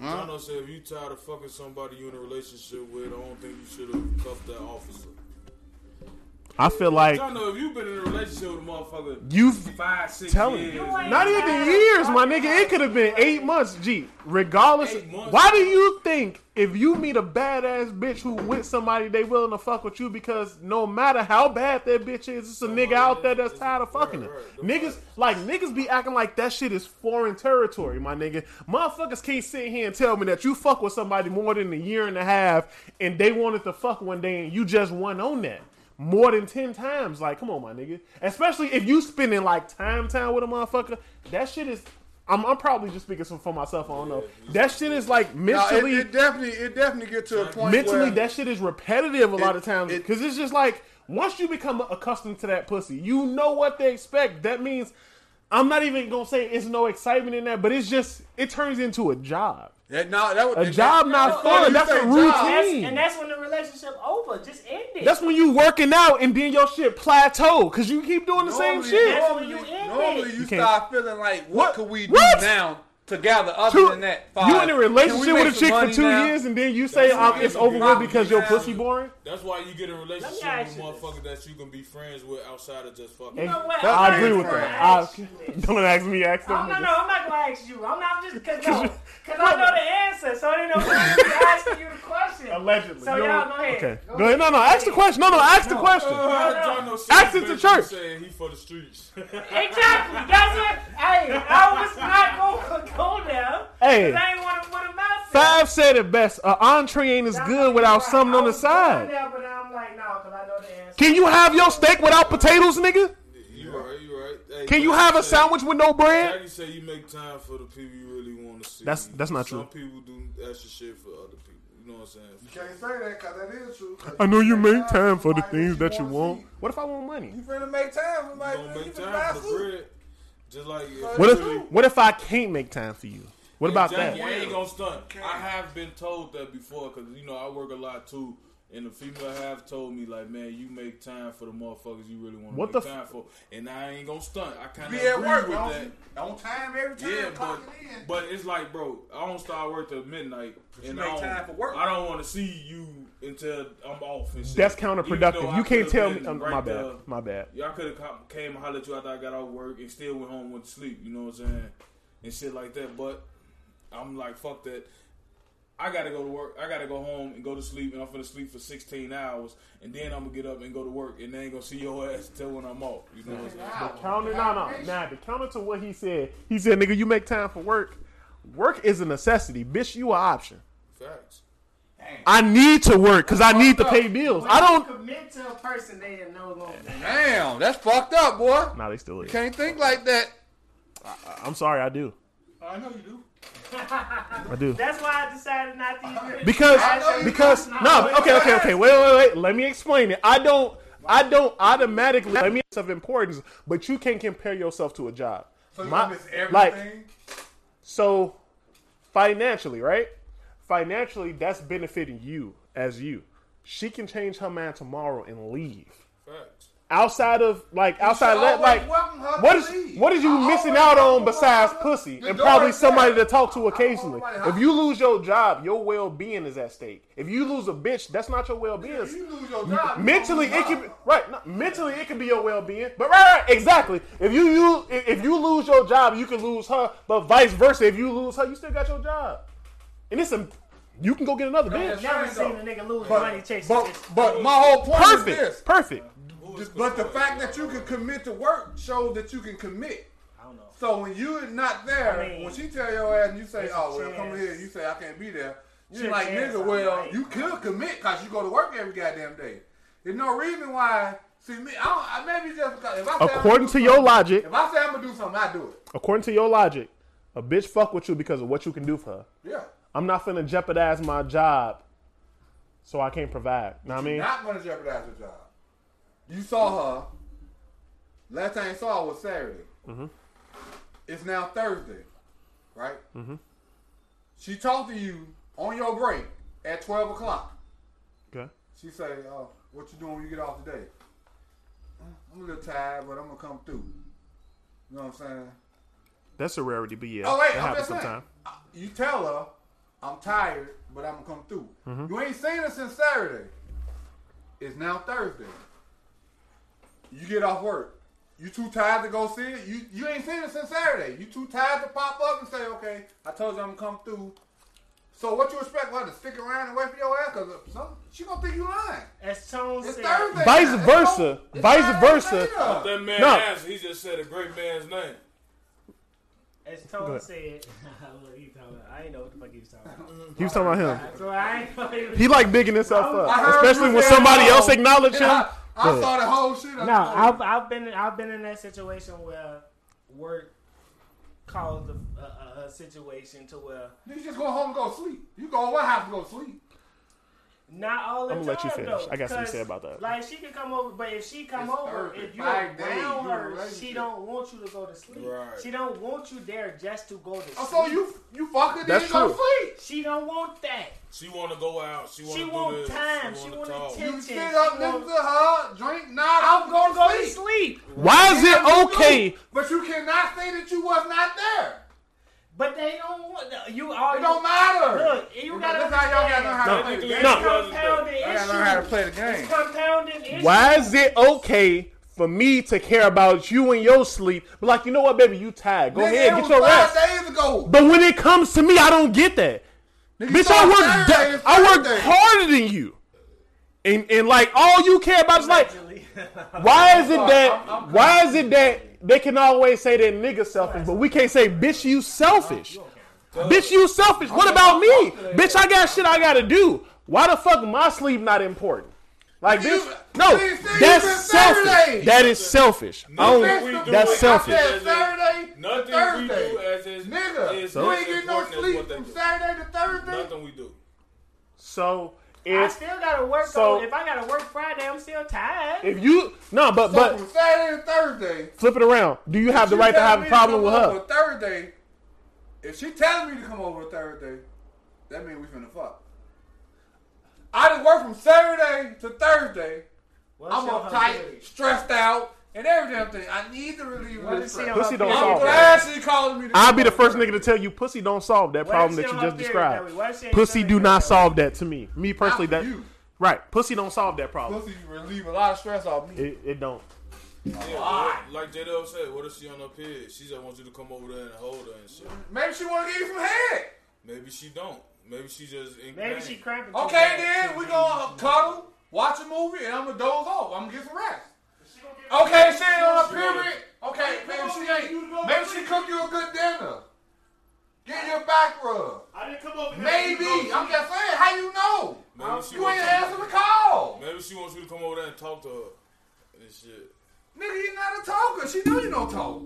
Speaker 6: Jono said, if you tired of fucking somebody you in a relationship with, I don't think you should have cuffed that officer.
Speaker 5: I feel like
Speaker 6: Jono, if you've been in a relationship with a motherfucker
Speaker 5: you've
Speaker 6: five, six
Speaker 5: Tell me.
Speaker 6: years,
Speaker 3: You ain't
Speaker 5: Not even
Speaker 3: had-
Speaker 5: years, my nigga. It could have been eight months. Gee, regardless.
Speaker 6: Eight months.
Speaker 5: Why do you think if you meet a badass bitch who with somebody, they willing to fuck with you? Because no matter how bad that bitch is, it's a nigga out there that's tired of fucking her.
Speaker 6: right.
Speaker 5: Niggas like niggas be acting like that shit is foreign territory, my nigga. Motherfuckers can't sit here and tell me that you fuck with somebody more than a year and a half, and they wanted to fuck one day, and you just won on that more than 10 times. Like, come on, my nigga. Especially if you spending like time time with a motherfucker, that shit is I'm, I'm probably just speaking some for myself. I don't know. That shit is like mentally,
Speaker 4: it, it definitely, it definitely get to a point
Speaker 5: mentally
Speaker 4: where
Speaker 5: that shit is repetitive a lot
Speaker 4: It-
Speaker 5: of times
Speaker 4: it-
Speaker 5: because it's just like once you become accustomed to that pussy, you know what they expect. That means I'm not even gonna say it's no excitement in that, but it's just it turns into a job.
Speaker 4: that, no, that would-
Speaker 5: A
Speaker 4: that-
Speaker 5: job
Speaker 4: no,
Speaker 5: not fun.
Speaker 4: you
Speaker 5: That's
Speaker 4: say
Speaker 5: a
Speaker 4: job.
Speaker 3: That's,
Speaker 5: routine.
Speaker 3: and that's when the relationship over. Just end it.
Speaker 5: That's when you working out and then your shit plateau because you keep doing the same
Speaker 4: normally-
Speaker 5: shit.
Speaker 3: That's when you
Speaker 4: Normally,
Speaker 3: end
Speaker 4: normally
Speaker 3: it.
Speaker 4: you,
Speaker 5: You can't-
Speaker 4: start feeling like, what,
Speaker 5: What?
Speaker 4: could we do
Speaker 5: What?
Speaker 4: now together other
Speaker 5: Two-
Speaker 4: than that?
Speaker 5: you
Speaker 4: Five.
Speaker 5: in a
Speaker 4: Can
Speaker 5: relationship
Speaker 4: we
Speaker 5: with
Speaker 4: make
Speaker 5: a
Speaker 4: some
Speaker 5: chick for
Speaker 4: money
Speaker 5: two
Speaker 4: now?
Speaker 5: years and then you say
Speaker 6: That's
Speaker 5: um,
Speaker 6: what
Speaker 5: it's
Speaker 6: it
Speaker 5: over
Speaker 6: is.
Speaker 5: with because your
Speaker 4: Yeah.
Speaker 5: pussy boring?
Speaker 6: That's why you get in a relationship
Speaker 3: ask
Speaker 6: with
Speaker 3: you this.
Speaker 6: motherfuckers that you can be friends with outside of just fucking.
Speaker 3: You know what? I'm
Speaker 5: I
Speaker 3: not
Speaker 5: agree
Speaker 3: even
Speaker 5: with
Speaker 3: gonna
Speaker 5: that.
Speaker 3: ask you
Speaker 5: I-
Speaker 3: this.
Speaker 5: don't ask me. Ask
Speaker 3: I'm
Speaker 5: them.
Speaker 3: not,
Speaker 5: niggas.
Speaker 3: no, I'm not gonna ask you. I'm not I'm just cause no, cause I know the answer, so I didn't know why I'm asking you the question.
Speaker 5: Allegedly.
Speaker 3: So
Speaker 5: You know
Speaker 3: y'all
Speaker 5: what?
Speaker 3: go ahead.
Speaker 5: Okay.
Speaker 3: Go
Speaker 5: Go ahead. No, no. Ask the question. No, no. Ask the question.
Speaker 6: John no
Speaker 5: Ask it to church.
Speaker 6: Saying he for the streets.
Speaker 3: Exactly. That's it. Hey, I was not gonna go there.
Speaker 5: Hey.
Speaker 3: 'cause I ain't want to put him out there.
Speaker 5: Five said it best. An entree ain't as
Speaker 3: That's
Speaker 5: good without
Speaker 3: right.
Speaker 5: something
Speaker 3: I
Speaker 5: on the
Speaker 3: was going
Speaker 5: side.
Speaker 3: There, but I'm like, no, cause I know the answer.
Speaker 5: Can you have your steak without potatoes, nigga?
Speaker 6: you right, you right. Hey,
Speaker 5: Can you
Speaker 6: Jackie
Speaker 5: have a
Speaker 6: said-
Speaker 5: sandwich with no bread?
Speaker 6: Jackie said you make time for the people you really want to see.
Speaker 5: That's- that's not
Speaker 6: Some people do extra shit for other people. You know what I'm saying?
Speaker 4: Can't say that 'cause that is true. 'cause
Speaker 5: I know you
Speaker 4: make
Speaker 5: make time for the
Speaker 4: somebody
Speaker 5: things that you
Speaker 4: wanna
Speaker 5: want.
Speaker 4: see.
Speaker 5: What if I want money?
Speaker 4: You finna make time for my
Speaker 6: You gonna
Speaker 4: you
Speaker 6: make
Speaker 4: finna buy
Speaker 6: time for
Speaker 4: food.
Speaker 6: bread. Just like if
Speaker 5: What if
Speaker 6: you really-
Speaker 5: what if I can't make time for you? What about
Speaker 6: Jackie,
Speaker 5: that?
Speaker 6: I ain't gonna stunt. I have been told that before because you know I work a lot too, and the female have told me like, man, you make time for the motherfuckers you really want to
Speaker 5: What
Speaker 6: make
Speaker 5: the f-
Speaker 6: time for, and I ain't gonna stunt. I kind
Speaker 4: Be
Speaker 6: of
Speaker 4: at
Speaker 6: agree
Speaker 4: work,
Speaker 6: with
Speaker 4: don't
Speaker 6: that.
Speaker 4: you? On time every time.
Speaker 6: Yeah, but,
Speaker 4: clocking in.
Speaker 6: but it's like, bro, I don't start work till midnight, and
Speaker 4: you make
Speaker 6: I don't,
Speaker 4: time for work.
Speaker 6: I don't want to see you until I'm off. And shit.
Speaker 5: That's
Speaker 6: Even though
Speaker 5: counterproductive.
Speaker 6: I
Speaker 5: You can't
Speaker 6: could've
Speaker 5: tell me.
Speaker 6: been
Speaker 5: um,
Speaker 6: right
Speaker 5: My
Speaker 6: there.
Speaker 5: bad. My bad.
Speaker 6: Y'all could have come, came and hollered at you after I got off work and still went home and went to sleep, you know what I'm saying? And shit like that. But I'm like, fuck that. I gotta go to work. I gotta go home and go to sleep, and I'm gonna sleep for 16 hours, and then I'm gonna get up and go to work, and they ain't gonna see your ass until when I'm off. You know what I'm saying?
Speaker 5: Counter, no, no, nah. The counter to what he said, he said, "Nigga, you make time for work. Work is a necessity, bitch. You an option.
Speaker 6: Facts.
Speaker 5: I need to work because I need to pay bills. I don't.
Speaker 3: commit to a person they are no longer.
Speaker 4: Damn, that's fucked up, boy.
Speaker 5: Nah, they still is.
Speaker 4: Can't think like that.
Speaker 5: I'm sorry, I do.
Speaker 4: I know you do.
Speaker 5: I do.
Speaker 3: That's why I decided not to even.
Speaker 5: Because
Speaker 3: I know you
Speaker 5: because
Speaker 3: don't.
Speaker 5: no. Okay, okay, okay. Wait, wait, wait. Let me explain it. I don't. I don't automatically. I mean, it's of importance, but you can't compare yourself to a job.
Speaker 4: So you
Speaker 5: My-
Speaker 4: miss everything.
Speaker 5: like, So financially, right? Financially, that's benefiting you as you. She can change her mind tomorrow and leave.
Speaker 6: Facts.
Speaker 5: Outside of like outside of that,
Speaker 4: always
Speaker 5: like
Speaker 4: welcome her
Speaker 5: what
Speaker 4: to
Speaker 5: is
Speaker 4: leave.
Speaker 5: what is you
Speaker 4: I
Speaker 5: missing
Speaker 4: always
Speaker 5: out
Speaker 4: welcome
Speaker 5: on
Speaker 4: her.
Speaker 5: besides pussy
Speaker 4: The
Speaker 5: and
Speaker 4: door
Speaker 5: probably
Speaker 4: is there.
Speaker 5: somebody to talk to occasionally?
Speaker 4: nobody how-
Speaker 5: If you lose your job, your well being is at stake. If you lose a bitch, that's not your well being.
Speaker 4: You lose your job. you
Speaker 5: Mentally,
Speaker 4: lose your
Speaker 5: it can
Speaker 4: job.
Speaker 5: be, right. no, mentally, it can be your well being. But right, right, exactly. If you you if if you lose your job, you can lose her. But vice versa, if you lose her, you still got your job. And it's a you can go get another
Speaker 4: That's
Speaker 5: bitch.
Speaker 3: Never
Speaker 4: right,
Speaker 3: seen
Speaker 4: though.
Speaker 3: a nigga lose money chasing
Speaker 4: But,
Speaker 3: this.
Speaker 4: but my whole point is this.
Speaker 5: Perfect, perfect.
Speaker 4: Just- But the fact that you can commit to work shows that you can commit.
Speaker 3: I don't know.
Speaker 4: So when you're not there,
Speaker 3: I mean,
Speaker 4: when she tell your ass and you say,
Speaker 3: there's a
Speaker 4: "Oh well,
Speaker 3: chance.
Speaker 4: come here," you say, "I can't be there." She
Speaker 3: There's a
Speaker 4: like,
Speaker 3: chance
Speaker 4: "Nigga,
Speaker 3: I'm
Speaker 4: well,
Speaker 3: right."
Speaker 4: you could commit because you go to work every goddamn day." There's no reason why. See me, I don't, I- maybe just because if I say I'm gonna
Speaker 5: According
Speaker 4: do
Speaker 5: to your
Speaker 4: something-
Speaker 5: logic,
Speaker 4: if I say I'm gonna do something, I do it.
Speaker 5: according to your logic, a bitch fuck with you because of what you can do for her.
Speaker 4: Yeah,
Speaker 5: I'm not finna jeopardize my job, so I can't provide. Know what I mean,
Speaker 4: not gonna jeopardize your job. You saw her. Last time you saw her was Saturday. It's now Thursday, right? She talked to you on your break at twelve o'clock.
Speaker 5: okay.
Speaker 4: She say, "Oh, what you doing when you get off today?" "Uh, I'm a little tired, but I'm gonna come through. You know what I'm saying?
Speaker 5: That's a rarity, but yeah,
Speaker 4: Oh wait,
Speaker 5: that
Speaker 4: I'm
Speaker 5: happens
Speaker 4: just saying.
Speaker 5: sometimes.
Speaker 4: I- You tell her, "I'm tired, but I'm gonna come through."
Speaker 5: Mm-hmm.
Speaker 4: You ain't seen her since Saturday. It's now Thursday. You get off work. You too tired to go see it. You you ain't seen her since Saturday. You too tired to pop up and say, "Okay, I told you I'm gonna come through." So what you expect her to stick around and wait for your ass? Cause uh, some, she gonna think you lying.
Speaker 3: As Tone
Speaker 4: It's
Speaker 3: said,
Speaker 4: Thursday.
Speaker 5: Vice
Speaker 4: now. It's
Speaker 5: versa.
Speaker 4: no- it's
Speaker 5: Vice
Speaker 4: not
Speaker 5: versa.
Speaker 4: later.
Speaker 6: That man
Speaker 5: No.
Speaker 6: asked, he just said a great man's name.
Speaker 3: as
Speaker 5: Go
Speaker 3: Tone
Speaker 5: ahead.
Speaker 3: said, Look, he talking about- I ain't know what the fuck he was talking about.
Speaker 5: He was talking about him.
Speaker 3: So I ain't know he was
Speaker 5: He like bigging himself
Speaker 4: I
Speaker 5: up,
Speaker 4: heard
Speaker 5: especially
Speaker 4: you
Speaker 5: when
Speaker 4: said
Speaker 5: somebody
Speaker 4: no.
Speaker 5: else acknowledge
Speaker 4: And
Speaker 5: him.
Speaker 4: I, I
Speaker 5: But-
Speaker 4: saw the whole shit.
Speaker 3: No, I've I've been I've been in that situation where work caused a, a, a- a situation to where
Speaker 4: You just go home and go sleep. You go to one house and go sleep.
Speaker 3: not all the
Speaker 5: I'ma
Speaker 3: time.
Speaker 5: let you finish.
Speaker 3: though,
Speaker 5: I got something to
Speaker 3: 'cause,
Speaker 5: say about that.
Speaker 3: Like she can come over, but if she come
Speaker 4: It's
Speaker 3: over,
Speaker 4: Thursday,
Speaker 3: if you're
Speaker 4: five days,
Speaker 3: around
Speaker 4: you in a
Speaker 3: her, she
Speaker 4: relationship.
Speaker 3: don't want you to go to sleep.
Speaker 6: Right.
Speaker 3: She don't want you there just to go to sleep.
Speaker 4: Oh, so you you fucking
Speaker 5: That's
Speaker 4: didn't go
Speaker 5: true.
Speaker 4: to sleep.
Speaker 3: She don't want that.
Speaker 6: She want to go out. She want
Speaker 3: She
Speaker 6: to
Speaker 3: want
Speaker 6: do this.
Speaker 3: time. She
Speaker 6: wanna
Speaker 3: want
Speaker 6: talk.
Speaker 3: attention.
Speaker 4: You sit up,
Speaker 3: She won't-
Speaker 4: listen to her, drink, nod.
Speaker 3: I'm gonna go to
Speaker 4: sleep.
Speaker 3: sleep.
Speaker 5: Why is it okay?
Speaker 4: But you cannot say that you was not there.
Speaker 3: But they don't want you. All
Speaker 4: It don't matter.
Speaker 3: Look, you gotta
Speaker 4: That's how y'all gotta know how to
Speaker 5: No.
Speaker 4: play the
Speaker 6: No.
Speaker 4: game.
Speaker 5: No.
Speaker 3: compounded
Speaker 4: Y'all
Speaker 3: issue.
Speaker 4: gotta know how to play the game.
Speaker 3: Compounded issue.
Speaker 5: Why is it okay for me to care about you and your sleep? But like, you know what, baby, you tired. Go
Speaker 4: Nigga,
Speaker 5: ahead,
Speaker 4: it
Speaker 5: get
Speaker 4: was
Speaker 5: your rest.
Speaker 4: five days ago.
Speaker 5: But when it comes to me, I don't get that.
Speaker 4: Nigga,
Speaker 5: Bitch,
Speaker 4: you
Speaker 5: I
Speaker 4: on
Speaker 5: work.
Speaker 4: Saturday and
Speaker 5: da- I work
Speaker 4: Sunday.
Speaker 5: harder than you. And and like all you care about is like, why is it that why is it that they can always say that nigga selfish, but we can't say bitch you selfish. Bitch you selfish. What about me? Bitch, I got shit I gotta do. Why the fuck my sleep not important? Like
Speaker 4: You-
Speaker 5: bitch, no,
Speaker 4: you said you been
Speaker 5: that's
Speaker 4: Saturday.
Speaker 5: selfish. That is selfish. I
Speaker 6: Nothing
Speaker 5: don't-
Speaker 6: we do
Speaker 5: that's
Speaker 6: is-
Speaker 5: selfish.
Speaker 4: I said Saturday to
Speaker 6: Nothing we
Speaker 4: Thursday.
Speaker 6: do as is
Speaker 4: Nigga,
Speaker 6: is
Speaker 4: you
Speaker 6: as
Speaker 4: ain't get no
Speaker 6: important as
Speaker 4: sleep
Speaker 6: what they
Speaker 4: from
Speaker 6: do.
Speaker 4: Saturday to Thursday.
Speaker 6: Nothing we do.
Speaker 5: So
Speaker 3: I
Speaker 5: if
Speaker 3: still gotta work.
Speaker 5: So-
Speaker 3: on, if I gotta work Friday, I'm still tired.
Speaker 5: if you no, but
Speaker 4: So
Speaker 5: but
Speaker 4: from Saturday to Thursday,
Speaker 5: flip it around. Do you have the
Speaker 4: she
Speaker 5: right to
Speaker 4: telling
Speaker 5: have
Speaker 4: me
Speaker 5: a problem with
Speaker 4: come
Speaker 5: her?
Speaker 4: over Thursday, if she telling me to come over Thursday, that means we finna fuck. I done worked from Saturday to Thursday. I'm uptight, stressed out, and every damn thing. I need to relieve this stress.
Speaker 5: Pussy don't
Speaker 4: I'm
Speaker 5: solve
Speaker 4: glad
Speaker 5: that.
Speaker 4: she calling me. To
Speaker 5: I'll
Speaker 4: come
Speaker 5: be the
Speaker 4: over
Speaker 5: first
Speaker 4: Thursday.
Speaker 5: nigga to tell you pussy don't solve that
Speaker 3: Why
Speaker 5: problem
Speaker 3: she
Speaker 5: that you
Speaker 3: on
Speaker 5: just
Speaker 3: her period that way?
Speaker 5: described.
Speaker 3: Why she ain't
Speaker 5: Pussy
Speaker 3: doing
Speaker 5: do
Speaker 3: that
Speaker 5: not
Speaker 3: way?
Speaker 5: solve that to me. Me personally,
Speaker 4: for
Speaker 5: that
Speaker 4: you.
Speaker 5: right. Pussy don't solve that problem.
Speaker 4: Pussy relieve a lot of stress off me.
Speaker 5: It, it don't.
Speaker 6: Yeah, what- like JDL said, what if she on her period? She just wants you to come over there and hold her and shit.
Speaker 4: Maybe she want to give you some head.
Speaker 6: Maybe she don't. Maybe she just in
Speaker 3: Maybe
Speaker 6: pain.
Speaker 3: she cramping. too
Speaker 4: Okay,
Speaker 3: bad.
Speaker 4: then we gonna cuddle, watch a movie, and I'm gonna doze off. I'm gonna get some rest. Okay, she ain't on a period. Okay, maybe she ain't. Maybe she cook you a good dinner. Get your back rub.
Speaker 5: I didn't come over
Speaker 4: Maybe. I'm just saying. How you know?
Speaker 6: Maybe she
Speaker 4: You
Speaker 6: wants
Speaker 4: ain't
Speaker 6: you-
Speaker 4: answering the call.
Speaker 6: Maybe she wants you to come over there and talk to her and shit.
Speaker 4: Nigga, you not a talker. She know you don't talk.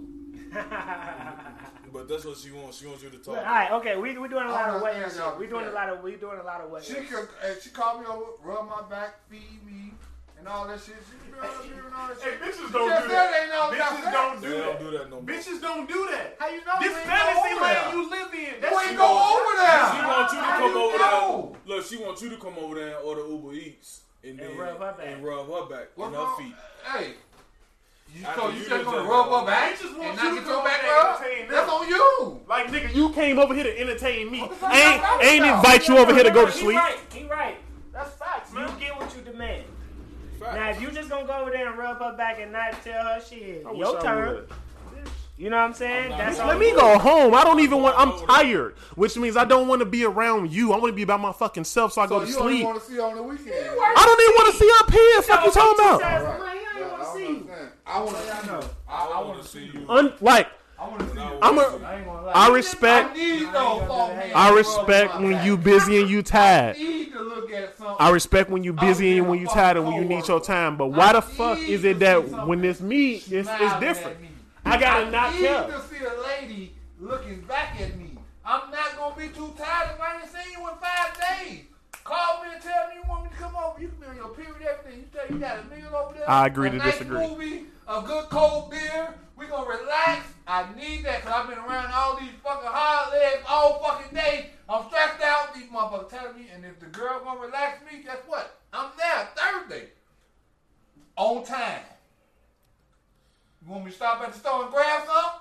Speaker 6: But that's what she wants. She wants you to talk.
Speaker 3: All right, okay, we we doing a lot
Speaker 4: I
Speaker 3: of
Speaker 4: don't
Speaker 3: what
Speaker 4: understand
Speaker 3: ifs
Speaker 4: y'all
Speaker 3: shit. We doing a
Speaker 4: shit.
Speaker 3: lot of we doing a lot of what.
Speaker 4: She
Speaker 3: ifs.
Speaker 4: could, uh, she called me over, rub my back, feed me, and all that shit. She be on the and all that
Speaker 7: Hey,
Speaker 4: shit.
Speaker 7: bitches
Speaker 4: She
Speaker 7: don't
Speaker 4: just
Speaker 7: do that.
Speaker 4: said they ain't all got
Speaker 7: Bitches
Speaker 4: sex.
Speaker 7: don't
Speaker 6: they
Speaker 7: do
Speaker 6: don't
Speaker 7: that.
Speaker 6: do that no more.
Speaker 7: Bitches don't do that.
Speaker 4: How you know?
Speaker 7: This
Speaker 4: you ain't
Speaker 7: fantasy
Speaker 4: go over
Speaker 7: land
Speaker 4: there?
Speaker 7: you live in.
Speaker 4: You
Speaker 7: That's
Speaker 4: ain't go over there.
Speaker 6: She wants you to
Speaker 4: How
Speaker 6: come
Speaker 4: you
Speaker 6: over
Speaker 4: know?
Speaker 6: there. Look, she wants you to come over there and order Uber Eats and, then
Speaker 3: rub her back.
Speaker 6: and rub her back
Speaker 4: What
Speaker 6: and
Speaker 4: wrong-
Speaker 6: her feet.
Speaker 4: Hey. You,
Speaker 6: I
Speaker 4: so
Speaker 6: mean,
Speaker 4: you
Speaker 6: you
Speaker 4: just
Speaker 6: just
Speaker 4: gonna
Speaker 6: ain't
Speaker 4: rub
Speaker 6: gonna-
Speaker 4: her back
Speaker 7: Bitches want
Speaker 4: and
Speaker 7: you
Speaker 4: not
Speaker 7: to
Speaker 4: get
Speaker 7: come
Speaker 4: your
Speaker 7: over
Speaker 4: back
Speaker 7: there and
Speaker 4: rubbed?
Speaker 7: entertain them.
Speaker 4: That's on you.
Speaker 5: Like nigga, you came over here to entertain me.
Speaker 4: the fuck y'all
Speaker 5: I
Speaker 4: talking
Speaker 5: ain't ain't
Speaker 4: about?
Speaker 5: invite you over here to go to
Speaker 3: He
Speaker 5: sleep.
Speaker 3: right. He right. That's facts. You get what you demand. Now, if you just gonna go over there and rub her back and not tell her shit,
Speaker 5: I wish
Speaker 3: your
Speaker 5: I
Speaker 3: turn.
Speaker 5: would.
Speaker 3: You know what I'm saying?
Speaker 6: I'm not-
Speaker 3: That's all.
Speaker 5: Let me go home. I don't even want. I'm tired, which means I don't want to be around you. I want to be by my fucking self, so I go
Speaker 4: So
Speaker 5: to
Speaker 4: you only
Speaker 5: sleep.
Speaker 4: want to see her on the weekend.
Speaker 5: I don't even want to see her period. Fuck you talking about?
Speaker 4: Yeah, I don't understand. I want to see you. I,
Speaker 6: I
Speaker 4: want to see you.
Speaker 5: Un- like
Speaker 4: I want to see you.
Speaker 5: I'm a.
Speaker 3: I ain't gonna lie.
Speaker 5: I
Speaker 4: I
Speaker 5: respect.
Speaker 4: need those soft hands.
Speaker 5: I
Speaker 4: to rub
Speaker 5: respect
Speaker 4: my
Speaker 5: when
Speaker 4: back.
Speaker 5: you busy and you tired.
Speaker 4: need to look at something.
Speaker 5: I respect when you busy
Speaker 4: being
Speaker 5: and
Speaker 4: a
Speaker 5: when you
Speaker 4: fucking
Speaker 5: tired and when you need your
Speaker 4: coworker.
Speaker 5: time. But why the
Speaker 4: I
Speaker 5: fuck
Speaker 4: need
Speaker 5: is
Speaker 4: to
Speaker 5: it that
Speaker 4: see something
Speaker 5: when it's me, it's, it's
Speaker 4: smiling
Speaker 5: different?
Speaker 4: at me.
Speaker 5: I gotta not
Speaker 4: need
Speaker 5: care.
Speaker 4: to see a lady looking back at me. I'm not gonna be too tired if I ain't seen you in five days. Call me and tell me you want me to come over. You can be on your period, everything. You tell you got a meal over there.
Speaker 5: I agree
Speaker 4: a
Speaker 5: to
Speaker 4: nice
Speaker 5: disagree.
Speaker 4: Movie, a good cold beer. We gonna relax. I need that because I've been around all these fucking hard legs all fucking day. I'm stressed out. These motherfuckers telling me, and if the girl gonna relax me, guess what? I'm there Thursday, on time. You want me to stop at the store and grab something?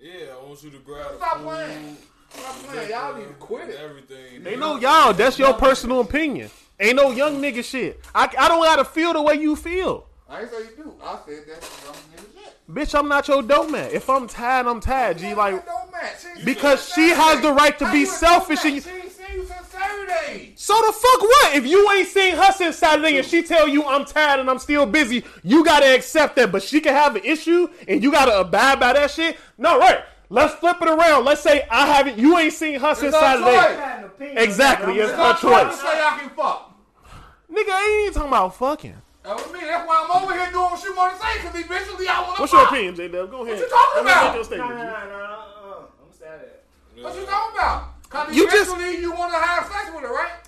Speaker 6: Yeah, I want you to grab
Speaker 4: Stop
Speaker 6: food,
Speaker 4: playing. Stop playing. Y'all need to quit
Speaker 6: and
Speaker 4: it.
Speaker 6: Everything.
Speaker 5: Ain't no y'all. That's your personal opinion. Ain't no young nigga shit. I, I don't gotta feel the way you feel.
Speaker 4: I ain't say you do. I said that because I'm gonna give a shit.
Speaker 5: Bitch, I'm not your dope man. If I'm tired, I'm tired. G, like,
Speaker 4: That don't match. She ain't
Speaker 5: because
Speaker 4: seen you
Speaker 5: she
Speaker 4: since
Speaker 5: has the
Speaker 4: Saturday.
Speaker 5: right to
Speaker 4: How
Speaker 5: be
Speaker 4: you a
Speaker 5: selfish.
Speaker 4: dumbass?
Speaker 5: And
Speaker 4: She ain't seen you since Saturday.
Speaker 5: so the fuck what? If you ain't seen her since Saturday and she tell you I'm tired and I'm still busy, you gotta accept that. But she can have an issue and you gotta abide by that shit. No, right? Let's flip it around. Let's say I haven't. You ain't seen her since
Speaker 4: her
Speaker 5: Saturday.
Speaker 4: choice.
Speaker 3: I got an opinion.
Speaker 5: Exactly, it's her
Speaker 4: I'm trying to
Speaker 5: choice.
Speaker 4: say I can fuck.
Speaker 5: Nigga, I ain't even talking about fucking.
Speaker 4: That was me. That's why I'm over here doing what she want to say because eventually I want to
Speaker 5: What's your
Speaker 4: fuck.
Speaker 5: opinion, J Dub? Go ahead.
Speaker 4: What you talking
Speaker 5: Go ahead,
Speaker 4: about?
Speaker 5: make your
Speaker 3: No,
Speaker 5: statement,
Speaker 3: no, no,
Speaker 5: G.
Speaker 3: no. uh-uh. I'm
Speaker 4: What
Speaker 6: uh,
Speaker 4: you talking about? Cause
Speaker 5: You just-
Speaker 4: eventually you want to have sex with her, right?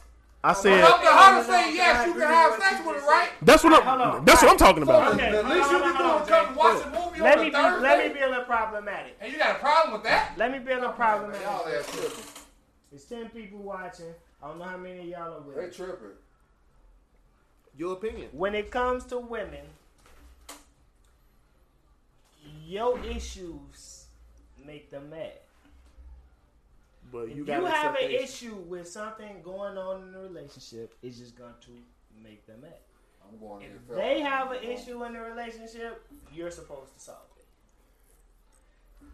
Speaker 5: I said
Speaker 4: Dr. Hunter say yes, you can have sex with her, right?
Speaker 5: that's what I'm that's what I'm talking about.
Speaker 4: The- The
Speaker 3: hold
Speaker 4: least
Speaker 3: on, hold
Speaker 4: you can
Speaker 3: on,
Speaker 4: do
Speaker 3: hold
Speaker 4: is come watch a movie
Speaker 3: Let
Speaker 4: on
Speaker 3: me
Speaker 4: the
Speaker 3: be let me
Speaker 4: Thursday.
Speaker 3: be a little problematic.
Speaker 4: And you got a problem with that?
Speaker 3: Let me be a little problematic.
Speaker 4: Y'all ass tripping.
Speaker 3: It's ten people watching. I don't know how many of y'all are with.
Speaker 4: They
Speaker 3: me.
Speaker 4: tripping.
Speaker 15: Your opinion.
Speaker 3: When it comes to women, your issues make them mad.
Speaker 5: But
Speaker 3: If
Speaker 5: you
Speaker 3: you,
Speaker 5: got
Speaker 3: have an issue with something going on in the relationship, it's just going to make them mad.
Speaker 4: I'm going to
Speaker 3: If
Speaker 4: NFL.
Speaker 3: they have an issue in the relationship, you're supposed to solve it.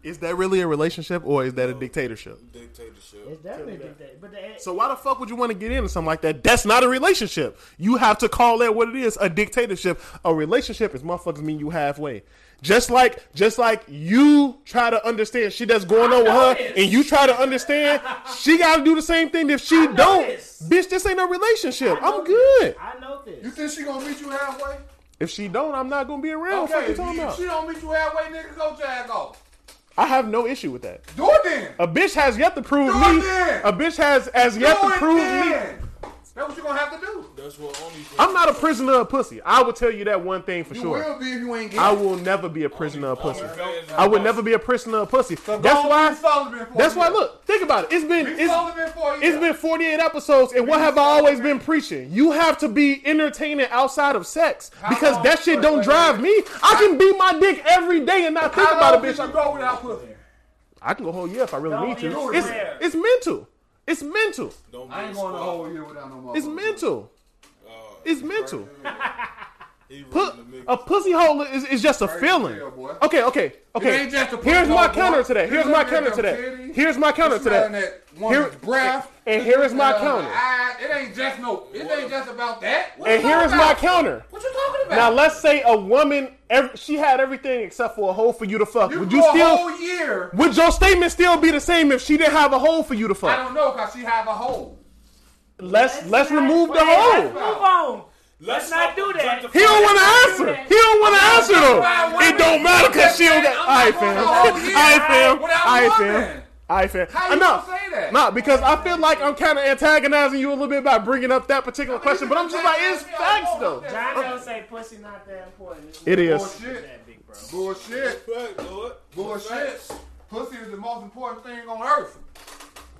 Speaker 5: Is that really a relationship or is that a dictatorship?
Speaker 6: Dictatorship.
Speaker 3: It's definitely that. But the,
Speaker 5: So why the fuck would you want to get into something like that? That's not a relationship. You have to call that what it is, a dictatorship. A relationship is motherfuckers meet you halfway. Just like just like you try to understand shit that's going on with her and you try to understand, she gotta do the same thing. If she don't,
Speaker 3: this.
Speaker 5: bitch, this ain't no relationship.
Speaker 3: I know
Speaker 5: I'm good.
Speaker 3: I know this.
Speaker 4: You think she gonna meet you halfway?
Speaker 5: If she don't, I'm not gonna be around. What the fuck you
Speaker 4: Okay, if
Speaker 5: talking
Speaker 4: you- if
Speaker 5: about?
Speaker 4: she don't meet you halfway, nigga, go jag off.
Speaker 5: I have no issue with that.
Speaker 4: Do it then.
Speaker 5: A bitch has yet to prove
Speaker 4: Do it
Speaker 5: me.
Speaker 4: then.
Speaker 5: A bitch has as
Speaker 4: Do
Speaker 5: yet to
Speaker 4: it
Speaker 5: prove me.
Speaker 4: then. That's what you gonna have to do.
Speaker 6: That's what only.
Speaker 5: I'm not a prisoner of pussy. I will tell you that one thing for
Speaker 4: You
Speaker 5: sure.
Speaker 4: will be if you ain't getting
Speaker 5: I
Speaker 4: it.
Speaker 5: will never be a prisoner of pussy.
Speaker 6: OnlyFans-
Speaker 5: I would never be a prisoner of pussy.
Speaker 4: So
Speaker 5: That's
Speaker 4: go
Speaker 5: why.
Speaker 4: be Solomon for
Speaker 5: That's
Speaker 4: a
Speaker 5: why.
Speaker 4: year.
Speaker 5: Look, think about it. It's been
Speaker 4: Be
Speaker 5: it's,
Speaker 4: Solomon for a
Speaker 5: it's
Speaker 4: year.
Speaker 5: been 48 episodes, and what have I always been preaching? You have to be entertaining outside of sex because
Speaker 4: long-
Speaker 5: that shit
Speaker 4: wait,
Speaker 5: don't
Speaker 4: wait,
Speaker 5: drive me. I can beat my dick every day and not think
Speaker 4: How
Speaker 5: about a
Speaker 4: long did
Speaker 5: bitch.
Speaker 4: you go without pussy?
Speaker 5: I can go a whole year if I really
Speaker 3: Don't
Speaker 5: need
Speaker 3: even
Speaker 5: to. It's
Speaker 3: care.
Speaker 5: it's mental. It's mental.
Speaker 6: Don't be
Speaker 4: I ain't going a whole year without no mother.
Speaker 5: It's mental. It's mental.
Speaker 6: He
Speaker 5: Put,
Speaker 6: running the mix.
Speaker 5: a pussy hole is, is just a feeling.
Speaker 4: real, boy.
Speaker 5: Okay, okay, okay.
Speaker 4: ain't just a pussy
Speaker 5: Here's my
Speaker 4: hole, boy.
Speaker 5: counter to that.
Speaker 4: You
Speaker 5: Here's my
Speaker 4: looking at
Speaker 5: counter to
Speaker 4: them
Speaker 5: that.
Speaker 4: titties.
Speaker 5: Here's my counter
Speaker 4: You
Speaker 5: to that.
Speaker 4: smelling that woman's breath.
Speaker 5: And here is my
Speaker 4: Uh,
Speaker 5: counter.
Speaker 4: I- It ain't just no. It ain't just about that. What
Speaker 5: And
Speaker 4: you
Speaker 5: here is
Speaker 4: talking
Speaker 5: my
Speaker 4: about?
Speaker 5: counter.
Speaker 4: What you talking about?
Speaker 5: Now let's say a woman, ev she had everything except for a hole for you to fuck.
Speaker 4: you
Speaker 5: would
Speaker 4: go
Speaker 5: you
Speaker 4: a
Speaker 5: still?
Speaker 4: whole year.
Speaker 5: Would your statement still be the same if she didn't have a hole for you to
Speaker 4: I
Speaker 5: fuck?
Speaker 4: don't know because she have a hole.
Speaker 5: Let's let's
Speaker 3: not-
Speaker 5: remove the
Speaker 3: wait,
Speaker 5: hole.
Speaker 3: Let's move on.
Speaker 6: Let's
Speaker 3: not do that.
Speaker 6: Drink the
Speaker 5: He don't want to
Speaker 3: do
Speaker 5: answer.
Speaker 3: that.
Speaker 5: He don't want to answer
Speaker 4: why
Speaker 5: though.
Speaker 4: women
Speaker 5: It don't matter because she don't got.
Speaker 4: I'm
Speaker 5: All
Speaker 4: not
Speaker 5: right,
Speaker 4: going
Speaker 5: fam.
Speaker 4: to
Speaker 5: All
Speaker 4: hold you
Speaker 5: right, fam. All
Speaker 4: without
Speaker 5: right,
Speaker 4: women.
Speaker 5: fam. All right, fam.
Speaker 4: How you
Speaker 5: Nah,
Speaker 4: gonna say that?
Speaker 5: nah, because I feel like I'm kind of antagonizing you a little bit by bringing up that particular question, but I'm just like, it's facts though.
Speaker 3: John don't say pussy not that important. It's
Speaker 5: It is.
Speaker 4: Bullshit.
Speaker 3: that big, bro.
Speaker 4: Bullshit.
Speaker 6: Back, Lord.
Speaker 4: Bullshit. Pussy is the most important thing on earth.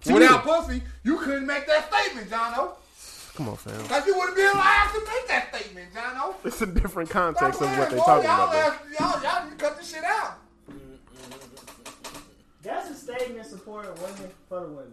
Speaker 4: Without pussy, you couldn't make that statement, Jono.
Speaker 5: Come on, fam.
Speaker 4: Because you wouldn't be alive to make that statement, Jono.
Speaker 5: It's a different context of
Speaker 4: Stop
Speaker 5: what they're
Speaker 4: playing, boy.
Speaker 5: talking
Speaker 4: y'all
Speaker 5: about. though.
Speaker 4: ask- Y'all, y'all need to cut this shit out.
Speaker 3: That's a statement supporting women for the women.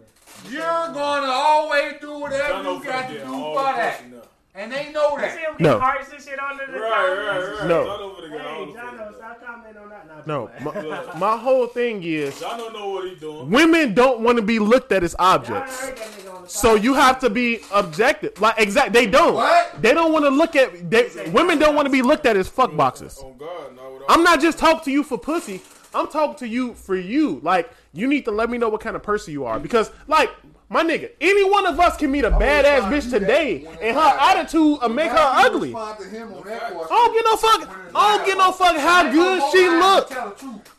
Speaker 4: You're gonna always do whatever
Speaker 6: Jono
Speaker 4: you got
Speaker 6: finna
Speaker 4: to
Speaker 6: get
Speaker 4: do
Speaker 6: all
Speaker 4: for
Speaker 6: the
Speaker 4: that,
Speaker 6: pussy now.
Speaker 4: and they know
Speaker 3: You see
Speaker 4: that.
Speaker 3: him get
Speaker 5: No.
Speaker 3: hearts and shit under the
Speaker 6: Right, right, right.
Speaker 5: No.
Speaker 6: Jono finna get all
Speaker 3: Hey,
Speaker 6: the
Speaker 3: John,
Speaker 6: pussy now.
Speaker 3: stop commenting on that.
Speaker 5: No,
Speaker 3: just playing.
Speaker 5: my, my whole thing is
Speaker 6: Jono know what he doing.
Speaker 5: women don't want to be looked at as
Speaker 3: I done
Speaker 5: objects.
Speaker 3: heard that nigga on the
Speaker 5: So
Speaker 3: podcast.
Speaker 5: you have to be objective. Like exact, they don't.
Speaker 4: What?
Speaker 5: They don't want to look at. They, women don't want to be looked at as fuck boxes.
Speaker 6: On God, no. what
Speaker 5: I'm not just talking to you for pussy. I'm talking to you for you. Like you need to let me know what kind of person you are because, like, my nigga, any one of us can meet a badass
Speaker 4: trying to
Speaker 5: bitch
Speaker 4: do that
Speaker 5: today,
Speaker 4: when
Speaker 5: and
Speaker 4: I-
Speaker 5: her attitude will make her
Speaker 4: How you
Speaker 5: ugly. I
Speaker 4: Respond to him on that question.
Speaker 5: don't give no fuck. I don't give no fuck how good she look. I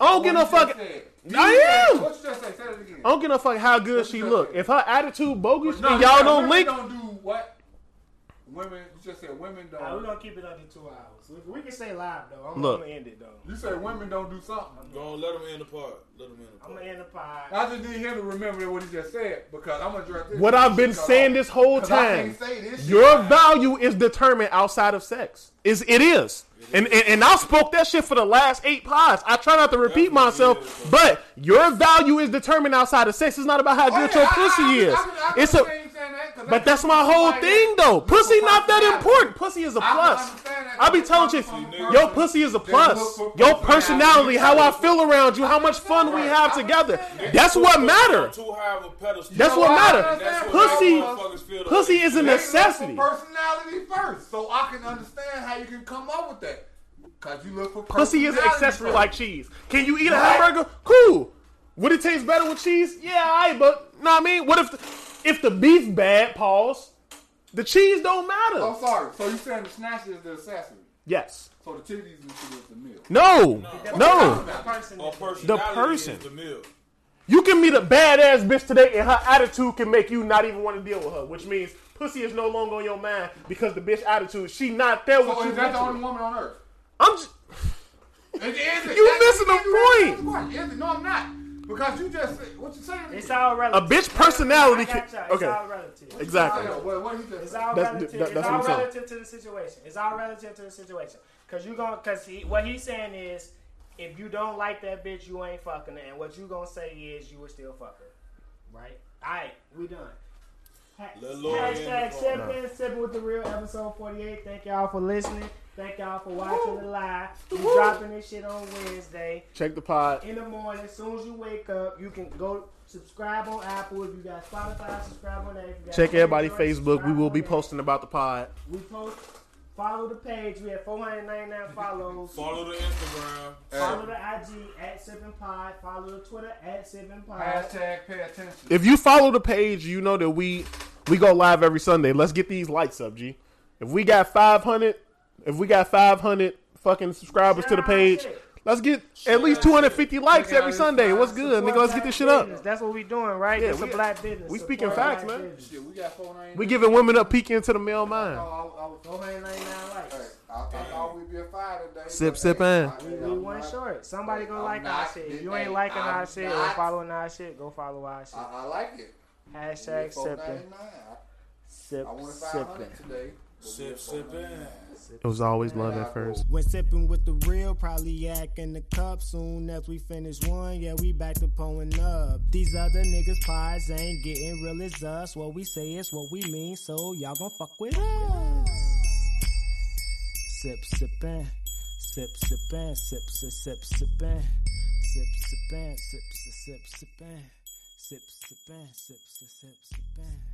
Speaker 5: I don't give no fuck- I am.
Speaker 4: What you just say? Say it again.
Speaker 5: don't give no fuck how good she look. If her attitude bogus
Speaker 4: No,
Speaker 5: and y'all
Speaker 4: women
Speaker 5: don't link,
Speaker 4: Don't do what? Women. You just said women
Speaker 3: Nah, we're
Speaker 4: don't.
Speaker 3: gonna keep it under two hours. We, we can stay live though. I'm,
Speaker 5: Look.
Speaker 3: I'm gonna end it though.
Speaker 4: You said women don't do something.
Speaker 6: Go on, let him in the part. Let him in the
Speaker 3: I'm
Speaker 6: part.
Speaker 3: gonna end the pod.
Speaker 4: I just need him to remember what he just said because I'm gonna address this.
Speaker 5: what I've been
Speaker 4: Shit,
Speaker 5: saying this whole
Speaker 4: 'cause I
Speaker 5: time.
Speaker 4: can't say this shit. Oh,
Speaker 5: Your value is determined outside of sex. Is it is. And, and and I spoke that shit for the last eight pods. I try not to repeat
Speaker 6: Definitely
Speaker 5: myself,
Speaker 6: is,
Speaker 5: but your value is determined outside of sex. It's not about how
Speaker 4: Oh,
Speaker 5: good
Speaker 4: yeah,
Speaker 5: your
Speaker 4: I-
Speaker 5: pussy
Speaker 4: I- I-
Speaker 5: is.
Speaker 4: I can- I can
Speaker 5: it's a
Speaker 4: understand you saying that 'cause
Speaker 5: but that's my whole
Speaker 4: somebody
Speaker 5: thing
Speaker 4: that-
Speaker 5: though. Pussy
Speaker 4: Look,
Speaker 5: not that
Speaker 4: personality.
Speaker 5: important. Pussy is a
Speaker 4: I can
Speaker 5: plus.
Speaker 4: understand that 'cause
Speaker 5: I be
Speaker 4: it
Speaker 5: telling
Speaker 4: comes
Speaker 5: chicks,
Speaker 4: from a
Speaker 5: your
Speaker 4: person
Speaker 5: pussy is a
Speaker 4: that
Speaker 5: plus.
Speaker 4: look for
Speaker 5: Your
Speaker 4: personality.
Speaker 5: personality, how I feel around you, how much fun we have together. That's what matter.
Speaker 6: Too high of a pedestal.
Speaker 5: That's
Speaker 4: know
Speaker 5: what
Speaker 4: why I
Speaker 5: matter.
Speaker 4: understand?
Speaker 5: Pussy-
Speaker 6: how motherfuckers feel the
Speaker 5: Pussy
Speaker 6: other
Speaker 5: is a
Speaker 6: shit.
Speaker 4: They look for
Speaker 5: necessity.
Speaker 4: Personality first, so I can understand how you can come up with that. Cause you look for
Speaker 5: Pussy is an
Speaker 4: personality
Speaker 5: accessory
Speaker 4: first.
Speaker 5: like cheese. Can you eat a hamburger? Cool. Would it taste better with cheese? Yeah, I. But know what I mean, what if the, if the beef bad? Pause. The cheese don't matter.
Speaker 4: I'm sorry. So you saying the snatch is the accessory?
Speaker 5: Yes.
Speaker 4: So the titties and shit is the meal.
Speaker 5: No. No.
Speaker 6: A
Speaker 3: Person,
Speaker 6: personality
Speaker 5: The person.
Speaker 6: is the meal.
Speaker 5: You can meet a badass bitch today, and her attitude can make you not even want to deal with her, which means pussy is no longer on your mind because the bitch attitude, she not there with
Speaker 4: So
Speaker 5: you.
Speaker 4: is that the
Speaker 5: mentally.
Speaker 4: only woman on earth?
Speaker 5: I'm just,
Speaker 4: Is, is it,
Speaker 5: You
Speaker 4: that's-
Speaker 5: missing the
Speaker 4: that's really
Speaker 5: point.
Speaker 4: the Is it? No, I'm not. Because you just said, what you saying?
Speaker 3: It's all
Speaker 5: a
Speaker 3: relative.
Speaker 5: bitch personality
Speaker 3: I
Speaker 5: can.
Speaker 3: got y'all. It's
Speaker 5: Okay,
Speaker 3: all relative.
Speaker 5: exactly.
Speaker 4: Yeah, what, what he just
Speaker 3: It's
Speaker 4: said.
Speaker 3: all
Speaker 5: That's-
Speaker 3: relative.
Speaker 5: that- that's
Speaker 3: it's
Speaker 5: what I'm
Speaker 3: all
Speaker 5: saying.
Speaker 3: relative to the situation. It's all relative to the situation. Cause you gonna, cause he, what he's saying is, if you don't like that bitch, you ain't fucking her. And what you gonna say is, you were still fucking, right? All right, we done. Ha-
Speaker 6: Let Lord
Speaker 3: Hashtag
Speaker 6: end the call.
Speaker 3: sipping, sipping with the real episode forty eight. Thank y'all for listening. Thank y'all for watching the live. We dropping this shit on Wednesday
Speaker 5: Check the pod.
Speaker 3: in the morning, as soon as you wake up, you can go subscribe on Apple. If you got Spotify, subscribe on that. If you got
Speaker 5: Check everybody
Speaker 3: Android,
Speaker 5: Facebook. We
Speaker 3: subscribe
Speaker 5: will
Speaker 3: on
Speaker 5: be
Speaker 3: that.
Speaker 5: posting about the pod.
Speaker 3: We post. Follow the page. We have 499 follows.
Speaker 6: Follow the Instagram.
Speaker 3: follow the IG at Sippin' Pod. Follow the Twitter at Sippin' Pod.
Speaker 4: Hashtag pay attention.
Speaker 5: If you follow the page, you know that we we go live every Sunday. Let's get these lights up, G. If we got 500, if we got 500 fucking subscribers to the page, let's get at least 250 likes every Sunday. What's good, nigga? Let's get this shit up.
Speaker 3: Business. That's what we doing, right?
Speaker 5: Yeah,
Speaker 3: it's
Speaker 5: we-
Speaker 3: a black business.
Speaker 5: we speaking
Speaker 3: Support
Speaker 5: facts,
Speaker 3: black
Speaker 5: man.
Speaker 3: business.
Speaker 4: Shit, we got 499.
Speaker 5: We giving women a peek into the male
Speaker 4: I,
Speaker 5: mind.
Speaker 4: I, I, oh,
Speaker 3: 499 likes.
Speaker 4: I thought we'd be a fire today.
Speaker 5: Sip,
Speaker 4: but,
Speaker 5: sip,
Speaker 4: hey,
Speaker 5: in.
Speaker 4: I-
Speaker 3: We,
Speaker 4: hey,
Speaker 3: we
Speaker 4: I'm
Speaker 3: one
Speaker 4: not-
Speaker 3: short. Somebody go
Speaker 4: I'm
Speaker 3: like
Speaker 4: not-
Speaker 3: our shit. If you
Speaker 4: hey,
Speaker 3: ain't liking
Speaker 4: I'm
Speaker 3: our shit or
Speaker 4: not-
Speaker 3: following our shit, go follow our shit.
Speaker 4: I, I like it.
Speaker 3: Hashtag sipping.
Speaker 4: 499.
Speaker 3: Sip,
Speaker 4: I wanted
Speaker 3: sipping.
Speaker 4: 500 today. but we
Speaker 6: Sip,
Speaker 4: at
Speaker 6: sip
Speaker 4: 499.
Speaker 6: in.
Speaker 5: It was always love at first.
Speaker 2: When sipping with the real, probably yak in the cup. Soon as we finish one, yeah, we back to pulling up. These other niggas' pies ain't getting real as us. What we say is what we mean, so y'all gon' fuck with us. Sip, sippin', sip, sippin', sip, sip, sip, sippin', sip, sippin', sip, sip, sip, sippin', sip, sippin', sip, sip, sip, sippin'.